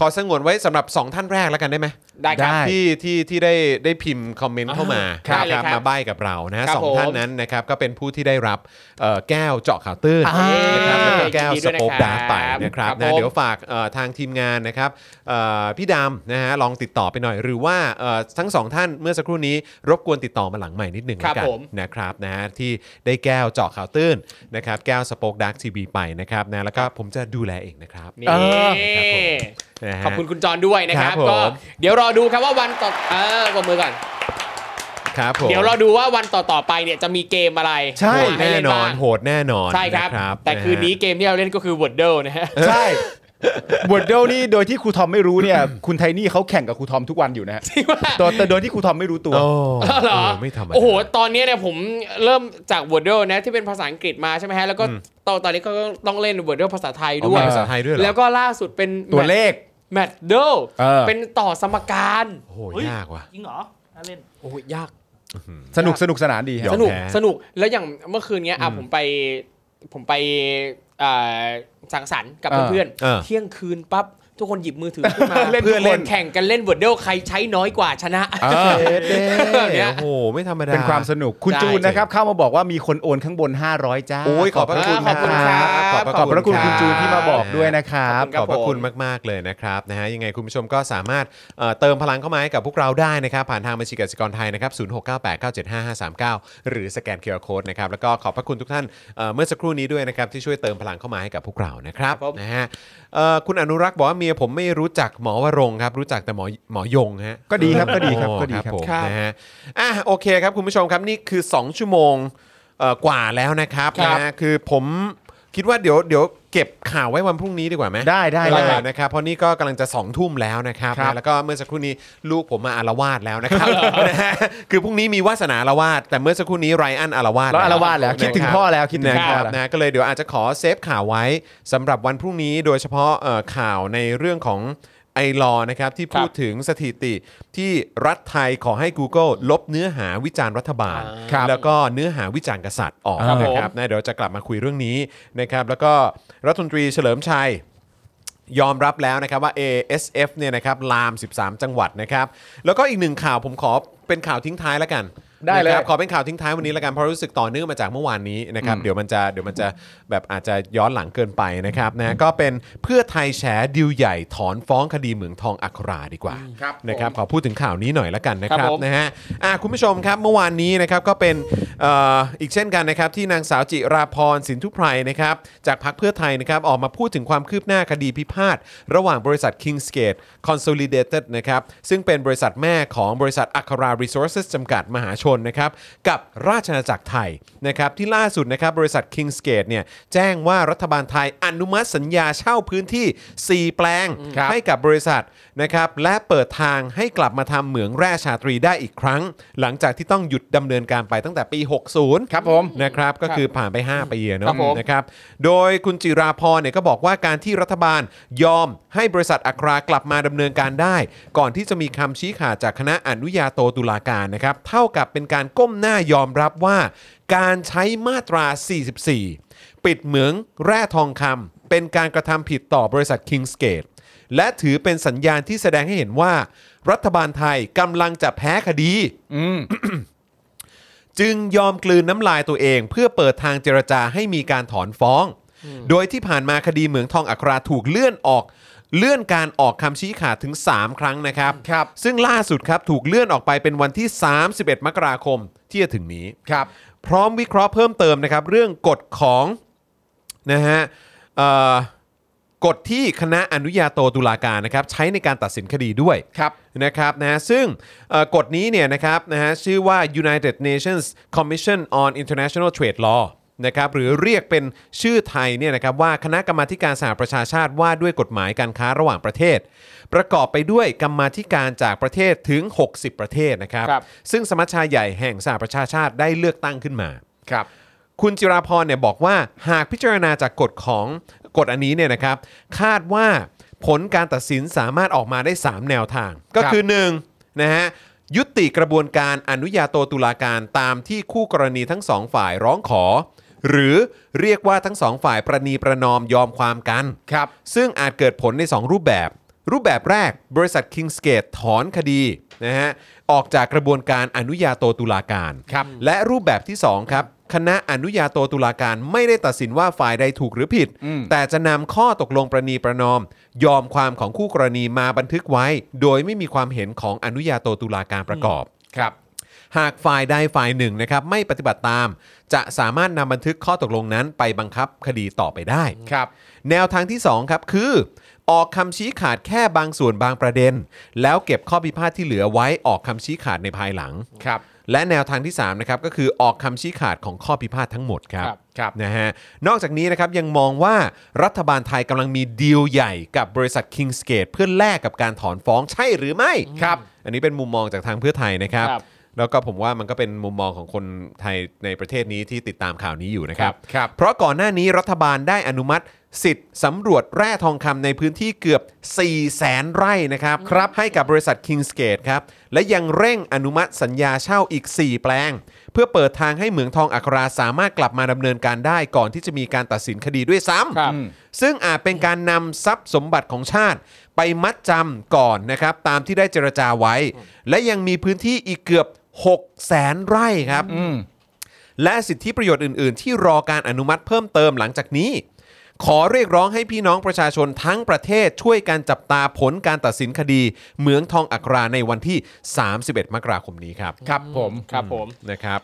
S1: ขอสงวนไว้สำหรับ 2 ท่านแรกแล้วกันได้ไหม
S3: ได้ครับ
S2: ได้
S1: ที่ที่ที่ได้ได้พิมพ์คอมเมนต์เข้ามา
S3: อ่าได้เลยครับ
S1: มาใบ้กับเรานะฮะ
S3: ครับ
S1: สองท่าน
S3: ผม
S1: นั้นนะครับก็เป็นผู้ที่ได้รับเอ่อแก้วเจาะข่าวตื้น
S2: อ่า
S1: นะครับแล้วก็แก้ว
S3: ยินดี
S1: ส
S3: ด้วยนะ
S1: โป๊กดาร์กไปนะค
S3: ครั
S1: รับบ นะ
S3: ผม
S1: เดี๋ยวฝากเอ่อทางทีมงานนะครับเอ่อพี่ดำนะฮะลองติดต่อไปหน่อย หรือว่าเอ่อทั้งสองท่านเมื่อสักครู่นี้รบกวนติดต่อมาหลังใหม่นิดหนึ่ง
S3: ครับ
S1: แล้วกัน
S3: ผม
S1: นะครับนะฮะที่ได้แก้วเจาะข่าวตื้นนะครับแก้วสป็อคดักทีวีไปนะครับนะแล้วก็ผมจะดูแลเองนะครับ
S3: นี่
S2: เออ
S1: นะฮะ
S3: ขอบคุณคุณจรด้วยนะครั
S1: ค
S3: บ
S1: รับผม
S3: ก็เดี๋ยวรอดูครับว่าวันต่อเออกดมือก่อน
S1: ครับผม
S3: เดี๋ยวรอดูว่าวันต่อๆไปเนี่ยจะมีเกมอะไร
S2: ใช่
S1: โหด
S3: ให้
S1: แน่
S3: เล่
S1: นอ
S3: บ้าน ง
S1: โหดแน่นอน
S3: ใช่ครับ
S1: นะ
S3: แต่คืนนี้เกมที่เราเล่นก็คือ Word d l e นะฮะ
S2: ใช่วอร์ดเดลนี่โดยที่ครูทอมไม่รู้เนี่ย คุณไทนี่เขาแข่งกับครูทอมทุกวันอยู่นะฮะแต่แต่โดยที่ครูทอมไม่รู้ตัว
S1: โอ้
S3: เหรอ
S1: เออไม่ธรรมดา
S3: โอ้โห ตอนนี้เนี่ยผมเริ่มจาก Word d l e นะที่เป็นภาษาอังกฤษมาใช่ไหมฮะ แล้วก็
S1: อืม
S3: ตอนตอนนี้ก็ต้องเล่น Word d l e ภาษาไทย
S1: เอา
S3: ด้ว
S1: มี
S3: ย
S1: ภาษาไทยด้วยเหรอ
S3: แล้วก็ล่าสุดเป็น
S2: ตัวเลข
S3: แมทเดล
S2: เออ
S3: เป็นต่อสมการ
S1: โอ้โห
S4: เฮ้
S1: ยากว่ะ
S4: ยิงเหรอน่าเล่น
S3: โอ้โหยาก
S2: สนุกสนุกสนานดี
S1: ยอ
S2: ฮะ
S1: ม
S3: สนุก
S1: แพ้
S3: สนุกแล้วอย่างเมื่อคืนเนี้ยอ่ะผมไปผมไปอ่าสังสรรค์กับ
S2: เออ
S3: เพื่อน
S1: เออ
S3: เที่ยงคืนปั๊บทุกคนหยิบมือถือขึ้นมา
S2: เล่นทุกคน
S3: เพื่อเล่นแข่งกันเล่นเวิร์ดเดลใครใช้น้อยกว่าชนะ
S2: เออ
S3: แบบเนี้ย
S1: โอ้โหไม่ธรรมดา
S2: เป็นความสนุกคุณ
S3: ใช่
S2: จูนนะครับ เข้ามาบอกว่ามีคนโอนข้างบน 500 จ้า
S1: โอ้ยขอบพระคุณ
S3: ขอบคุณ
S1: นะครับขอบ
S2: ขอบพระคุณ
S1: รั
S2: คุณจูนที่มาบอกด้วยนะครับ
S1: ขอบพ
S3: ครั
S1: ระ
S3: บผม
S1: คุณมาก ๆ เลยนะครับนะฮะยังไงคุณผู้ชมก็สามารถเอ่อเติมพลังเข้ามาให้กับพวกเราได้นะครับ ผ่านทางบัญชีกสิกรไทยนะครับ0698975539 หรือสแกนเคอร์โคดนะครับแล้วก็ขอบพระคุณทุกท่านเอ่อเมื่อสักครู่นี้ด้วยนะครับที่ช่วยเติมพลังเข้ามาให้กับพวกเรานะครับ
S3: ครับผม
S1: นะฮะเอ่อคุณอนุรักษ์บอกว่าเมียผมไม่รู้จักหมอวรงค์ครับรู้จักแต่หมอหมอยงฮะ
S2: ก็ดีครับก็ดีครับ
S1: โอ้
S2: ก็ดีครับ
S1: ผม
S3: ครับ
S1: นะฮะอ่ะโอเคครับคุณผู้ชมครับนี่คือ 2 ชั่วโมงเอ่อกว่าแล้วนะครับ
S3: ครับ
S1: นะฮะคือผม คิดว่าเดี๋ยวเดี๋ยวเก็บข่าวไว้วันพรุ่งนี้ดีกว่าไหม
S2: ได้ได้
S1: เอ
S2: ได้
S1: อนะครับเพราะนี่ก็กำลังจะ2องทุ่มแล้วนะครับ
S2: ครับ
S1: นะแล้วก็เมื่อสักครู่นี้ลูกผมมาอารวาสแล้วนะครับนะฮะคือพรุ่งนี้มีวาสนาอารวาสแต่เมื่อสักครู่นี้ไรอันอารวาส
S2: แล้วอารวาสแล้วคิดถึงพ่อแล้วคิดถึงพ่
S1: นะค
S2: อ
S1: รับ
S2: แล้ว
S1: นะก็เลยเดี๋ยวอาจจะขอเซฟข่าวไว้สำหรับวันพรุ่งนี้โดยเฉพาะเอ่อข่าวในเรื่องของไอรอนะครับที่พูดถึงสถิติที่รัฐไทยขอให้ Google ลบเนื้อหาวิจารณ์รัฐบาล
S2: ครับ
S1: แล้วก็เนื้อหาวิจารณ์กษัตริย์ออก
S2: ครับผม
S1: นะครับนะเดี๋ยวจะกลับมาคุยเรื่องนี้นะครับแล้วก็รัฐมนตรีเฉลิมชัย ยอมรับแล้วนะครับว่า ASF เนี่ยนะครับลาม 13 จังหวัดนะครับแล้วก็อีกหนึ่งข่าวผมขอเป็นข่าวทิ้งท้ายแล้วกัน
S2: ได้เลย
S1: นะครับขอเป็นข่าวทิ้งท้ายวันนี้แล้วกันเพราะรู้สึกต่อเนื่องมาจากเมื่อวานนี้นะครับ
S2: อืม
S1: เดี๋ยวมันจะเดี๋ยวมันจะแบบอาจจะย้อนหลังเกินไปนะครับนะก็เป็นเพื่อไทยแฉดิวใหญ่ถอนฟ้องคดีเหมืองทองอัคราดีกว่า
S2: ครับ
S1: นะครับขอพูดถึงข่าวนี้หน่อยละกันนะครับ
S3: ครับผม
S1: นะฮะอ่ะคุณผู้ชมครับเมื่อวานนี้นะครับก็เป็นเอ่ออีกเช่นกันนะครับที่นางสาวจิราพรสินทุไพรนะครับจากพรรคเพื่อไทยนะครับออกมาพูดถึงความคืบหน้าคดีพิพาทระหว่างบริษัท Kingsgate Consolidated นะครับซึ่งเป็นบริษัทแม่ของบริษัทอัครา Resources จำกัดมหาชน นนะครับกับราชอาณาจักรไทยนะครับที่ล่าสุดนะครับบริษัท Kingsgate เนี่ยแจ้งว่ารัฐบาลไทยอนุมัติสัญญาเช่าพื้นที่ 4 แปลง
S2: ครับ
S1: ให้กับบริษัทนะครับและเปิดทางให้กลับมาทำเหมืองแร่ชาตรีได้อีกครั้ง หลังจากที่ต้องหยุดดำเนินการไปตั้งแต่ปี 60
S2: ครับผม
S1: นะครับก็คือผ่านไป 5 ปีอะเน
S3: ครับผ
S1: อะ
S3: ม
S1: นะครับโดยคุณจิราพรเนี่ยก็บอกว่าการที่รัฐบาลยอมให้บริษัทอัครากลับมาดำเนินการได้ ก่อนที่จะมีคำชี้ขาดจากคณะอนุญาโตตุลาการนะครับเท่ากับเป็นการก้มหน้ายอมรับว่า การใช้มาตรา 44 ปิดเหมืองแร่ทองคำเป็นการกระทำผิดต่อบริษัท Kingsgate และถือเป็นสัญญาณที่แสดงให้เห็นว่า รัฐบาลไทยกำลังจะแพ้คดี
S2: อืม
S1: จึงยอมกลืนน้ำลายตัวเองเพื่อเปิดทางเจรจาให้มีการถอนฟ้อง โดยที่ผ่านมาคดีเหมืองทองอัคราถูกเลื่อนออก เลื่อนการออกคำชี้ขาดถึง 3 ครั้งนะครับ
S2: ครับ
S1: ซึ่งล่าสุดครับถูกเลื่อนออกไปเป็นวันที่ 31 มกราคมที่จะถึงนี้
S2: ครับ
S1: พร้อมวิเคราะห์เพิ่มเติมนะครับ เรื่องกฎของนะฮะเอ่อกฎที่คณะอนุญาโตตุลาการนะครับใช้ในการตัดสินคดีด้วย
S2: ครับ
S1: นะครับนะฮะซึ่งเอ่อกฎนี้เนี่ยนะครับนะฮะชื่อว่า United Nations Commission on International Trade Law นะครับหรือเรียกเป็นชื่อไทยเนี่ยนะครับว่าคณะกรรมาธิการสหประชาชาติว่าด้วยกฎหมายการค้าระหว่างประเทศ ประกอบไปด้วยกรรมาธิการจากประเทศถึง 60 ประเทศนะครับ
S3: ครับ
S1: ซึ่งสมัชชาใหญ่แห่งสหประชาชาติได้เลือกตั้งขึ้นมา
S2: ครับ
S1: คุณจิราพรเนี่ยบอกว่าหากพิจารณาจากกฎของกฎอันนี้เนี่ยนะครับ คาดว่าผลการตัดสินสามารถออกมาได้ 3 แนวทาง ก็คือ1นะฮะยุติกระบวนการอนุญาโตตุลาการตามที่คู่กรณีทั้งสองฝ่ายร้องขอ หรือเรียกว่าทั้งสองฝ่ายประนีประนอมยอมความกัน
S2: ครับ
S1: ซึ่งอาจเกิดผลใน 2 รูปแบบ รูปแบบแรก บริษัท Kingsgate ถอนคดีนะฮะออกจากกระบวนการอนุญาโตตุลาการ
S2: ครับ
S1: และรูปแบบที่ 2 ครับ คณะอนุญาโตตุลาการไม่ได้ตัดสินว่าฝ่ายใดถูกหรือผิด
S2: อืม
S1: แต่จะนำข้อตกลงประนีประนอม ยอมความของคู่กรณีมาบันทึกไว้ โดยไม่มีความเห็นของอนุญาโตตุลาการประกอบ
S2: ครับ
S1: หากฝ่ายใดฝ่ายหนึ่งนะครับไม่ปฏิบัติตาม จะสามารถนำบันทึกข้อตกลงนั้นไปบังคับคดีต่อไปได้
S2: ครับ
S1: แนวทางที่ 2 ครับ คือ ออกคำชี้ขาดแค่บางส่วนบางประเด็น แล้วเก็บข้อพิพาทที่เหลือไว้ออกคำชี้ขาดในภายหลัง
S2: ครับ
S1: และแนวทางที่3นะครับก็คือออกคำชี้ขาดของข้อพิพาททั้งหมดครับ
S2: ครับครับ
S1: นะฮะนอกจากนี้นะครับยังมองว่ารัฐบาลไทยกำลังมีดีลใหญ่กับบริษัท Kingsgate เพื่อแลกกับการถอนฟ้องใช่หรือไม่
S2: ครับ
S1: อันนี้เป็นมุมมองจากทางเพื่อไทยนะครับ
S3: ครับ
S1: แล้วก็ผมว่ามันก็เป็นมุมมองของคนไทยในประเทศนี้ที่ติดตามข่าวนี้อยู่นะค
S2: ค
S1: รั
S2: รับ บ ครับ
S1: เพราะก่อนหน้านี้รัฐบาลได้อนุมัติ สิทธิ์สำรวจแร่ทองคำในพื้นที่เกือบ 4 0แสนไร่นะครับครับให้กับบริษัท Kingsgate ครับ และยังเร่งอนุมัติสัญญาเช่าอีก 4 แปลง เพื่อเปิดทางให้เหมืองทองอัคราสามารถกลับมาดำเนินการได้ก่อนที่จะมีการตัดสินคดีด้วยซ้ำ
S3: ครับ
S1: ซึ่งอาจเป็นการนำทรัพย์สมบัติของชาติ ไปมัดจำก่อนนะครับ ตามที่ได้เจรจาไว้ และยังมีพื้นที่อีกเกือบ 6 แสนไร่ครับ และสิทธิประโยชน์อื่น ๆ ที่รอการอนุมัติเพิ่มเติมหลังจากนี้ ขอเรียกร้องให้พี่น้องประชาชนทั้งประเทศช่วยการจับตาผลการตัดสินคดี เหมืองทองอัคราในวันที่ 31 มกราคมนี้ครับ
S2: ครับผม
S3: ครับผม
S1: นะครับ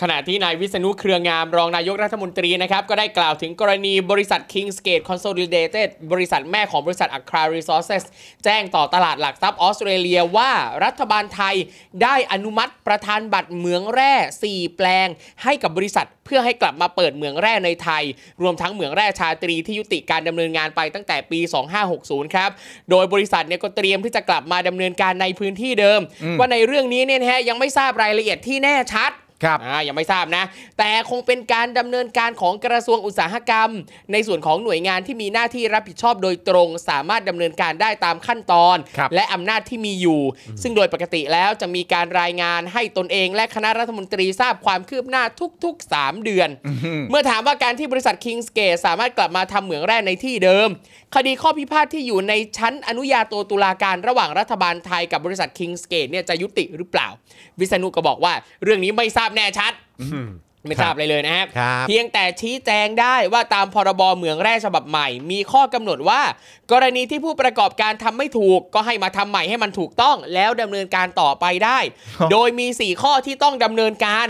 S3: ขณะที่นายวิษณุเครืองามรองนายกรัฐมนตรีนะครับ ก็ได้กล่าวถึงกรณีบริษัท Kingsgate Consolidated บริษัทแม่ของบริษัท Accra Resources แจ้งต่อตลาดหลักทรัพย์ออสเตรเลียว่ารัฐบาลไทยได้อนุมัติประธานบัตรเหมืองแร่ 4 แปลง ให้กับบริษัทเพื่อให้กลับมาเปิดเหมืองแร่ในไทย รวมทั้งเหมืองแร่ชาตรีที่ยุติการดำเนินงานไปตั้งแต่ปี 2560 ครับ โดยบริษัทเนี่ยก็เตรียมที่จะกลับมาดำเนินการในพื้นที่เดิม ว่าในเรื่องนี้เนี่ยนะฮะยังไม่ทราบรายละเอียดที่แน่ชัด
S2: ครับ
S3: อ่ายังไม่ทราบนะ แต่คงเป็นการดำเนินการของกระทรวงอุตสาหกรรม ในส่วนของหน่วยงานที่มีหน้าที่รับผิดชอบโดยตรง สามารถดำเนินการได้ตามขั้นตอน
S2: ครับ
S3: และอำนาจที่มีอยู่ ซึ่งโดยปกติแล้วจะมีการรายงานให้ตนเองและคณะรัฐมนตรีทราบความคืบหน้าทุก ๆ 3 เดือน เมื่อถามว่าการที่บริษัท Kingsgate สามารถกลับมาทำเหมืองแร่ในที่เดิม คดีข้อพิพาทที่อยู่ในชั้นอนุญาโตตุลาการระหว่างรัฐบาลไทยกับบริษัท Kingsgate เนี่ยจะยุติหรือเปล่า วิษณุก็บอกว่า เรื่องนี้ไม่ทราบแน่ชัด ไม่ทราบอะไรเลยนะฮะ
S1: ครับ
S3: เพียงแต่ชี้แจงได้ว่าตามพรบเหมืองแร่ฉบับใหม่ มีข้อกำหนดว่า กรณีที่ผู้ประกอบการทำไม่ถูก ก็ให้มาทำใหม่ให้มันถูกต้อง แล้วดำเนินการต่อไป ได้ โดยมี 4 ข้อที่ต้องดำเนินการ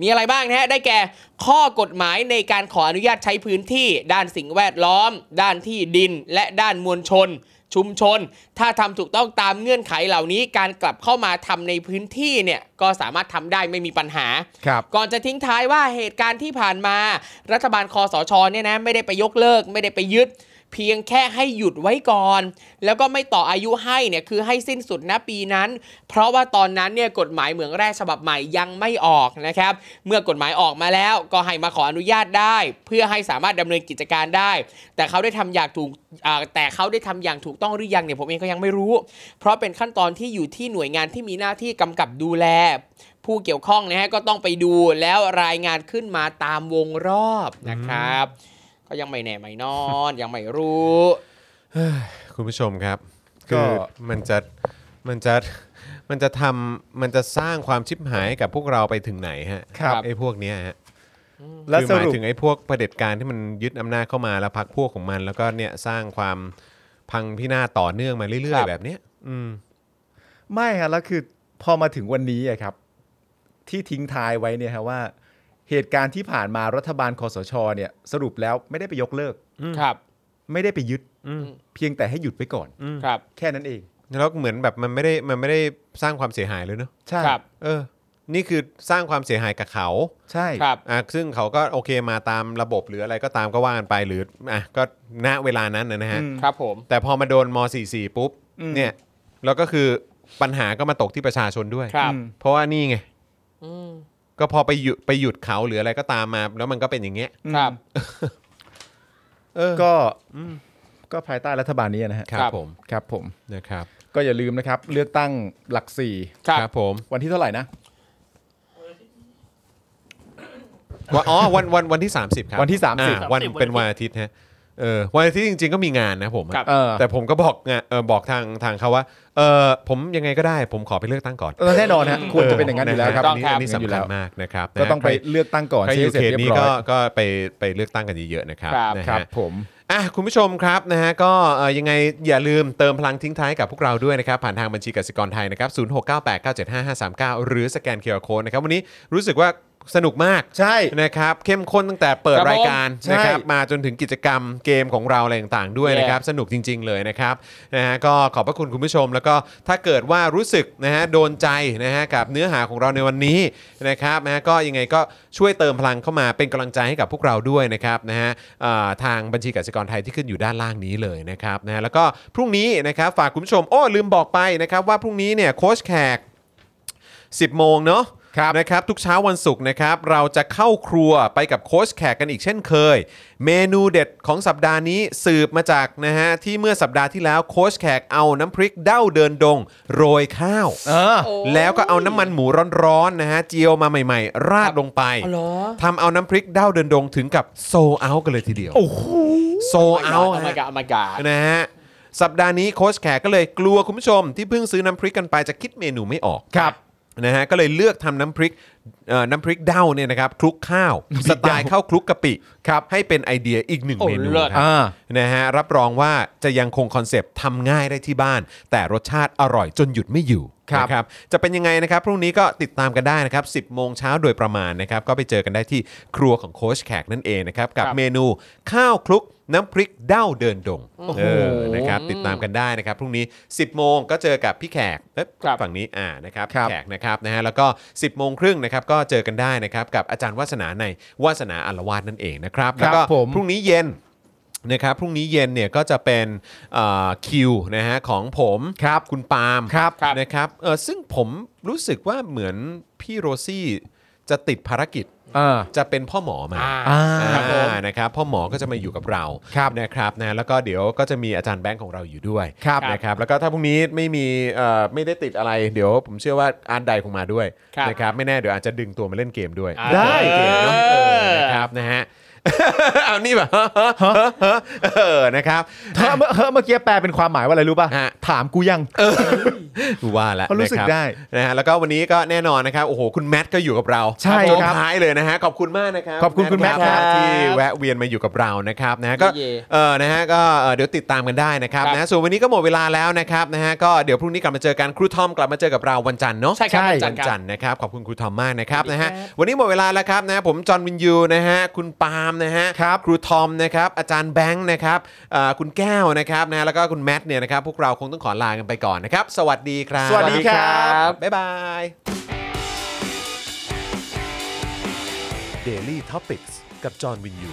S3: มีอะไรบ้างนะฮะ ได้แก่ ข้อกฎหมายในการขออนุญาตใช้พื้นที่ ด้านสิ่งแวดล้อม ด้านที่ดิน และด้านมวลชน ชุมชน ถ้าทำถูกต้องตามเงื่อนไขเหล่านี้ การกลับเข้ามาทำในพื้นที่เนี่ยก็สามารถทำได้ไม่มีปัญหา
S2: ครับ
S3: ก่อนจะทิ้งท้ายว่าเหตุการณ์ที่ผ่านมา รัฐบาลคอสชเนี่ยนะไม่ได้ไปยกเลิก ไม่ได้ไปยึด เพียงแค่ให้หยุดไว้ก่อน แล้วก็ไม่ต่ออายุให้เนี่ยคือให้สิ้นสุดณปีนั้น เพราะว่าตอนนั้นเนี่ยกฎหมายเหมืองแร่ฉบับใหม่ยังไม่ออกนะครับ เมื่อกฎหมายออกมาแล้วก็ให้มาขออนุญาตได้ เพื่อให้สามารถดำเนินกิจการได้ แต่เขาได้ทำอย่างถูกอ่าแต่เขาได้ทำอย่างถูกต้องหรือยังเนี่ยผมเองก็ยังไม่รู้ เพราะเป็นขั้นตอนที่อยู่ที่หน่วยงานที่มีหน้าที่กำกับดูแล ผู้เกี่ยวข้องนะฮะก็ต้องไปดูแล้วรายงานขึ้นมาตามวงรอบนะครับ ก็ยังไม่แน่ไม่นอน ยังไม่รู้
S1: คุณผู้ชมครับ
S2: ก็
S1: คือมันจะมันจะมันจะทำมันจะสร้างความชิบหายกับพวกเราไปถึงไหนฮะ
S2: ครับ
S1: ไอ้พวกเนี้ยฮะ
S2: และ
S1: คือ
S2: ส
S1: หมาย
S2: รุป
S1: ถึงไอ้พวกเผด็จการที่มันยึดอำนาจเข้ามาแล้วพักพวกของมัน แล้วก็เนี่ยสร้างความพังพินาศต่อเนื่องมาเรื่อย
S3: ครับ
S1: ๆ แบบเนี้ยอืม
S2: ไม่ฮะแล้วคือพอมาถึงวันนี้อะครับ ที่ทิ้งท้ายไว้เนี่ยฮะว่า เหตุการณ์ที่ผ่านมารัฐบาลคอสชเนี่ย สรุปแล้วไม่ได้ไปยกเลิก
S3: ครับ
S2: ไม่ได้ไปยึด
S1: อืม
S2: เพียงแต่ให้หยุดไว้ก่อน
S3: ครับ
S2: แค่นั้นเอง
S1: แล้วเหมือนแบบมันไม่ได้มันไม่ได้สร้างความเสียหายเลยเนาะ
S2: ใช่
S3: ครับ
S1: เออ นี่คือสร้างความเสียหายกับเขา
S2: ใช่
S3: ครับ
S1: อ่ะซึ่งเขาก็โอเคมาตามระบบหรืออะไรก็ตามก็ว่ากันไปหรืออ่ะก็ณเวลานั้นนะนะฮะ
S2: อืม
S3: ครับผม
S1: แต่พอมาโดนม .44 ปุ๊บ
S2: อืม
S1: เนี่ยแล้วก็คือปัญหาก็มาตกที่ประชาชนด้วย
S3: ครับ
S2: อืม
S1: เพราะว่านี่ไง
S3: อืม
S1: ก็พอไปหยุดไปหยุดเขาหรืออะไรก็ตามมา แล้วมันก็เป็นอย่างเงี้ย
S3: ครับ
S1: เออ
S2: ก็ก็ภายใต้รัฐบาลนี้นะฮะ
S1: ครับ
S3: ครับ
S1: ผม
S2: ครับผม
S1: นะครับ
S2: ก็อย่าลืมนะครับ เลือกตั้งหลักสี่
S3: ครับ
S1: ผม
S2: วันที่เท่าไหร่นะ
S1: ว่าอ๋อวันวันวันที่ 30 ครับ
S2: วันที่30
S1: อ่ะวัน
S4: 30
S1: เป็นวันอาทิตย์ฮะเออวันอาทิตย์จริง ๆ ก็มีงานนะผมอะ
S3: ครับ
S2: เออ
S1: แต่ผมก็บอกงานเออบอกทางทางเขาว่าเออผมยังไงก็ได้ผมขอไปเลือกตั้งก่อน
S2: แน่นอนฮะควรจะเป็นอย่างนั้นอยู่แล้วครับ
S1: เ
S3: ถูกต้ง
S1: อันนี้สำคัญมากนะครับนะ
S2: ก็ต้องไปเลือกตั้งก่อน
S1: ใครอยู่
S2: ให้สร็จ
S1: เขตนี้
S2: รียบ
S1: ก็
S2: ร้อย
S1: ก็ไปไปเลือกตั้งกันเยอะๆนะครับ
S3: ครับ
S1: นะฮะ
S2: ครับผม
S1: อ่ะคุณผู้ชมครับนะฮะก็เอ่อยังไงอย่าลืมเติมพลังทิ้งท้ายกับพวกเราด้วยนะครับ ผ่านทางบัญชีกสิกรไทยนะครับ 0698975539 หรือสแกนเคอร์โคนะครับ วันนี้รู้สึกว่าสนุกมาก
S2: ใช่
S1: นะครับ เข้มข้นตั้งแต่เปิด
S3: ครับผม
S1: รายการ
S2: ใช่
S1: นะครับมาจนถึงกิจกรรมเกมของเราอะไรต่างๆด้วยนะครับ สนุกจริง ๆ เลยนะครับนะฮะก็ขอบพระคุณคุณผู้ชม แล้วก็ถ้าเกิดว่ารู้สึกนะฮะโดนใจนะฮะกับเนื้อหาของเราในวันนี้นะครับนะฮะก็ยังไงก็ช่วยเติมพลังเข้ามาเป็นกำลังใจให้กับพวกเราด้วยนะครับนะฮะเอ่อทางบัญชีกสิกรไทยที่ขึ้นอยู่ด้านล่างนี้เลยนะครับนะฮะแล้วก็พรุ่งนี้นะครับฝากคุณผู้ชมโอ้ลืมบอกไปนะครับว่าพรุ่งนี้เนี่ยโค้ชแขก 10 โมงเนาะนะครับทุกเช้าวันศุกร์นะครับเราจะเข้าครัวไปกับโค้ชแขกกันอีกเช่นเคย เมนูเด็ดของสัปดาห์นี้สืบมาจากนะฮะที่เมื่อสัปดาห์ที่แล้วโค้ชแขกเอาน้ำพริกเด้าเดินดง โรยข้าว
S2: เออ
S3: โอ้
S1: แล้วก็เอาน้ำมันหมูร้อนๆนะฮะเจียวมาใหม่ๆ ราดลงไป
S3: อ๋อเหรอ
S1: ทำเอาน้ำพริกเด้าเดินดงถึงกับโซเอากันเลยทีเดียว
S2: โอ้โห
S1: โซเอา
S3: เอาอเม
S1: ฮะ
S3: ริกาอเมริกา
S1: นะฮะสัปดาห์นี้โค้ชแขกก็เลยกลัวคุณผู้ชมที่เพิ่งซื้อน้ำพริกกันไปจะคิดเมนูไม่ออก
S2: ครับ
S1: นะฮะก็เลยเลือกทำน้ำพริกเอ่อน้ำพริกเด้าเนี่ยนะครับคลุกข้าว สไตล์ข้าวคลุกกะปิครับให้เป็นไอเดียอีกหนึ่ง
S3: โอ้
S1: เมนู
S3: เลิศ
S1: ครับ
S2: อ่า
S1: นะฮะรับรองว่าจะยังคงคอนเซปต์ทำง่ายได้ที่บ้าน แต่รสชาติอร่อยจนหยุดไม่อยู่
S2: ครับ
S1: นะจะเป็นยังไงนะครับพรุ่งนี้ก็ติดตามกันได้นะครับ 10 โมงเช้าโดยประมาณนะครับก็ไปเจอกันได้ที่ครัวของโค้ชแขกนั่นเองนะครับกับ
S3: ครับ
S1: เมนูข้าวคลุกน้ำพริกเด้าเดินดง เออ นะครับ ติดตามกันได้นะครับ พรุ่งนี้ 10 โมงก็เจอกับพี่แขกเอ๊ะ
S3: ครับ
S1: ฝั่งนี้ อ่า นะครับ
S2: ครับ
S1: แขกนะครับ นะฮะ แล้วก็ 10 โมงครึ่งนะครับ ก็เจอกันได้นะครับ กับอาจารย์วาสนาในวาสนาอารวาสนั่นเองนะครับ
S2: ค
S1: แล้
S2: รับ
S1: วก็
S2: ผม
S1: พรุ่งนี้เย็น นะครับ พรุ่งนี้เย็นเนี่ยก็จะเป็นเอ่อคิวนะฮะของผมครับคุณปาล์ม
S2: ครับ
S3: ครับ
S1: นะครับ เออซึ่งผมรู้สึกว่าเหมือนพี่โรซี่จะติดภารกิจ
S2: เออ
S1: จะเป็นพ่อหมอมา
S3: อ่า
S2: อ่า
S3: ครับผม
S1: อ่านะครับพ่อหมอก็จะมาอยู่กับเรา
S2: ครับ
S1: นะครับนะแล้วก็เดี๋ยวก็จะมีอาจารย์แบงค์ของเราอยู่ด้วย
S2: ครับ
S1: นะครับแล้วก็ถ้าพรุ่งนี้ไม่มีเอ่อไม่ได้ติดอะไร เดี๋ยวผมเชื่อว่าอาร์ตใดคงมาด้วย
S3: ครับ
S1: นะครับไม่แน่เดี๋ยวอาจจะดึงตัวมาเล่นเกมด้วย
S3: อ่า
S2: ได้
S1: เกมเนอะ
S3: เออ
S1: เออนะครับนะฮ ะ เอานี่แบบ เออนะครับ
S2: เฮ้อเมื่อเฮ้อเมื่อกี้แปลเป็นความหมายว่าอะไรรู้ป่ะ
S1: ฮะ
S2: ถามกูยัง
S1: ว่าแล้ว
S2: เพราะรู้สึก
S1: นะคบ
S2: ได้
S1: นะฮะแล้วก็วันนี้ก็แน่นอนนะครับโอ้โหคุณแมทก็อยู่กับเรา
S2: ใช่
S1: ผม
S2: ครับ
S1: ท้ายเลยนะฮะขอบคุณมากนะครับ
S2: ขอบคุณคุณแมท
S1: นะ
S2: ครับ
S1: ที่แวะเวียนมาอยู่กับเรานะครับนะฮะก็
S3: เย่
S1: เออนะฮะก็เอ่อเดี๋ยวติดตามกันได้นะครับ
S3: ครับ
S1: นะฮะส่วนวันนี้ก็หมดเวลาแล้วนะครับนะฮะก็เดี๋ยวพรุ่งนี้กลับมาเจอกันครูทอมกลับมาเจอกับเราวันจันทร์เนาะ
S3: ใช่ครับ
S2: ใช่
S3: วันจั
S1: วันน
S3: ทร์ค
S1: จัน
S3: รับ
S1: ทร์นะครับขอบคุณครูทอมมากนะครับนะฮะ
S3: สวัสดีครับ
S1: วันนี้หมดเวลาแล้วครับนะผมจอห์นวินยูนะฮะคุณปาล์มนะฮะครับครูทอมนะครับอาจารย์แบงค์นะครับเอ่อคุณแก้วนะครับนะฮะแล้วก็คุณแมทเนี่ยนะครับพวกเราคงต้องขอลากันไปก่อนนะครับ สวัสดีครับ
S2: สวัสดีครับ
S1: บ๊ายบาย Daily Topics กับจอห์นวินยู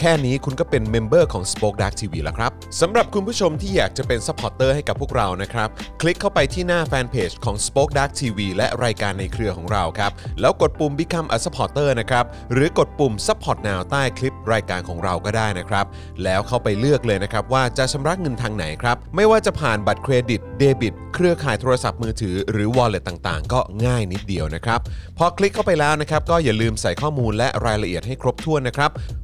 S1: แค่นี้คุณก็เป็นเมมเบอร์ของ Spoke Dark TV แล้วครับ สำหรับคุณผู้ชมที่อยากจะเป็นซัพพอร์ตเตอร์ให้กับพวกเรานะครับ คลิกเข้าไปที่หน้าแฟนเพจของ Spoke Dark TV และรายการในเครือของเราครับ แล้วกดปุ่ม Become a supporter นะครับ หรือกดปุ่ม support now ใต้คลิปรายการของเราก็ได้นะครับ แล้วเข้าไปเลือกเลยนะครับว่าจะชำระเงินทางไหนครับ ไม่ว่าจะผ่านบัตรเครดิตเดบิต เครือข่ายโทรศัพท์มือถือหรือ wallet ต่างๆ ก็ง่ายนิดเดียวนะครับ พอคลิกเข้าไปแล้วนะครับ ก็อย่าลืมใส่ข้อมูลและรายละเอียดให้ครบถ้วนนะครับ